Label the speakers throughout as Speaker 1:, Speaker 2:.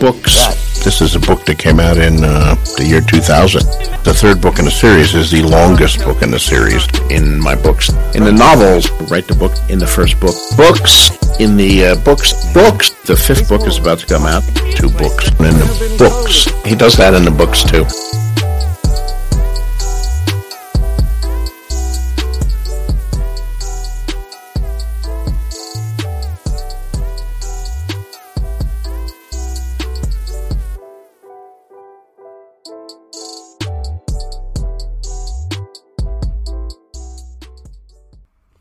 Speaker 1: books. This is a book that came out in uh, the year 2000. The third book in the series is the longest book in the series in my books. In the novels, write the book in the first book. Books in the uh, books. Books. The fifth book is about to come out. Two books. And in the books. He does that in the books too.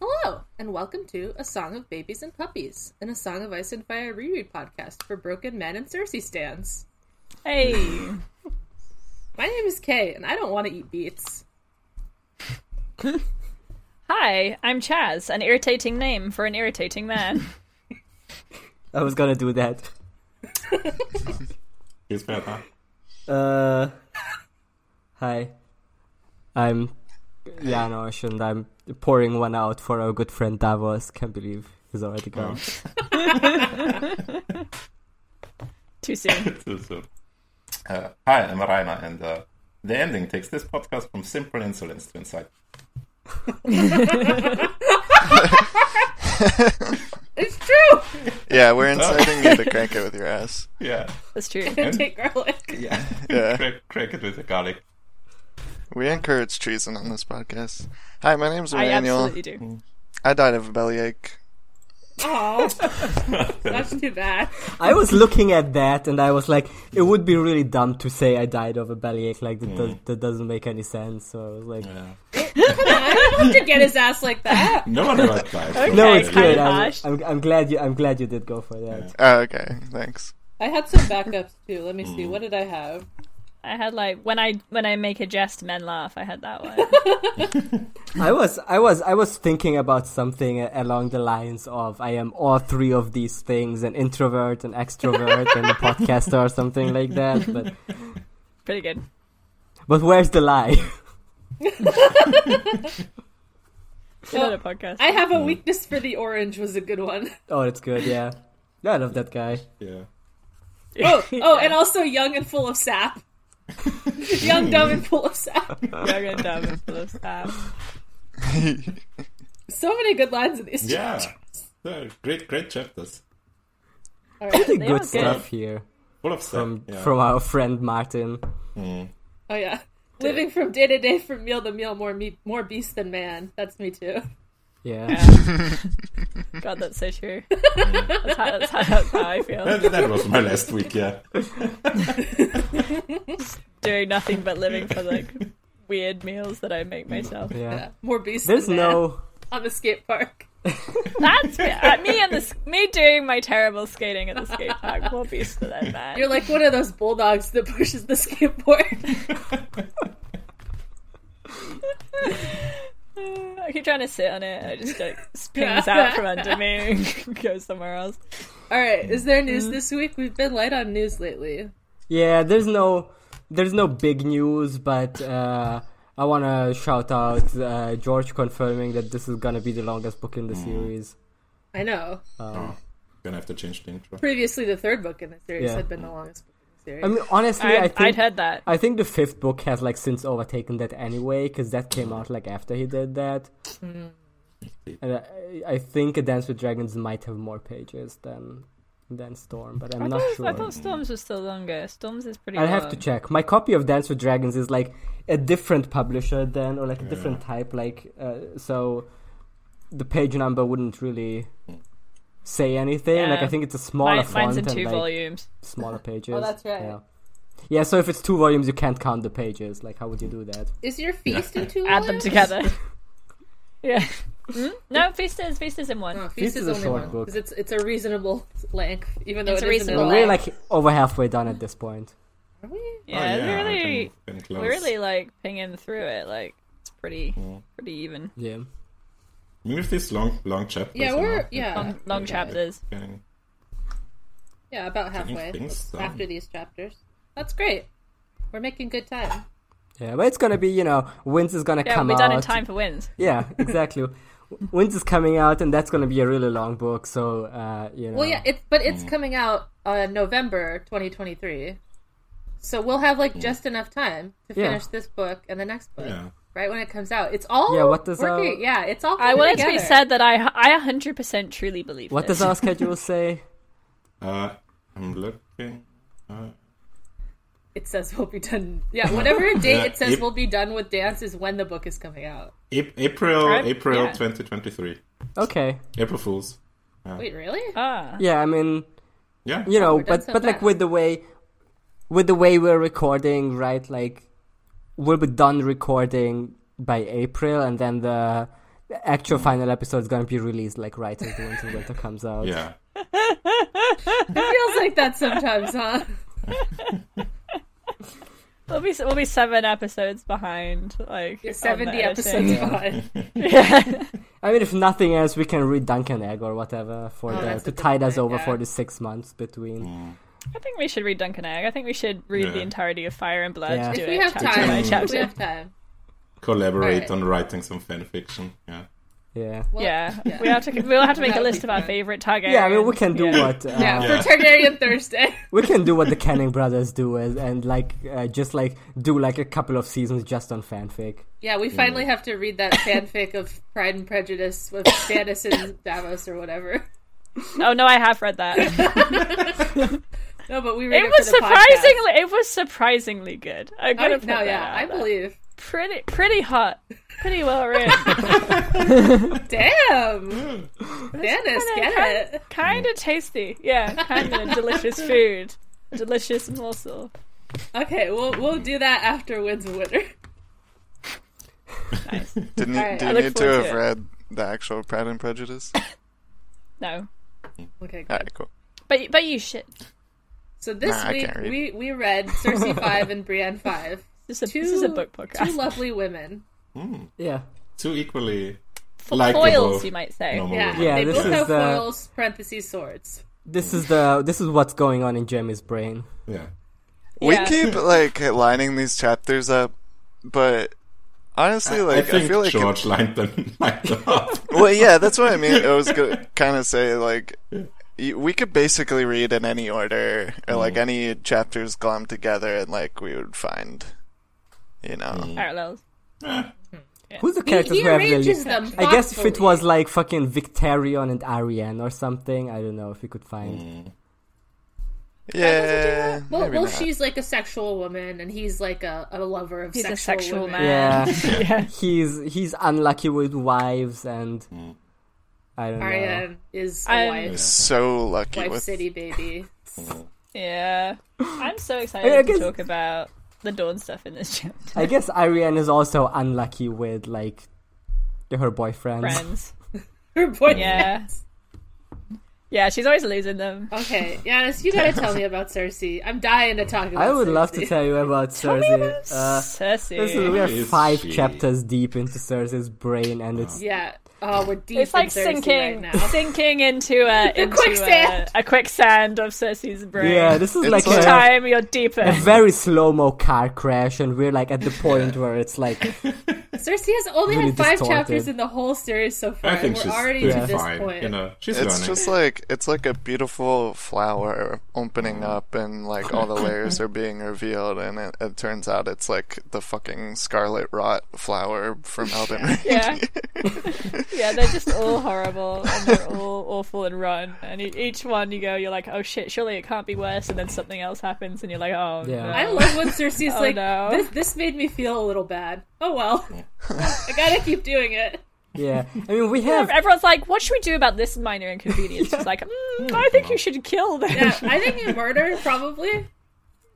Speaker 2: Hello, and welcome to A Song of Babies and Puppies, an A Song of Ice and Fire reread podcast for broken men and Cersei stands.
Speaker 3: Hey,
Speaker 2: My name is Kay, and I don't want to eat beets.
Speaker 3: hi, I'm Chaz, an irritating name for an irritating man.
Speaker 4: I was gonna do that.
Speaker 5: He's better.
Speaker 4: Uh, hi. I'm. Yeah, no, I shouldn't. I'm pouring one out for our good friend Davos. Can't believe he's already gone.
Speaker 3: Too soon.
Speaker 5: So, so. Uh, hi, I'm Rainer, and uh, the ending takes this podcast from simple insolence to insight.
Speaker 2: It's true!
Speaker 6: Yeah, we're inciting you to crank it with your ass.
Speaker 5: Yeah,
Speaker 3: That's true.
Speaker 2: Take garlic.
Speaker 5: yeah.
Speaker 6: Yeah.
Speaker 5: crack, crack it with the garlic.
Speaker 6: We encourage treason on this podcast. Hi, my name's
Speaker 3: I
Speaker 6: Emmanuel.
Speaker 3: absolutely do.
Speaker 6: I died of a bellyache.
Speaker 2: Oh, that's too bad.
Speaker 4: I was looking at that and I was like, it would be really dumb to say I died of a bellyache. Like that, does, that doesn't make any sense. So I was like,
Speaker 2: I don't have to get his ass like that.
Speaker 5: No one ever died. so-
Speaker 4: no,
Speaker 3: Okay,
Speaker 4: it's
Speaker 3: kind
Speaker 4: good.
Speaker 3: of
Speaker 4: I'm,
Speaker 3: harsh.
Speaker 4: I'm, I'm glad you. I'm glad you did go for that.
Speaker 6: Oh, okay, thanks.
Speaker 2: I had some backups too. Let me see. What did I have?
Speaker 3: I had like when I when I make a jest, men laugh. I had that one.
Speaker 4: I was, I was, I was thinking about something a- along the lines of I am all three of these things: an introvert, an extrovert, and a podcaster, or something like that. But,
Speaker 3: Pretty good.
Speaker 4: but where's the lie?
Speaker 3: Another podcast.
Speaker 2: Oh, I have a weakness for the orange was a good one.
Speaker 4: oh, that's good. Yeah, yeah, I love that guy.
Speaker 5: Yeah.
Speaker 2: Oh, oh, and also young and full of sap. young, dumb, and full of sap.
Speaker 3: Young and dumb and full of sap.
Speaker 2: So many good lines in these.
Speaker 5: Yeah. So, great, great chapters.
Speaker 2: All right.
Speaker 3: They are
Speaker 4: good
Speaker 3: good.
Speaker 4: stuff here
Speaker 5: Full of stuff.
Speaker 4: from
Speaker 5: yeah.
Speaker 4: from our friend Martin.
Speaker 2: Oh yeah. Living from day to day, from meal to meal, more me- more beast than man. That's me too.
Speaker 4: Yeah,
Speaker 3: God, that's so true. That's how, that's how, that's how I feel.
Speaker 5: That, that was my last week, yeah.
Speaker 3: Doing nothing but living for like weird meals that I make myself.
Speaker 4: yeah.
Speaker 2: More beast
Speaker 4: There's
Speaker 2: than man
Speaker 4: no.
Speaker 2: on the skate park.
Speaker 3: That's uh, me and the s- me doing my terrible skating at the skate park. More beast than man.
Speaker 2: You're like one of those bulldogs that pushes the skateboard.
Speaker 3: I keep trying to sit on it, and it just like spins
Speaker 2: Yeah.
Speaker 3: out from under me and goes somewhere else.
Speaker 2: All right. Is there
Speaker 4: Mm-hmm.
Speaker 2: news this week? We've been light on news lately.
Speaker 4: Yeah, there's no there's no big news, but uh, I want to shout out uh, George confirming that this is gonna be the longest book in the series.
Speaker 2: I know.
Speaker 5: Oh, gonna have to change the intro.
Speaker 2: Previously, the third book in the series
Speaker 4: Yeah.
Speaker 2: had been the longest book in the series.
Speaker 4: I mean, honestly,
Speaker 3: I'd,
Speaker 4: I
Speaker 3: I'd
Speaker 4: think
Speaker 3: heard that.
Speaker 4: I think the fifth book has like since overtaken that anyway, because that came out like after he did that. And uh, I, I think A Dance with Dragons might have more pages than than Storm, but I'm
Speaker 3: I
Speaker 4: not
Speaker 3: thought,
Speaker 4: sure.
Speaker 3: I thought Storms was still longer. Storms is pretty.
Speaker 4: I'll have to
Speaker 3: long.
Speaker 4: check. My copy of Dance with Dragons is like a different publisher than, or like a different type. Like, uh, so the page number wouldn't really say anything. Like,
Speaker 3: Yeah.
Speaker 4: I think it's a
Speaker 3: Mine-
Speaker 4: smaller font
Speaker 3: mine's in
Speaker 4: and
Speaker 3: two
Speaker 4: like
Speaker 3: volumes.
Speaker 4: smaller pages.
Speaker 2: that's right.
Speaker 4: Yeah. yeah. So if it's two volumes, you can't count the pages. Like, how would you do that?
Speaker 2: Is your feast in two?
Speaker 3: Add them
Speaker 2: volumes?
Speaker 3: together. yeah. Hmm? No, Feast is Feast is in one.
Speaker 2: No, feast
Speaker 4: Feast
Speaker 2: is,
Speaker 4: is a
Speaker 2: only
Speaker 4: short
Speaker 2: one
Speaker 4: book.
Speaker 2: because it's it's a reasonable length, even though
Speaker 3: It's
Speaker 2: it
Speaker 3: a
Speaker 2: isn't at
Speaker 3: reasonable
Speaker 2: all.
Speaker 4: We're like over halfway done at this point.
Speaker 2: Are we?
Speaker 3: yeah,
Speaker 5: oh, yeah,
Speaker 3: we're really,
Speaker 5: been, been
Speaker 3: we're
Speaker 5: close.
Speaker 3: really like pinging through it. Like it's pretty, pretty even.
Speaker 4: Yeah.
Speaker 5: I mean, with these long, long chapters.
Speaker 2: Yeah,
Speaker 5: you
Speaker 2: we're
Speaker 5: know,
Speaker 2: yeah.
Speaker 3: Long, long chapters.
Speaker 5: getting-
Speaker 2: Yeah, about halfway
Speaker 5: things done.
Speaker 2: after these chapters. That's great. We're making good time.
Speaker 4: Yeah, but it's gonna be, you know, Wins is gonna
Speaker 3: Yeah,
Speaker 4: come
Speaker 3: we're done in
Speaker 4: out.
Speaker 3: time for wins.
Speaker 4: Yeah, exactly. when's this coming out? And that's gonna be a really long book. So uh, you know.
Speaker 2: Well, yeah, it's but it's coming out uh, November 2023, so we'll have like just enough time to
Speaker 4: Yeah.
Speaker 2: finish this book and the next book,
Speaker 5: Yeah.
Speaker 2: right when it comes out. It's all
Speaker 4: Yeah, what does uh,
Speaker 2: working.
Speaker 4: our-
Speaker 2: Yeah, it's all.
Speaker 3: I
Speaker 2: coming
Speaker 3: want it to be
Speaker 2: together.
Speaker 3: said that I I 100% truly believe
Speaker 4: What
Speaker 3: this.
Speaker 4: does our schedule say?
Speaker 5: Uh, I'm looking. Uh,
Speaker 2: It says we'll be done. Yeah, whatever date
Speaker 5: Yeah,
Speaker 2: it says
Speaker 5: if-
Speaker 2: we'll be done with dance is when the book is coming out.
Speaker 5: Ap- April,
Speaker 3: Right?
Speaker 5: April
Speaker 3: Yeah.
Speaker 5: 2023.
Speaker 4: Okay.
Speaker 5: April Fools.
Speaker 2: Wait, really?
Speaker 3: Ah.
Speaker 4: Yeah, I mean,
Speaker 5: Yeah.
Speaker 4: you know,
Speaker 2: we're done
Speaker 4: but
Speaker 2: Oh so
Speaker 4: but like
Speaker 2: fast.
Speaker 4: with the way, with the way we're recording, right? Like, we'll be done recording by April, and then the actual
Speaker 2: Mm.
Speaker 4: final episode is gonna be released like right as the Winter Winter comes out.
Speaker 5: Yeah.
Speaker 2: It feels like that sometimes, huh?
Speaker 3: We'll be we'll be seven episodes behind, like on the
Speaker 2: 70 episodes
Speaker 3: editing.
Speaker 2: behind.
Speaker 3: Yeah.
Speaker 4: I mean, if nothing else, we can read Duncan Egg or whatever for
Speaker 2: Oh,
Speaker 4: the
Speaker 2: that's
Speaker 4: to
Speaker 2: a good
Speaker 4: tide us
Speaker 2: point,
Speaker 4: over
Speaker 2: yeah.
Speaker 4: for the six months between.
Speaker 3: I think we should read Duncan Egg. I think we should read the
Speaker 5: Yeah.
Speaker 3: entirety of Fire and Blood.
Speaker 4: Yeah.
Speaker 3: Do
Speaker 2: If
Speaker 3: it
Speaker 2: we have
Speaker 3: chapter
Speaker 2: time,
Speaker 3: by
Speaker 2: if we
Speaker 3: chapter.
Speaker 2: have time.
Speaker 5: Collaborate
Speaker 2: Right.
Speaker 5: on writing some fan fiction. Yeah.
Speaker 4: Yeah.
Speaker 2: Well,
Speaker 3: Yeah.
Speaker 2: Yeah.
Speaker 3: we have to. We'll have to make a
Speaker 2: That would
Speaker 3: list
Speaker 2: be
Speaker 3: of our
Speaker 2: fun.
Speaker 3: favorite Targaryens.
Speaker 4: Yeah, I mean, we can do
Speaker 3: Yeah.
Speaker 4: what uh,
Speaker 2: Yeah, for Targaryen Thursday.
Speaker 4: we can do what the Canning brothers do, and, and like uh, just like do like a couple of seasons just on fanfic.
Speaker 2: Yeah, we finally have to read that fanfic of Pride and Prejudice with Stannis and Davos or whatever.
Speaker 3: Oh no, I have read that. it
Speaker 2: No, but we read it,
Speaker 3: was
Speaker 2: for the podcast.
Speaker 3: surprisingly. It was surprisingly good. I'm
Speaker 2: I,
Speaker 3: gonna put
Speaker 2: no,
Speaker 3: that
Speaker 2: yeah,
Speaker 3: out
Speaker 2: I
Speaker 3: there.
Speaker 2: believe.
Speaker 3: Pretty, pretty hot. Pretty well written.
Speaker 2: Damn, Stannis, get it.
Speaker 3: kind of tasty. Yeah, kind of delicious food. Delicious morsel.
Speaker 2: Okay, we'll we'll do that after Winds of Winter.
Speaker 6: Didn't you,
Speaker 2: Alright,
Speaker 6: do
Speaker 2: I
Speaker 6: you
Speaker 3: look
Speaker 6: need to
Speaker 3: forward to
Speaker 6: have
Speaker 3: it.
Speaker 6: read the actual Pride and Prejudice?
Speaker 3: No,
Speaker 2: Okay, good.
Speaker 6: Alright, cool.
Speaker 3: but but you should.
Speaker 2: So this
Speaker 6: Nah, I
Speaker 2: week
Speaker 6: can't read.
Speaker 2: we we read Cersei five and Brienne five.
Speaker 3: This is a,
Speaker 2: Two
Speaker 3: this is a book podcast.
Speaker 2: Two lovely women.
Speaker 4: Yeah,
Speaker 5: Two equally
Speaker 3: For
Speaker 5: likable
Speaker 3: foils, you might say.
Speaker 5: normal
Speaker 2: Yeah,
Speaker 5: women.
Speaker 4: Yeah,
Speaker 2: they
Speaker 4: this
Speaker 2: both
Speaker 4: is
Speaker 2: have
Speaker 4: the-
Speaker 2: foils, parentheses, swords.
Speaker 4: this is the this is what's going on in Jeremy's brain.
Speaker 5: Yeah.
Speaker 3: Yeah.
Speaker 6: We keep like lining these chapters up, but honestly,
Speaker 5: I
Speaker 6: like I,
Speaker 5: think
Speaker 6: feel like
Speaker 5: George lined them lined them up.
Speaker 6: well, yeah, that's what I mean. I was gonna kind of say like y- we could basically read in any order or like any chapters glommed together, and like we would find, you know,
Speaker 3: Parallels.
Speaker 4: Who's the
Speaker 2: He,
Speaker 4: characters
Speaker 2: he
Speaker 4: who have the
Speaker 2: arranges
Speaker 4: least?
Speaker 2: them.
Speaker 4: I guess if it
Speaker 2: thoughtfully.
Speaker 4: was like fucking Victorian and Ariane or something, I don't know if we could find.
Speaker 6: yeah.
Speaker 2: Well,
Speaker 6: maybe
Speaker 2: well
Speaker 6: not.
Speaker 2: she's like a sexual woman, and he's like a, a lover of
Speaker 3: He's
Speaker 2: sexual
Speaker 3: a sexual
Speaker 2: women.
Speaker 3: man.
Speaker 4: Yeah,
Speaker 3: Yeah.
Speaker 4: he's he's unlucky with wives and I don't know.
Speaker 2: Arya is a
Speaker 3: I'm-
Speaker 2: wife,
Speaker 6: so lucky
Speaker 2: wife
Speaker 6: with
Speaker 2: city baby.
Speaker 3: Yeah. I'm so excited
Speaker 4: I
Speaker 3: to
Speaker 4: guess-
Speaker 3: talk about the Dawn stuff in this chapter.
Speaker 4: I guess Ariane is also unlucky with like her boyfriends.
Speaker 3: Friends.
Speaker 2: Her boyfriend.
Speaker 3: Yeah. Yeah, she's always losing them.
Speaker 2: Okay, Giannis, you gotta tell me about Cersei. I'm dying to talk about.
Speaker 4: I would love
Speaker 2: Cersei.
Speaker 4: to tell you about Cersei. uh,
Speaker 3: Cersei.
Speaker 4: listen, we are
Speaker 5: Is
Speaker 4: five
Speaker 5: she-
Speaker 4: chapters deep into Cersei's brain, and it's
Speaker 2: Yeah. Oh, we're deep.
Speaker 3: it's like
Speaker 2: in Cersei
Speaker 3: sinking,
Speaker 2: right now.
Speaker 3: sinking into a into
Speaker 2: quicksand.
Speaker 3: A, a quicksand of Cersei's brain.
Speaker 4: yeah, this is
Speaker 6: It's
Speaker 4: like
Speaker 6: like-
Speaker 4: a,
Speaker 3: time you're deeper.
Speaker 4: a very slow mo car crash, and we're like at the point where it's like,
Speaker 2: Cersei has only
Speaker 4: Really
Speaker 2: had five
Speaker 4: distorted.
Speaker 2: chapters in the whole series so far,
Speaker 5: I
Speaker 2: and
Speaker 5: think
Speaker 2: we're
Speaker 5: she's
Speaker 2: already
Speaker 5: doing
Speaker 2: to this
Speaker 5: fine.
Speaker 2: point.
Speaker 5: You know, she's
Speaker 6: It's
Speaker 5: learning.
Speaker 6: just like it's like a beautiful flower opening up, and like all the layers are being revealed, and it, it turns out it's like the fucking scarlet rot flower from Elden Ring.
Speaker 3: Yeah. yeah, they're just all horrible and they're all awful and rotten. And e- each one you go, you're like, oh shit, surely it can't be worse. And then something else happens and you're like, oh
Speaker 4: Yeah.
Speaker 3: no.
Speaker 2: I love when Cersei's
Speaker 3: Oh,
Speaker 2: like,
Speaker 3: no.
Speaker 2: this, "This made me feel a little bad. Oh well, I gotta keep doing it."
Speaker 4: yeah. I mean, we have
Speaker 3: Everyone's like, what should we do about this minor inconvenience? She's like, mm, I think you should kill them.
Speaker 2: Yeah, Uh, I think murder probably.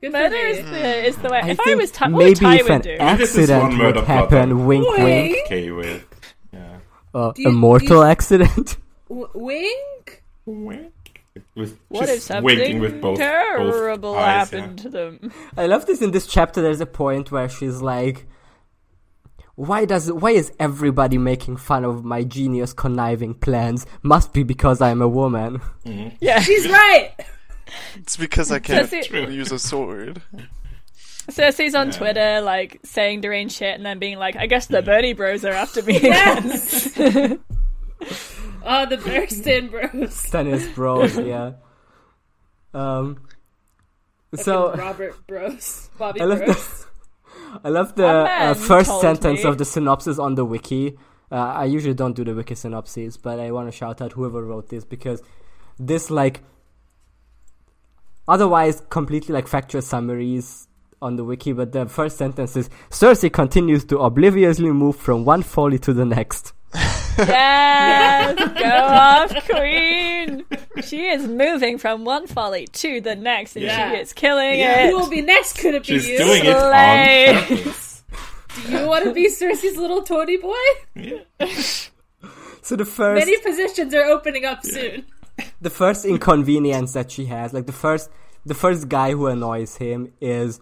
Speaker 2: Good for
Speaker 3: Murder
Speaker 2: me.
Speaker 3: is the, is the way.
Speaker 4: I
Speaker 3: if I
Speaker 4: think
Speaker 3: was Ty, what
Speaker 4: maybe
Speaker 3: Ty
Speaker 4: if
Speaker 3: would
Speaker 4: an
Speaker 3: do.
Speaker 5: This is one
Speaker 4: accident would
Speaker 5: murder plot,
Speaker 4: happen,
Speaker 5: though.
Speaker 4: wink,
Speaker 2: Wink.
Speaker 4: wink,
Speaker 5: okay with. Yeah.
Speaker 4: uh,
Speaker 2: you-
Speaker 4: a
Speaker 2: do
Speaker 4: mortal
Speaker 2: you-
Speaker 4: accident.
Speaker 2: W- wink.
Speaker 5: Wink. With,
Speaker 3: what if
Speaker 5: she's winking
Speaker 3: something
Speaker 5: with both, both
Speaker 3: terrible
Speaker 5: eyes, yeah.
Speaker 3: happened to them?
Speaker 4: I love this in this chapter. There's a point where she's like, "Why does why is everybody making fun of my genius conniving plans? Must be because I'm a woman."
Speaker 3: Yeah.
Speaker 2: She's right.
Speaker 6: It's because I can't
Speaker 3: That's
Speaker 5: it.
Speaker 6: use a sword.
Speaker 3: Cersei's on Twitter, like saying deranged shit, and then being like, "I guess the Bernie Bros are after me." again."
Speaker 2: Yes. Oh, the Bergsten Bros.
Speaker 4: Stannis Bros, yeah. Um, so
Speaker 2: Fucking Robert Bros. Bobby
Speaker 4: I love
Speaker 2: Bros.
Speaker 4: the, I love the
Speaker 3: A
Speaker 4: uh,
Speaker 3: man
Speaker 4: first
Speaker 3: told
Speaker 4: sentence
Speaker 3: me.
Speaker 4: of the synopsis on the wiki. Uh, I usually don't do the wiki synopses, but I want to shout out whoever wrote this because this like otherwise completely like factual summaries on the wiki, but the first sentence is Cersei continues to obliviously move from one folly to the next.
Speaker 3: Yes, go off, Queen. She is moving from one folly to the next, and
Speaker 2: Yeah.
Speaker 3: she is killing
Speaker 2: Who
Speaker 3: it.
Speaker 2: will be next? Could it be
Speaker 5: She's
Speaker 2: you?
Speaker 5: doing it
Speaker 3: Slay.
Speaker 5: on purpose.
Speaker 2: Do you want to be Cersei's little toady boy?
Speaker 5: Yeah.
Speaker 4: So the first
Speaker 2: Many positions are opening up soon.
Speaker 4: the first inconvenience that she has, like the first the first guy who annoys him is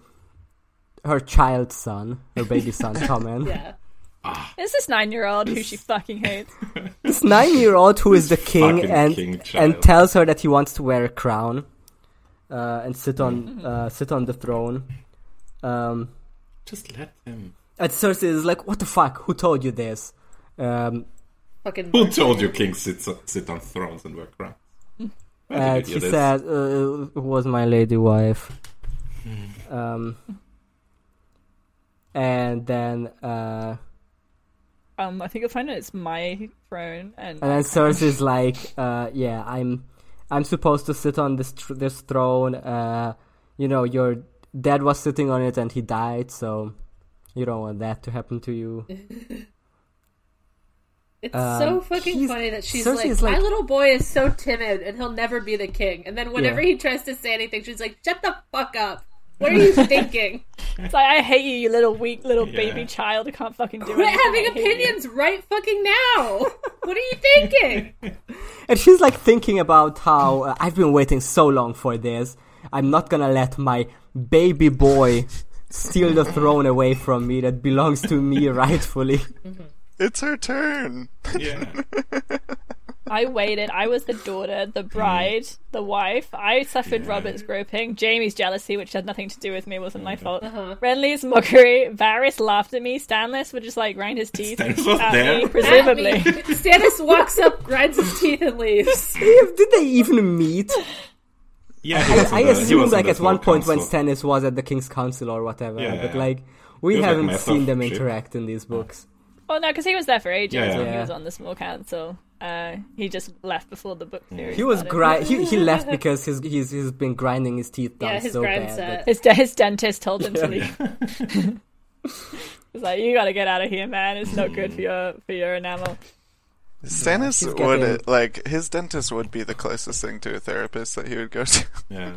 Speaker 4: her child son, her baby son, Tommen.
Speaker 2: Yeah.
Speaker 3: It's this nine-year-old who she fucking hates.
Speaker 4: This nine year old who is the king
Speaker 5: fucking
Speaker 4: and
Speaker 5: king child.
Speaker 4: and tells her that he wants to wear a crown uh, and sit on uh, sit on the throne. Um,
Speaker 5: Just let him.
Speaker 4: and Cersei is like, "What the fuck? Who told you this?" Um,
Speaker 2: Fucking
Speaker 5: Who told you kings sit, sit on thrones and work around?
Speaker 4: and she said, uh, it "Was my lady wife."
Speaker 5: Hmm.
Speaker 4: Um, and then. Uh,
Speaker 3: Um, I think you'll find out it's my throne, and
Speaker 2: Oh.
Speaker 4: And then Cersei's like, uh, yeah, I'm, I'm supposed to sit on this tr- this throne. Uh, you know, your dad was sitting on it and he died, so you don't want that to happen to you.
Speaker 2: It's
Speaker 4: Um,
Speaker 2: so fucking
Speaker 4: he's-
Speaker 2: funny that she's
Speaker 4: Cersei's
Speaker 2: like, my
Speaker 4: like-
Speaker 2: little boy is so timid and he'll never be the king. And then whenever he tries to say anything, she's like, shut the fuck up. What are you thinking?
Speaker 3: it's like I hate you, you little weak little
Speaker 5: Yeah.
Speaker 3: baby child. I can't fucking do
Speaker 2: Quit
Speaker 3: anything.
Speaker 2: having
Speaker 3: I hate you.
Speaker 2: opinions right fucking now. What are you thinking?
Speaker 4: And she's like thinking about how uh, I've been waiting so long for this. I'm not gonna let my baby boy steal the throne away from me that belongs to me rightfully.
Speaker 6: It's her turn.
Speaker 5: yeah.
Speaker 3: I waited. I was the daughter,
Speaker 5: Mm.
Speaker 3: the bride, the wife. I suffered Robert's groping, Jamie's jealousy, which had nothing to do with me, wasn't my fault.
Speaker 4: Uh-huh.
Speaker 3: Renly's mockery, Varys laughed at me, Stannis would just like grind his teeth
Speaker 5: Stannis was
Speaker 3: at
Speaker 5: there.
Speaker 3: me,
Speaker 2: At
Speaker 3: presumably.
Speaker 2: me. Stannis walks up, grinds his teeth, and leaves.
Speaker 4: Did they even meet?
Speaker 5: Yeah, he was
Speaker 4: I
Speaker 5: on the- he was
Speaker 4: assumed
Speaker 5: on
Speaker 4: like
Speaker 5: the
Speaker 4: at one
Speaker 5: full
Speaker 4: point when
Speaker 5: council.
Speaker 4: Stannis was at the King's Council or whatever,
Speaker 5: Yeah,
Speaker 4: but
Speaker 5: yeah.
Speaker 4: like
Speaker 5: It
Speaker 4: we
Speaker 5: was, like,
Speaker 4: haven't
Speaker 5: messed
Speaker 4: seen
Speaker 5: up
Speaker 4: them
Speaker 5: shit.
Speaker 4: interact in these books.
Speaker 3: Well, no, because he was there for ages
Speaker 5: Yeah, yeah.
Speaker 3: when he
Speaker 4: Yeah.
Speaker 3: was on the small council. Uh, he just left before the book series.
Speaker 4: He was
Speaker 3: started.
Speaker 4: grind. He, he left because he's he's he's been grinding his teeth down
Speaker 2: Yeah, his
Speaker 4: so
Speaker 2: grind
Speaker 4: bad.
Speaker 2: set.
Speaker 3: His, de- his dentist told him to leave. He's like, you gotta get out of here, man. It's not
Speaker 5: Mm.
Speaker 3: good for your for your enamel.
Speaker 6: Stannis
Speaker 4: she's
Speaker 6: would
Speaker 4: getting-
Speaker 6: like his dentist would be the closest thing to a therapist that he would go to.
Speaker 5: Yeah.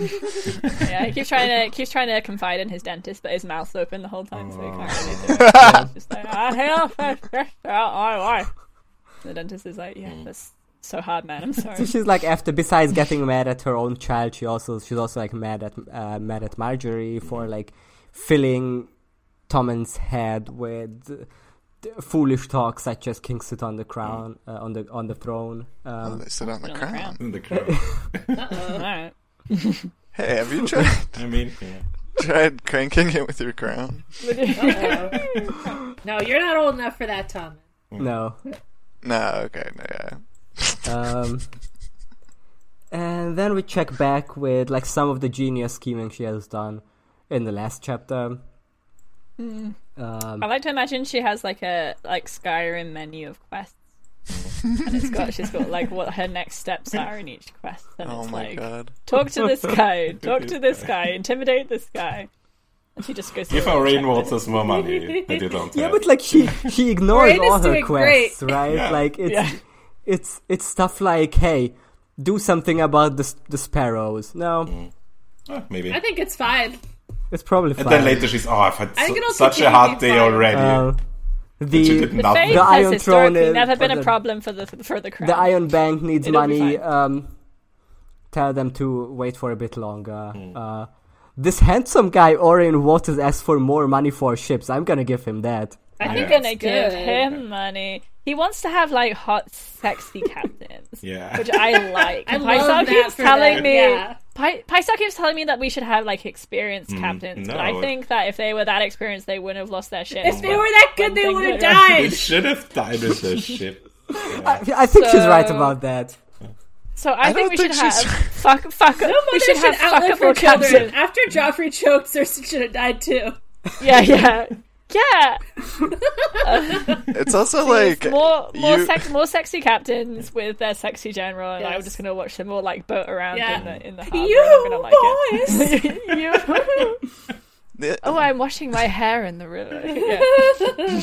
Speaker 3: Yeah, he keeps trying to keeps trying to confide in his dentist, but his mouth's open the whole time, so he
Speaker 5: Oh.
Speaker 3: can't really do it.
Speaker 4: Oh.
Speaker 3: He's just like, I help, I help, I wife." The dentist is like, yeah, that's so hard, man. I'm
Speaker 4: So
Speaker 3: sorry.
Speaker 4: she's like after besides getting mad at her own child, she also she's also like mad at uh, mad at Marjorie
Speaker 5: Mm-hmm.
Speaker 4: for like filling Tommen's head with uh, d- foolish talk such as King sit on the crown
Speaker 5: Mm.
Speaker 4: uh, on the on the throne. Um,
Speaker 6: they sit on the
Speaker 3: on the
Speaker 6: crown.
Speaker 3: crown.
Speaker 5: In the crowd.
Speaker 3: All right.
Speaker 6: Hey, have you tried
Speaker 5: I mean, yeah.
Speaker 6: tried cranking it with your crown?
Speaker 2: No, you're not old enough for that, Tom.
Speaker 4: no,
Speaker 6: No, okay, no, yeah.
Speaker 4: Um, and then we check back with like some of the genius scheming she has done in the last chapter. Um,
Speaker 3: I like to imagine she has like a like Skyrim menu of quests. and it's got she's got like what her next steps are in each quest and
Speaker 6: Oh
Speaker 3: it's
Speaker 6: my
Speaker 3: like
Speaker 6: god.
Speaker 3: talk to this guy, talk to this guy, intimidate this guy. And she just goes through
Speaker 5: Give
Speaker 3: all
Speaker 5: our
Speaker 3: the
Speaker 5: rainwaters more money that you don't
Speaker 4: yeah,
Speaker 5: have.
Speaker 4: but like she she ignores
Speaker 2: Rain is
Speaker 4: all her
Speaker 2: doing
Speaker 4: quests, right?
Speaker 5: Yeah.
Speaker 4: Like it's
Speaker 3: Yeah.
Speaker 4: it's it's stuff like hey, do something about the s- the sparrows. No,
Speaker 5: Oh, maybe.
Speaker 2: I think it's fine.
Speaker 4: it's probably
Speaker 5: And
Speaker 4: fine.
Speaker 5: then later she's, oh, I've had
Speaker 2: I
Speaker 5: su-
Speaker 2: can also
Speaker 5: such a
Speaker 2: give
Speaker 5: hard
Speaker 2: you
Speaker 5: day
Speaker 2: five.
Speaker 5: already.
Speaker 4: Um,
Speaker 5: she
Speaker 4: the
Speaker 5: did nothing.
Speaker 3: Faith
Speaker 4: The
Speaker 3: has
Speaker 4: Iron
Speaker 3: historically
Speaker 4: Throne is-
Speaker 3: never been
Speaker 4: or
Speaker 3: a
Speaker 4: the-
Speaker 3: problem for the for the crown.
Speaker 4: the Iron Bank needs
Speaker 3: It'll be
Speaker 4: money.
Speaker 3: fine.
Speaker 4: Um, tell them to wait for a bit longer.
Speaker 3: Hmm.
Speaker 4: Uh, this handsome guy, Orion Waters, asked for more money for ships. I'm gonna give him that.
Speaker 2: I
Speaker 3: You're
Speaker 2: think
Speaker 3: gonna
Speaker 2: that's
Speaker 3: give
Speaker 2: good.
Speaker 3: him money. He wants to have like hot, sexy captains,
Speaker 5: Yeah.
Speaker 3: which I like.
Speaker 2: I
Speaker 3: And
Speaker 2: love
Speaker 3: Paisal
Speaker 2: that
Speaker 3: keeps
Speaker 2: for
Speaker 3: telling
Speaker 2: them,
Speaker 3: me.
Speaker 2: yeah.
Speaker 3: Pai- Paisal keeps telling me that we should have like experienced
Speaker 6: Mm,
Speaker 3: captains, but I
Speaker 5: no.
Speaker 3: think that if they were that experienced, they wouldn't have lost their shit.
Speaker 2: If they were that good, they
Speaker 4: Uh,
Speaker 3: thing
Speaker 2: would have
Speaker 3: later on.
Speaker 5: we
Speaker 2: died.
Speaker 5: should have died with the ship.
Speaker 4: I, I think she's right
Speaker 3: So-
Speaker 4: about that.
Speaker 3: So I,
Speaker 6: I
Speaker 3: think
Speaker 6: don't
Speaker 3: we
Speaker 6: think
Speaker 3: should have
Speaker 6: she's-
Speaker 3: fuck fuck. we should have
Speaker 2: outlive her
Speaker 3: fuckable
Speaker 2: children.
Speaker 3: captain.
Speaker 2: After Joffrey choked, Cersei should have died too.
Speaker 3: Yeah, yeah, yeah.
Speaker 6: It's also like
Speaker 3: More more,
Speaker 6: you-
Speaker 3: sex, more sexy captains with their sexy general, and I'm
Speaker 2: Yes.
Speaker 3: just gonna watch them all like boat around
Speaker 2: Yeah.
Speaker 3: in the in the harbor.
Speaker 2: You boys.
Speaker 3: I'm gonna like it. you.
Speaker 6: the,
Speaker 3: Oh, I'm washing my hair in the river. Yeah.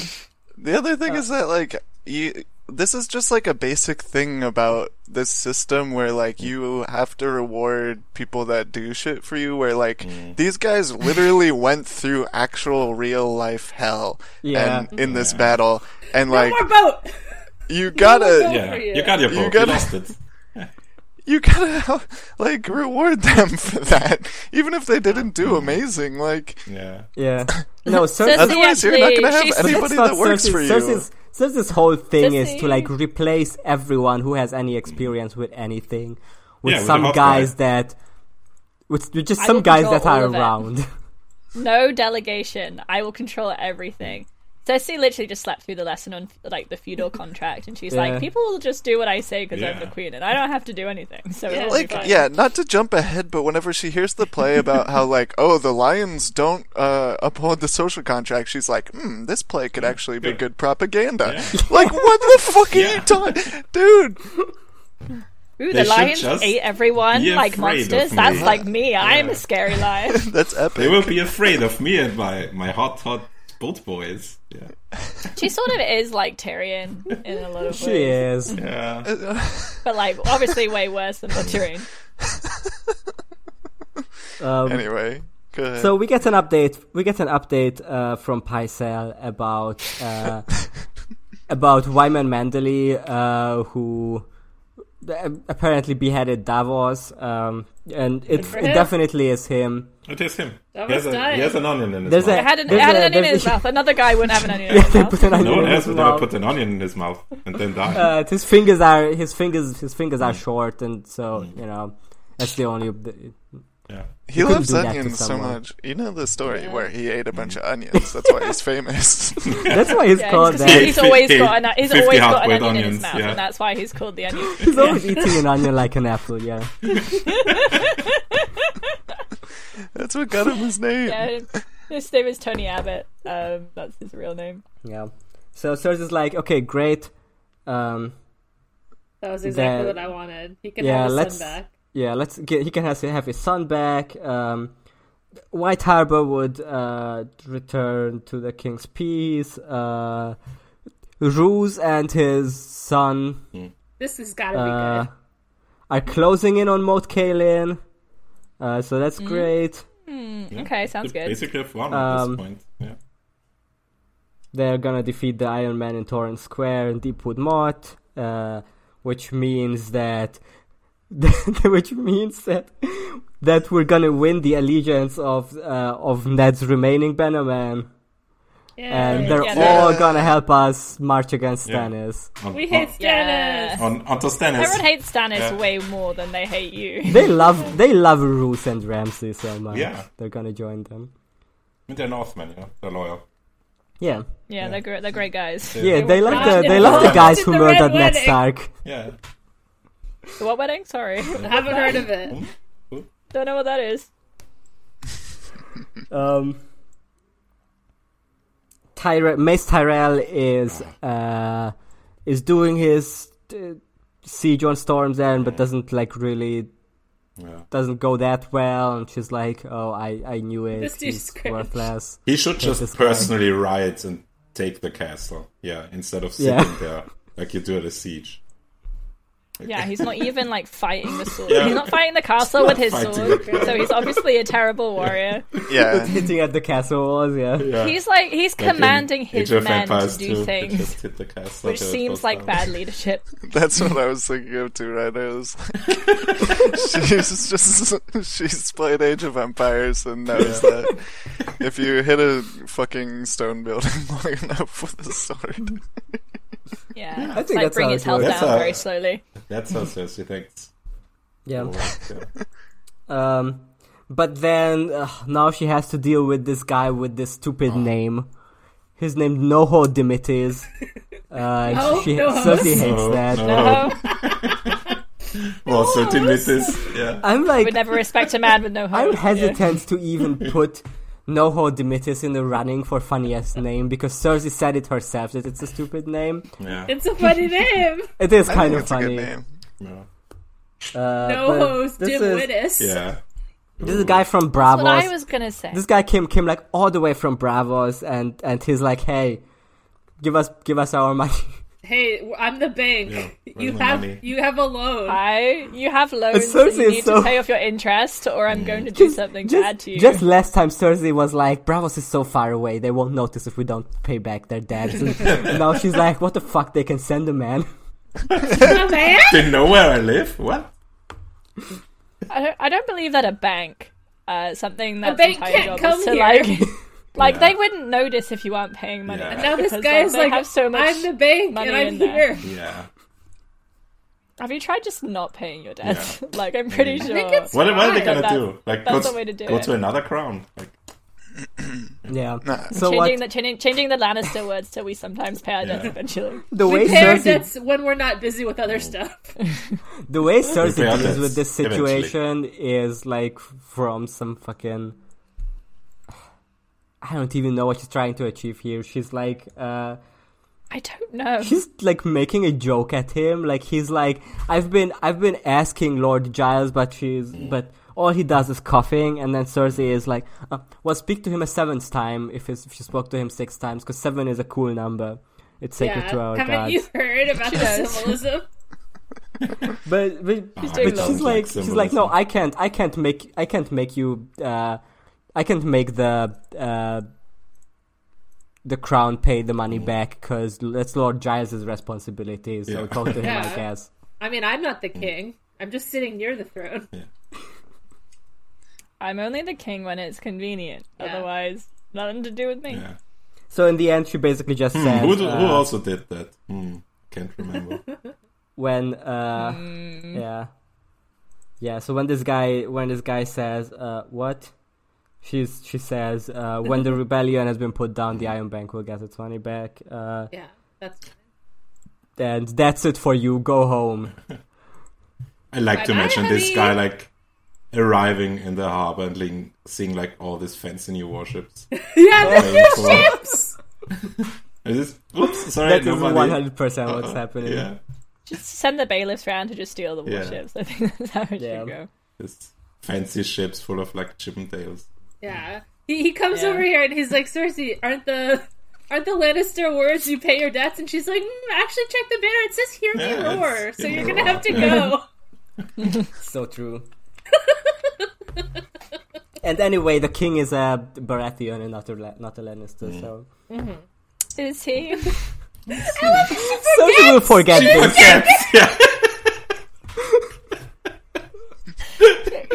Speaker 6: the other
Speaker 4: Uh.
Speaker 6: thing is that like you this is just like a basic thing about this system where like
Speaker 4: Mm.
Speaker 6: you have to reward people that do shit for you where like
Speaker 4: Mm.
Speaker 6: these guys literally went through actual real life hell
Speaker 4: Yeah.
Speaker 6: and in this battle and like
Speaker 2: More boat.
Speaker 6: you gotta
Speaker 2: more
Speaker 5: Yeah,
Speaker 2: For you.
Speaker 5: you got your book. You,
Speaker 6: got-
Speaker 5: lost it.
Speaker 6: you gotta like reward them for that even if they didn't do
Speaker 4: Mm-hmm.
Speaker 6: amazing like
Speaker 5: Yeah.
Speaker 4: Yeah. No, Cersei.
Speaker 3: Cersei
Speaker 6: otherwise you're not gonna have
Speaker 3: actually- she's-
Speaker 4: But that's
Speaker 6: anybody
Speaker 4: not
Speaker 6: that works
Speaker 4: Cersei's-
Speaker 6: for you
Speaker 4: Cersei's, Cersei's whole thing is to
Speaker 3: Cersei-
Speaker 4: like replace everyone who has any experience with anything with
Speaker 5: Yeah, with a
Speaker 4: some
Speaker 5: hot
Speaker 4: guys
Speaker 5: guy.
Speaker 4: that with, with just
Speaker 3: I
Speaker 4: some
Speaker 3: will
Speaker 4: guys
Speaker 3: control
Speaker 4: that are
Speaker 3: all of it.
Speaker 4: around.
Speaker 3: No delegation. I will control everything. Cersei literally just slept through the lesson on like the feudal contract, and she's
Speaker 4: Yeah.
Speaker 3: like, "People will just do what I say because I'm
Speaker 5: Yeah.
Speaker 3: the queen, and I don't have to do anything." So it'll
Speaker 6: like
Speaker 3: be fine.
Speaker 6: yeah not to jump ahead but whenever she hears the play about how like oh the lions don't uh, uphold the social contract she's like hmm this play could actually be good propaganda like what the fuck are you
Speaker 5: Yeah.
Speaker 6: talking dude
Speaker 3: Ooh,
Speaker 5: They
Speaker 3: the
Speaker 5: should
Speaker 3: lions
Speaker 5: just
Speaker 3: ate everyone
Speaker 5: be
Speaker 3: like
Speaker 5: afraid of
Speaker 3: monsters.
Speaker 5: me.
Speaker 3: That's like me. I'm a scary lion.
Speaker 6: that's
Speaker 5: They
Speaker 6: epic
Speaker 5: will be afraid of me and my, my hot, hot boat boys. Yeah.
Speaker 3: she sort of is like Tyrion in a lot of ways,
Speaker 4: she is.
Speaker 5: Yeah.
Speaker 3: but like obviously way worse than Tyrion.
Speaker 4: Um,
Speaker 6: anyway go ahead.
Speaker 4: So we get an update. We get an update uh, from Pycelle about uh, about Wyman Mandely, uh, who th- apparently beheaded Davos, um, and it,
Speaker 2: for
Speaker 4: it
Speaker 2: him.
Speaker 4: definitely is him.
Speaker 5: It is him.
Speaker 2: That
Speaker 5: he, has
Speaker 2: was
Speaker 5: a,
Speaker 2: nice.
Speaker 5: he has an onion in his
Speaker 4: There's a-
Speaker 3: It
Speaker 5: mouth.
Speaker 3: had an, it
Speaker 4: There's
Speaker 3: had
Speaker 4: a-
Speaker 3: an onion in
Speaker 4: there's
Speaker 3: his
Speaker 4: a-
Speaker 3: mouth. Another guy wouldn't have an onion in his
Speaker 4: They
Speaker 3: mouth.
Speaker 4: put an onion
Speaker 5: No one
Speaker 4: in
Speaker 5: else
Speaker 4: his
Speaker 5: would ever
Speaker 4: mouth.
Speaker 5: put an onion in his mouth and then die.
Speaker 4: Uh, his fingers are his fingers. His fingers are
Speaker 5: Mm.
Speaker 4: short, and so you know that's the only.
Speaker 5: yeah.
Speaker 6: he
Speaker 4: couldn't
Speaker 6: loves
Speaker 4: do that to
Speaker 6: onions so
Speaker 4: someone.
Speaker 6: much you know the story where he ate a bunch of onions that's why he's famous
Speaker 4: That's why he's
Speaker 3: Yeah,
Speaker 4: called
Speaker 3: he's, 'cause
Speaker 4: that.
Speaker 3: he's always
Speaker 5: Fifty-
Speaker 3: got an, he's
Speaker 5: fifty
Speaker 3: always got an
Speaker 5: hard-boiled
Speaker 3: onion in his
Speaker 5: onions,
Speaker 3: mouth,
Speaker 5: yeah.
Speaker 3: and that's why he's called the onion.
Speaker 4: He's always eating an onion like an apple. Yeah.
Speaker 6: that's what got him his name
Speaker 3: yeah, his name is Tony Abbott. Um, that's his real name.
Speaker 4: Yeah. So Cersei's like, okay, great. Um,
Speaker 2: That was exactly
Speaker 4: That-
Speaker 2: what I wanted. He can
Speaker 4: Yeah,
Speaker 2: have his
Speaker 4: let's-
Speaker 2: son back.
Speaker 4: yeah, let's get. He can have, have his son back. Um, White Harbor would uh, return to the King's Peace. Uh, Ruse and his son
Speaker 2: This has got to
Speaker 4: uh, are closing in on Moat Kalin. Uh, so that's great.
Speaker 3: Okay, sounds
Speaker 5: They
Speaker 3: good.
Speaker 5: Basically, have one at
Speaker 4: Um,
Speaker 5: this point. Yeah.
Speaker 4: They're gonna defeat the Iron Man in Torrent Square and Deepwood Mott, uh, which means that, which means that, that we're gonna win the allegiance of uh, of Ned's remaining Bannerman,
Speaker 2: be good. Yeah.
Speaker 4: and they're
Speaker 3: Yeah.
Speaker 4: all gonna help us march against
Speaker 5: Yeah.
Speaker 4: Stannis.
Speaker 5: On,
Speaker 2: we hate Stannis.
Speaker 3: Yeah.
Speaker 5: on, on, onto Stannis.
Speaker 3: Everyone hates Stannis
Speaker 5: Yeah.
Speaker 3: way more than they hate you.
Speaker 4: They love they love Roose and Ramsay so much.
Speaker 5: Yeah.
Speaker 4: they're gonna join them.
Speaker 5: They're Northmen, you know. They're loyal.
Speaker 4: Yeah,
Speaker 3: Yeah, they're gr- they're great guys.
Speaker 4: yeah,
Speaker 2: were
Speaker 4: they love
Speaker 2: not
Speaker 4: the they love the
Speaker 2: involved
Speaker 4: guys
Speaker 2: in
Speaker 4: who
Speaker 2: the Red
Speaker 4: murdered Ned
Speaker 2: Wedding.
Speaker 4: Stark.
Speaker 5: Yeah.
Speaker 3: What wedding? Sorry,
Speaker 2: Haven't heard of it.
Speaker 3: don't know what that is.
Speaker 4: Um, Tyre- Mace Tyrell is uh, is doing his uh, siege on Storm's End, but doesn't like really
Speaker 5: yeah.
Speaker 4: doesn't go that well. And she's like, "Oh, I I knew it.
Speaker 2: This dude's
Speaker 4: He's
Speaker 2: cringe."
Speaker 4: worthless."
Speaker 5: He should
Speaker 4: this
Speaker 5: just
Speaker 4: guy.
Speaker 5: personally riot and take the castle. Yeah, instead of sitting
Speaker 4: Yeah.
Speaker 5: there like you do at a siege.
Speaker 3: Yeah, he's not even like fighting the sword.
Speaker 5: Yeah.
Speaker 3: He's not fighting the castle with his
Speaker 5: fighting
Speaker 3: sword.
Speaker 5: the-
Speaker 3: So he's obviously a terrible warrior.
Speaker 6: yeah
Speaker 4: Hitting at the castle walls, yeah.
Speaker 5: Yeah.
Speaker 3: He's like he's
Speaker 5: Like in
Speaker 3: commanding his
Speaker 5: Age of
Speaker 3: men to
Speaker 5: Empires
Speaker 3: do
Speaker 5: 2, they
Speaker 3: things,
Speaker 5: just hit the castle
Speaker 3: which
Speaker 5: till it
Speaker 3: seems
Speaker 5: falls
Speaker 3: like
Speaker 5: down.
Speaker 3: bad leadership.
Speaker 6: That's what I was thinking of too, right? I was like, she's just she's played Age of Empires and knows that if you hit a fucking stone building long enough with a sword,
Speaker 3: Yeah,
Speaker 4: I think
Speaker 3: like
Speaker 4: that's
Speaker 3: bring
Speaker 4: how
Speaker 3: his
Speaker 4: it
Speaker 3: health
Speaker 5: works.
Speaker 3: down
Speaker 5: That's a-
Speaker 3: very slowly.
Speaker 5: That's how Cersei thinks.
Speaker 4: yeah.
Speaker 5: Yeah.
Speaker 4: Um,
Speaker 5: Uh-huh.
Speaker 4: but then uh, now she has to deal with this guy with this stupid name. His name Noho Dimitis. Uh,
Speaker 2: No,
Speaker 4: she,
Speaker 2: no.
Speaker 4: Cersei hates
Speaker 5: No,
Speaker 4: that.
Speaker 5: no.
Speaker 3: No,
Speaker 4: uh,
Speaker 5: Well, certain misses. Yeah.
Speaker 4: I'm
Speaker 3: we
Speaker 4: like,
Speaker 3: never respect a man with no
Speaker 4: I'm
Speaker 3: heart.
Speaker 4: hesitant to even put Noho Dimitis in the running for funniest name because Cersei said it herself that it's a stupid name.
Speaker 5: Yeah.
Speaker 2: It's a funny name.
Speaker 4: It is
Speaker 6: I
Speaker 4: kind
Speaker 6: think
Speaker 4: of
Speaker 6: it's
Speaker 4: funny.
Speaker 6: a good name.
Speaker 5: Yeah.
Speaker 4: Uh,
Speaker 2: No
Speaker 4: but
Speaker 2: host,
Speaker 4: this
Speaker 2: Dim
Speaker 4: is,
Speaker 2: Wittis.
Speaker 5: yeah.
Speaker 4: This is a guy from
Speaker 3: That's what I
Speaker 4: Bravos.
Speaker 3: was gonna say.
Speaker 4: This guy came came like all the way from Bravos, and and he's like, hey, give us give us our money.
Speaker 2: Hey, w- I'm the bank.
Speaker 5: Yeah,
Speaker 2: you
Speaker 5: where's my
Speaker 2: have
Speaker 5: money?
Speaker 2: you have a loan.
Speaker 3: I, you have loans
Speaker 4: so
Speaker 3: that you need
Speaker 4: so-
Speaker 3: to pay off your interest, or I'm going to do something
Speaker 4: just,
Speaker 3: bad to you.
Speaker 4: Just last time, Cersei was like, Bravos is so far away, they won't notice if we don't pay back their debts. And, and now she's like, what the fuck, they can send a man.
Speaker 2: The man?
Speaker 5: They know where I live. What?
Speaker 3: I don't, I don't believe that a bank, uh, something that's
Speaker 2: bank
Speaker 3: entire
Speaker 2: can't
Speaker 3: job
Speaker 2: come
Speaker 3: is to
Speaker 2: here.
Speaker 3: like, like
Speaker 5: Yeah.
Speaker 3: they wouldn't notice if you aren't paying money.
Speaker 5: Yeah.
Speaker 2: Now this
Speaker 3: Because,
Speaker 2: guy
Speaker 3: like,
Speaker 2: is
Speaker 3: they
Speaker 2: like,
Speaker 3: have so much
Speaker 2: I'm the bank
Speaker 3: money
Speaker 2: and I'm
Speaker 3: in there.
Speaker 2: here.
Speaker 5: Yeah.
Speaker 3: Have you tried just not paying your debts? like I'm pretty sure.
Speaker 2: think it's-
Speaker 5: What, what are they
Speaker 3: Fine.
Speaker 5: gonna
Speaker 3: That's-
Speaker 5: do? Like,
Speaker 3: that's
Speaker 5: go,
Speaker 3: the way to do
Speaker 5: go
Speaker 3: it.
Speaker 5: to another crown. Like,
Speaker 4: Yeah.
Speaker 6: Nah.
Speaker 4: So
Speaker 3: changing
Speaker 4: what?
Speaker 3: the changing, changing the Lannister words so we sometimes pay our debts
Speaker 5: Yeah.
Speaker 3: eventually.
Speaker 4: The way
Speaker 2: We pay our
Speaker 4: Cersei
Speaker 2: debts when we're not busy with
Speaker 5: Oh.
Speaker 2: other stuff.
Speaker 4: The way Cersei
Speaker 5: pay our
Speaker 4: deals with
Speaker 5: debts,
Speaker 4: this situation is like from some fucking. I don't even know what she's trying to achieve here. She's like, uh,
Speaker 3: I don't know.
Speaker 4: she's like making a joke at him. Like he's like, I've been, I've been asking Lord Giles, but she's, but all he does is coughing. And then Cersei is like, uh, well, speak to him a seventh time if, it's, if she spoke to him six times, because seven is a cool number. It's sacred to our
Speaker 2: haven't
Speaker 4: gods.
Speaker 2: you heard about the
Speaker 3: does.
Speaker 2: symbolism?
Speaker 4: But, but
Speaker 3: doing
Speaker 4: but
Speaker 3: loads
Speaker 4: she's
Speaker 5: of
Speaker 4: like
Speaker 5: symbolism.
Speaker 4: she's like no i can't i can't make i can't make you uh i can't make the uh the crown pay the money back 'cause back because that's lord giles's responsibility so
Speaker 5: Mm. Yeah.
Speaker 4: talk to him i
Speaker 2: Yeah.
Speaker 4: guess
Speaker 2: I mean, I'm not the
Speaker 5: Mm.
Speaker 2: king. I'm just sitting near the throne.
Speaker 3: I'm only the king when it's convenient.
Speaker 2: Yeah.
Speaker 3: Otherwise, nothing to do with me.
Speaker 5: yeah.
Speaker 4: so in the end she basically just says
Speaker 5: Hmm. who, do- who
Speaker 4: uh,
Speaker 5: also did that? Hmm. Can't remember.
Speaker 4: when uh yeah yeah so when this guy when this guy says uh what she's she says uh when the rebellion has been put down
Speaker 5: Mm.
Speaker 4: the iron bank will get its money back uh
Speaker 2: Yeah, that's
Speaker 4: and that's it for you go home
Speaker 5: I like to
Speaker 2: Bye-bye,
Speaker 5: imagine this
Speaker 2: honey.
Speaker 5: guy like arriving in the harbor and ling- seeing like all these fancy new warships.
Speaker 2: yeah. The
Speaker 5: Going for-
Speaker 2: ships.
Speaker 5: And this- oops, sorry,
Speaker 4: That is
Speaker 5: nobody. Uh,
Speaker 4: one hundred percent what's happening.
Speaker 5: Uh-uh. Yeah,
Speaker 3: Just send the bailiffs round to just steal the
Speaker 5: Yeah.
Speaker 3: warships. I think that's how it
Speaker 4: Yeah.
Speaker 3: should go.
Speaker 5: this fancy ships full of like Chippendales.
Speaker 2: Yeah, he, he comes
Speaker 3: Yeah.
Speaker 2: over here and he's like, Cersei, aren't the aren't the Lannister words you pay your debts? And she's like, mm, actually, check the banner. It says hear me
Speaker 5: Yeah, it's
Speaker 2: roar. So
Speaker 5: hear me
Speaker 2: you're gonna
Speaker 5: roar.
Speaker 2: have to
Speaker 5: Yeah.
Speaker 2: go.
Speaker 4: So true. and anyway, the king is a Baratheon and not a La- not a Lannister, so
Speaker 3: Is he?
Speaker 4: so she will forget this.
Speaker 5: yeah.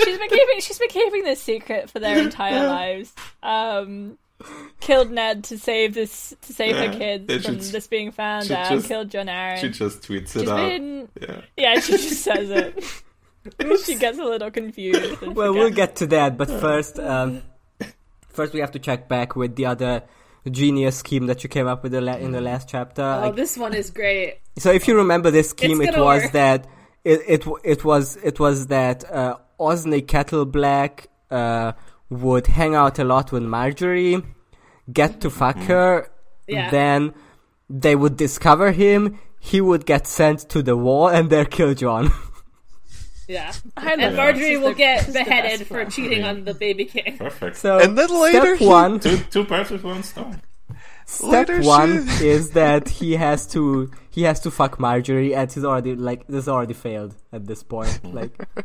Speaker 3: she's been keeping she's been keeping this secret for their entire lives. Um, killed Ned to save this to save
Speaker 5: Yeah,
Speaker 3: her kids
Speaker 5: they
Speaker 3: from
Speaker 5: should-
Speaker 3: this being found
Speaker 5: should
Speaker 3: out.
Speaker 5: just-
Speaker 3: killed John Aaron.
Speaker 5: She just tweets it
Speaker 3: She's
Speaker 5: out.
Speaker 3: been
Speaker 5: Yeah.
Speaker 3: yeah. She just says it. she gets a little confused. and
Speaker 4: Well, we'll
Speaker 3: forgets.
Speaker 4: get to that, but first, um, first we have to check back with the other genius scheme that you came up with the la- in the last chapter.
Speaker 2: Oh,
Speaker 4: Like,
Speaker 2: this one is great.
Speaker 4: So if you remember this scheme,
Speaker 2: Oh. It's
Speaker 4: it
Speaker 2: gonna
Speaker 4: was
Speaker 2: work.
Speaker 4: that it, it w- it was it was that uh, Osney Kettleblack uh, would hang out a lot with Marjorie, get to fuck
Speaker 6: Mm-hmm.
Speaker 4: her,
Speaker 2: Mm-hmm. Yeah.
Speaker 4: then they would discover him. He would get sent to the war and they're killed John.
Speaker 2: Yeah,
Speaker 3: I love
Speaker 2: and
Speaker 3: her.
Speaker 2: Marjorie
Speaker 3: She's
Speaker 2: will
Speaker 3: the-
Speaker 2: get
Speaker 3: she's the
Speaker 2: beheaded
Speaker 3: best
Speaker 2: for
Speaker 3: one.
Speaker 2: cheating on the baby king.
Speaker 5: Perfect.
Speaker 4: so
Speaker 6: And then later
Speaker 4: step
Speaker 6: he-
Speaker 4: one,
Speaker 5: two, two birds with one stone.
Speaker 4: step
Speaker 6: later she-
Speaker 4: one is that he has to he has to fuck Marjorie, and he's already like this already failed at this point.
Speaker 6: Mm-hmm.
Speaker 4: Like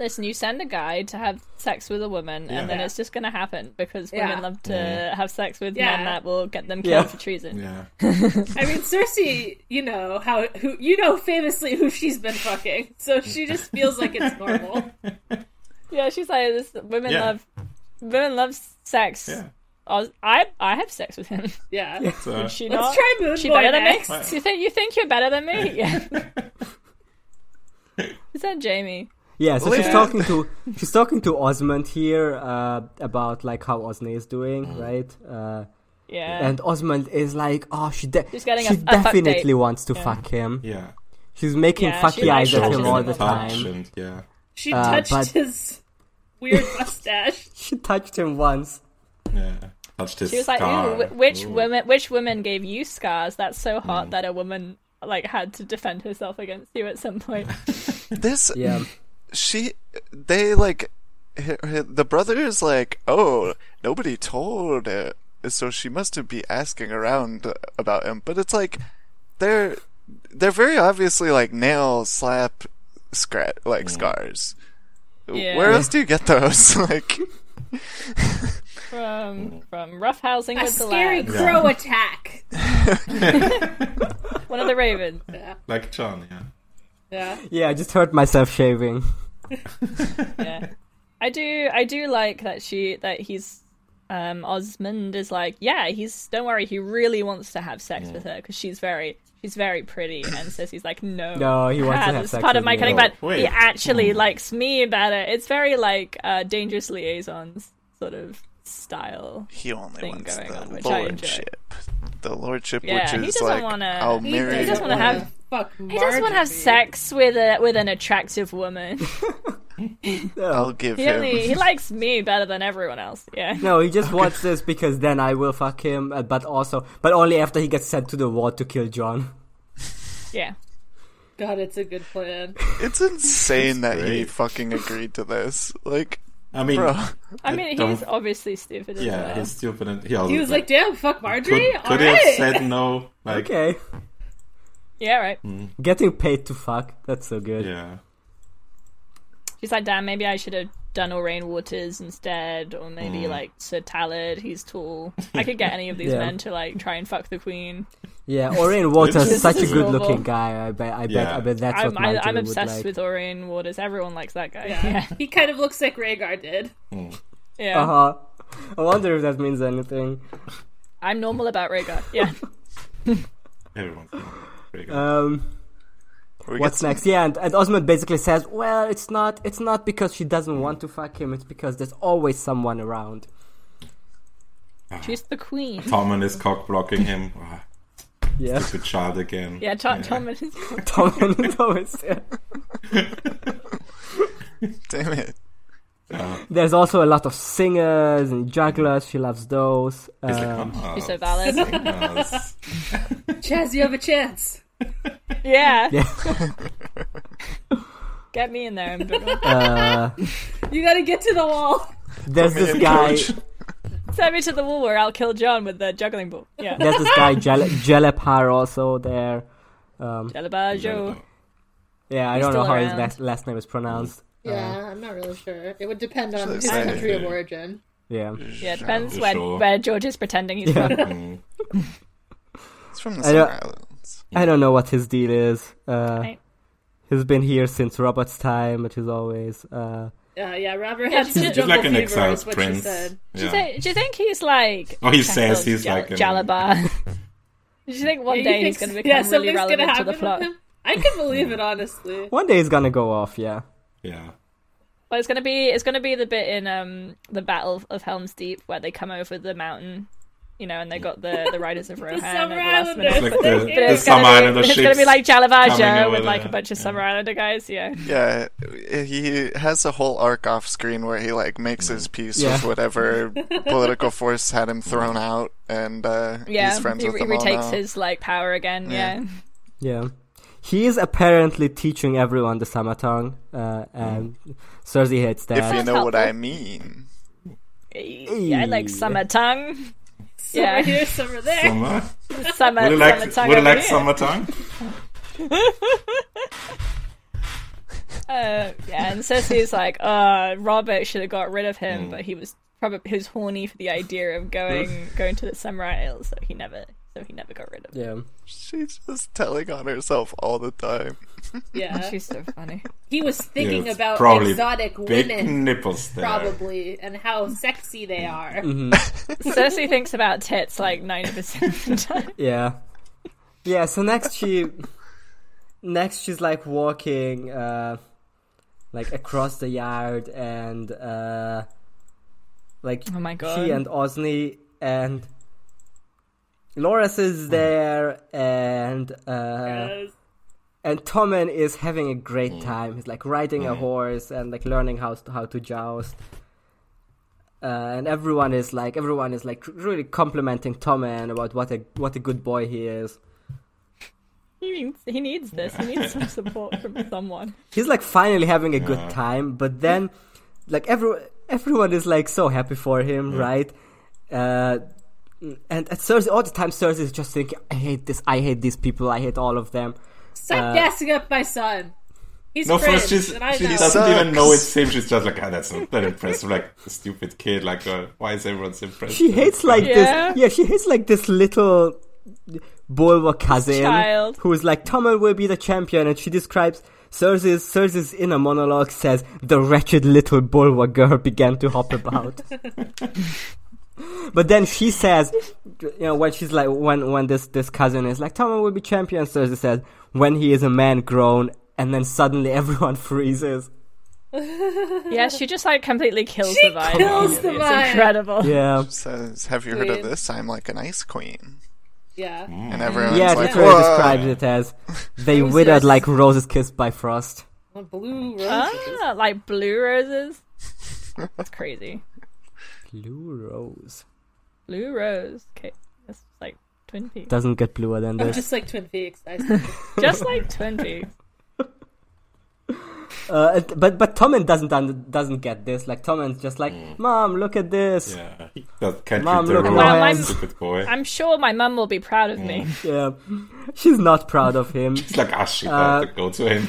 Speaker 3: Listen, you send a guy to have sex with a woman,
Speaker 5: Yeah.
Speaker 3: and then it's just going to happen because
Speaker 2: Yeah.
Speaker 3: women love to
Speaker 5: Yeah.
Speaker 3: have sex with
Speaker 2: Yeah.
Speaker 3: men that will get them
Speaker 4: Yeah.
Speaker 3: killed for treason.
Speaker 5: Yeah.
Speaker 2: I mean, Cersei, you know how who you know famously who she's been fucking, so she just feels like it's normal.
Speaker 3: Yeah, she's like, this, women
Speaker 5: Yeah.
Speaker 3: love, women love sex.
Speaker 5: Yeah.
Speaker 3: I, I, I have sex with him.
Speaker 2: Yeah,
Speaker 5: So,
Speaker 3: She
Speaker 2: let's
Speaker 3: not?
Speaker 2: try Moon
Speaker 3: She
Speaker 2: Boy
Speaker 3: better than
Speaker 2: next.
Speaker 5: Wow.
Speaker 3: me? You think you think you're better than me? Yeah. Is that Jamie?
Speaker 4: Yeah, so she's
Speaker 6: Yeah.
Speaker 4: talking to she's talking to Osmond here uh, about like how Osney is doing, right? Uh,
Speaker 3: Yeah.
Speaker 4: And Osmond is like, oh, she, de-
Speaker 3: She's getting a-
Speaker 4: she
Speaker 3: a fuck
Speaker 4: definitely
Speaker 3: date.
Speaker 4: wants to
Speaker 3: Yeah.
Speaker 4: fuck him.
Speaker 5: Yeah.
Speaker 4: She's making
Speaker 3: Yeah,
Speaker 4: fucky
Speaker 3: she likes
Speaker 4: eyes at
Speaker 3: touches
Speaker 4: him
Speaker 3: him
Speaker 4: all
Speaker 3: a
Speaker 4: the
Speaker 3: lot.
Speaker 4: time.
Speaker 5: And, yeah.
Speaker 2: She
Speaker 4: Uh,
Speaker 2: touched
Speaker 4: but-
Speaker 2: his weird mustache.
Speaker 4: She touched him once.
Speaker 5: Yeah. Touched his
Speaker 3: She was like,
Speaker 5: scar.
Speaker 3: Ooh, wh- which
Speaker 5: Ooh. Mm.
Speaker 3: women which women gave you scars? That's so hot that a woman like had to defend herself against you at some point.
Speaker 6: This
Speaker 4: Yeah.
Speaker 6: she they like hi- hi- the brother is like oh nobody told it so she must be asking around about him but it's like they're they're very obviously like nail slap scratch like scars
Speaker 3: Yeah.
Speaker 6: where else do you get those like
Speaker 3: from from roughhousing
Speaker 2: A
Speaker 3: with the
Speaker 2: scary
Speaker 3: lad,
Speaker 2: crow attack.
Speaker 3: one of the ravens.
Speaker 5: Like John, yeah.
Speaker 2: Yeah.
Speaker 4: Yeah, I just hurt myself shaving.
Speaker 3: yeah. I do I do like that she that he's um Osmond is like, yeah, he's don't worry, he really wants to have sex with her because she's very she's very pretty and says he's like, no.
Speaker 4: No, he wants to
Speaker 3: Dad,
Speaker 4: have
Speaker 3: it's
Speaker 4: sex
Speaker 3: part
Speaker 4: with
Speaker 3: of my
Speaker 4: me.
Speaker 3: cutting but
Speaker 5: Oh, wait.
Speaker 3: he actually likes me better. It's very like uh dangerous liaisons sort of style.
Speaker 6: he only
Speaker 3: Thing
Speaker 6: wants
Speaker 3: going on,
Speaker 6: the
Speaker 3: which I enjoy.
Speaker 6: lordship the lordship
Speaker 3: Yeah, he
Speaker 6: which is
Speaker 3: doesn't
Speaker 6: like
Speaker 3: wanna-
Speaker 6: i'll
Speaker 3: he
Speaker 6: marry
Speaker 3: doesn't wanna
Speaker 6: you.
Speaker 3: have-
Speaker 2: fuck.
Speaker 3: He doesn't want to have sex with a with an attractive woman.
Speaker 6: i'll give
Speaker 3: He
Speaker 6: him
Speaker 3: only he likes me better than everyone else. Yeah.
Speaker 4: No, he just wants this because then I will fuck him, uh, but also, but only after he gets sent to the war to kill John.
Speaker 3: Yeah.
Speaker 2: God, it's a good plan.
Speaker 6: it's insane that he
Speaker 5: great.
Speaker 6: fucking agreed to this like
Speaker 5: I mean,
Speaker 6: bro
Speaker 3: I mean,
Speaker 5: don't-
Speaker 3: he's obviously stupid as
Speaker 5: yeah,
Speaker 3: well.
Speaker 5: he's stupid. And he, also,
Speaker 2: He was like, "Damn, fuck Marjorie."
Speaker 5: could,
Speaker 2: All
Speaker 5: could he have
Speaker 2: right.
Speaker 5: said no? Like,
Speaker 4: Okay.
Speaker 3: Yeah, right.
Speaker 4: Getting paid to fuck. That's so good.
Speaker 5: yeah.
Speaker 3: She's like, damn, maybe I should have done Orain Waters instead, or maybe like Sir Talad, he's tall. I could get any of these
Speaker 4: Yeah.
Speaker 3: men to like try and fuck the queen.
Speaker 4: Yeah, Orion Waters
Speaker 5: This
Speaker 4: is such a
Speaker 3: is
Speaker 4: good
Speaker 3: horrible.
Speaker 4: looking guy. I bet. I bet.
Speaker 5: Yeah.
Speaker 4: I bet that's
Speaker 3: I'm,
Speaker 4: what
Speaker 3: I,
Speaker 4: Marjorie
Speaker 3: I'm
Speaker 4: would
Speaker 3: obsessed
Speaker 4: like.
Speaker 3: with Orain Waters. Everyone likes that guy.
Speaker 2: Yeah.
Speaker 3: Yeah.
Speaker 2: He kind of looks like Rhaegar did.
Speaker 3: Yeah.
Speaker 4: Uh huh. I wonder if that means anything.
Speaker 3: I'm normal about Rhaegar. Yeah.
Speaker 5: Everyone's pretty good.
Speaker 4: Um,
Speaker 6: we
Speaker 4: what's
Speaker 6: get
Speaker 4: next? Yeah, and, and Osmond basically says, "Well, it's not. It's not because she doesn't want to fuck him. It's because there's always someone around."
Speaker 3: She's the queen.
Speaker 5: Tommen is cock blocking him. Ah,
Speaker 4: Yeah.
Speaker 5: Good child again.
Speaker 3: Yeah, Tom, Tom is
Speaker 4: Tom and Thomas. yeah.
Speaker 6: Damn it.
Speaker 4: There's also a lot of singers and jugglers. She loves those.
Speaker 5: He's like,
Speaker 4: Um,
Speaker 5: "Ah,
Speaker 3: so valid.
Speaker 5: yes."
Speaker 2: Chaz, you have a chance.
Speaker 3: Yeah.
Speaker 4: Yeah.
Speaker 3: Get me in there. Mbago.
Speaker 4: uh,
Speaker 2: You gotta get to the wall.
Speaker 4: there's this guy.
Speaker 3: Send me to the wall where I'll kill John with the juggling ball. Yeah.
Speaker 4: There's this guy Jale- Jelepar also there. Um,
Speaker 3: Jalabajo.
Speaker 4: Yeah, I
Speaker 3: He's
Speaker 4: don't know
Speaker 3: still
Speaker 4: how his
Speaker 3: around.
Speaker 4: last, last name is pronounced.
Speaker 2: Yeah, I'm not really sure. It would depend on
Speaker 6: Should I
Speaker 2: his
Speaker 6: say?
Speaker 2: country of origin.
Speaker 4: Yeah.
Speaker 6: Mm.
Speaker 3: Yeah, it depends
Speaker 5: Sure.
Speaker 3: when, where George is pretending he's
Speaker 4: Yeah.
Speaker 3: from.
Speaker 5: Mm.
Speaker 6: It's from the
Speaker 4: I don't-
Speaker 6: Summer Islands.
Speaker 4: I don't know what his deal is. Uh,
Speaker 3: Right.
Speaker 4: He's been here since Robert's time, which is always. Uh,
Speaker 2: Uh, yeah, Robert
Speaker 3: Yeah,
Speaker 2: has
Speaker 3: she's
Speaker 2: some
Speaker 3: just-
Speaker 5: He's
Speaker 2: jungle
Speaker 5: like an
Speaker 2: fever,
Speaker 5: exiled
Speaker 2: is what she
Speaker 5: prince.
Speaker 2: said.
Speaker 3: Do you,
Speaker 5: Yeah.
Speaker 3: think, do you think he's like?
Speaker 5: Oh, he
Speaker 3: Shackled
Speaker 5: says he's
Speaker 3: Jal-
Speaker 5: like an-
Speaker 3: Jalabar. do you think one
Speaker 2: Yeah, you
Speaker 3: day
Speaker 2: think
Speaker 3: he's
Speaker 2: so-
Speaker 3: going to
Speaker 2: yeah,
Speaker 3: become really
Speaker 2: something's gonna
Speaker 3: relevant to
Speaker 2: happen
Speaker 3: the
Speaker 2: with
Speaker 3: plot?
Speaker 2: him? I can believe it, honestly.
Speaker 4: one day he's gonna go off, yeah.
Speaker 5: yeah.
Speaker 3: Well, it's going to be it's going to be the bit in um the Battle of Helm's Deep where they come over the mountain, you know, and they got the the Riders of Rohan. at
Speaker 2: Summer
Speaker 3: the last
Speaker 2: Islanders.
Speaker 3: minute.
Speaker 5: Like the,
Speaker 3: But
Speaker 5: the
Speaker 3: it's
Speaker 5: Summer
Speaker 3: gonna be,
Speaker 5: Islander
Speaker 3: it's gonna
Speaker 5: ships.
Speaker 3: be like Jalabaja
Speaker 5: coming
Speaker 3: with
Speaker 5: over
Speaker 3: like a
Speaker 5: there.
Speaker 3: bunch of Summer Islander guys, yeah.
Speaker 6: Yeah, he has a whole arc off screen where he like makes his peace
Speaker 4: Mm. Yeah.
Speaker 6: with whatever political force had him thrown out, and uh,
Speaker 3: Yeah,
Speaker 6: he's friends
Speaker 3: he,
Speaker 6: with
Speaker 3: he
Speaker 6: them
Speaker 3: retakes
Speaker 6: all now.
Speaker 3: his like power again. Yeah,
Speaker 4: Yeah.
Speaker 6: Yeah.
Speaker 4: He is apparently teaching everyone the Summer Tongue, uh, and Cersei hates
Speaker 6: If
Speaker 4: that.
Speaker 6: you
Speaker 3: Sounds
Speaker 6: know what
Speaker 3: helpful.
Speaker 6: I mean.
Speaker 3: yeah, I like
Speaker 4: Hey.
Speaker 3: summer tongue,
Speaker 2: Summer
Speaker 3: Yeah.
Speaker 2: here, summer there.
Speaker 5: Summer.
Speaker 3: summer,
Speaker 5: Would
Speaker 3: summer
Speaker 5: you like,
Speaker 3: tongue.
Speaker 5: would you
Speaker 3: over
Speaker 5: like
Speaker 3: here.
Speaker 5: summertime?
Speaker 3: Uh, yeah, and Cersei's like, uh, Robert should have got rid of
Speaker 4: Mm.
Speaker 3: him, but he was probably he was horny for the idea of going going to the Samurai Isles, so he never so he never got rid of him.
Speaker 4: Yeah.
Speaker 6: She's just telling on herself all the time.
Speaker 2: Yeah.
Speaker 3: She's so funny.
Speaker 2: He was thinking
Speaker 5: Yeah, it's
Speaker 2: about
Speaker 5: probably
Speaker 2: exotic
Speaker 5: Big
Speaker 2: women,
Speaker 5: nipples there.
Speaker 2: probably, and how sexy they are.
Speaker 3: Cersei thinks about tits like ninety percent of the time.
Speaker 4: Yeah. Yeah, so next she next she's like walking uh like across the yard and uh like
Speaker 3: Oh my
Speaker 4: she
Speaker 3: God.
Speaker 4: and Osney and Loras is there, and uh,
Speaker 3: Yes.
Speaker 4: and Tommen is having a great time. He's like riding a horse and like learning how how to joust. Uh, and everyone is like everyone is like really complimenting Tommen about what a what a good boy he is.
Speaker 3: He needs, he needs this. He needs some support from someone.
Speaker 4: He's like finally having a good time, but then like every everyone is like so happy for him, right? Uh, and at Cersei, all the time, Cersei is just thinking, "I hate this. I hate these people. I hate all of them."
Speaker 2: Stop gassing up my son. He's
Speaker 5: Uh, No,
Speaker 2: cringe,
Speaker 5: first she's,
Speaker 2: and I
Speaker 5: she
Speaker 2: know.
Speaker 5: doesn't even
Speaker 6: Sucks.
Speaker 5: know it's him. She's just like, ah, that's not that impressive. Like, stupid kid. Like, uh, why is everyone so impressed?
Speaker 4: She hates like
Speaker 3: Yeah.
Speaker 4: this. Yeah, she hates like this little Bulwa cousin
Speaker 3: Child.
Speaker 4: who is like Tommen will be the champion, and she describes Cersei's Cersei's inner monologue says the wretched little Bulwa girl began to hop about. But then she says, you know, when she's like, when when this this cousin is like, Tommen will be champion. Cersei says, when he is a man grown, and then suddenly everyone freezes.
Speaker 3: Yeah, she just like completely Uh, kills
Speaker 2: She
Speaker 3: the vibe.
Speaker 2: kills the
Speaker 3: it's
Speaker 2: vibe.
Speaker 3: incredible.
Speaker 4: Yeah,
Speaker 6: Says, have you heard of
Speaker 2: Queen.
Speaker 6: this? I'm like an ice queen.
Speaker 2: Yeah.
Speaker 5: Mm.
Speaker 6: And
Speaker 3: Mm.
Speaker 6: everyone's
Speaker 4: yeah.
Speaker 6: like,
Speaker 4: Literally
Speaker 6: "Whoa."
Speaker 4: describes it as they
Speaker 2: Who's
Speaker 4: withered
Speaker 2: this?
Speaker 4: like roses kissed by frost.
Speaker 2: A Blue roses.
Speaker 3: Ah, like blue roses. That's crazy.
Speaker 4: Blue rose
Speaker 3: Blue rose. Okay, that's like Twin Peaks.
Speaker 4: doesn't get bluer than
Speaker 2: I'm
Speaker 4: this.
Speaker 2: just like Twin Peaks. I see.
Speaker 3: Just like Twin Peaks.
Speaker 4: Uh, it- but but Tommen doesn't un- doesn't get this. Like Tommen's just like, mom, look at this.
Speaker 5: Mm. Yeah, he does, can't
Speaker 4: Mom,
Speaker 5: Mom,
Speaker 4: look,
Speaker 5: the
Speaker 4: my
Speaker 5: road,
Speaker 4: hands.
Speaker 5: stupid boy.
Speaker 3: I'm sure my mum will be proud of me.
Speaker 4: Yeah. she's not proud of him.
Speaker 5: It's like, ah, shit, I
Speaker 4: Uh,
Speaker 5: have to go to him.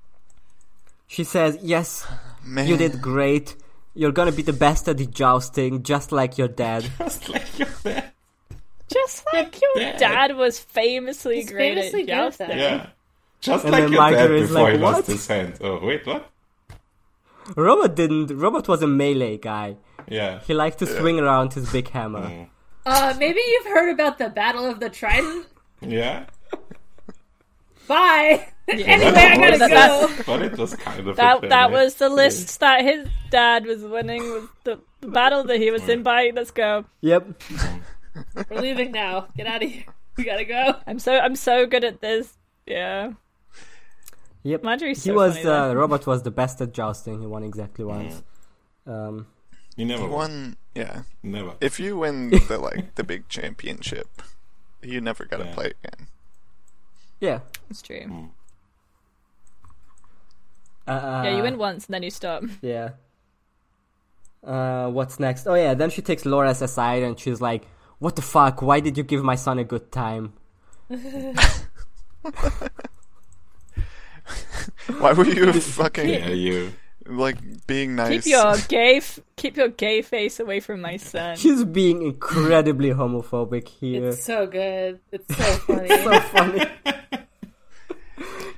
Speaker 4: She says, yes,
Speaker 6: Man.
Speaker 4: you did great. You're gonna be the best at the jousting, just like your dad.
Speaker 5: just like you're there.
Speaker 3: Just like your
Speaker 5: Dad.
Speaker 3: dad was famously
Speaker 2: He's
Speaker 3: great
Speaker 2: famously good
Speaker 3: at
Speaker 2: at that.
Speaker 3: jousting.
Speaker 5: Yeah. Just
Speaker 4: And
Speaker 5: like
Speaker 4: then
Speaker 5: your
Speaker 4: Michael
Speaker 5: dad
Speaker 4: is
Speaker 5: before
Speaker 4: like,
Speaker 5: he lost
Speaker 4: "What?"
Speaker 5: his hand. Oh, wait, what?
Speaker 4: Robert didn't. Robert was a melee guy.
Speaker 5: Yeah. Mm.
Speaker 4: He liked to swing around his big hammer.
Speaker 2: uh, maybe you've heard about the Battle of the Trident.
Speaker 5: Yeah.
Speaker 2: Bye. anyway,
Speaker 5: That
Speaker 2: I gotta
Speaker 5: was-
Speaker 2: go.
Speaker 5: But it was kind of a
Speaker 3: That that
Speaker 5: failure.
Speaker 3: was the list that his dad was winning was the, the battle that he was in by. Let's go.
Speaker 4: Yep.
Speaker 2: We're leaving now. Get out of here. We gotta go.
Speaker 3: I'm so I'm so good at this. Yeah.
Speaker 4: Yep.
Speaker 3: Marjorie's
Speaker 4: He
Speaker 3: so
Speaker 4: was.
Speaker 3: funny, though.
Speaker 4: Uh, Robert was the best at jousting. He won exactly
Speaker 5: Mm.
Speaker 4: once. Um,
Speaker 5: You never won.
Speaker 6: One, yeah.
Speaker 5: Never.
Speaker 6: If you win the like the big championship, you never gotta
Speaker 5: Yeah.
Speaker 6: play again.
Speaker 4: yeah.
Speaker 3: It's true.
Speaker 4: Uh,
Speaker 3: yeah, you win once and then you stop.
Speaker 4: Yeah. Uh, what's next? Oh yeah, then she takes Loras aside and she's like, "What the fuck? Why did you give my son a good time?"
Speaker 6: Why were you fucking
Speaker 5: Yeah, you.
Speaker 6: like being nice?
Speaker 3: Keep your gay f- keep your gay face away from my son.
Speaker 4: She's being incredibly homophobic here.
Speaker 2: It's so good. It's so funny.
Speaker 4: so funny.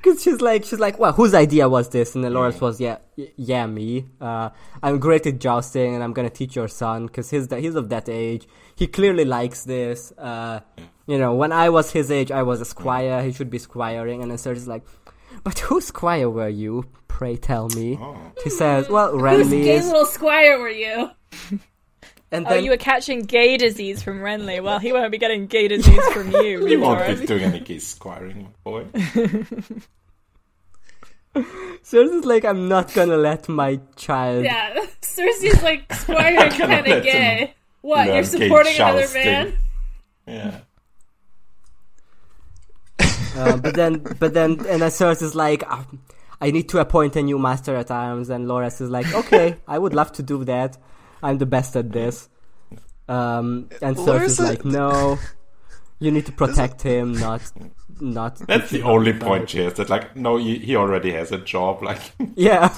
Speaker 4: Cause she's like, she's like, well, whose idea was this? And then Lawrence was, yeah, y- yeah, me. Uh, I'm great at jousting, and I'm gonna teach your son, cause he's the, he's of that age. He clearly likes this. Uh, you know, when I was his age, I was a squire. He should be squiring. And then Cersei's like, but whose squire were you? Pray tell me. He says, well,
Speaker 2: Who's gay
Speaker 4: Renly's.
Speaker 2: little squire were you?
Speaker 4: And
Speaker 3: Oh,
Speaker 4: then
Speaker 3: you were catching gay disease from Renly. Well, he won't be getting gay disease from you,
Speaker 5: You won't be
Speaker 3: Redoran.
Speaker 5: doing any gay squiring, boy.
Speaker 4: Cersei's like, I'm not gonna let my child.
Speaker 2: Yeah. Cersei's like squire
Speaker 5: cannot
Speaker 2: kind of
Speaker 5: let
Speaker 2: gay. What?
Speaker 5: No,
Speaker 2: You're
Speaker 5: I'm gay
Speaker 2: supporting another
Speaker 5: jousting.
Speaker 2: man?
Speaker 5: Yeah.
Speaker 4: Uh, but then, but then, and then Cersei's is like, "Ah, I need to appoint a new master at arms, and Loras is like, okay, I would love to do that. I'm the best at this. Um, and Cersei's is
Speaker 6: Loras-
Speaker 4: like, no, you need to protect him, not, not.
Speaker 5: That's the only point she has. That, like, no, he, he already has a job. Like,
Speaker 4: Yeah,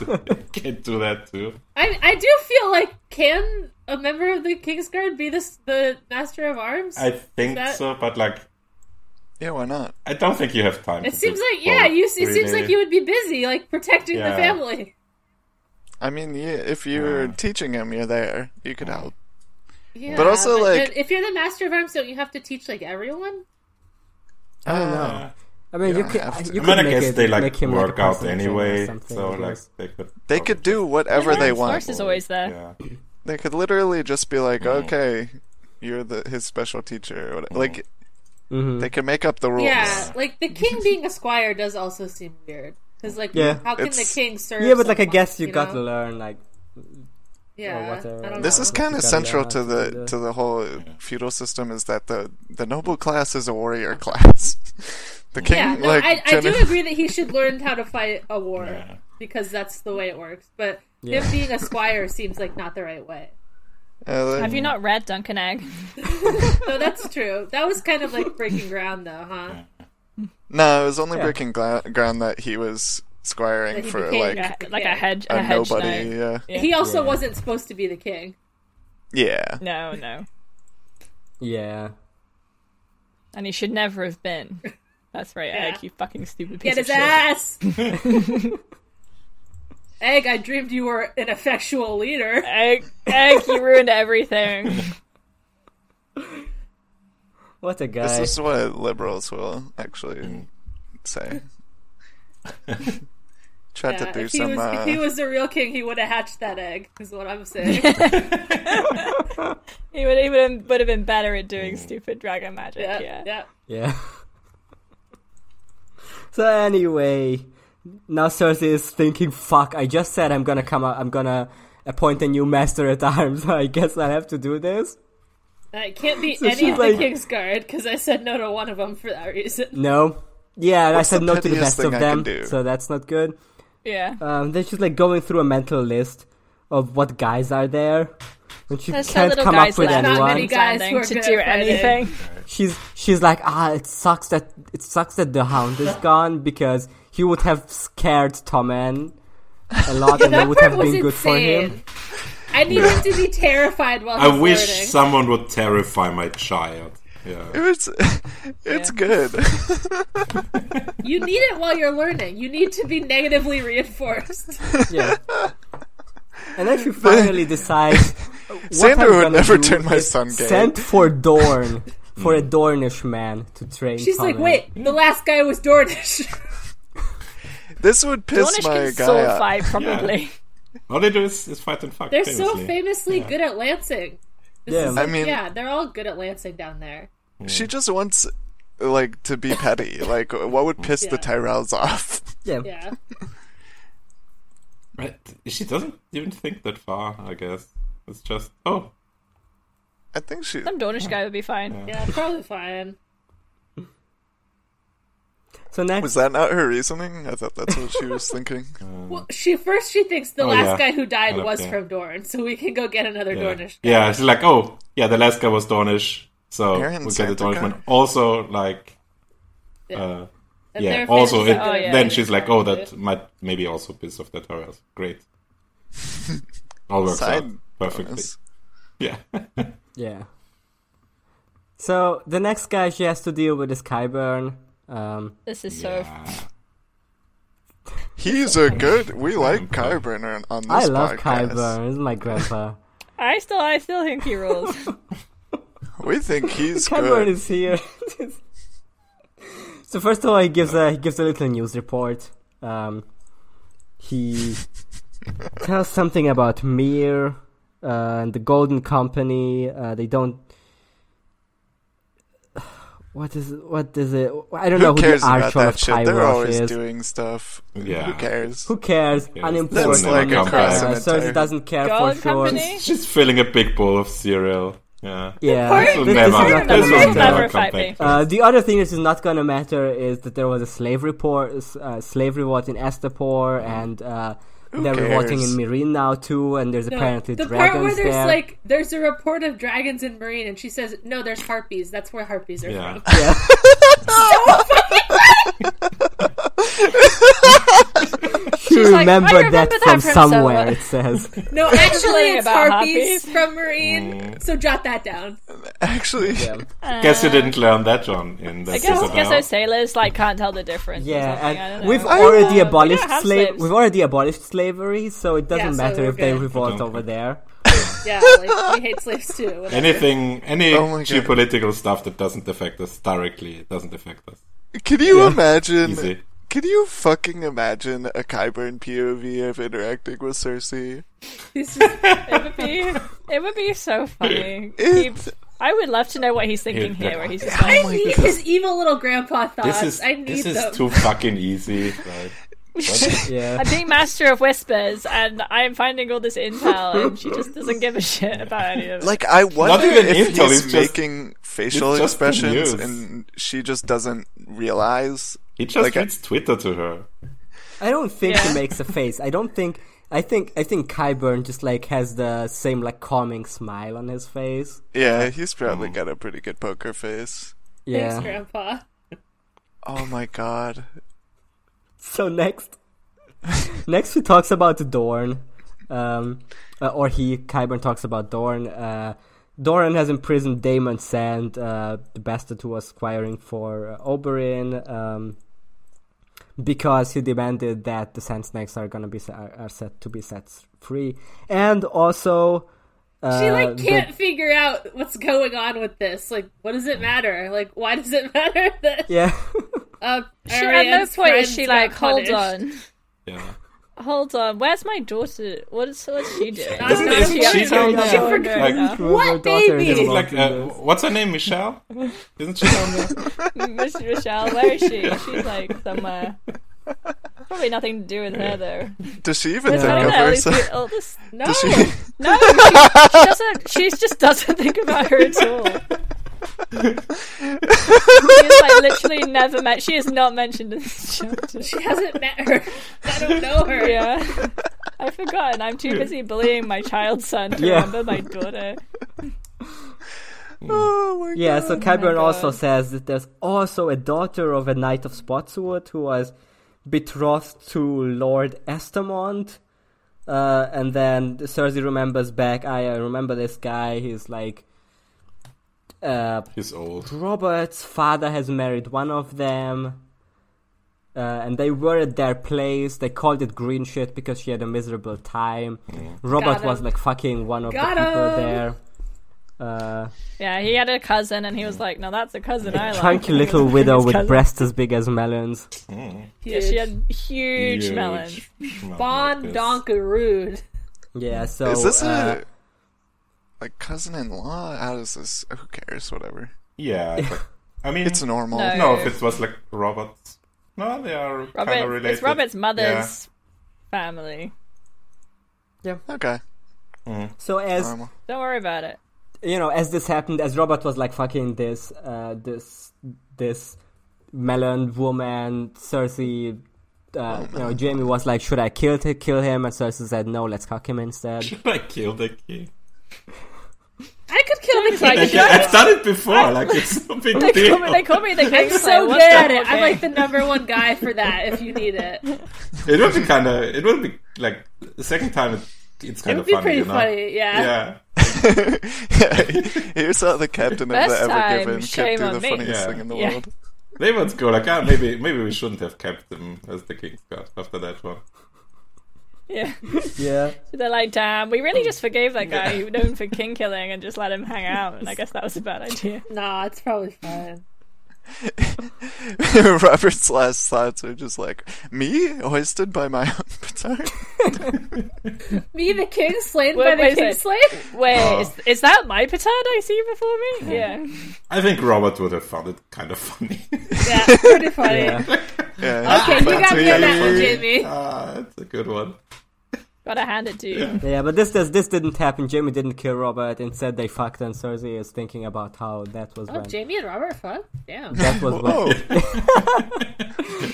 Speaker 5: can't do that too.
Speaker 2: I I do feel like can a member of the Kingsguard be this the master of arms?
Speaker 5: I think
Speaker 2: That-
Speaker 5: so, but like,
Speaker 6: Yeah, why not?
Speaker 5: I don't think you have time.
Speaker 2: it seems like yeah, you it seems like you would be busy like protecting the
Speaker 5: Yeah.
Speaker 2: family.
Speaker 6: I mean, you, if you're teaching him, you're there. You could help.
Speaker 2: Yeah,
Speaker 6: But also, like-
Speaker 2: if you're the master of arms, don't you have to teach like everyone?
Speaker 4: I don't
Speaker 6: Uh,
Speaker 4: know. I mean, you
Speaker 6: don't
Speaker 4: could,
Speaker 6: have to.
Speaker 4: you
Speaker 5: I
Speaker 4: could
Speaker 5: mean, I
Speaker 4: make
Speaker 5: guess
Speaker 4: it,
Speaker 5: they
Speaker 4: make
Speaker 5: like
Speaker 4: him like a
Speaker 5: work out
Speaker 4: person thing or
Speaker 5: anyway,
Speaker 4: something,
Speaker 5: so
Speaker 4: I
Speaker 5: like
Speaker 4: guess.
Speaker 5: they could.
Speaker 6: They could do whatever they want.
Speaker 3: Lars is always there.
Speaker 5: Yeah.
Speaker 4: Mm-hmm.
Speaker 6: They could literally just be like, okay, you're the his special teacher or whatever. Like
Speaker 4: Mhm.
Speaker 6: they can make up the rules.
Speaker 2: Yeah, like the king being a squire does also seem weird. Because like,
Speaker 4: Yeah.
Speaker 2: how can the
Speaker 6: It's-
Speaker 2: king serve?
Speaker 4: Yeah, but like I
Speaker 2: someone,
Speaker 4: guess you,
Speaker 2: you
Speaker 4: gotta
Speaker 2: know?
Speaker 4: learn like
Speaker 2: Yeah,
Speaker 4: whatever.
Speaker 2: I don't
Speaker 6: This
Speaker 2: know.
Speaker 6: is
Speaker 4: What you
Speaker 6: kind of
Speaker 4: gotta
Speaker 6: central
Speaker 4: learn
Speaker 6: to
Speaker 4: how to do
Speaker 6: the
Speaker 4: that.
Speaker 6: to the whole feudal system is that the the noble class is a warrior class. the king
Speaker 2: yeah, no,
Speaker 6: like
Speaker 2: I, I do
Speaker 6: gener-
Speaker 2: agree that he should learn how to fight a war because that's the way it works. But him being a squire seems like not the right way.
Speaker 6: uh, like-
Speaker 3: Have you not read Duncan Egg?
Speaker 2: No, that's true. That was kind of like breaking ground, though, huh?
Speaker 6: No, it was only
Speaker 4: Yeah.
Speaker 6: breaking gla- ground that he was squiring
Speaker 2: That he
Speaker 6: for
Speaker 2: became
Speaker 6: like
Speaker 3: Yeah, like
Speaker 2: Yeah.
Speaker 3: a hedge, a
Speaker 6: a
Speaker 3: hedge
Speaker 6: nobody.
Speaker 3: knight.
Speaker 6: Yeah.
Speaker 3: Yeah.
Speaker 2: He also
Speaker 4: Yeah.
Speaker 2: wasn't supposed to be the king.
Speaker 6: Yeah.
Speaker 3: No, no,
Speaker 4: yeah.
Speaker 3: and he should never have been. That's right, Egg. You fucking stupid piece
Speaker 2: Get his
Speaker 3: of shit.
Speaker 2: ass. Egg, I dreamed you were an effectual leader.
Speaker 3: Egg, egg, you ruined everything.
Speaker 4: What a guy.
Speaker 6: This is what liberals will
Speaker 4: Mm.
Speaker 6: actually say. Tried
Speaker 2: Yeah,
Speaker 6: to do
Speaker 2: if, he
Speaker 6: some
Speaker 2: was,
Speaker 6: uh,
Speaker 2: if he was the real king, he would have hatched that egg. Is what I'm saying.
Speaker 3: He would even would have been better at
Speaker 6: Mm.
Speaker 3: doing stupid dragon magic. Yeah,
Speaker 2: yeah, yeah.
Speaker 4: Yeah. so anyway, now Cersei is thinking, "Fuck! I just said I'm gonna come out. I'm gonna appoint a new master at arms. I guess I have to do this."
Speaker 2: Uh, It can't be
Speaker 4: So
Speaker 2: any
Speaker 4: she's
Speaker 2: of
Speaker 4: like-
Speaker 2: the king's guard because I said no to one of them for that reason.
Speaker 4: No. Yeah, and I
Speaker 6: What's
Speaker 4: said
Speaker 6: the
Speaker 4: no to the
Speaker 6: pettiest
Speaker 4: best
Speaker 6: thing
Speaker 4: of
Speaker 6: I
Speaker 4: them,
Speaker 6: can do?
Speaker 4: so that's not good.
Speaker 3: yeah.
Speaker 4: Um, then she's like going through a mental list of what guys are there, and she
Speaker 3: There's no
Speaker 4: can't
Speaker 3: little
Speaker 4: come
Speaker 3: guys
Speaker 4: up with
Speaker 3: left.
Speaker 2: Not
Speaker 4: anyone.
Speaker 2: many guys
Speaker 3: Standing
Speaker 2: who are
Speaker 3: to
Speaker 2: good
Speaker 3: do
Speaker 2: at fighting.
Speaker 3: anything.
Speaker 4: she's she's like ah it sucks that it sucks that the hound is gone because he would have scared Tommen a lot and
Speaker 2: That
Speaker 4: it would
Speaker 2: part
Speaker 4: have
Speaker 2: was
Speaker 4: been good for
Speaker 2: insane.
Speaker 4: him.
Speaker 2: I need him to be terrified while
Speaker 5: I
Speaker 2: he's
Speaker 5: wish
Speaker 2: flirting.
Speaker 5: someone would terrify my child. Yeah.
Speaker 6: it's it's good.
Speaker 2: You need it while you're learning. You need to be negatively reinforced.
Speaker 4: Yeah. And then she finally decides what I'm
Speaker 6: Sander would
Speaker 4: gonna
Speaker 6: never
Speaker 4: do
Speaker 6: turn my
Speaker 4: is
Speaker 6: son gay. Mm.
Speaker 4: Sent for Dorn for a Dornish man to train.
Speaker 2: She's like,
Speaker 4: Tommen.
Speaker 2: wait, the last guy was Dornish.
Speaker 6: this would piss
Speaker 3: Dornish
Speaker 6: my
Speaker 3: can
Speaker 6: guy
Speaker 3: sword
Speaker 6: off.
Speaker 3: fight probably.
Speaker 5: All they do is, is fight and fuck.
Speaker 2: They're so
Speaker 5: famously.
Speaker 2: famously good at lancing. This
Speaker 4: Yeah.
Speaker 2: is
Speaker 4: I
Speaker 2: like-
Speaker 6: mean-
Speaker 2: yeah, they're all good at lancing down there.
Speaker 6: She just wants like to be petty. Like what would piss the
Speaker 2: Yeah.
Speaker 6: Tyrells off?
Speaker 4: Yeah.
Speaker 2: Yeah,
Speaker 5: Right. She doesn't even think that far, I guess. It's just, oh,
Speaker 6: I think she
Speaker 3: Some Dornish guy would be fine.
Speaker 2: yeah, probably fine.
Speaker 4: So next
Speaker 6: was that not her reasoning? I thought that's what she was thinking.
Speaker 2: Well, she first she thinks the
Speaker 5: Oh,
Speaker 2: last
Speaker 5: yeah.
Speaker 2: guy who died
Speaker 5: Kind of,
Speaker 2: was
Speaker 5: yeah.
Speaker 2: from Dorn, so we can go get another
Speaker 5: yeah.
Speaker 2: Dornish. guy.
Speaker 5: Yeah, she's like, oh, yeah, the last guy was Dornish. So
Speaker 6: Aaron
Speaker 5: we'll get the
Speaker 6: Sandergaard.
Speaker 5: Dornish one. Also, like,
Speaker 2: Yeah.
Speaker 5: uh,
Speaker 2: And
Speaker 5: yeah,
Speaker 2: they're
Speaker 5: also,
Speaker 2: finished
Speaker 5: it,
Speaker 2: up
Speaker 3: Oh, yeah.
Speaker 5: then she's like, oh, that might maybe also piss off the Tyrells. Great. All works out
Speaker 6: Side
Speaker 5: perfectly.
Speaker 6: bonus.
Speaker 5: Yeah.
Speaker 3: Uh,
Speaker 4: Yeah. So the next guy she has to deal with is Kyburn. Um
Speaker 3: This is so.
Speaker 5: yeah.
Speaker 6: He's a good. We like Kyburn on- on this.
Speaker 4: I love
Speaker 6: podcast.
Speaker 4: Kyburn, he's my grandpa.
Speaker 3: I still, I still think he rules.
Speaker 6: We think he's
Speaker 4: Cameron
Speaker 6: good.
Speaker 4: is here. so first of all, he gives a he gives a little news report. Um, he tells something about Mir uh, and the Golden Company. Uh, they don't. What is what is it? I don't know
Speaker 6: Who
Speaker 4: who
Speaker 6: cares
Speaker 4: the
Speaker 6: about
Speaker 4: Archer of
Speaker 6: that shit? They're
Speaker 4: Kairos
Speaker 6: always
Speaker 4: is.
Speaker 6: doing stuff.
Speaker 5: Yeah.
Speaker 6: Who cares?
Speaker 4: Who cares?
Speaker 5: cares?
Speaker 4: Unimportant.
Speaker 5: That's like a
Speaker 4: uh,
Speaker 5: cross
Speaker 6: in
Speaker 4: uh,
Speaker 6: a
Speaker 4: Cersei
Speaker 6: tire.
Speaker 4: doesn't care
Speaker 3: Gold
Speaker 4: for sure.
Speaker 3: company.
Speaker 5: She's filling a big bowl of cereal. Yeah.
Speaker 4: Yeah,
Speaker 5: This will
Speaker 4: this- this is
Speaker 5: never,
Speaker 4: not
Speaker 5: this
Speaker 4: gonna
Speaker 5: will
Speaker 4: matter.
Speaker 5: never,
Speaker 3: never
Speaker 5: come
Speaker 3: fight me.
Speaker 4: Uh,
Speaker 5: back.
Speaker 4: the other thing that is not going to matter is that there was a slave report, uh, slave revolt in Astapor, and uh, they're revolting in
Speaker 6: cares?
Speaker 4: Mirin now too, and there's
Speaker 2: No,
Speaker 4: apparently
Speaker 2: the
Speaker 4: dragons
Speaker 2: part where there's
Speaker 4: there.
Speaker 2: like there's a report of dragons in marine and she says no there's harpies that's where harpies are
Speaker 5: Yeah.
Speaker 2: from
Speaker 4: Yeah. you
Speaker 3: She's like, "I
Speaker 4: remember,
Speaker 3: remember
Speaker 4: that,
Speaker 3: that
Speaker 4: from,
Speaker 3: from
Speaker 4: somewhere,
Speaker 3: somewhere.
Speaker 4: it says.
Speaker 2: no actually it's
Speaker 3: about
Speaker 2: harpies,
Speaker 3: harpies.
Speaker 2: from marine
Speaker 5: Mm.
Speaker 2: so jot that down
Speaker 6: Actually,
Speaker 5: Guess you didn't learn that, John. In the
Speaker 3: I guess,
Speaker 5: Citadel.
Speaker 3: guess those sailors like can't tell the difference. or
Speaker 4: Yeah,
Speaker 3: something, I don't
Speaker 4: and
Speaker 3: know.
Speaker 4: we've
Speaker 6: I-
Speaker 4: already
Speaker 3: we don't
Speaker 4: abolished
Speaker 3: have
Speaker 4: slave.
Speaker 3: slaves.
Speaker 4: We've already abolished slavery, so it doesn't
Speaker 2: Yeah, so
Speaker 4: matter
Speaker 2: we're
Speaker 4: if they
Speaker 2: good.
Speaker 4: revolt
Speaker 5: Okay.
Speaker 4: over there.
Speaker 2: yeah like we hate slaves too whatever.
Speaker 5: Anything, any
Speaker 6: Oh my God.
Speaker 5: geopolitical stuff that doesn't affect us directly, it doesn't affect us.
Speaker 6: can you imagine?
Speaker 5: Easy.
Speaker 6: Can you fucking imagine a Kyburn POV of interacting with Cersei?
Speaker 2: This is
Speaker 3: It would be, it would be so funny. He-
Speaker 6: It-
Speaker 3: I would love to know what he's thinking here, where he's just
Speaker 5: Oh
Speaker 3: like,
Speaker 2: I
Speaker 5: my
Speaker 2: need
Speaker 5: God.
Speaker 2: his evil little grandpa thoughts.
Speaker 5: This is
Speaker 2: I need
Speaker 5: this is
Speaker 2: them.
Speaker 5: too fucking easy. Like, what?
Speaker 4: Yeah.
Speaker 3: I'm being master of whispers, and I'm finding all this intel, and she just doesn't give a shit about any of it.
Speaker 6: Like I wonder
Speaker 5: even
Speaker 6: if
Speaker 5: intel,
Speaker 6: he's
Speaker 5: it's just-
Speaker 6: making facial
Speaker 5: it's just the
Speaker 6: expressions
Speaker 5: news.
Speaker 6: and she just doesn't realize.
Speaker 5: He just
Speaker 6: Like, I-
Speaker 5: reads Twitter to her.
Speaker 4: I don't think
Speaker 3: Yeah.
Speaker 4: he makes a face. I don't think. I think. I think Kyburn just like has the same like calming smile on his face.
Speaker 6: Yeah, he's
Speaker 5: Mm.
Speaker 6: probably got a pretty good poker face.
Speaker 2: Thanks,
Speaker 4: Yeah.
Speaker 2: grandpa.
Speaker 6: Oh my god.
Speaker 4: So next, next he talks about Dorn, um, uh, or he Kyburn talks about Dorn. Uh, Doran has imprisoned Damon Sand, uh, the bastard who was squiring for uh, Oberyn, um, because he demanded that the Sand Snakes are gonna be se- are, are set to be set free, and also. Uh,
Speaker 2: She like
Speaker 4: the-
Speaker 2: can't figure out what's going on with this. Like, what does it matter? Like, why does it matter that
Speaker 4: yeah.
Speaker 2: uh,
Speaker 3: She, at no
Speaker 2: Ariane's
Speaker 3: point is
Speaker 2: crimes
Speaker 3: she
Speaker 2: got
Speaker 3: like, hold
Speaker 2: punished?
Speaker 3: on,
Speaker 5: Yeah.
Speaker 3: hold on, where's my daughter? What is, what's she doing?
Speaker 2: Not
Speaker 5: Isn't-
Speaker 2: enough
Speaker 5: isn't
Speaker 2: to
Speaker 5: she
Speaker 2: do
Speaker 5: down
Speaker 2: that.
Speaker 5: there?
Speaker 2: She forgot-
Speaker 5: Like-
Speaker 4: Yeah.
Speaker 2: What
Speaker 4: Daughter is
Speaker 2: baby?
Speaker 4: involved
Speaker 5: Like,
Speaker 4: in
Speaker 5: uh,
Speaker 4: this.
Speaker 5: what's her name? Michelle? Isn't she on there?
Speaker 3: Miss Michelle, where is she? She's like somewhere. Probably nothing to do with her though.
Speaker 6: Does she even
Speaker 3: There's no
Speaker 6: think
Speaker 3: one
Speaker 6: of
Speaker 3: else.
Speaker 6: herself?
Speaker 3: These- all this-
Speaker 2: No,
Speaker 6: Does she?
Speaker 3: No, she, she doesn't. She just doesn't think about her at all. She's like literally never met. She is not mentioned in this chapter.
Speaker 2: she hasn't met her. I don't know her.
Speaker 3: Yeah, I forgot. I'm too busy bullying my child son to
Speaker 4: Yeah.
Speaker 3: remember my daughter.
Speaker 6: Oh my
Speaker 4: Yeah, so Kyburn
Speaker 3: God.
Speaker 4: also says that there's also a daughter of a knight of Spotswood who was betrothed to Lord Estamont. Uh, and then Cersei remembers back, I uh, remember this guy, he's like, uh,
Speaker 5: He's old.
Speaker 4: Robert's father has married one of them. Uh, and they were at their place. They called it green shit because she had a miserable time. Robert
Speaker 2: Got
Speaker 4: was
Speaker 2: him.
Speaker 4: like fucking one of
Speaker 2: Got
Speaker 4: the people
Speaker 2: him.
Speaker 4: there. Uh,
Speaker 3: Yeah, he had a cousin, and he was like, "No, that's a cousin I like."
Speaker 4: chunky little
Speaker 3: His
Speaker 4: widow with
Speaker 3: cousin-
Speaker 4: breasts as big as melons.
Speaker 3: Yeah, she had huge, melons.
Speaker 5: melon
Speaker 2: Bon
Speaker 5: like this.
Speaker 2: Donkerood.
Speaker 4: Yeah, so
Speaker 6: Is this
Speaker 4: uh,
Speaker 6: a like cousin-in-law? How does this? Who cares? Whatever.
Speaker 5: Yeah. it's like- I mean,
Speaker 6: It's normal.
Speaker 3: No.
Speaker 5: no, if it was like Robert's. No, they are kind of
Speaker 3: Robert,
Speaker 5: related.
Speaker 3: it's Robert's mother's family.
Speaker 6: Okay.
Speaker 4: so as
Speaker 6: Normal.
Speaker 3: Don't worry about it.
Speaker 4: you know, as this happened, as Robert was like fucking this, uh, this, this melon woman, Cersei. Uh, you know, Jamie was like, "Should I kill to kill him?" And Cersei said, "No, let's cock him instead."
Speaker 5: Yeah. Should I kill the king?
Speaker 2: I could kill the
Speaker 3: like-
Speaker 2: king.
Speaker 3: Yeah.
Speaker 5: I've done it before. Like it's no big
Speaker 3: They
Speaker 5: deal.
Speaker 3: call me, they call me the king.
Speaker 2: I'm so good at it. I'm like the number one guy for that. If you need it,
Speaker 5: It would be kind of. It would be like the second time. It, it's
Speaker 2: it
Speaker 5: kind
Speaker 2: would
Speaker 5: of
Speaker 2: be
Speaker 5: funny.
Speaker 2: pretty
Speaker 5: you know?
Speaker 2: funny. Yeah.
Speaker 5: Yeah.
Speaker 6: yeah, here's how the captain of
Speaker 3: Best
Speaker 6: the
Speaker 3: time,
Speaker 6: ever given
Speaker 3: shame
Speaker 6: could do
Speaker 3: on
Speaker 6: the
Speaker 3: me.
Speaker 6: funniest
Speaker 5: Yeah.
Speaker 6: thing in the
Speaker 3: Yeah.
Speaker 6: world.
Speaker 5: They would go like, ah, maybe maybe we shouldn't have kept him as the king's guard after that one.
Speaker 3: Yeah.
Speaker 4: yeah,
Speaker 3: They're like, damn, we really just forgave that guy who known for king killing and just let him hang out. And I guess that was a bad idea.
Speaker 2: Nah, it's probably fine.
Speaker 6: Robert's last thoughts are just like me hoisted by my own petard.
Speaker 2: Me, the king slain
Speaker 3: Wait,
Speaker 2: by
Speaker 3: wait
Speaker 2: the
Speaker 3: a
Speaker 2: king
Speaker 3: sec.
Speaker 2: slain.
Speaker 3: Wait, is, is that my petard I see before me? Yeah.
Speaker 5: I think Robert would have found it kind of funny.
Speaker 2: Yeah, pretty funny.
Speaker 4: yeah.
Speaker 6: Yeah,
Speaker 2: Okay, you
Speaker 6: that's
Speaker 2: got me on
Speaker 6: kinda
Speaker 2: that one,
Speaker 6: funny.
Speaker 2: Jamie.
Speaker 5: ah, that's a good one.
Speaker 3: Gotta hand it to you.
Speaker 4: yeah. But this does this didn't happen. Jamie didn't kill Robert. Instead, they fucked, and Cersei is thinking about how that was
Speaker 2: Oh,
Speaker 4: when
Speaker 2: Jamie and Robert, fuck. Damn.
Speaker 4: that was when
Speaker 6: Oh,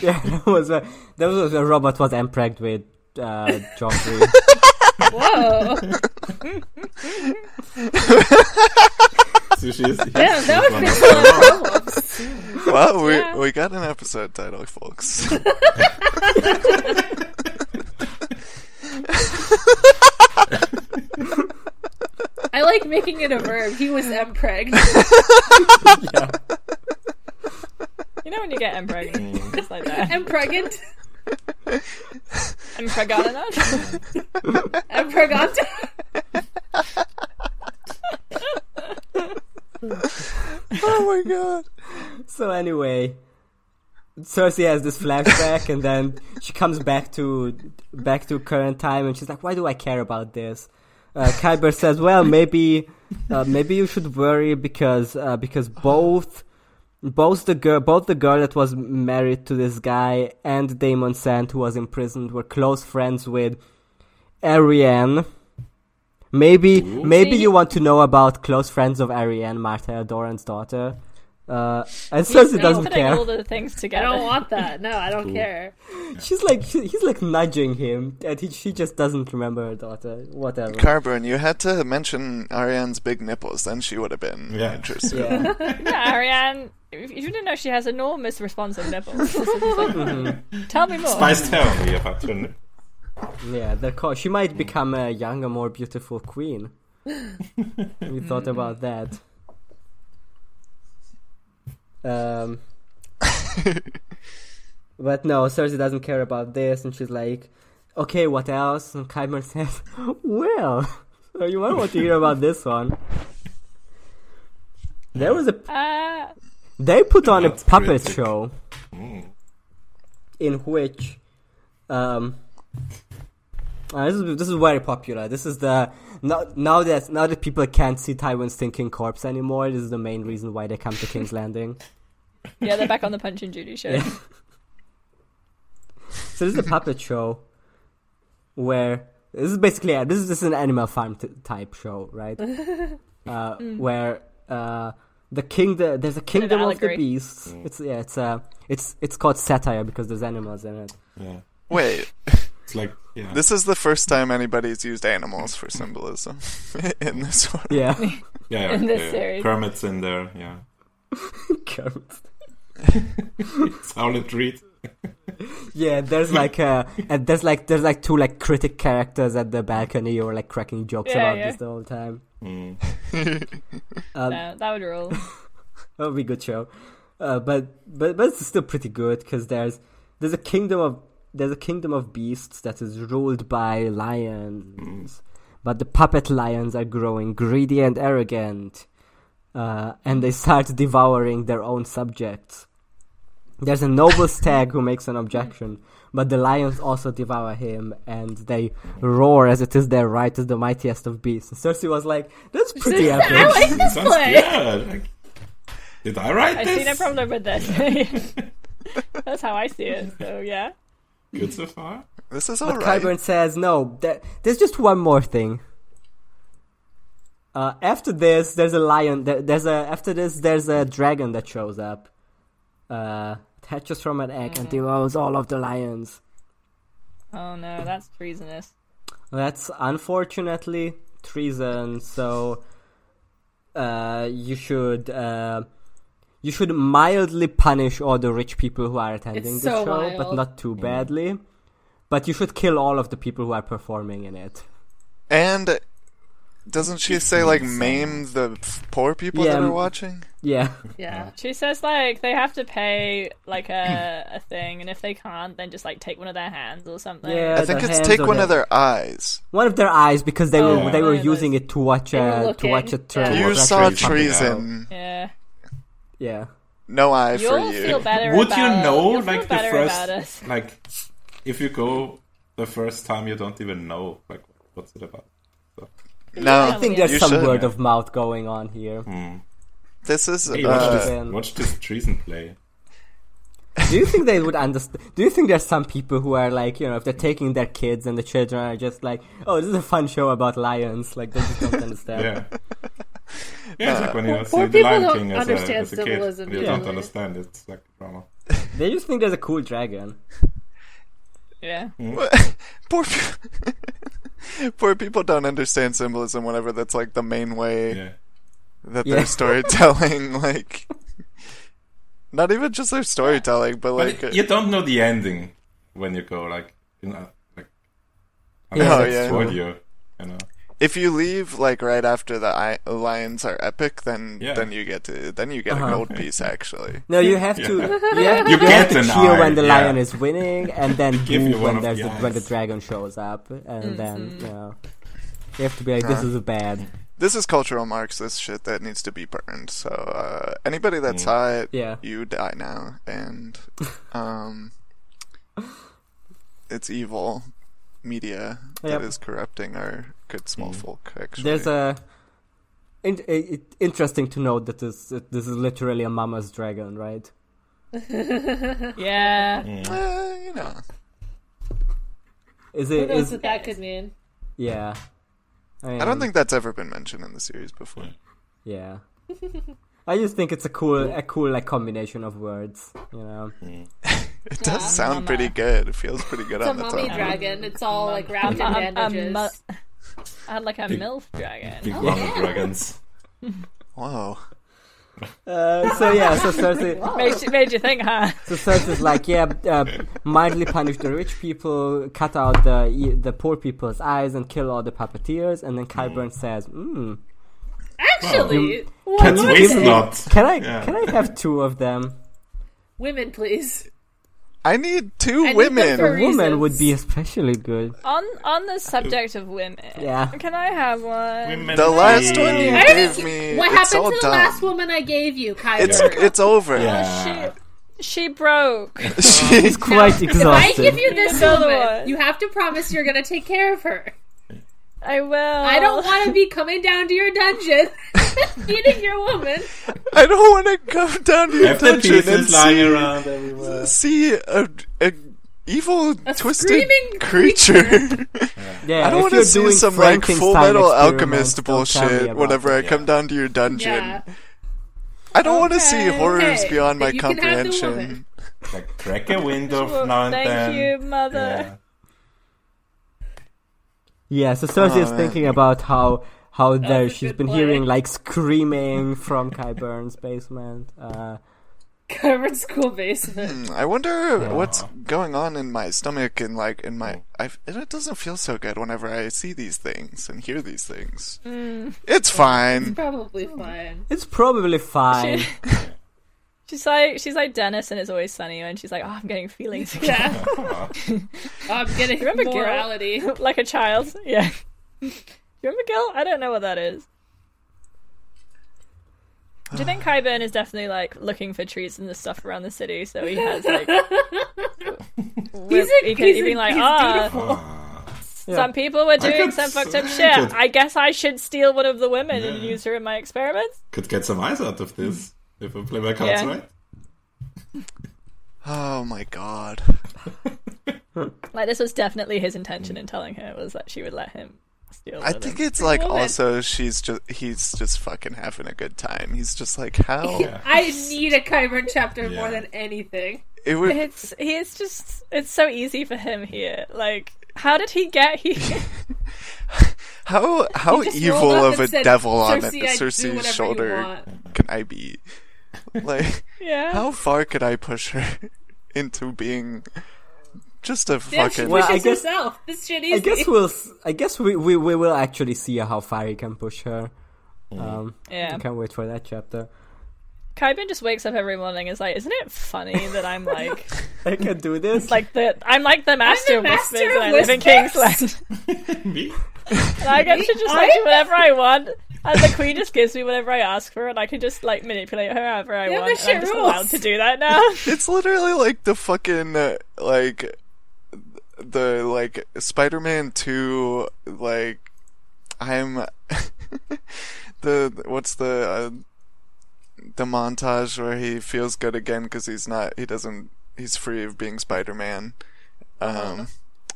Speaker 4: yeah, that was uh, that was when Robert was impregnated with uh, Joffrey.
Speaker 2: Whoa.
Speaker 5: So she's,
Speaker 2: Yeah,
Speaker 5: she's
Speaker 2: that would
Speaker 5: one
Speaker 2: fix
Speaker 5: of
Speaker 2: a
Speaker 5: them.
Speaker 2: lot of problems.
Speaker 6: well, we
Speaker 3: Yeah.
Speaker 6: we got an episode title, folks.
Speaker 2: I like making it a verb. He was empreg.
Speaker 3: You know when you get empregnant? Just like that.
Speaker 2: Empregnant.
Speaker 3: Empregnant?
Speaker 2: Empregante.
Speaker 6: oh my god. Oh
Speaker 4: so anyway, Cersei has this flashback, and then she comes back to back to current time, and she's like, "Why do I care about this?" Uh, Kyber says, "Well, maybe uh, maybe you should worry because uh, because both." Both the girl, both the girl that was married to this guy and Damon Sand, who was imprisoned, were close friends with Ariane. Maybe, maybe
Speaker 3: See?
Speaker 4: you want to know about close friends of Ariane, Marta Doran's daughter. Uh, and
Speaker 3: He's
Speaker 4: Cersei doesn't
Speaker 3: putting
Speaker 4: care.
Speaker 3: all the things
Speaker 2: I
Speaker 3: together.
Speaker 2: don't want that. No, I don't care.
Speaker 4: She's like, she, he's like nudging him, and he, she just doesn't remember her daughter. Whatever.
Speaker 6: Carburn, you had to mention Ariane's big nipples, then she would have been
Speaker 5: Yeah.
Speaker 6: interested.
Speaker 4: yeah.
Speaker 3: yeah, Ariane. if You didn't know she has enormous responsive nipples. Tell me more.
Speaker 5: Spice, tell me about your nip-
Speaker 4: Yeah, they're called. She might become a younger, more beautiful queen. we thought about that. Um, but no, Cersei doesn't care about this, and she's like, "Okay, what else?" And Kyber says, "Well, so you might want to hear about this one." There was a
Speaker 3: Uh,
Speaker 4: they put on a
Speaker 5: That's
Speaker 4: puppet
Speaker 5: cryptic.
Speaker 4: show in which um uh, this is this is very popular. This is the now now that now that people can't see Tywin's thinking corpse anymore. This is the main reason why they come to King's Landing.
Speaker 3: yeah, they're back on the Punch and Judy show.
Speaker 4: Yeah. So this is a puppet show where this is basically uh, this is this is an Animal Farm t- type show, right? uh, Where uh, the kingdom there's a kingdom of the
Speaker 3: allegory.
Speaker 4: beasts. It's yeah, it's uh, it's it's called satire because there's animals in it.
Speaker 5: Yeah.
Speaker 6: Wait,
Speaker 5: It's like, yeah.
Speaker 6: this is the first time anybody's used animals for symbolism in this one.
Speaker 4: Yeah,
Speaker 5: yeah,
Speaker 3: in this
Speaker 5: yeah.
Speaker 3: series.
Speaker 5: Kermit's in there, yeah. Solid read.
Speaker 4: yeah. There's like uh, and there's like there's like two like critic characters at the balcony who are like cracking jokes
Speaker 3: Yeah,
Speaker 4: about
Speaker 3: yeah.
Speaker 4: this the whole time.
Speaker 5: Mm.
Speaker 3: No, that would rule.
Speaker 4: That would be a good show. Uh, but but but it's still pretty good because there's there's a kingdom of there's a kingdom of beasts that is ruled by lions, but the puppet lions are growing greedy and arrogant, uh, and they start devouring their own subjects. There's a noble stag who makes an objection, but the lions also devour him, and they roar as it is their right as the mightiest of beasts. And Cersei was like, "That's pretty epic."
Speaker 2: I like
Speaker 5: It
Speaker 2: this
Speaker 5: sounds
Speaker 2: play.
Speaker 5: yeah, like, Did I write
Speaker 3: I
Speaker 5: this?
Speaker 3: see no problem with this. That's how I see it. So yeah,
Speaker 5: Good so far.
Speaker 6: This is
Speaker 4: But
Speaker 6: alright.
Speaker 4: Kyburn says, no, there, there's just one more thing. Uh, after this, there's a lion. There, there's a after this, there's a dragon that shows up. Uh, it hatches from an egg
Speaker 2: Mm.
Speaker 4: and devours all of the lions.
Speaker 3: Oh no, that's treasonous.
Speaker 4: That's unfortunately treason. So, uh, you should uh, you should mildly punish all the rich people who are attending
Speaker 2: It's
Speaker 4: the
Speaker 2: so
Speaker 4: show, but
Speaker 2: mild.
Speaker 4: not too badly. But you should kill all of the people who are performing in it.
Speaker 6: And doesn't she say, like, maim the f- poor people
Speaker 4: Yeah,
Speaker 6: that
Speaker 4: m-
Speaker 6: are watching?
Speaker 4: Yeah.
Speaker 2: Yeah.
Speaker 3: She says like they have to pay like a a thing, and if they can't, then just like take one of their hands or something.
Speaker 4: Yeah,
Speaker 6: I think
Speaker 4: their
Speaker 6: it's
Speaker 4: hands
Speaker 6: take
Speaker 4: or
Speaker 6: one
Speaker 4: their,
Speaker 6: of their eyes.
Speaker 4: one of their eyes because they
Speaker 3: Oh,
Speaker 4: were they were
Speaker 3: yeah,
Speaker 4: using it to watch
Speaker 2: were
Speaker 4: a to
Speaker 2: looking.
Speaker 4: watch a turn.
Speaker 2: Yeah.
Speaker 6: You
Speaker 5: Well, that's
Speaker 6: saw
Speaker 5: treason.
Speaker 6: treason.
Speaker 3: Yeah.
Speaker 4: Yeah,
Speaker 6: No eye for
Speaker 3: You'll
Speaker 6: you.
Speaker 3: feel better.
Speaker 5: Would
Speaker 3: about,
Speaker 5: you know,
Speaker 3: you'll feel
Speaker 5: like the
Speaker 3: better about
Speaker 5: first,
Speaker 3: us.
Speaker 5: like if you go the first time, you don't even know like what's it about. So,
Speaker 6: no,
Speaker 4: I think
Speaker 3: yeah.
Speaker 4: there's
Speaker 6: you
Speaker 4: some
Speaker 6: should.
Speaker 4: word of mouth going on here.
Speaker 5: Hmm.
Speaker 6: This is
Speaker 5: hey, watch
Speaker 6: uh,
Speaker 5: this,
Speaker 4: then-
Speaker 5: watch this treason play.
Speaker 4: Do you think they would understand? Do you think there's some people who are like you know if they're taking their kids and the children are just like oh this is a fun show about lions like they just don't understand.
Speaker 5: Yeah. Yeah, it's like when you
Speaker 2: Well,
Speaker 5: see
Speaker 2: poor
Speaker 5: the
Speaker 2: people
Speaker 5: Lion
Speaker 2: don't
Speaker 5: King as a,
Speaker 2: understand
Speaker 5: as a kid,
Speaker 2: symbolism
Speaker 5: and you
Speaker 4: usually.
Speaker 5: don't understand. It's like drama.
Speaker 4: They just think there's a cool dragon.
Speaker 5: Oh,
Speaker 3: Yeah.
Speaker 6: poor. pe- poor people don't understand symbolism. Whatever that's like the main way
Speaker 5: Yeah,
Speaker 6: that
Speaker 4: Yeah.
Speaker 6: their storytelling, like, not even just their storytelling, but
Speaker 5: but
Speaker 6: like,
Speaker 5: it- you don't know the ending when you go like you know like.
Speaker 4: Yeah.
Speaker 5: unless
Speaker 6: Oh,
Speaker 5: it's
Speaker 6: yeah.
Speaker 5: told you, you know.
Speaker 6: if you leave like right after the I- lions are epic, then
Speaker 5: Yeah.
Speaker 6: then you get to then you get
Speaker 4: Uh-huh.
Speaker 6: a gold piece actually.
Speaker 4: No, you have to you have, you
Speaker 5: You
Speaker 4: have
Speaker 5: get
Speaker 4: to
Speaker 5: an
Speaker 4: cheer
Speaker 5: eye,
Speaker 4: when the
Speaker 5: yeah.
Speaker 4: lion is winning, and then
Speaker 5: Give
Speaker 4: boo
Speaker 5: you one
Speaker 4: when
Speaker 5: of
Speaker 4: there's
Speaker 5: the
Speaker 4: the, when the
Speaker 5: eyes.
Speaker 3: Mm-hmm.
Speaker 4: dragon shows up, and then you know you have to be like this is bad.
Speaker 6: this is cultural Marxist shit that needs to be burned. So uh, anybody that's hot,
Speaker 4: Yeah.
Speaker 6: you die now, and um, it's evil media
Speaker 4: Yep.
Speaker 6: that is corrupting our good small folk. Actually,
Speaker 4: There's a in, i- it- interesting to note that this this is literally a mama's dragon, right?
Speaker 3: Yeah.
Speaker 6: Eh, you know,
Speaker 4: Is
Speaker 2: Who
Speaker 4: it?
Speaker 2: knows
Speaker 4: Is,
Speaker 2: what that could mean?
Speaker 4: yeah.
Speaker 6: I don't
Speaker 4: mean,
Speaker 6: think that's ever been mentioned in the series before.
Speaker 4: Yeah. I just think it's a cool, a cool like combination of words, you know.
Speaker 6: It does sound
Speaker 3: Mama.
Speaker 6: pretty good. It feels pretty good
Speaker 2: It's a
Speaker 6: on the
Speaker 2: mummy
Speaker 6: tongue.
Speaker 2: dragon. It's all like wrapped in
Speaker 3: Um, um,
Speaker 2: bandages.
Speaker 3: mu- I had like a MILF dragon.
Speaker 5: Big mama dragons.
Speaker 6: Whoa.
Speaker 4: Uh, so yeah, so Cersei,
Speaker 3: Made you, made you think, huh?
Speaker 4: so Cersei's like, yeah, uh, mildly punish the rich people, cut out the e, the poor people's eyes, and kill all the puppeteers. And then Kyburn says, mm,
Speaker 2: Actually,
Speaker 4: Can
Speaker 5: Let's
Speaker 4: you
Speaker 5: waste
Speaker 4: give me-
Speaker 5: not.
Speaker 4: "Can I,
Speaker 5: Yeah.
Speaker 4: can I have two of them?
Speaker 2: women, please.
Speaker 6: I need two
Speaker 2: I need them
Speaker 6: women.
Speaker 2: for-
Speaker 4: Woman would be
Speaker 2: Reasons.
Speaker 4: especially good."
Speaker 3: On on the subject of women,
Speaker 4: Yeah.
Speaker 3: Can I have one?
Speaker 5: Women
Speaker 6: The last
Speaker 5: be-
Speaker 6: one you
Speaker 2: I
Speaker 6: gave
Speaker 2: didn't-
Speaker 6: me.
Speaker 2: What
Speaker 6: it's
Speaker 2: happened
Speaker 6: all
Speaker 2: to the
Speaker 6: done.
Speaker 2: last woman I gave you, Kyber?
Speaker 6: It's it's over.
Speaker 5: Yeah.
Speaker 3: She she broke.
Speaker 6: She's
Speaker 4: Quite
Speaker 2: I
Speaker 4: exhausted.
Speaker 2: give you this
Speaker 3: Another
Speaker 2: woman.
Speaker 3: one.
Speaker 2: You have to promise you're gonna take care of her.
Speaker 3: I will.
Speaker 2: I don't want to be coming down to your dungeon, feeding your woman.
Speaker 6: I don't want to go down to your
Speaker 5: Have the
Speaker 6: dungeon and
Speaker 5: pieces lying
Speaker 6: see,
Speaker 5: around everywhere.
Speaker 6: see a, a evil twisted
Speaker 2: screaming
Speaker 6: creature.
Speaker 4: Yeah,
Speaker 6: I don't
Speaker 4: if
Speaker 6: want
Speaker 4: you're
Speaker 6: to see
Speaker 4: doing
Speaker 6: some like Full
Speaker 4: Frankenstein
Speaker 6: Metal
Speaker 4: experiments,
Speaker 6: Alchemist
Speaker 4: don't tell me
Speaker 6: bullshit
Speaker 4: about
Speaker 6: whenever
Speaker 4: it.
Speaker 6: I come down to your dungeon.
Speaker 2: Yeah.
Speaker 6: I don't want to see
Speaker 3: Okay,
Speaker 6: horrors
Speaker 2: okay,
Speaker 6: beyond my
Speaker 2: but you can have the
Speaker 6: comprehension.
Speaker 2: woman.
Speaker 5: Like, crack a window
Speaker 3: Well,
Speaker 5: from now and
Speaker 3: thank
Speaker 5: then.
Speaker 3: you, mother.
Speaker 5: Yeah.
Speaker 4: Yeah, so Cersei is
Speaker 6: Oh, man.
Speaker 4: thinking about how how there
Speaker 2: a
Speaker 4: she's
Speaker 2: good
Speaker 4: been
Speaker 2: play.
Speaker 4: hearing like screaming from Kai Burns' basement. Uh,
Speaker 2: Covered school basement.
Speaker 6: I wonder what's going on in my stomach and like in my. I it doesn't feel so good whenever I see these things and hear these things.
Speaker 2: Mm.
Speaker 6: It's fine.
Speaker 2: Probably fine.
Speaker 4: it's probably
Speaker 2: Um,
Speaker 4: fine.
Speaker 3: She's like she's like Dennis, and it's always sunny, and she's like, oh, I'm getting feelings again.
Speaker 2: Yeah. I'm getting
Speaker 3: Remember Gil?
Speaker 2: morality.
Speaker 3: like a child. Yeah. You remember Gil? I don't know what that is. Do you think Kyburn is definitely like looking for treats and the stuff around the city? So he has like
Speaker 2: He's a,
Speaker 3: he
Speaker 2: he's,
Speaker 3: can
Speaker 2: a,
Speaker 3: he be like,
Speaker 2: he's
Speaker 3: ah,
Speaker 4: Yeah.
Speaker 3: some people were doing
Speaker 5: could
Speaker 3: some fucked up
Speaker 5: s-
Speaker 3: shit.
Speaker 5: could-
Speaker 3: I guess I should steal one of the women and use her in my experiments.
Speaker 5: Could get some eyes out of this if I play my cards
Speaker 3: Yeah.
Speaker 5: right.
Speaker 6: Oh my god.
Speaker 3: Like this was definitely his intention in telling her was that she would let him steal.
Speaker 6: I
Speaker 3: one of
Speaker 6: think
Speaker 3: them.
Speaker 6: it's like
Speaker 2: woman.
Speaker 6: also she's just he's just fucking having a good time. He's just like how
Speaker 2: I need a Kyber chapter more
Speaker 5: Yeah.
Speaker 2: than anything.
Speaker 6: it would
Speaker 3: it's he's just it's so easy for him here. Like how did he get here?
Speaker 6: how how
Speaker 2: He just
Speaker 6: evil
Speaker 2: rolled up
Speaker 6: of
Speaker 2: and
Speaker 6: a
Speaker 2: said,
Speaker 6: devil on
Speaker 2: "Cersei, I do whatever
Speaker 6: Cersei's
Speaker 2: you
Speaker 6: shoulder
Speaker 2: want."
Speaker 6: can I be? Like
Speaker 3: yeah.
Speaker 6: how far could I push her into being just a
Speaker 2: Yeah, she
Speaker 6: fucking
Speaker 4: Well, I
Speaker 2: pushes
Speaker 4: guess-
Speaker 2: herself. This shit easy.
Speaker 4: I guess we'll. s- I guess we, we, we will actually see how far he can push her. Um,
Speaker 3: Yeah.
Speaker 4: I can't wait for that chapter.
Speaker 3: Kaibin just wakes up every morning and is like, isn't it funny that I'm like
Speaker 4: I can do this.
Speaker 3: like the I'm like the master of
Speaker 2: master
Speaker 3: whispers
Speaker 2: of
Speaker 3: and I live in
Speaker 2: whispers."
Speaker 3: Kingsland.
Speaker 5: Me?
Speaker 3: And I get to just like do whatever I want. And the queen just gives me whatever I ask for and I can just like manipulate her however I
Speaker 2: Yeah,
Speaker 3: want.
Speaker 2: this
Speaker 3: And I'm
Speaker 2: shit
Speaker 3: just
Speaker 2: rules.
Speaker 3: allowed to do that now.
Speaker 6: It's literally like the fucking uh, like the like Spider-Man 2 like I'm the what's the uh, the montage where he feels good again cuz he's not he doesn't he's free of being Spider-Man. Um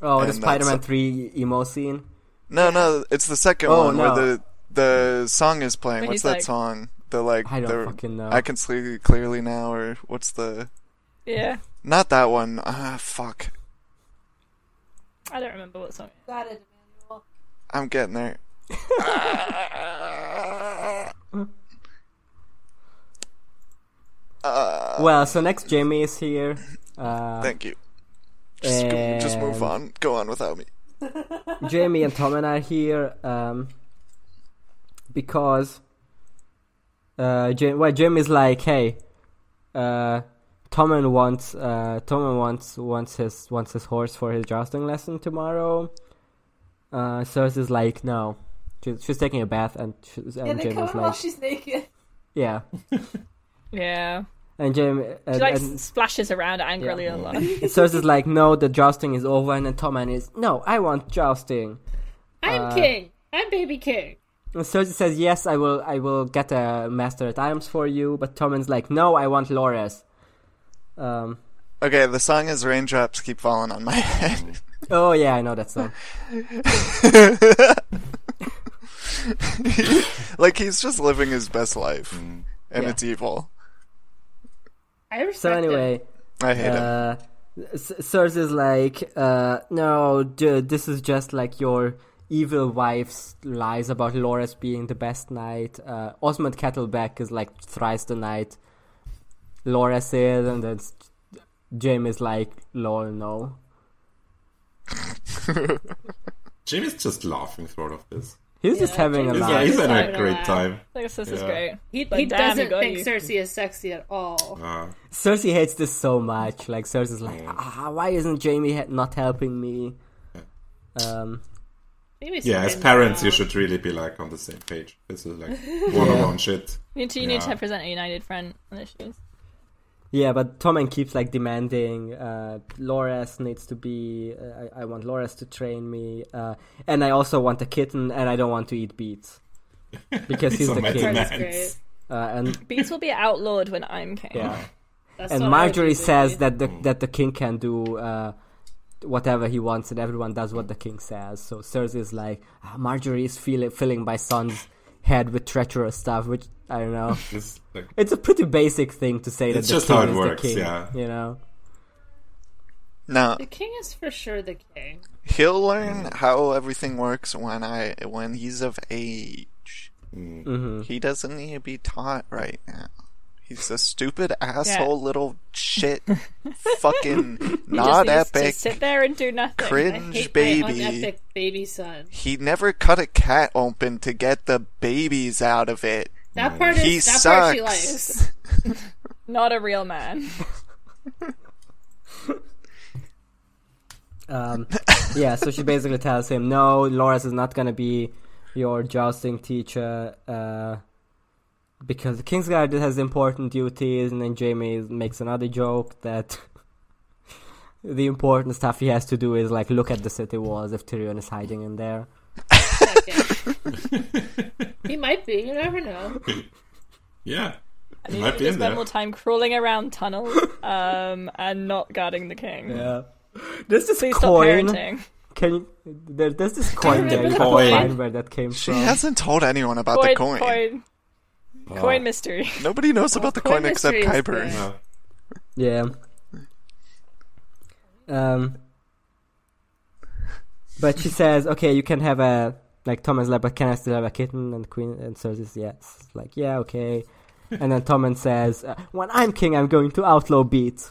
Speaker 4: oh, the
Speaker 6: and that's-
Speaker 4: Spider-Man three emo scene.
Speaker 6: no no it's the second
Speaker 4: Oh,
Speaker 6: one
Speaker 4: no.
Speaker 6: where the the song is playing.
Speaker 3: When
Speaker 6: what's
Speaker 3: he's
Speaker 6: that
Speaker 3: like-
Speaker 6: song? The like
Speaker 4: I don't
Speaker 6: the
Speaker 4: fucking know.
Speaker 6: I can see clearly now or what's the
Speaker 3: yeah.
Speaker 6: not that one. Ah fuck.
Speaker 3: I don't remember what song.
Speaker 2: Got it, Emmanuel.
Speaker 6: I'm getting there. Uh,
Speaker 4: Well, so next Jamie is here. Uh,
Speaker 6: Thank you. Just, go- just move
Speaker 4: And-
Speaker 6: on. Go on without me.
Speaker 4: Jamie and Tom and I are here um, because uh, Jim, well, Jim is like, hey, uh, Tommen wants uh, Tommen wants wants his wants his horse for his jousting lesson tomorrow. Uh, Cersei's like, no, She's, she's taking a bath, and, she's, and
Speaker 2: And they come
Speaker 4: Jamie's
Speaker 2: in while
Speaker 4: like,
Speaker 2: she's naked.
Speaker 4: yeah.
Speaker 3: Yeah.
Speaker 4: And Jamie
Speaker 3: She
Speaker 4: and,
Speaker 3: like
Speaker 4: and
Speaker 3: splashes around angrily a lot.
Speaker 4: Cersei's like, no, the jousting is over, and then Tommen is, no, I want jousting.
Speaker 2: I'm
Speaker 6: Uh,
Speaker 2: king. I'm baby king.
Speaker 4: And Cersei says, yes, I will, I will get a master at arms for you, but Tommen's like, no, I want Loras. Um,
Speaker 6: Okay, the song is Raindrops Keep Falling on My Head.
Speaker 4: oh yeah, I know that song.
Speaker 6: like, he's just living his best life,
Speaker 3: Mm.
Speaker 6: and
Speaker 4: Yeah.
Speaker 6: it's evil.
Speaker 2: I respect
Speaker 4: So anyway,
Speaker 6: I hate him.
Speaker 4: uh, S- Cersei's like, uh, no, d- this is just like your evil wife's lies about Loras being the best knight. Uh, Osmond Kettleback is like thrice the knight. Loras is, and then Jaime is like, lol, no.
Speaker 5: Jimmy's just laughing through all of this.
Speaker 4: He's just having a
Speaker 5: He's,
Speaker 2: Jamie's
Speaker 5: yeah,
Speaker 4: laugh.
Speaker 5: he's having
Speaker 2: having
Speaker 5: a
Speaker 2: a
Speaker 5: great
Speaker 2: laugh.
Speaker 5: time.
Speaker 3: I guess this is
Speaker 5: Yeah.
Speaker 3: great.
Speaker 2: He,
Speaker 3: Like,
Speaker 2: he
Speaker 3: damn, he
Speaker 2: doesn't
Speaker 3: got
Speaker 2: think
Speaker 3: you.
Speaker 2: Cersei is sexy at all.
Speaker 5: Uh,
Speaker 4: Cersei hates this so much. Like Cersei's like, ah, why isn't Jamie he- not helping me? Um,
Speaker 2: Maybe
Speaker 5: yeah, as
Speaker 2: something
Speaker 5: parents,
Speaker 2: wrong.
Speaker 5: you should really be like on the same page. This is like one-on-one shit.
Speaker 3: You need to, you need to
Speaker 5: Yeah.
Speaker 3: present a united front on issues.
Speaker 4: Yeah, but Tommen keeps like demanding. Uh, Loras needs to be. Uh, I, I want Loras to train me, uh, and I also want a kitten, and I don't want to eat beets because he's
Speaker 5: These are
Speaker 4: the
Speaker 5: my
Speaker 4: king.
Speaker 2: That's
Speaker 5: demands.
Speaker 2: great.
Speaker 4: Uh, and
Speaker 3: Beats will be outlawed when I'm king.
Speaker 4: yeah,
Speaker 2: That's
Speaker 4: and
Speaker 2: what I would
Speaker 4: Marjorie
Speaker 2: do,
Speaker 4: says
Speaker 2: baby.
Speaker 4: that the that the king can do uh, whatever he wants, and everyone does what the king says. So Cersei's like, ah, Marjorie is feel- filling my son's head with treacherous stuff, which I don't know.
Speaker 5: It's like,
Speaker 4: It's a pretty basic thing to say
Speaker 5: It's
Speaker 4: that the
Speaker 5: just
Speaker 4: king
Speaker 5: how it
Speaker 4: is
Speaker 5: works,
Speaker 4: the king.
Speaker 5: yeah.
Speaker 4: You know.
Speaker 6: No,
Speaker 2: The king is for sure the king.
Speaker 6: he'll learn how everything works when I when he's of age.
Speaker 3: Mm.
Speaker 6: He doesn't need to be taught right now. He's a stupid asshole, little shit, fucking
Speaker 3: He just
Speaker 6: not
Speaker 3: needs to
Speaker 6: epic,
Speaker 3: sit there and do nothing.
Speaker 2: I
Speaker 6: cringe
Speaker 2: hate my
Speaker 6: baby.
Speaker 2: unethic baby son.
Speaker 6: He never cut a cat open to get the babies out of it.
Speaker 2: That part is
Speaker 6: He
Speaker 2: that part she
Speaker 6: sucks.
Speaker 2: likes.
Speaker 3: Not a real man.
Speaker 4: Um, yeah, so she basically tells him, "No, Loras is not gonna be your jousting teacher uh, because the Kingsguard has important duties." And then Jamie makes another joke that the important stuff he has to do is like look at the city walls if Tyrion is hiding in there.
Speaker 2: he might be. You never know.
Speaker 5: yeah,
Speaker 3: And he
Speaker 5: might
Speaker 3: should
Speaker 5: be
Speaker 3: just
Speaker 5: in
Speaker 3: spend
Speaker 5: there.
Speaker 3: more time crawling around tunnels um, and not guarding the king.
Speaker 4: Yeah, there's this
Speaker 3: Please stop
Speaker 4: coin.
Speaker 3: parenting.
Speaker 4: Can you, there, there's this coin
Speaker 2: remember
Speaker 4: there. You
Speaker 2: the
Speaker 4: can
Speaker 5: coin?
Speaker 4: find where that came
Speaker 6: She
Speaker 4: from.
Speaker 6: hasn't told anyone about
Speaker 3: Coin,
Speaker 6: the coin.
Speaker 3: coin, coin mystery.
Speaker 6: Nobody knows about the coin
Speaker 2: coin
Speaker 6: except
Speaker 2: mystery is
Speaker 6: Kyber.
Speaker 2: good.
Speaker 5: Uh,
Speaker 4: Yeah. Um. But she says, "Okay, you can have a like." Tommen's like, "But can I still have a kitten?" And Queen and Cersei's, "Yes." Like, yeah, okay. And then Tommen says, uh, "When I'm king, I'm going to outlaw beat."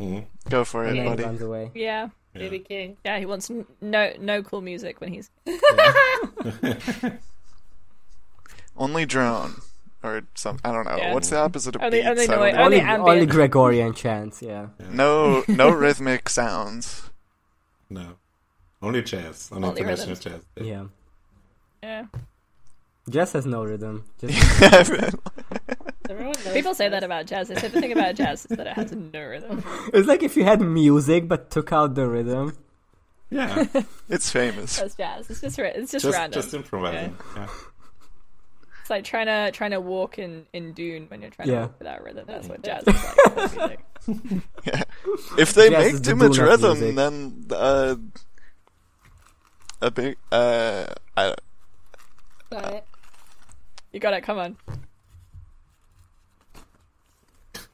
Speaker 5: mhm.
Speaker 6: Go for it,
Speaker 4: And then
Speaker 6: buddy.
Speaker 4: runs away.
Speaker 3: Yeah,
Speaker 2: Baby king.
Speaker 3: yeah. He wants n- no no cool music when he's
Speaker 6: Only drone. Or some, I don't know.
Speaker 3: Yeah.
Speaker 6: What's the opposite of
Speaker 3: Only-
Speaker 6: beats?
Speaker 3: only
Speaker 6: I don't
Speaker 3: noise-
Speaker 6: know.
Speaker 4: Only,
Speaker 3: ambient.
Speaker 4: only Gregorian chants. Yeah.
Speaker 6: No, no rhythmic sounds.
Speaker 5: No, only jazz, on
Speaker 3: Only
Speaker 5: international jazz.
Speaker 4: Yeah.
Speaker 3: yeah.
Speaker 4: Jess has no rhythm. Just,
Speaker 2: Everyone knows.
Speaker 3: People say
Speaker 2: this.
Speaker 3: that about jazz. They say the thing about jazz is that it has no rhythm.
Speaker 4: it's like if you had music but took out the rhythm.
Speaker 5: Yeah,
Speaker 6: it's famous.
Speaker 3: That's jazz. It's just ri- it's just,
Speaker 5: just
Speaker 3: random.
Speaker 5: just improvising. Yeah.
Speaker 3: It's like trying to trying to walk in in Dune when you're trying
Speaker 4: Yeah.
Speaker 3: to walk without rhythm. That's what jazz is like. That's music.
Speaker 6: If they
Speaker 4: Jazz is
Speaker 6: make
Speaker 4: the
Speaker 6: too much
Speaker 4: doom of
Speaker 6: rhythm,
Speaker 4: music.
Speaker 6: then uh, a big uh, I,
Speaker 2: Got it.
Speaker 3: You got it. Come on.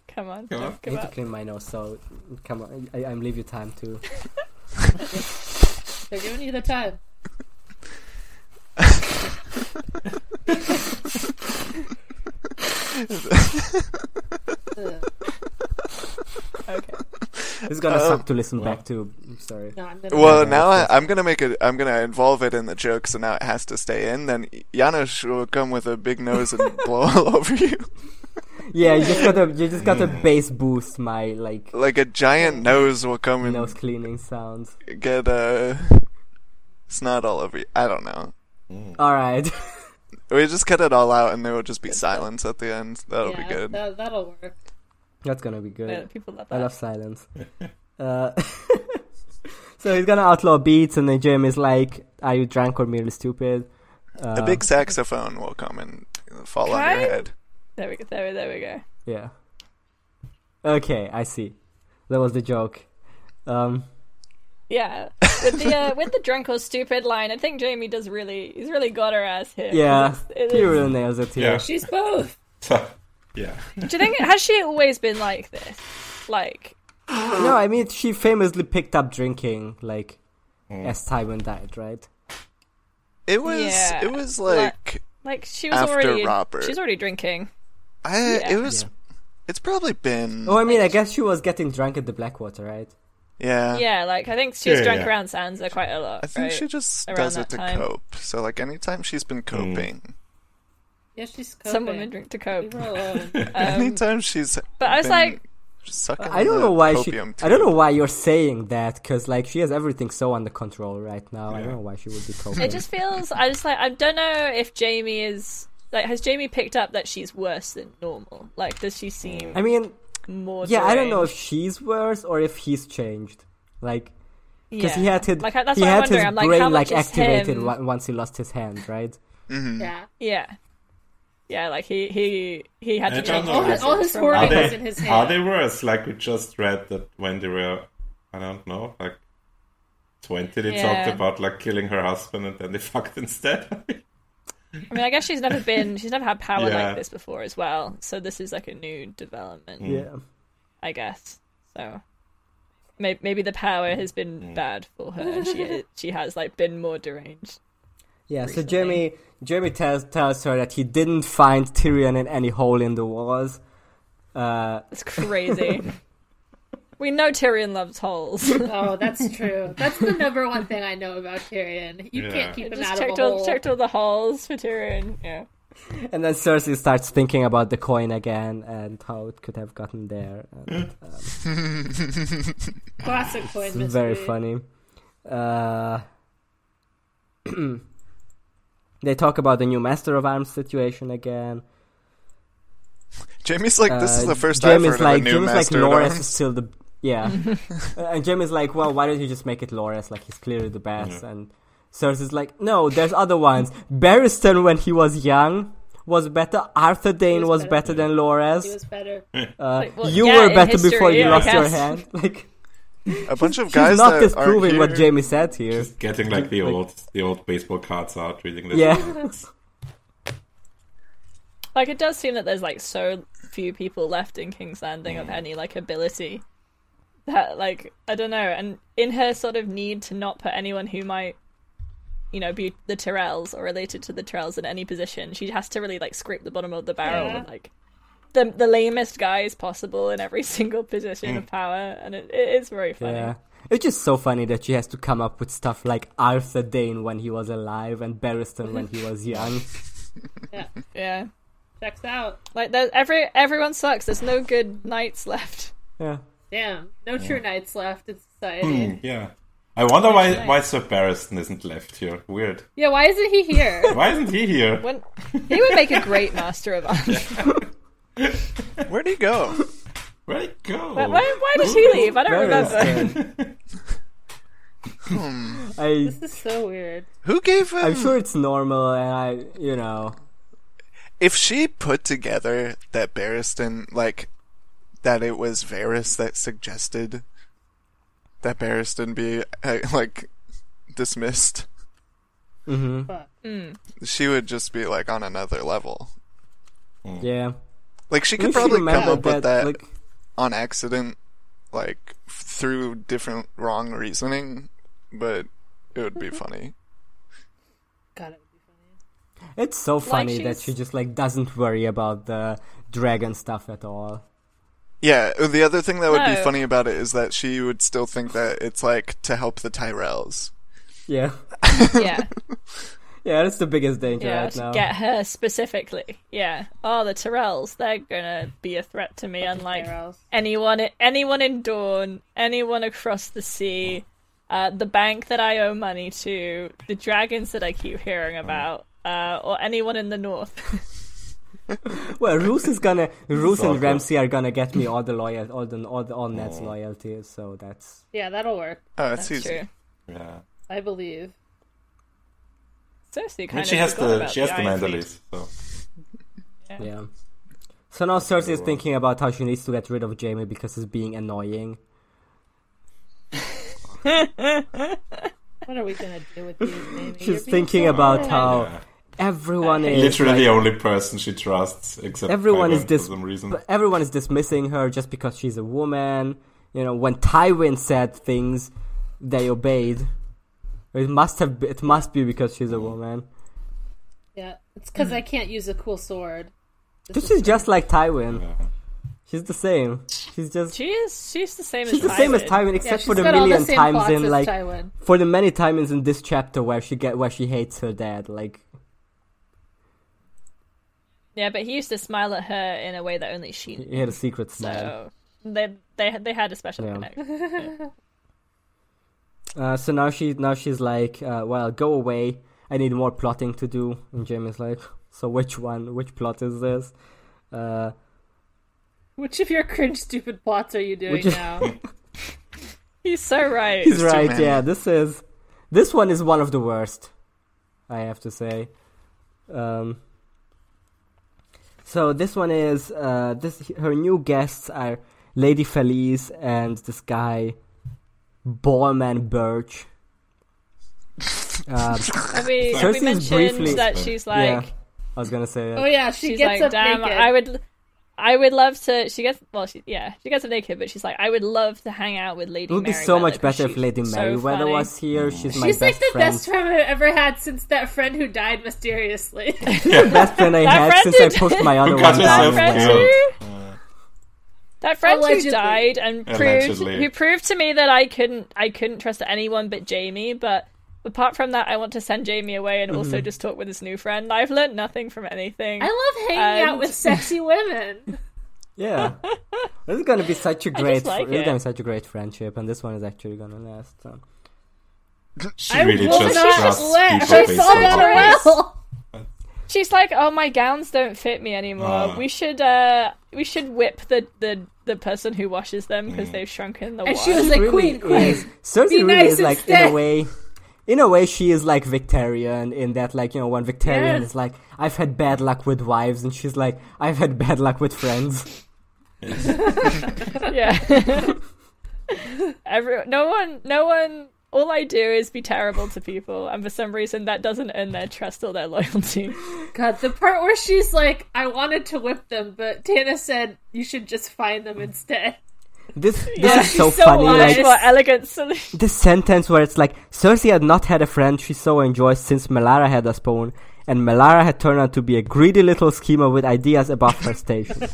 Speaker 3: Come on.
Speaker 5: Come
Speaker 3: don't
Speaker 5: on.
Speaker 4: I
Speaker 3: give
Speaker 4: need to
Speaker 3: up.
Speaker 4: clean my nose. So come on, I, I leave you time to.
Speaker 2: They're giving you the time. Ugh.
Speaker 3: Okay.
Speaker 4: It's gonna suck to listen back to. I'm sorry.
Speaker 2: no, I'm gonna.
Speaker 6: well, now I, I'm gonna make it. I'm gonna involve it in the joke, so now it has to stay in. Then Janusz will come with a big nose and blow all over you
Speaker 4: Yeah, you just gotta you just gotta bass boost my like
Speaker 6: like a giant nose will come and
Speaker 4: nose cleaning sounds.
Speaker 6: get uh, snot all over you. I don't know.
Speaker 4: All right.
Speaker 6: We just cut it all out and there will just be silence at the end. That'll
Speaker 2: yeah,
Speaker 6: be good.
Speaker 2: That, that'll work.
Speaker 4: That's gonna be good.
Speaker 3: Yeah, people love
Speaker 4: I
Speaker 3: that.
Speaker 4: love silence. uh, so he's gonna outlaw beats, and then Jim is like, "Are you drunk or merely stupid?" Uh,
Speaker 6: a big saxophone will come and fall on
Speaker 3: Can I-
Speaker 6: your head.
Speaker 3: There we go. There, we- there we go.
Speaker 4: Yeah. Okay, I see. That was the joke. Um,
Speaker 3: Yeah, with the uh, with the drunk or stupid line, I think Jamie does really he's really got her ass here.
Speaker 4: yeah,
Speaker 3: It
Speaker 4: he
Speaker 3: is-
Speaker 4: really nails it here.
Speaker 5: Yeah.
Speaker 2: She's both.
Speaker 5: So, yeah.
Speaker 3: Do you think has she always been like this? Like,
Speaker 4: No, I mean she famously picked up drinking like
Speaker 6: Hmm.
Speaker 4: as Tywin died, right?
Speaker 6: It was
Speaker 3: Yeah.
Speaker 6: it was
Speaker 3: Like-
Speaker 6: like
Speaker 3: like she was
Speaker 6: After
Speaker 3: already
Speaker 6: Robert.
Speaker 3: she's already drinking.
Speaker 6: I
Speaker 3: Yeah.
Speaker 6: it was
Speaker 4: Yeah.
Speaker 6: it's probably been
Speaker 4: Oh, I mean, I guess she was getting drunk at the Blackwater, right?
Speaker 6: yeah.
Speaker 3: Yeah, like I think she's
Speaker 5: Yeah,
Speaker 3: drunk
Speaker 5: yeah.
Speaker 3: around Sansa quite a lot.
Speaker 6: Uh, I think
Speaker 3: right?
Speaker 6: she just
Speaker 3: Around
Speaker 6: does
Speaker 3: that
Speaker 6: it to
Speaker 3: time.
Speaker 6: cope. So like anytime she's
Speaker 4: Mm.
Speaker 6: been coping,
Speaker 2: Yeah, she's coping.
Speaker 3: some women drink to cope.
Speaker 2: Leave her alone.
Speaker 3: Um,
Speaker 6: anytime she's
Speaker 3: but I was
Speaker 6: been
Speaker 3: like,
Speaker 6: sucking
Speaker 4: I don't
Speaker 6: on
Speaker 4: know
Speaker 6: the
Speaker 4: why she.
Speaker 6: copium
Speaker 4: I don't know
Speaker 6: tube.
Speaker 4: why you're saying that, because like she has everything so under control right now. I don't know why she would be coping.
Speaker 3: It just feels. I just like. I don't know if Jamie is like. Has Jamie picked up that she's worse than normal? Like, does she seem
Speaker 4: I mean,
Speaker 3: more?
Speaker 4: yeah, I don't know if
Speaker 3: deranged?
Speaker 4: she's worse or if he's changed. Like, because he
Speaker 3: Yeah.
Speaker 4: had his,
Speaker 3: Like, that's
Speaker 4: he
Speaker 3: what I'm
Speaker 4: had his
Speaker 3: wondering. I'm like,
Speaker 4: brain
Speaker 3: how
Speaker 4: like
Speaker 3: much is
Speaker 4: activated
Speaker 3: him?
Speaker 4: on- once he lost his hand, right?
Speaker 2: yeah.
Speaker 3: Yeah, yeah. Like he he he had
Speaker 5: I
Speaker 3: to
Speaker 5: don't
Speaker 3: change
Speaker 5: know.
Speaker 2: All his, all his
Speaker 3: from-
Speaker 2: horror
Speaker 5: Are
Speaker 2: is
Speaker 5: they-
Speaker 2: in his
Speaker 5: Are
Speaker 2: hand.
Speaker 5: they worse? Like we just read that when they were, I don't know, like twenty, they
Speaker 3: Yeah.
Speaker 5: talked about like killing her husband and then they fucked instead.
Speaker 3: I mean, I guess she's never been she's never had power
Speaker 5: Yeah.
Speaker 3: like this before as well. So this is like a new development,
Speaker 4: Yeah.
Speaker 3: I guess. So maybe, maybe the power has been bad for her, and she she has like been more deranged.
Speaker 4: Yeah, so
Speaker 3: recently.
Speaker 4: Jeremy Jeremy tells tells her that he didn't find Tyrion in any hole in the walls. Uh,
Speaker 3: It's crazy. we know Tyrion loves holes.
Speaker 2: Oh, that's true. That's the number one thing I know about Tyrion. You can't
Speaker 5: Yeah.
Speaker 2: keep him
Speaker 3: Just
Speaker 2: out of
Speaker 3: checked
Speaker 2: a hole.
Speaker 3: all checked all the holes for Tyrion. Yeah.
Speaker 4: and then Cersei starts thinking about the coin again and how it could have gotten there. And, um,
Speaker 2: Classic coin mystery.
Speaker 4: It's very funny. Uh, they talk about the new Master of Arms situation again.
Speaker 6: Jamie's like, this is
Speaker 4: Uh,
Speaker 6: the first
Speaker 4: Jem
Speaker 6: I've heard
Speaker 4: is like,
Speaker 6: of a new
Speaker 4: Jem is
Speaker 6: master
Speaker 4: like,
Speaker 6: at
Speaker 4: Loras
Speaker 6: arms.
Speaker 4: is still the yeah, Uh, and Jim is like, well, why don't you just make it Loras? Like he's clearly the best. And Cersei's like, no, there's other ones. Barristan when he was young was better. Arthur Dane
Speaker 2: was
Speaker 4: was,
Speaker 2: better.
Speaker 4: better, than Loras.
Speaker 2: He was better.
Speaker 4: Uh,
Speaker 3: Like, well,
Speaker 4: you
Speaker 3: yeah,
Speaker 4: were
Speaker 3: in
Speaker 4: better before
Speaker 3: history,
Speaker 4: you
Speaker 3: yeah, I
Speaker 4: lost your
Speaker 3: guess.
Speaker 4: hand. Like
Speaker 6: A bunch of
Speaker 4: he's
Speaker 6: guys
Speaker 4: not
Speaker 6: that aren't
Speaker 4: disproving
Speaker 6: here.
Speaker 4: what Jamie said here.
Speaker 5: Just getting like the
Speaker 4: Like-
Speaker 5: old the old baseball cards out, reading this.
Speaker 4: Yeah.
Speaker 3: Like it does seem that there's like so few people left in King's Landing of any like ability that like I don't know, and in her sort of need to not put anyone who might you know be the Tyrells or related to the Tyrells in any position, she has to really like scrape the bottom of the barrel
Speaker 2: Yeah.
Speaker 3: with like the the lamest guys possible in every single position of power, and it, it is very funny.
Speaker 4: Yeah. It's just so funny that she has to come up with stuff like Arthur Dane when he was alive and Barristan when he was young.
Speaker 2: Yeah.
Speaker 3: yeah.
Speaker 2: Checks out.
Speaker 3: Like there's every everyone sucks. There's no good knights left.
Speaker 4: Yeah.
Speaker 2: Damn. No true knights left in society.
Speaker 5: Yeah. I wonder why
Speaker 3: nice.
Speaker 5: why Sir Barristan isn't left here. Weird.
Speaker 2: Yeah, why isn't he here?
Speaker 5: Why isn't he here?
Speaker 3: When he would make a great master of arms.
Speaker 6: Where'd he go?
Speaker 5: Where'd he go?
Speaker 3: Why, why, why did he leave? I don't remember.
Speaker 4: Barristan.
Speaker 6: Hmm.
Speaker 4: I
Speaker 2: this is so weird.
Speaker 6: Who gave him?
Speaker 4: I'm sure it's normal and I you know
Speaker 6: If she put together that Barristan, like that, it was Varys that suggested that Barristan be uh, like dismissed.
Speaker 4: Mm-hmm.
Speaker 2: Fuck.
Speaker 6: She would just be like on another level.
Speaker 4: yeah.
Speaker 6: Like she
Speaker 4: We
Speaker 6: could
Speaker 4: should
Speaker 6: probably come
Speaker 4: remember
Speaker 6: up with that
Speaker 4: like
Speaker 6: on accident, like f- through different wrong reasoning, but it would
Speaker 2: Mm-hmm.
Speaker 6: be funny.
Speaker 2: God, it would be funny.
Speaker 4: it's so funny that
Speaker 3: she's-
Speaker 4: she just like doesn't worry about the dragon stuff at all.
Speaker 6: Yeah, uh, the other thing that would be
Speaker 2: Oh.
Speaker 3: No.
Speaker 6: funny about it is that she would still think that it's like to help the Tyrells.
Speaker 4: Yeah.
Speaker 3: yeah,
Speaker 4: Yeah, that's the biggest danger
Speaker 3: yeah.
Speaker 4: right
Speaker 3: to
Speaker 4: now.
Speaker 3: get her specifically. Yeah. Oh, the Tyrells. They're gonna be a threat to me, unlike
Speaker 2: Where else?
Speaker 3: anyone, anyone in Dawn, anyone across the sea. uh, the bank that I owe money to, the dragons that I keep hearing
Speaker 5: Mm.
Speaker 3: about, uh, or anyone in the north.
Speaker 4: Well, Roos is gonna, Roos
Speaker 5: awful.
Speaker 4: and Ramsey are gonna get me all the loyal, all the all, the, all Nets loyalties. So that's
Speaker 2: Yeah, that'll work.
Speaker 6: Oh, it's
Speaker 3: That's
Speaker 6: easy.
Speaker 3: true.
Speaker 5: Yeah.
Speaker 2: I believe.
Speaker 3: Cersei kind
Speaker 5: I mean,
Speaker 3: of
Speaker 5: she has
Speaker 3: forgot
Speaker 5: the
Speaker 3: about
Speaker 5: she has the
Speaker 3: Iron Fleet.
Speaker 5: Mandalese, so
Speaker 4: yeah. So now Cersei is thinking about how she needs to get rid of Jamie because he's being annoying.
Speaker 2: What are we gonna do with these Jamie? You're
Speaker 4: She's
Speaker 2: being
Speaker 4: thinking
Speaker 2: so
Speaker 4: about
Speaker 2: annoying.
Speaker 4: how everyone is
Speaker 5: literally
Speaker 4: like-
Speaker 5: the only person she trusts, except
Speaker 4: everyone
Speaker 5: Tywin
Speaker 4: is dis-
Speaker 5: for some reason.
Speaker 4: but everyone is dismissing her just because she's a woman. You know, when Tywin said things, they obeyed. It must have. Be, it must be because she's
Speaker 2: Mm.
Speaker 4: a woman.
Speaker 2: Yeah, it's because I can't use a cool sword.
Speaker 4: This is just like Tywin. She's the same. She's just.
Speaker 3: She is. She's the same
Speaker 4: She's
Speaker 3: as
Speaker 4: the same as
Speaker 3: Tywin.
Speaker 4: Tywin,
Speaker 2: Yeah,
Speaker 4: except
Speaker 2: she's
Speaker 4: for the
Speaker 2: got all the
Speaker 4: million
Speaker 2: same
Speaker 4: times
Speaker 2: plots
Speaker 4: in
Speaker 2: as
Speaker 4: like
Speaker 2: Tywin.
Speaker 4: for the many times in this chapter where she get where she hates her dad. Like
Speaker 3: Yeah, but he used to smile at her in a way that only she knew.
Speaker 4: he had a secret smile.
Speaker 3: So they they they had a special
Speaker 4: Yeah.
Speaker 3: connection.
Speaker 4: Uh, so now she now she's like, uh, well, go away. I need more plotting to do. And Jamie's like, so which one? Which plot is this? Uh,
Speaker 2: Which of your cringe, stupid plots are you doing
Speaker 4: Which is-
Speaker 2: now?
Speaker 3: He's so right.
Speaker 4: he's
Speaker 6: too
Speaker 4: right.
Speaker 6: many.
Speaker 4: Yeah, this is this one is one of the worst. I have to say. Um, so this one is uh, this her new guests are Lady Felice and this guy, Borman Birch. Um,
Speaker 3: Have we,
Speaker 4: Cersei
Speaker 3: have we
Speaker 4: is
Speaker 3: mentioned
Speaker 4: briefly-
Speaker 3: that she's
Speaker 4: yeah,
Speaker 3: like
Speaker 4: I was gonna say. that.
Speaker 2: oh yeah, she
Speaker 3: she's
Speaker 2: gets
Speaker 3: like
Speaker 2: up
Speaker 3: damn
Speaker 2: naked.
Speaker 3: I would I would love to she gets well she yeah she gets up naked but she's like I would love to hang out with Lady.
Speaker 4: It would be so
Speaker 3: Merryweather
Speaker 4: much
Speaker 3: because
Speaker 4: better if
Speaker 3: she's
Speaker 4: Lady
Speaker 3: so
Speaker 4: Merryweather
Speaker 3: funny."
Speaker 4: was here. She's my
Speaker 2: She's like
Speaker 4: best
Speaker 2: the
Speaker 4: friend.
Speaker 2: best friend I've ever had since that friend who died mysteriously.
Speaker 4: best friend I
Speaker 3: That
Speaker 4: had
Speaker 3: friend
Speaker 4: since I
Speaker 3: who
Speaker 4: pushed my other
Speaker 5: got
Speaker 4: one down.
Speaker 5: herself
Speaker 3: That friend
Speaker 5: Yeah.
Speaker 3: who that friend who
Speaker 2: Allegedly.
Speaker 3: died and proved
Speaker 5: Allegedly.
Speaker 3: who proved to me that I couldn't I couldn't trust anyone but Jamie. But apart from that, I want to send Jamie away
Speaker 4: Mm-hmm.
Speaker 3: and also just talk with his new friend. I've learned nothing from anything.
Speaker 2: I love hanging out
Speaker 3: And-
Speaker 2: with sexy women.
Speaker 4: Yeah, this is gonna be such a great.
Speaker 3: like
Speaker 4: this is gonna
Speaker 3: it.
Speaker 4: be such a great friendship, and this one is actually gonna last. So.
Speaker 5: she really
Speaker 2: will
Speaker 5: just
Speaker 2: not
Speaker 5: trusts
Speaker 2: let
Speaker 5: people
Speaker 2: her
Speaker 5: based
Speaker 2: fall
Speaker 5: on
Speaker 2: down a
Speaker 5: what-
Speaker 2: well.
Speaker 3: She's like, "Oh, my gowns don't fit me anymore.
Speaker 5: Ah.
Speaker 3: we should, uh, we should whip the the, the person who washes them
Speaker 4: Mm.
Speaker 3: because they've shrunken the
Speaker 2: And
Speaker 3: wash."
Speaker 2: she was like,
Speaker 4: Really
Speaker 2: "Queen, queen."
Speaker 4: is- Cersei
Speaker 2: Be
Speaker 4: really
Speaker 2: nice
Speaker 4: is like in
Speaker 2: instead.
Speaker 4: a way. In a way, she is like Victorian in that, like you know, when Victorian
Speaker 2: Yes.
Speaker 4: is like, "I've had bad luck with wives," and she's like, "I've had bad luck with friends."
Speaker 3: yeah. Every no one, no one. All I do is be terrible to people, and for some reason, that doesn't earn their trust or their loyalty.
Speaker 2: God, the part where she's like, "I wanted to whip them, but Tana said you should just find them instead."
Speaker 4: This this
Speaker 3: Yeah,
Speaker 4: is so
Speaker 2: she's so
Speaker 4: funny.
Speaker 2: wise.
Speaker 4: Like
Speaker 3: Much more elegant solution.
Speaker 4: this sentence where it's like Cersei had not had a friend she so enjoys since Melara had a spawn, and Melara had turned out to be a greedy little schemer with ideas above her station.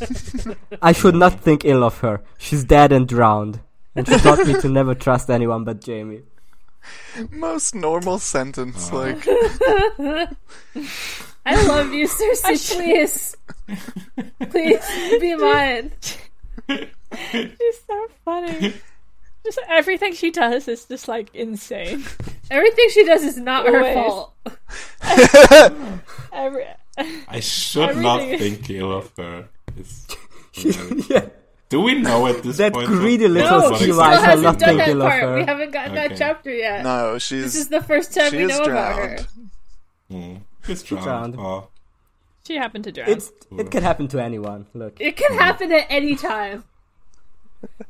Speaker 4: I should not think ill of her. She's dead and drowned, and she taught me to never trust anyone but Jamie.
Speaker 6: Most normal sentence. Like,
Speaker 2: I love you, Cersei.
Speaker 3: should-
Speaker 2: please, please be mine.
Speaker 3: She's so funny. Just everything she does is just like insane.
Speaker 2: Everything she does is not her
Speaker 3: Always.
Speaker 2: fault.
Speaker 3: Every
Speaker 5: I should not
Speaker 3: Everything.
Speaker 5: think ill of her. It's-
Speaker 4: yeah,
Speaker 5: Do we know at this
Speaker 4: That
Speaker 5: point?
Speaker 4: greedy
Speaker 5: what-
Speaker 4: little
Speaker 5: what
Speaker 2: No,
Speaker 4: she
Speaker 2: she
Speaker 5: exactly-
Speaker 2: still
Speaker 4: lies, I
Speaker 2: hasn't
Speaker 4: love
Speaker 2: done
Speaker 4: thinking
Speaker 2: that
Speaker 4: of
Speaker 2: part.
Speaker 4: her.
Speaker 2: We haven't gotten
Speaker 5: Okay.
Speaker 2: that chapter yet.
Speaker 6: no, she's
Speaker 2: This is the first time
Speaker 6: she
Speaker 2: we
Speaker 6: is
Speaker 2: know about her.
Speaker 6: drowned.
Speaker 5: Mm, It's drowned.
Speaker 4: drowned.
Speaker 5: Oh,
Speaker 3: she happened to drown.
Speaker 4: It's it could happen to anyone. Look,
Speaker 2: It can happen at any time.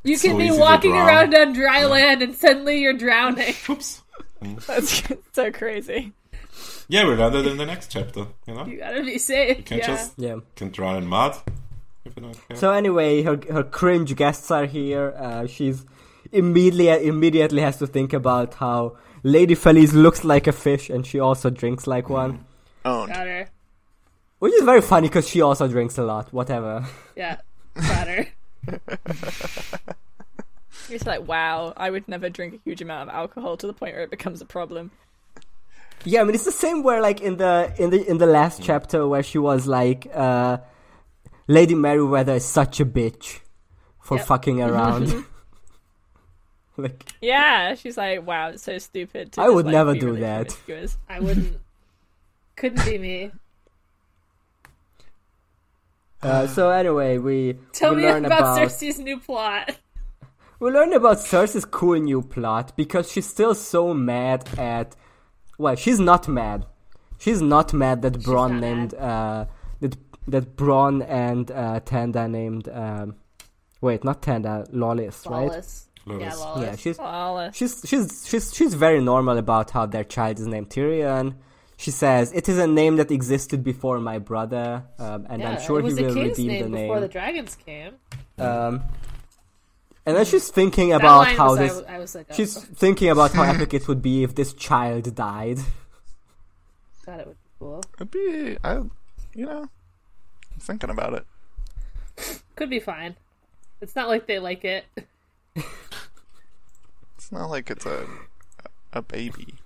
Speaker 2: You can
Speaker 5: so
Speaker 2: be
Speaker 5: easy to
Speaker 2: walking
Speaker 5: drown.
Speaker 2: around on dry land and suddenly you're drowning.
Speaker 5: oops.
Speaker 3: That's so crazy.
Speaker 5: Yeah, we learned it in the next chapter. You know,
Speaker 2: You gotta be safe.
Speaker 5: can
Speaker 2: yeah.
Speaker 5: just
Speaker 4: yeah.
Speaker 5: can drown in mud if you don't care.
Speaker 4: So anyway, her her cringe guests are here. Uh, she's immediately immediately has to think about how Lady Felice looks like a fish and she also drinks like one,
Speaker 6: Owned.
Speaker 2: Got her.
Speaker 4: which is very funny because she also drinks a lot. Whatever.
Speaker 2: Yeah. Got her.
Speaker 3: It's like, wow, I would never drink a huge amount of alcohol to the point where it becomes a problem.
Speaker 4: Yeah, I mean it's the same where like in the in the in the last chapter where she was like, uh, Lady Merryweather is such a bitch for
Speaker 2: Yep.
Speaker 4: fucking around. Like
Speaker 3: Yeah, she's like, wow, it's so stupid. To
Speaker 4: I
Speaker 3: just,
Speaker 4: would
Speaker 3: like,
Speaker 4: never
Speaker 3: be
Speaker 4: do
Speaker 3: really
Speaker 4: that.
Speaker 3: promiscuous."
Speaker 2: I wouldn't. Couldn't be me.
Speaker 4: uh, so anyway, we
Speaker 2: Tell
Speaker 4: we
Speaker 2: me
Speaker 4: learn
Speaker 2: about, Cersei's new plot.
Speaker 4: We learn about Cersei's cool new plot because she's still so mad at. Well, she's not mad. She's not mad that Bronn
Speaker 2: not
Speaker 4: named uh that that Bronn and uh, Tanda named um, wait not Tanda Lawless right?
Speaker 2: Lawless. Yeah,
Speaker 5: Lawless.
Speaker 2: lawless.
Speaker 4: Yeah, she's
Speaker 3: Flawless.
Speaker 4: she's she's she's she's very normal about how their child is named Tyrion. She says it is a name that existed before my brother, um, and
Speaker 2: Yeah,
Speaker 4: I'm sure
Speaker 2: it
Speaker 4: he
Speaker 2: was
Speaker 4: will
Speaker 2: a king's
Speaker 4: redeem
Speaker 2: name
Speaker 4: the name.
Speaker 2: before the dragons came.
Speaker 4: um, and then she's thinking
Speaker 2: That
Speaker 4: about
Speaker 2: line
Speaker 4: how
Speaker 2: was, I
Speaker 4: this.
Speaker 2: w- I, was like, oh,
Speaker 4: She's thinking about how epic it would be if this child died.
Speaker 2: thought it would be cool.
Speaker 6: It'd be, I, you know, I'm thinking about it.
Speaker 2: Could be fine. It's not like they like it.
Speaker 6: It's not like it's a a baby.
Speaker 2: It's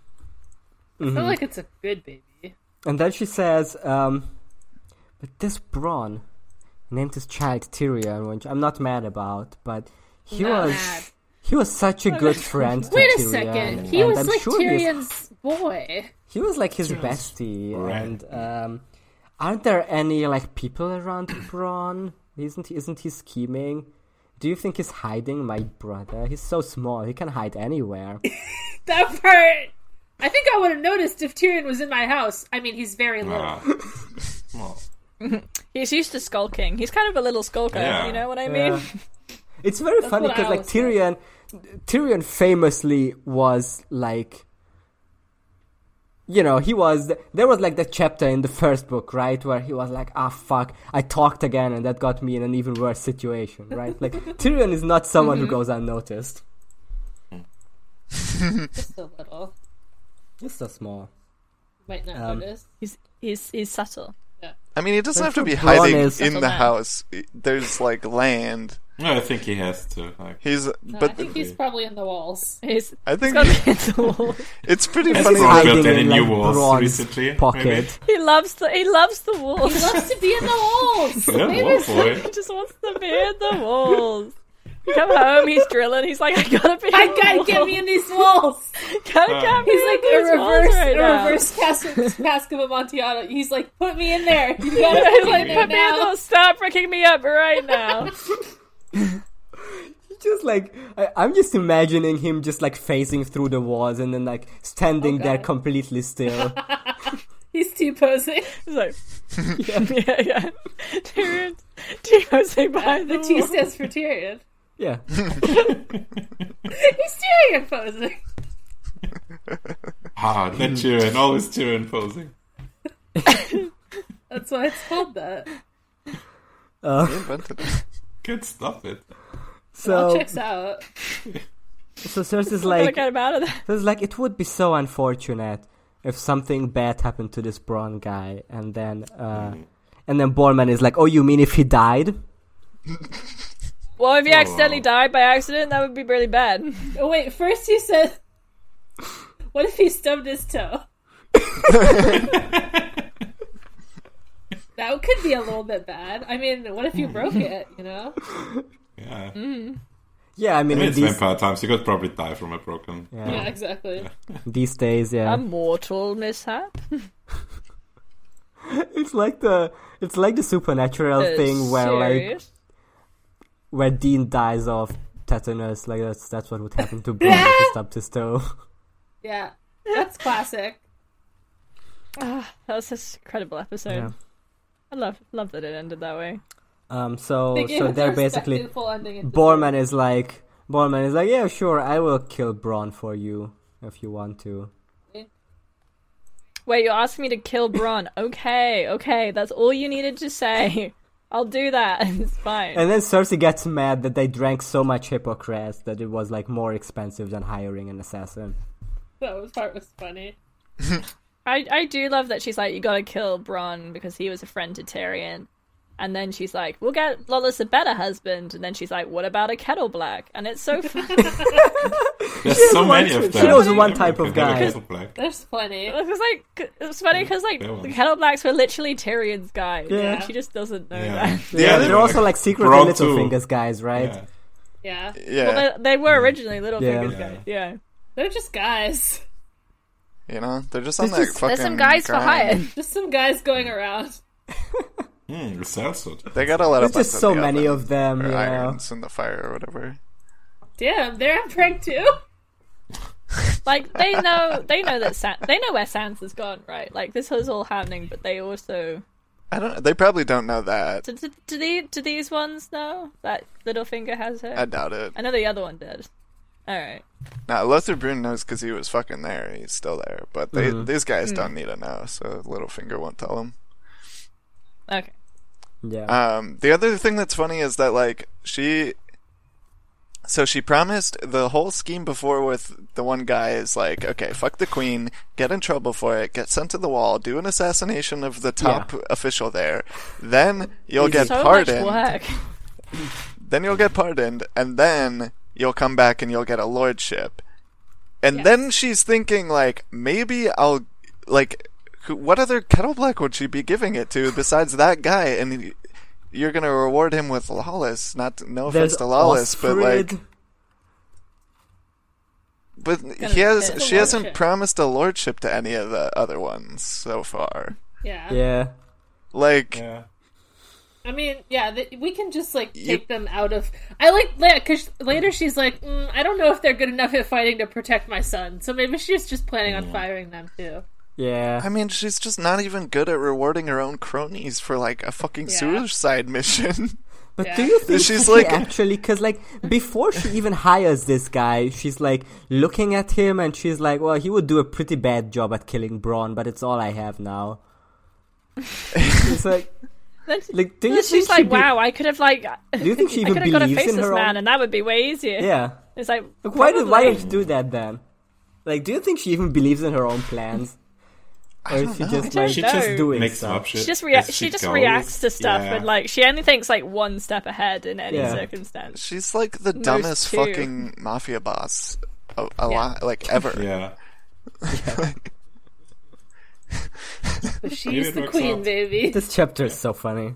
Speaker 4: Mm-hmm.
Speaker 2: not like it's a good baby.
Speaker 4: And then she says, um, but this Braun named his child Tyrion, which I'm not mad about, but he
Speaker 2: Not
Speaker 4: was
Speaker 2: mad.
Speaker 4: he was such a good friend to
Speaker 2: Wait a
Speaker 4: Tyrion.
Speaker 2: second. He
Speaker 4: and
Speaker 2: was
Speaker 4: I'm
Speaker 2: like
Speaker 4: sure he's-
Speaker 2: Tyrion's boy.
Speaker 4: He was like his bestie,
Speaker 5: Right.
Speaker 4: and um, aren't there any like people around Braun? Isn't he, isn't he scheming? Do you think he's hiding my brother? He's so small; he can hide anywhere.
Speaker 2: That part. I think I would have noticed if Tyrion was in my house. I mean, he's very little.
Speaker 5: Ah. Well,
Speaker 3: He's used to skulking. He's kind of a little skulker.
Speaker 5: Yeah.
Speaker 3: You know what I mean?
Speaker 4: Yeah. It's very funny
Speaker 2: what I
Speaker 4: because like
Speaker 2: always say.
Speaker 4: Tyrion, Tyrion famously was like, you know, he was there was like that chapter in the first book, right, where he was like, ah, fuck, I talked again, and that got me in an even worse situation, right? Like Tyrion is not someone
Speaker 2: Mm-hmm.
Speaker 4: who goes unnoticed.
Speaker 2: Just a little.
Speaker 4: He's so small.
Speaker 2: Might not
Speaker 4: Um,
Speaker 2: notice.
Speaker 3: He's he's he's subtle.
Speaker 6: I mean, he doesn't have to be
Speaker 4: That's what
Speaker 6: hiding
Speaker 4: Bronn is.
Speaker 6: in
Speaker 3: That's
Speaker 6: the
Speaker 3: what I-
Speaker 6: house. There's like land.
Speaker 5: no, I think he has to. Like,
Speaker 6: He's,
Speaker 2: No,
Speaker 6: but
Speaker 2: I think he's probably in the walls.
Speaker 3: He's
Speaker 6: I think
Speaker 3: got the wall.
Speaker 6: it's pretty
Speaker 5: That's
Speaker 6: funny.
Speaker 5: Bronn
Speaker 6: that-
Speaker 5: built
Speaker 4: hiding
Speaker 5: any
Speaker 4: in,
Speaker 5: new
Speaker 4: like,
Speaker 5: walls
Speaker 4: Bronn's
Speaker 5: recently, maybe?
Speaker 4: pocket.
Speaker 3: He loves the he loves the walls.
Speaker 2: He loves to be in the walls.
Speaker 5: yeah,
Speaker 2: Maybe
Speaker 5: well, boy.
Speaker 3: He just wants to be in the walls. You come home, he's drilling. He's like, I gotta be.
Speaker 2: I
Speaker 3: in the
Speaker 2: gotta
Speaker 3: walls.
Speaker 2: get me in these walls.
Speaker 3: Gotta get me
Speaker 2: He's
Speaker 3: in
Speaker 2: like a
Speaker 3: these walls
Speaker 2: reverse,
Speaker 3: right
Speaker 2: a
Speaker 3: now.
Speaker 2: reverse Cas- Casca Amontillado. He's like, put me in there. You gotta
Speaker 3: He's
Speaker 2: put me
Speaker 3: like,
Speaker 2: in there
Speaker 3: put me in the
Speaker 2: now.
Speaker 3: walls. Stop breaking me up right now.
Speaker 4: just like I, I'm just imagining him just like phasing through the walls and then like standing there
Speaker 2: God.
Speaker 4: completely still.
Speaker 2: He's T posing.
Speaker 3: He's like, yeah, yeah, yeah. Tyrion, Tyrion's like behind
Speaker 2: The
Speaker 3: the
Speaker 2: T
Speaker 3: wall.
Speaker 2: stands for Tyrion.
Speaker 4: yeah.
Speaker 2: He's Tyrion posing.
Speaker 5: Ah,
Speaker 4: Hmm.
Speaker 5: that Tyrion, always Tyrion posing.
Speaker 2: That's why it's called that.
Speaker 4: Uh,
Speaker 6: he invented it.
Speaker 5: Good stuff, it.
Speaker 2: All
Speaker 4: So
Speaker 2: checks out.
Speaker 4: so Cersei's
Speaker 3: Gotta
Speaker 4: like
Speaker 3: get him out of there.
Speaker 4: Because like it would be so unfortunate if something bad happened to this Braun guy, and then uh, and then Borman is like, "Oh, you mean if he died?"
Speaker 3: Well, if he accidentally died by accident, that would be really bad.
Speaker 2: Oh, wait, first he said, "What if he stubbed his toe?" that could be a little bit bad. I mean, what if you broke it? You know, Mm.
Speaker 5: Yeah.
Speaker 4: Yeah, I
Speaker 5: I
Speaker 4: mean,
Speaker 5: mean,
Speaker 4: in
Speaker 5: it's
Speaker 4: these,
Speaker 5: vampire times. You could probably die from a broken.
Speaker 4: Yeah.
Speaker 2: yeah, exactly.
Speaker 4: these days, yeah,
Speaker 3: A
Speaker 2: Um,
Speaker 3: mortal mishap.
Speaker 4: it's like the it's like the supernatural thing where like
Speaker 3: Serious.
Speaker 4: where Dean dies of tetanus. Like that's that's what would happen to Braun if he stubbed his toe.
Speaker 2: Yeah, that's classic.
Speaker 3: that was such an incredible episode.
Speaker 4: Yeah.
Speaker 3: I love love that it ended that way.
Speaker 4: Um, so
Speaker 2: They gave
Speaker 4: so
Speaker 2: it
Speaker 4: they're
Speaker 2: a
Speaker 4: basically
Speaker 2: respectful ending at the
Speaker 4: Borman is like Borman is like, "Yeah, sure, I will kill Braun for you if you want to."
Speaker 3: Wait, you're asking me to kill Bron? okay, okay, that's all you needed to say. I'll do that. It's fine.
Speaker 4: And then Cersei gets mad that they drank so much Hippocras that it was like more expensive than hiring an assassin.
Speaker 2: end. That was part was funny.
Speaker 3: I, I do love that she's like, you gotta kill Bron because he was a friend to Tyrion. And then she's like, we'll get Lawless a better husband. And then she's like, what about a kettle black? And it's so funny.
Speaker 5: There's so
Speaker 4: was
Speaker 5: many
Speaker 4: one-
Speaker 5: of
Speaker 4: she
Speaker 5: them.
Speaker 4: was one type of guy.
Speaker 5: Because- Black.
Speaker 2: There's plenty.
Speaker 3: It was like, it's funny because like
Speaker 5: Yeah.
Speaker 3: the kettle blacks were literally Tyrion's guy.
Speaker 4: Yeah.
Speaker 3: And she just doesn't know
Speaker 5: Yeah.
Speaker 3: that.
Speaker 5: Yeah,
Speaker 4: they're also like secretly
Speaker 5: Braun
Speaker 4: little
Speaker 5: too.
Speaker 4: fingers guys, right?
Speaker 5: Yeah.
Speaker 2: Yeah.
Speaker 6: Yeah,
Speaker 3: Well, they, they were originally little
Speaker 4: Yeah.
Speaker 3: figures guys. Yeah.
Speaker 2: They're just guys.
Speaker 6: you know they're just on that
Speaker 4: just-
Speaker 6: fucking.
Speaker 7: There's some guys for
Speaker 6: grind.
Speaker 7: hire.
Speaker 2: Just some guys going around.
Speaker 5: Hmm, Celso.
Speaker 6: They gotta let up.
Speaker 4: There's just so many of them, you
Speaker 6: Or
Speaker 4: know.
Speaker 6: irons in the fire or whatever.
Speaker 2: Damn, they're on prank too?
Speaker 3: Like they know they know that San- they know where Sansa's gone, right? Like this was all happening, but they also
Speaker 6: I don't. They probably don't know that.
Speaker 3: do, do, do, the, do these ones know that Littlefinger has her?
Speaker 6: I doubt it.
Speaker 3: I know the other one did. All right.
Speaker 6: Now Lothar Brun knows because he was fucking there. He's still there, but they,
Speaker 4: Mm-hmm.
Speaker 6: these
Speaker 7: Hmm.
Speaker 6: guys don't need to know. So Littlefinger won't tell them.
Speaker 3: Okay.
Speaker 4: Yeah.
Speaker 6: Um, the other thing that's funny is that like she, so she promised the whole scheme before with the one guy is like, okay, fuck the queen, get in trouble for it, get sent to the wall, do an assassination of the top official there, then you'll get
Speaker 3: so
Speaker 6: pardoned,
Speaker 3: much work.
Speaker 6: then you'll get pardoned, and then you'll come back and you'll get a lordship. And then she's thinking like, maybe I'll like, who- what other kettle black would she be giving it to besides that guy? And he- you're gonna reward him with lawless. Not no offense to lawless, but like,
Speaker 4: Osfrid.
Speaker 6: but he has
Speaker 2: fit.
Speaker 6: she hasn't
Speaker 2: Lordship.
Speaker 6: promised a lordship to any of the other ones so far.
Speaker 2: Yeah.
Speaker 4: yeah.
Speaker 6: Like,
Speaker 5: Yeah.
Speaker 2: I mean, yeah, th- we can just like take
Speaker 6: You-
Speaker 2: them out of. I like yeah, because later she's like, mm, I don't know if they're good enough at fighting to protect my son, so maybe she's just planning on firing them too.
Speaker 4: Yeah.
Speaker 6: I mean, she's just not even good at rewarding her own cronies for like a fucking suicide mission.
Speaker 4: But
Speaker 2: Yeah.
Speaker 4: do you think
Speaker 6: She's
Speaker 4: she's
Speaker 6: like-
Speaker 4: like actually? Because like before she even hires this guy, she's like looking at him and she's like, "Well, he would do a pretty bad job at killing Braun, but it's all I have now." it's like,
Speaker 3: Then
Speaker 4: like, do you
Speaker 3: then
Speaker 4: think
Speaker 3: she's
Speaker 4: she'd
Speaker 3: like,
Speaker 4: be-
Speaker 3: "Wow, I could have like,
Speaker 4: Do you think she
Speaker 3: I
Speaker 4: even
Speaker 3: could have got a
Speaker 4: believes
Speaker 3: faceless
Speaker 4: in her?
Speaker 3: man,
Speaker 4: own...
Speaker 3: and that would be way easier."
Speaker 4: Yeah.
Speaker 3: It's like,
Speaker 4: Like, why did why
Speaker 3: probably.
Speaker 4: did she do that then? Like, do you think she even believes in her own plans, or is she just
Speaker 3: I
Speaker 4: like
Speaker 3: don't
Speaker 4: she's
Speaker 3: know.
Speaker 4: just doing
Speaker 5: Makes
Speaker 4: stuff?
Speaker 5: up shit.
Speaker 3: She just
Speaker 5: as
Speaker 3: reacts. She, just
Speaker 5: goes.
Speaker 3: reacts to stuff,
Speaker 5: Yeah.
Speaker 3: but like she only thinks like one step ahead in any
Speaker 4: Yeah.
Speaker 3: circumstance.
Speaker 6: She's like the dumbest
Speaker 3: two.
Speaker 6: fucking mafia boss a, a lot, like ever.
Speaker 5: Yeah.
Speaker 2: But
Speaker 5: Maybe
Speaker 2: she's
Speaker 5: it
Speaker 2: the
Speaker 5: works
Speaker 2: queen,
Speaker 5: out.
Speaker 2: baby.
Speaker 4: This chapter is so funny.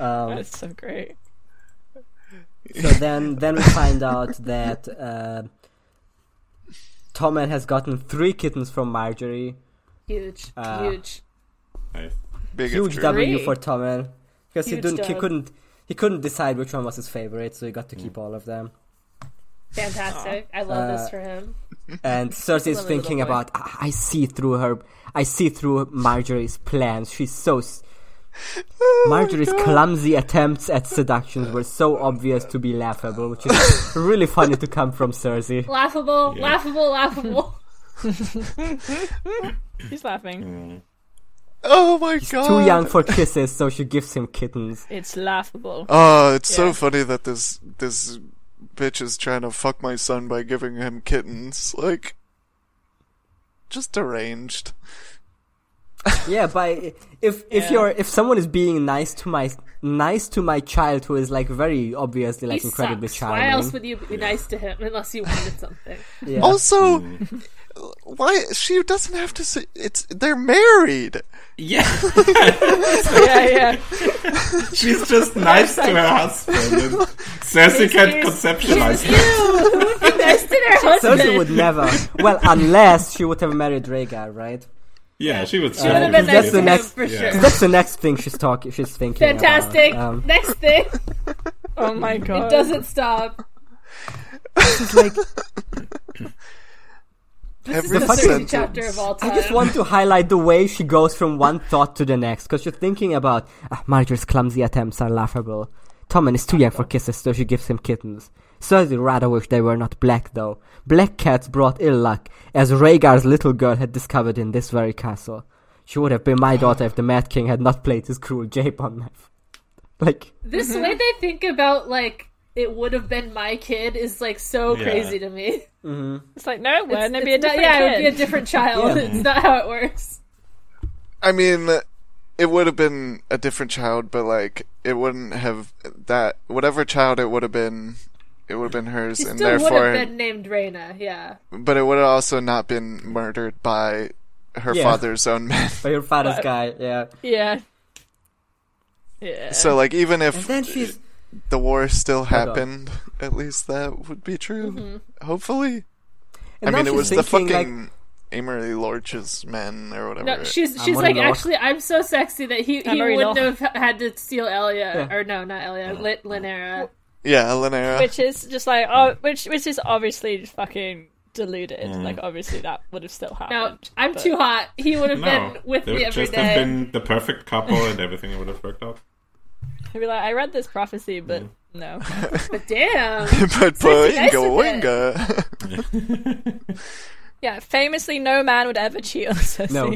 Speaker 4: Um,
Speaker 3: That's so great.
Speaker 4: So then, then we find out that uh, Tommen has gotten three kittens from Marjorie.
Speaker 2: Huge,
Speaker 4: Uh,
Speaker 2: huge.
Speaker 5: Nice.
Speaker 6: Big
Speaker 4: Huge
Speaker 6: if true.
Speaker 4: W
Speaker 2: Three?
Speaker 4: for Tommen because he
Speaker 2: Huge
Speaker 4: didn't, he
Speaker 2: dub.
Speaker 4: couldn't, he couldn't decide which one was his favorite, so he got to keep all of them.
Speaker 2: Fantastic. I love
Speaker 4: uh,
Speaker 2: this for him.
Speaker 4: And Cersei's
Speaker 3: Love a little
Speaker 4: thinking
Speaker 3: boy.
Speaker 4: about, I-, I see through her, I see through Marjorie's plans. She's so. S- Marjorie's clumsy attempts at seductions were so obvious to be laughable, which is really funny to come from Cersei.
Speaker 2: Laughable, laughable, laughable.
Speaker 3: She's laughing.
Speaker 6: Oh my god.
Speaker 4: Too young for kisses, so she gives him kittens.
Speaker 3: It's laughable.
Speaker 6: Oh, it's so
Speaker 3: Yeah.
Speaker 6: funny that this this bitch is trying to fuck my son by giving him kittens. Like, just deranged.
Speaker 4: Yeah, but if if
Speaker 3: Yeah.
Speaker 4: you're if someone is being nice to my nice to my child who is like very obviously like
Speaker 2: he
Speaker 4: incredibly
Speaker 2: sucks.
Speaker 4: charming.
Speaker 2: Why else would you be nice to him unless you wanted something?
Speaker 4: yeah. Mm.
Speaker 6: Also, why she doesn't have to say it's they're married.
Speaker 5: Yeah.
Speaker 3: yeah, yeah.
Speaker 5: She's just nice to her husband. And Cersei can't conceptualize that.
Speaker 2: nice to their husband.
Speaker 4: Cersei would never. Well, unless she would have married Rhaegar, right?
Speaker 5: Yeah, she was.
Speaker 2: She would have been
Speaker 4: that's
Speaker 2: nice
Speaker 4: the
Speaker 2: to him
Speaker 4: next-
Speaker 2: for
Speaker 5: Yeah.
Speaker 2: sure.
Speaker 4: That's the next thing she's talking. She's thinking. about,
Speaker 2: Fantastic.
Speaker 4: um,
Speaker 2: Next thing
Speaker 3: Oh my god.
Speaker 2: doesn't stop.
Speaker 6: Every
Speaker 4: the fucking-
Speaker 6: sentence.
Speaker 2: Third chapter of all time.
Speaker 4: I just want to highlight the way she goes from one thought to the next because she's thinking about ah, Marjorie's clumsy attempts are laughable. Tommen is too young for kisses, so she gives him kittens. Cersei rather wished they were not black, though. Black cats brought ill luck, as Rhaegar's little girl had discovered in this very castle. She would have been my daughter if the Mad King had not played his cruel jape on knife. Like,
Speaker 2: this way they think about like it would have been my kid is like so
Speaker 5: Yeah.
Speaker 2: crazy to me.
Speaker 3: It's like no, we're gonna be a
Speaker 2: It's not-
Speaker 3: different
Speaker 2: yeah, it would
Speaker 3: kid.
Speaker 2: be a different child.
Speaker 4: Yeah.
Speaker 2: It's not how it works.
Speaker 6: I mean, it would have been a different child, but like it wouldn't have that whatever child it would have been, it would have been hers,
Speaker 2: She
Speaker 6: and
Speaker 2: still would
Speaker 6: therefore,
Speaker 2: have been named Reyna. Yeah,
Speaker 6: but it would have also not been murdered by her
Speaker 4: Yeah.
Speaker 6: father's own men.
Speaker 4: by your father's guy, yeah.
Speaker 3: yeah. Yeah.
Speaker 6: so like even if
Speaker 4: Then she's
Speaker 6: the war still
Speaker 4: God.
Speaker 6: happened. At least that would be true.
Speaker 2: Mm-hmm.
Speaker 6: Hopefully.
Speaker 4: And
Speaker 6: I
Speaker 4: now
Speaker 6: mean, it
Speaker 4: she's
Speaker 6: was the
Speaker 4: thinking, like,
Speaker 6: fucking Amory Lorch's men or whatever.
Speaker 2: No, she's
Speaker 4: I'm
Speaker 2: she's
Speaker 4: already
Speaker 2: like
Speaker 4: lost.
Speaker 2: actually I'm so sexy that he, he
Speaker 3: I'm already
Speaker 2: wouldn't
Speaker 3: lost.
Speaker 2: have had to steal Elia
Speaker 4: Yeah.
Speaker 2: or no not Elia Lin- Linera.
Speaker 6: yeah, Lanera.
Speaker 3: which is just like oh, which which is obviously fucking deluded. Like obviously that would have still
Speaker 2: No,
Speaker 3: happened.
Speaker 2: I'm
Speaker 3: but-
Speaker 2: too hot. He would have
Speaker 5: No,
Speaker 2: been with
Speaker 5: they
Speaker 2: me
Speaker 5: would
Speaker 2: every
Speaker 5: just have
Speaker 2: day.
Speaker 5: been the perfect couple, and everything would have worked out.
Speaker 3: I'd be like, I read this prophecy, but no.
Speaker 2: But damn,
Speaker 6: but
Speaker 2: nice
Speaker 6: Boinga
Speaker 2: with it.
Speaker 6: Boinga.
Speaker 3: yeah, famously, no man would ever cheat on Cersei.
Speaker 4: No.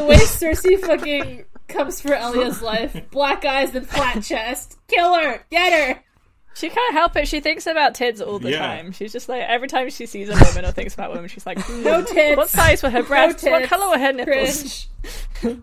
Speaker 2: the way Cersei fucking comes for Elia's life, black eyes and flat chest, kill her, get her.
Speaker 3: She can't help it. She thinks about tids all the
Speaker 5: Yeah.
Speaker 3: time. She's just like every time she sees a woman or thinks about women, she's like,
Speaker 2: No tits.
Speaker 3: What size were her breasts? what
Speaker 2: tits.
Speaker 3: color were her nipples?
Speaker 2: Cringe.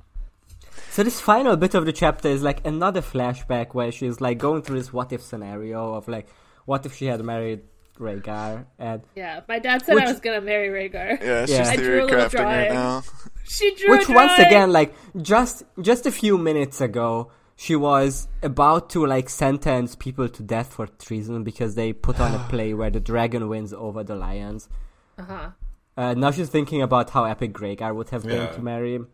Speaker 4: So this final bit of the chapter is like another flashback where she's like going through this what if scenario of like what if she had married Rhaegar and
Speaker 2: Yeah, my dad said
Speaker 4: Which-
Speaker 2: I was gonna marry Rhaegar.
Speaker 6: Yeah, she's
Speaker 4: Yeah. I
Speaker 2: drew a
Speaker 6: theory
Speaker 2: little
Speaker 6: crafting right
Speaker 2: drawing.
Speaker 6: now.
Speaker 2: She drew
Speaker 4: which
Speaker 2: a
Speaker 4: once
Speaker 2: drawing.
Speaker 4: again like just just a few minutes ago she was about to like sentence people to death for treason because they put on a play where the dragon wins over the lions.
Speaker 2: Uh-huh.
Speaker 4: Uh, now she's thinking about how epic Rhaegar would have been
Speaker 5: Yeah.
Speaker 4: to marry him.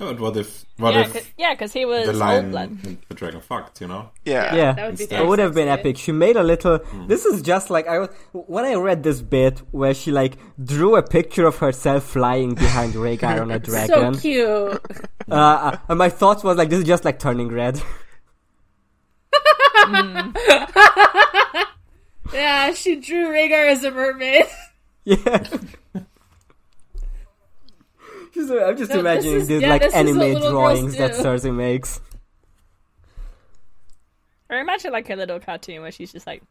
Speaker 5: No, but what if what
Speaker 3: Yeah, 'cause-
Speaker 5: if
Speaker 3: yeah, because he was
Speaker 5: the
Speaker 3: old
Speaker 5: lion
Speaker 3: blood.
Speaker 5: and the dragon fucked? You know,
Speaker 6: Yeah.
Speaker 4: Yeah.
Speaker 2: that would be.
Speaker 5: It
Speaker 4: It would have been
Speaker 2: sexy.
Speaker 4: epic. She made a little.
Speaker 2: Mm.
Speaker 4: This is just like I was when I read this bit where she like drew a picture of herself flying behind Rhaegar on a dragon.
Speaker 2: So cute.
Speaker 4: Uh, uh, and my thoughts was like, this is just like turning red.
Speaker 2: Yeah, she drew Rhaegar as a mermaid.
Speaker 4: yeah. Just, I'm just
Speaker 2: No, this
Speaker 4: imagining
Speaker 2: is-
Speaker 4: these
Speaker 2: yeah,
Speaker 4: like
Speaker 2: this is what
Speaker 4: anime
Speaker 2: little girls
Speaker 4: drawings that
Speaker 2: do.
Speaker 4: Cersei makes.
Speaker 3: Or imagine like a little cartoon where she's just like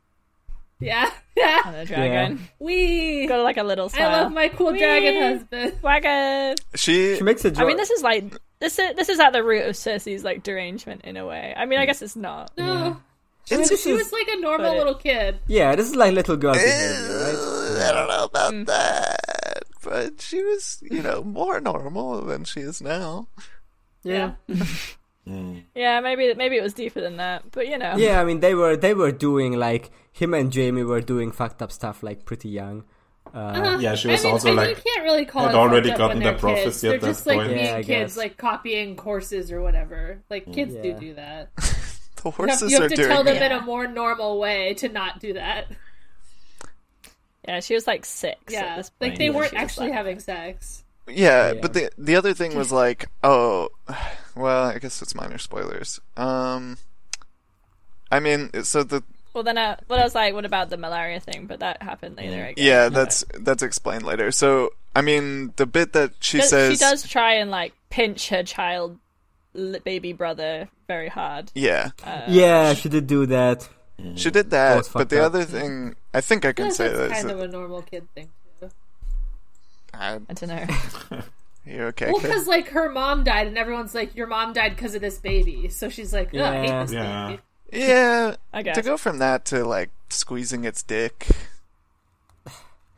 Speaker 2: Yeah, yeah.
Speaker 3: on a dragon,
Speaker 2: We.
Speaker 3: got like a little
Speaker 2: I
Speaker 3: smile.
Speaker 2: love my cool dragon
Speaker 3: Whee!
Speaker 2: husband.
Speaker 3: Wagon.
Speaker 6: She,
Speaker 4: She makes a
Speaker 3: I
Speaker 4: draw.
Speaker 3: mean, this is like this is this is at the root of Cersei's like derangement in a way. I mean, I guess it's not.
Speaker 2: No,
Speaker 4: It's-
Speaker 2: she was like a normal
Speaker 3: But it-
Speaker 2: little kid.
Speaker 4: yeah, this is like little girl behavior, right?
Speaker 6: I don't know about
Speaker 2: Mm.
Speaker 6: that, but she was, you know, more normal than she is now.
Speaker 2: Yeah.
Speaker 3: Yeah, maybe maybe it was deeper than that, but you know.
Speaker 4: Yeah, I mean they were they were doing like him and Jamie were doing fucked up stuff like pretty young.
Speaker 5: yeah, she
Speaker 2: I
Speaker 5: was
Speaker 2: mean,
Speaker 5: also
Speaker 2: I mean,
Speaker 5: like
Speaker 2: you can't really call
Speaker 5: had
Speaker 2: it fucked
Speaker 5: already
Speaker 2: up
Speaker 5: gotten
Speaker 2: when they're
Speaker 5: the prophecy
Speaker 2: kids.
Speaker 5: at
Speaker 2: They're
Speaker 5: that
Speaker 2: just like
Speaker 5: point.
Speaker 2: being
Speaker 4: Yeah, I
Speaker 2: kids,
Speaker 4: guess.
Speaker 2: like copying horses or whatever. Like kids do
Speaker 4: Yeah.
Speaker 2: do that.
Speaker 6: The
Speaker 2: You have,
Speaker 6: horses
Speaker 2: you have
Speaker 6: are
Speaker 2: to
Speaker 6: doing
Speaker 2: tell them
Speaker 6: it.
Speaker 2: in a more normal way to not do that.
Speaker 3: Yeah, she was like six. at
Speaker 2: Yeah,
Speaker 3: this point.
Speaker 2: like they
Speaker 3: and
Speaker 2: weren't
Speaker 3: she was
Speaker 2: actually
Speaker 3: like-
Speaker 2: having sex.
Speaker 6: Yeah,
Speaker 4: Yeah.
Speaker 6: but the the other thing was like, oh, well, I guess it's minor spoilers. Um, I mean, so the
Speaker 3: Well, then, I, what I was like, what about the malaria thing? But that happened later. I guess.
Speaker 6: yeah, that's that's explained later. So I mean, the bit that she
Speaker 3: But
Speaker 6: says,
Speaker 3: she does try and like pinch her child, li- baby brother, very hard.
Speaker 6: yeah,
Speaker 4: yeah, she did do that.
Speaker 6: she did
Speaker 4: That
Speaker 6: that.
Speaker 4: was Mm.
Speaker 6: But
Speaker 4: Oh, fucked
Speaker 6: the
Speaker 4: up.
Speaker 6: other thing, I think I can
Speaker 2: That's
Speaker 6: say this.
Speaker 2: kind of a normal kid thing. Too.
Speaker 6: I-
Speaker 3: I don't know.
Speaker 6: You're Uh, okay.
Speaker 2: Well,
Speaker 6: Kate?
Speaker 2: because like her mom died, and everyone's like, "Your mom died because of this baby," so she's like, "Ugh, I hate this
Speaker 5: Yeah.
Speaker 2: baby."
Speaker 6: Yeah,
Speaker 3: I guess.
Speaker 6: to go from that to like squeezing its dick.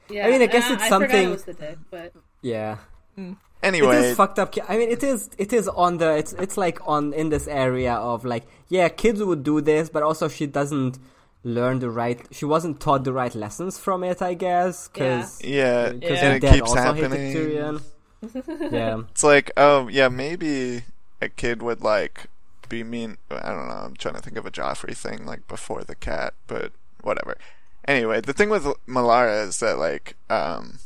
Speaker 2: Yeah,
Speaker 4: I mean, I guess
Speaker 2: and
Speaker 4: it's
Speaker 2: forgot it
Speaker 4: something-
Speaker 2: was the dick, but
Speaker 4: Yeah. It
Speaker 6: Anyway,
Speaker 4: is fucked up. ki- I mean, it is. It is on the. It's. It's like on in this area of like, yeah, kids would do this, but also she doesn't learn the right. She wasn't taught the right lessons from it, I guess, because
Speaker 6: yeah,
Speaker 3: Yeah.
Speaker 6: and it keeps happening.
Speaker 4: Tyrion. yeah,
Speaker 6: It's like, oh yeah, maybe a kid would like be mean. I don't know. I'm trying to think of a Joffrey thing like before the cat, but whatever. Anyway, the thing with Malara is that like um,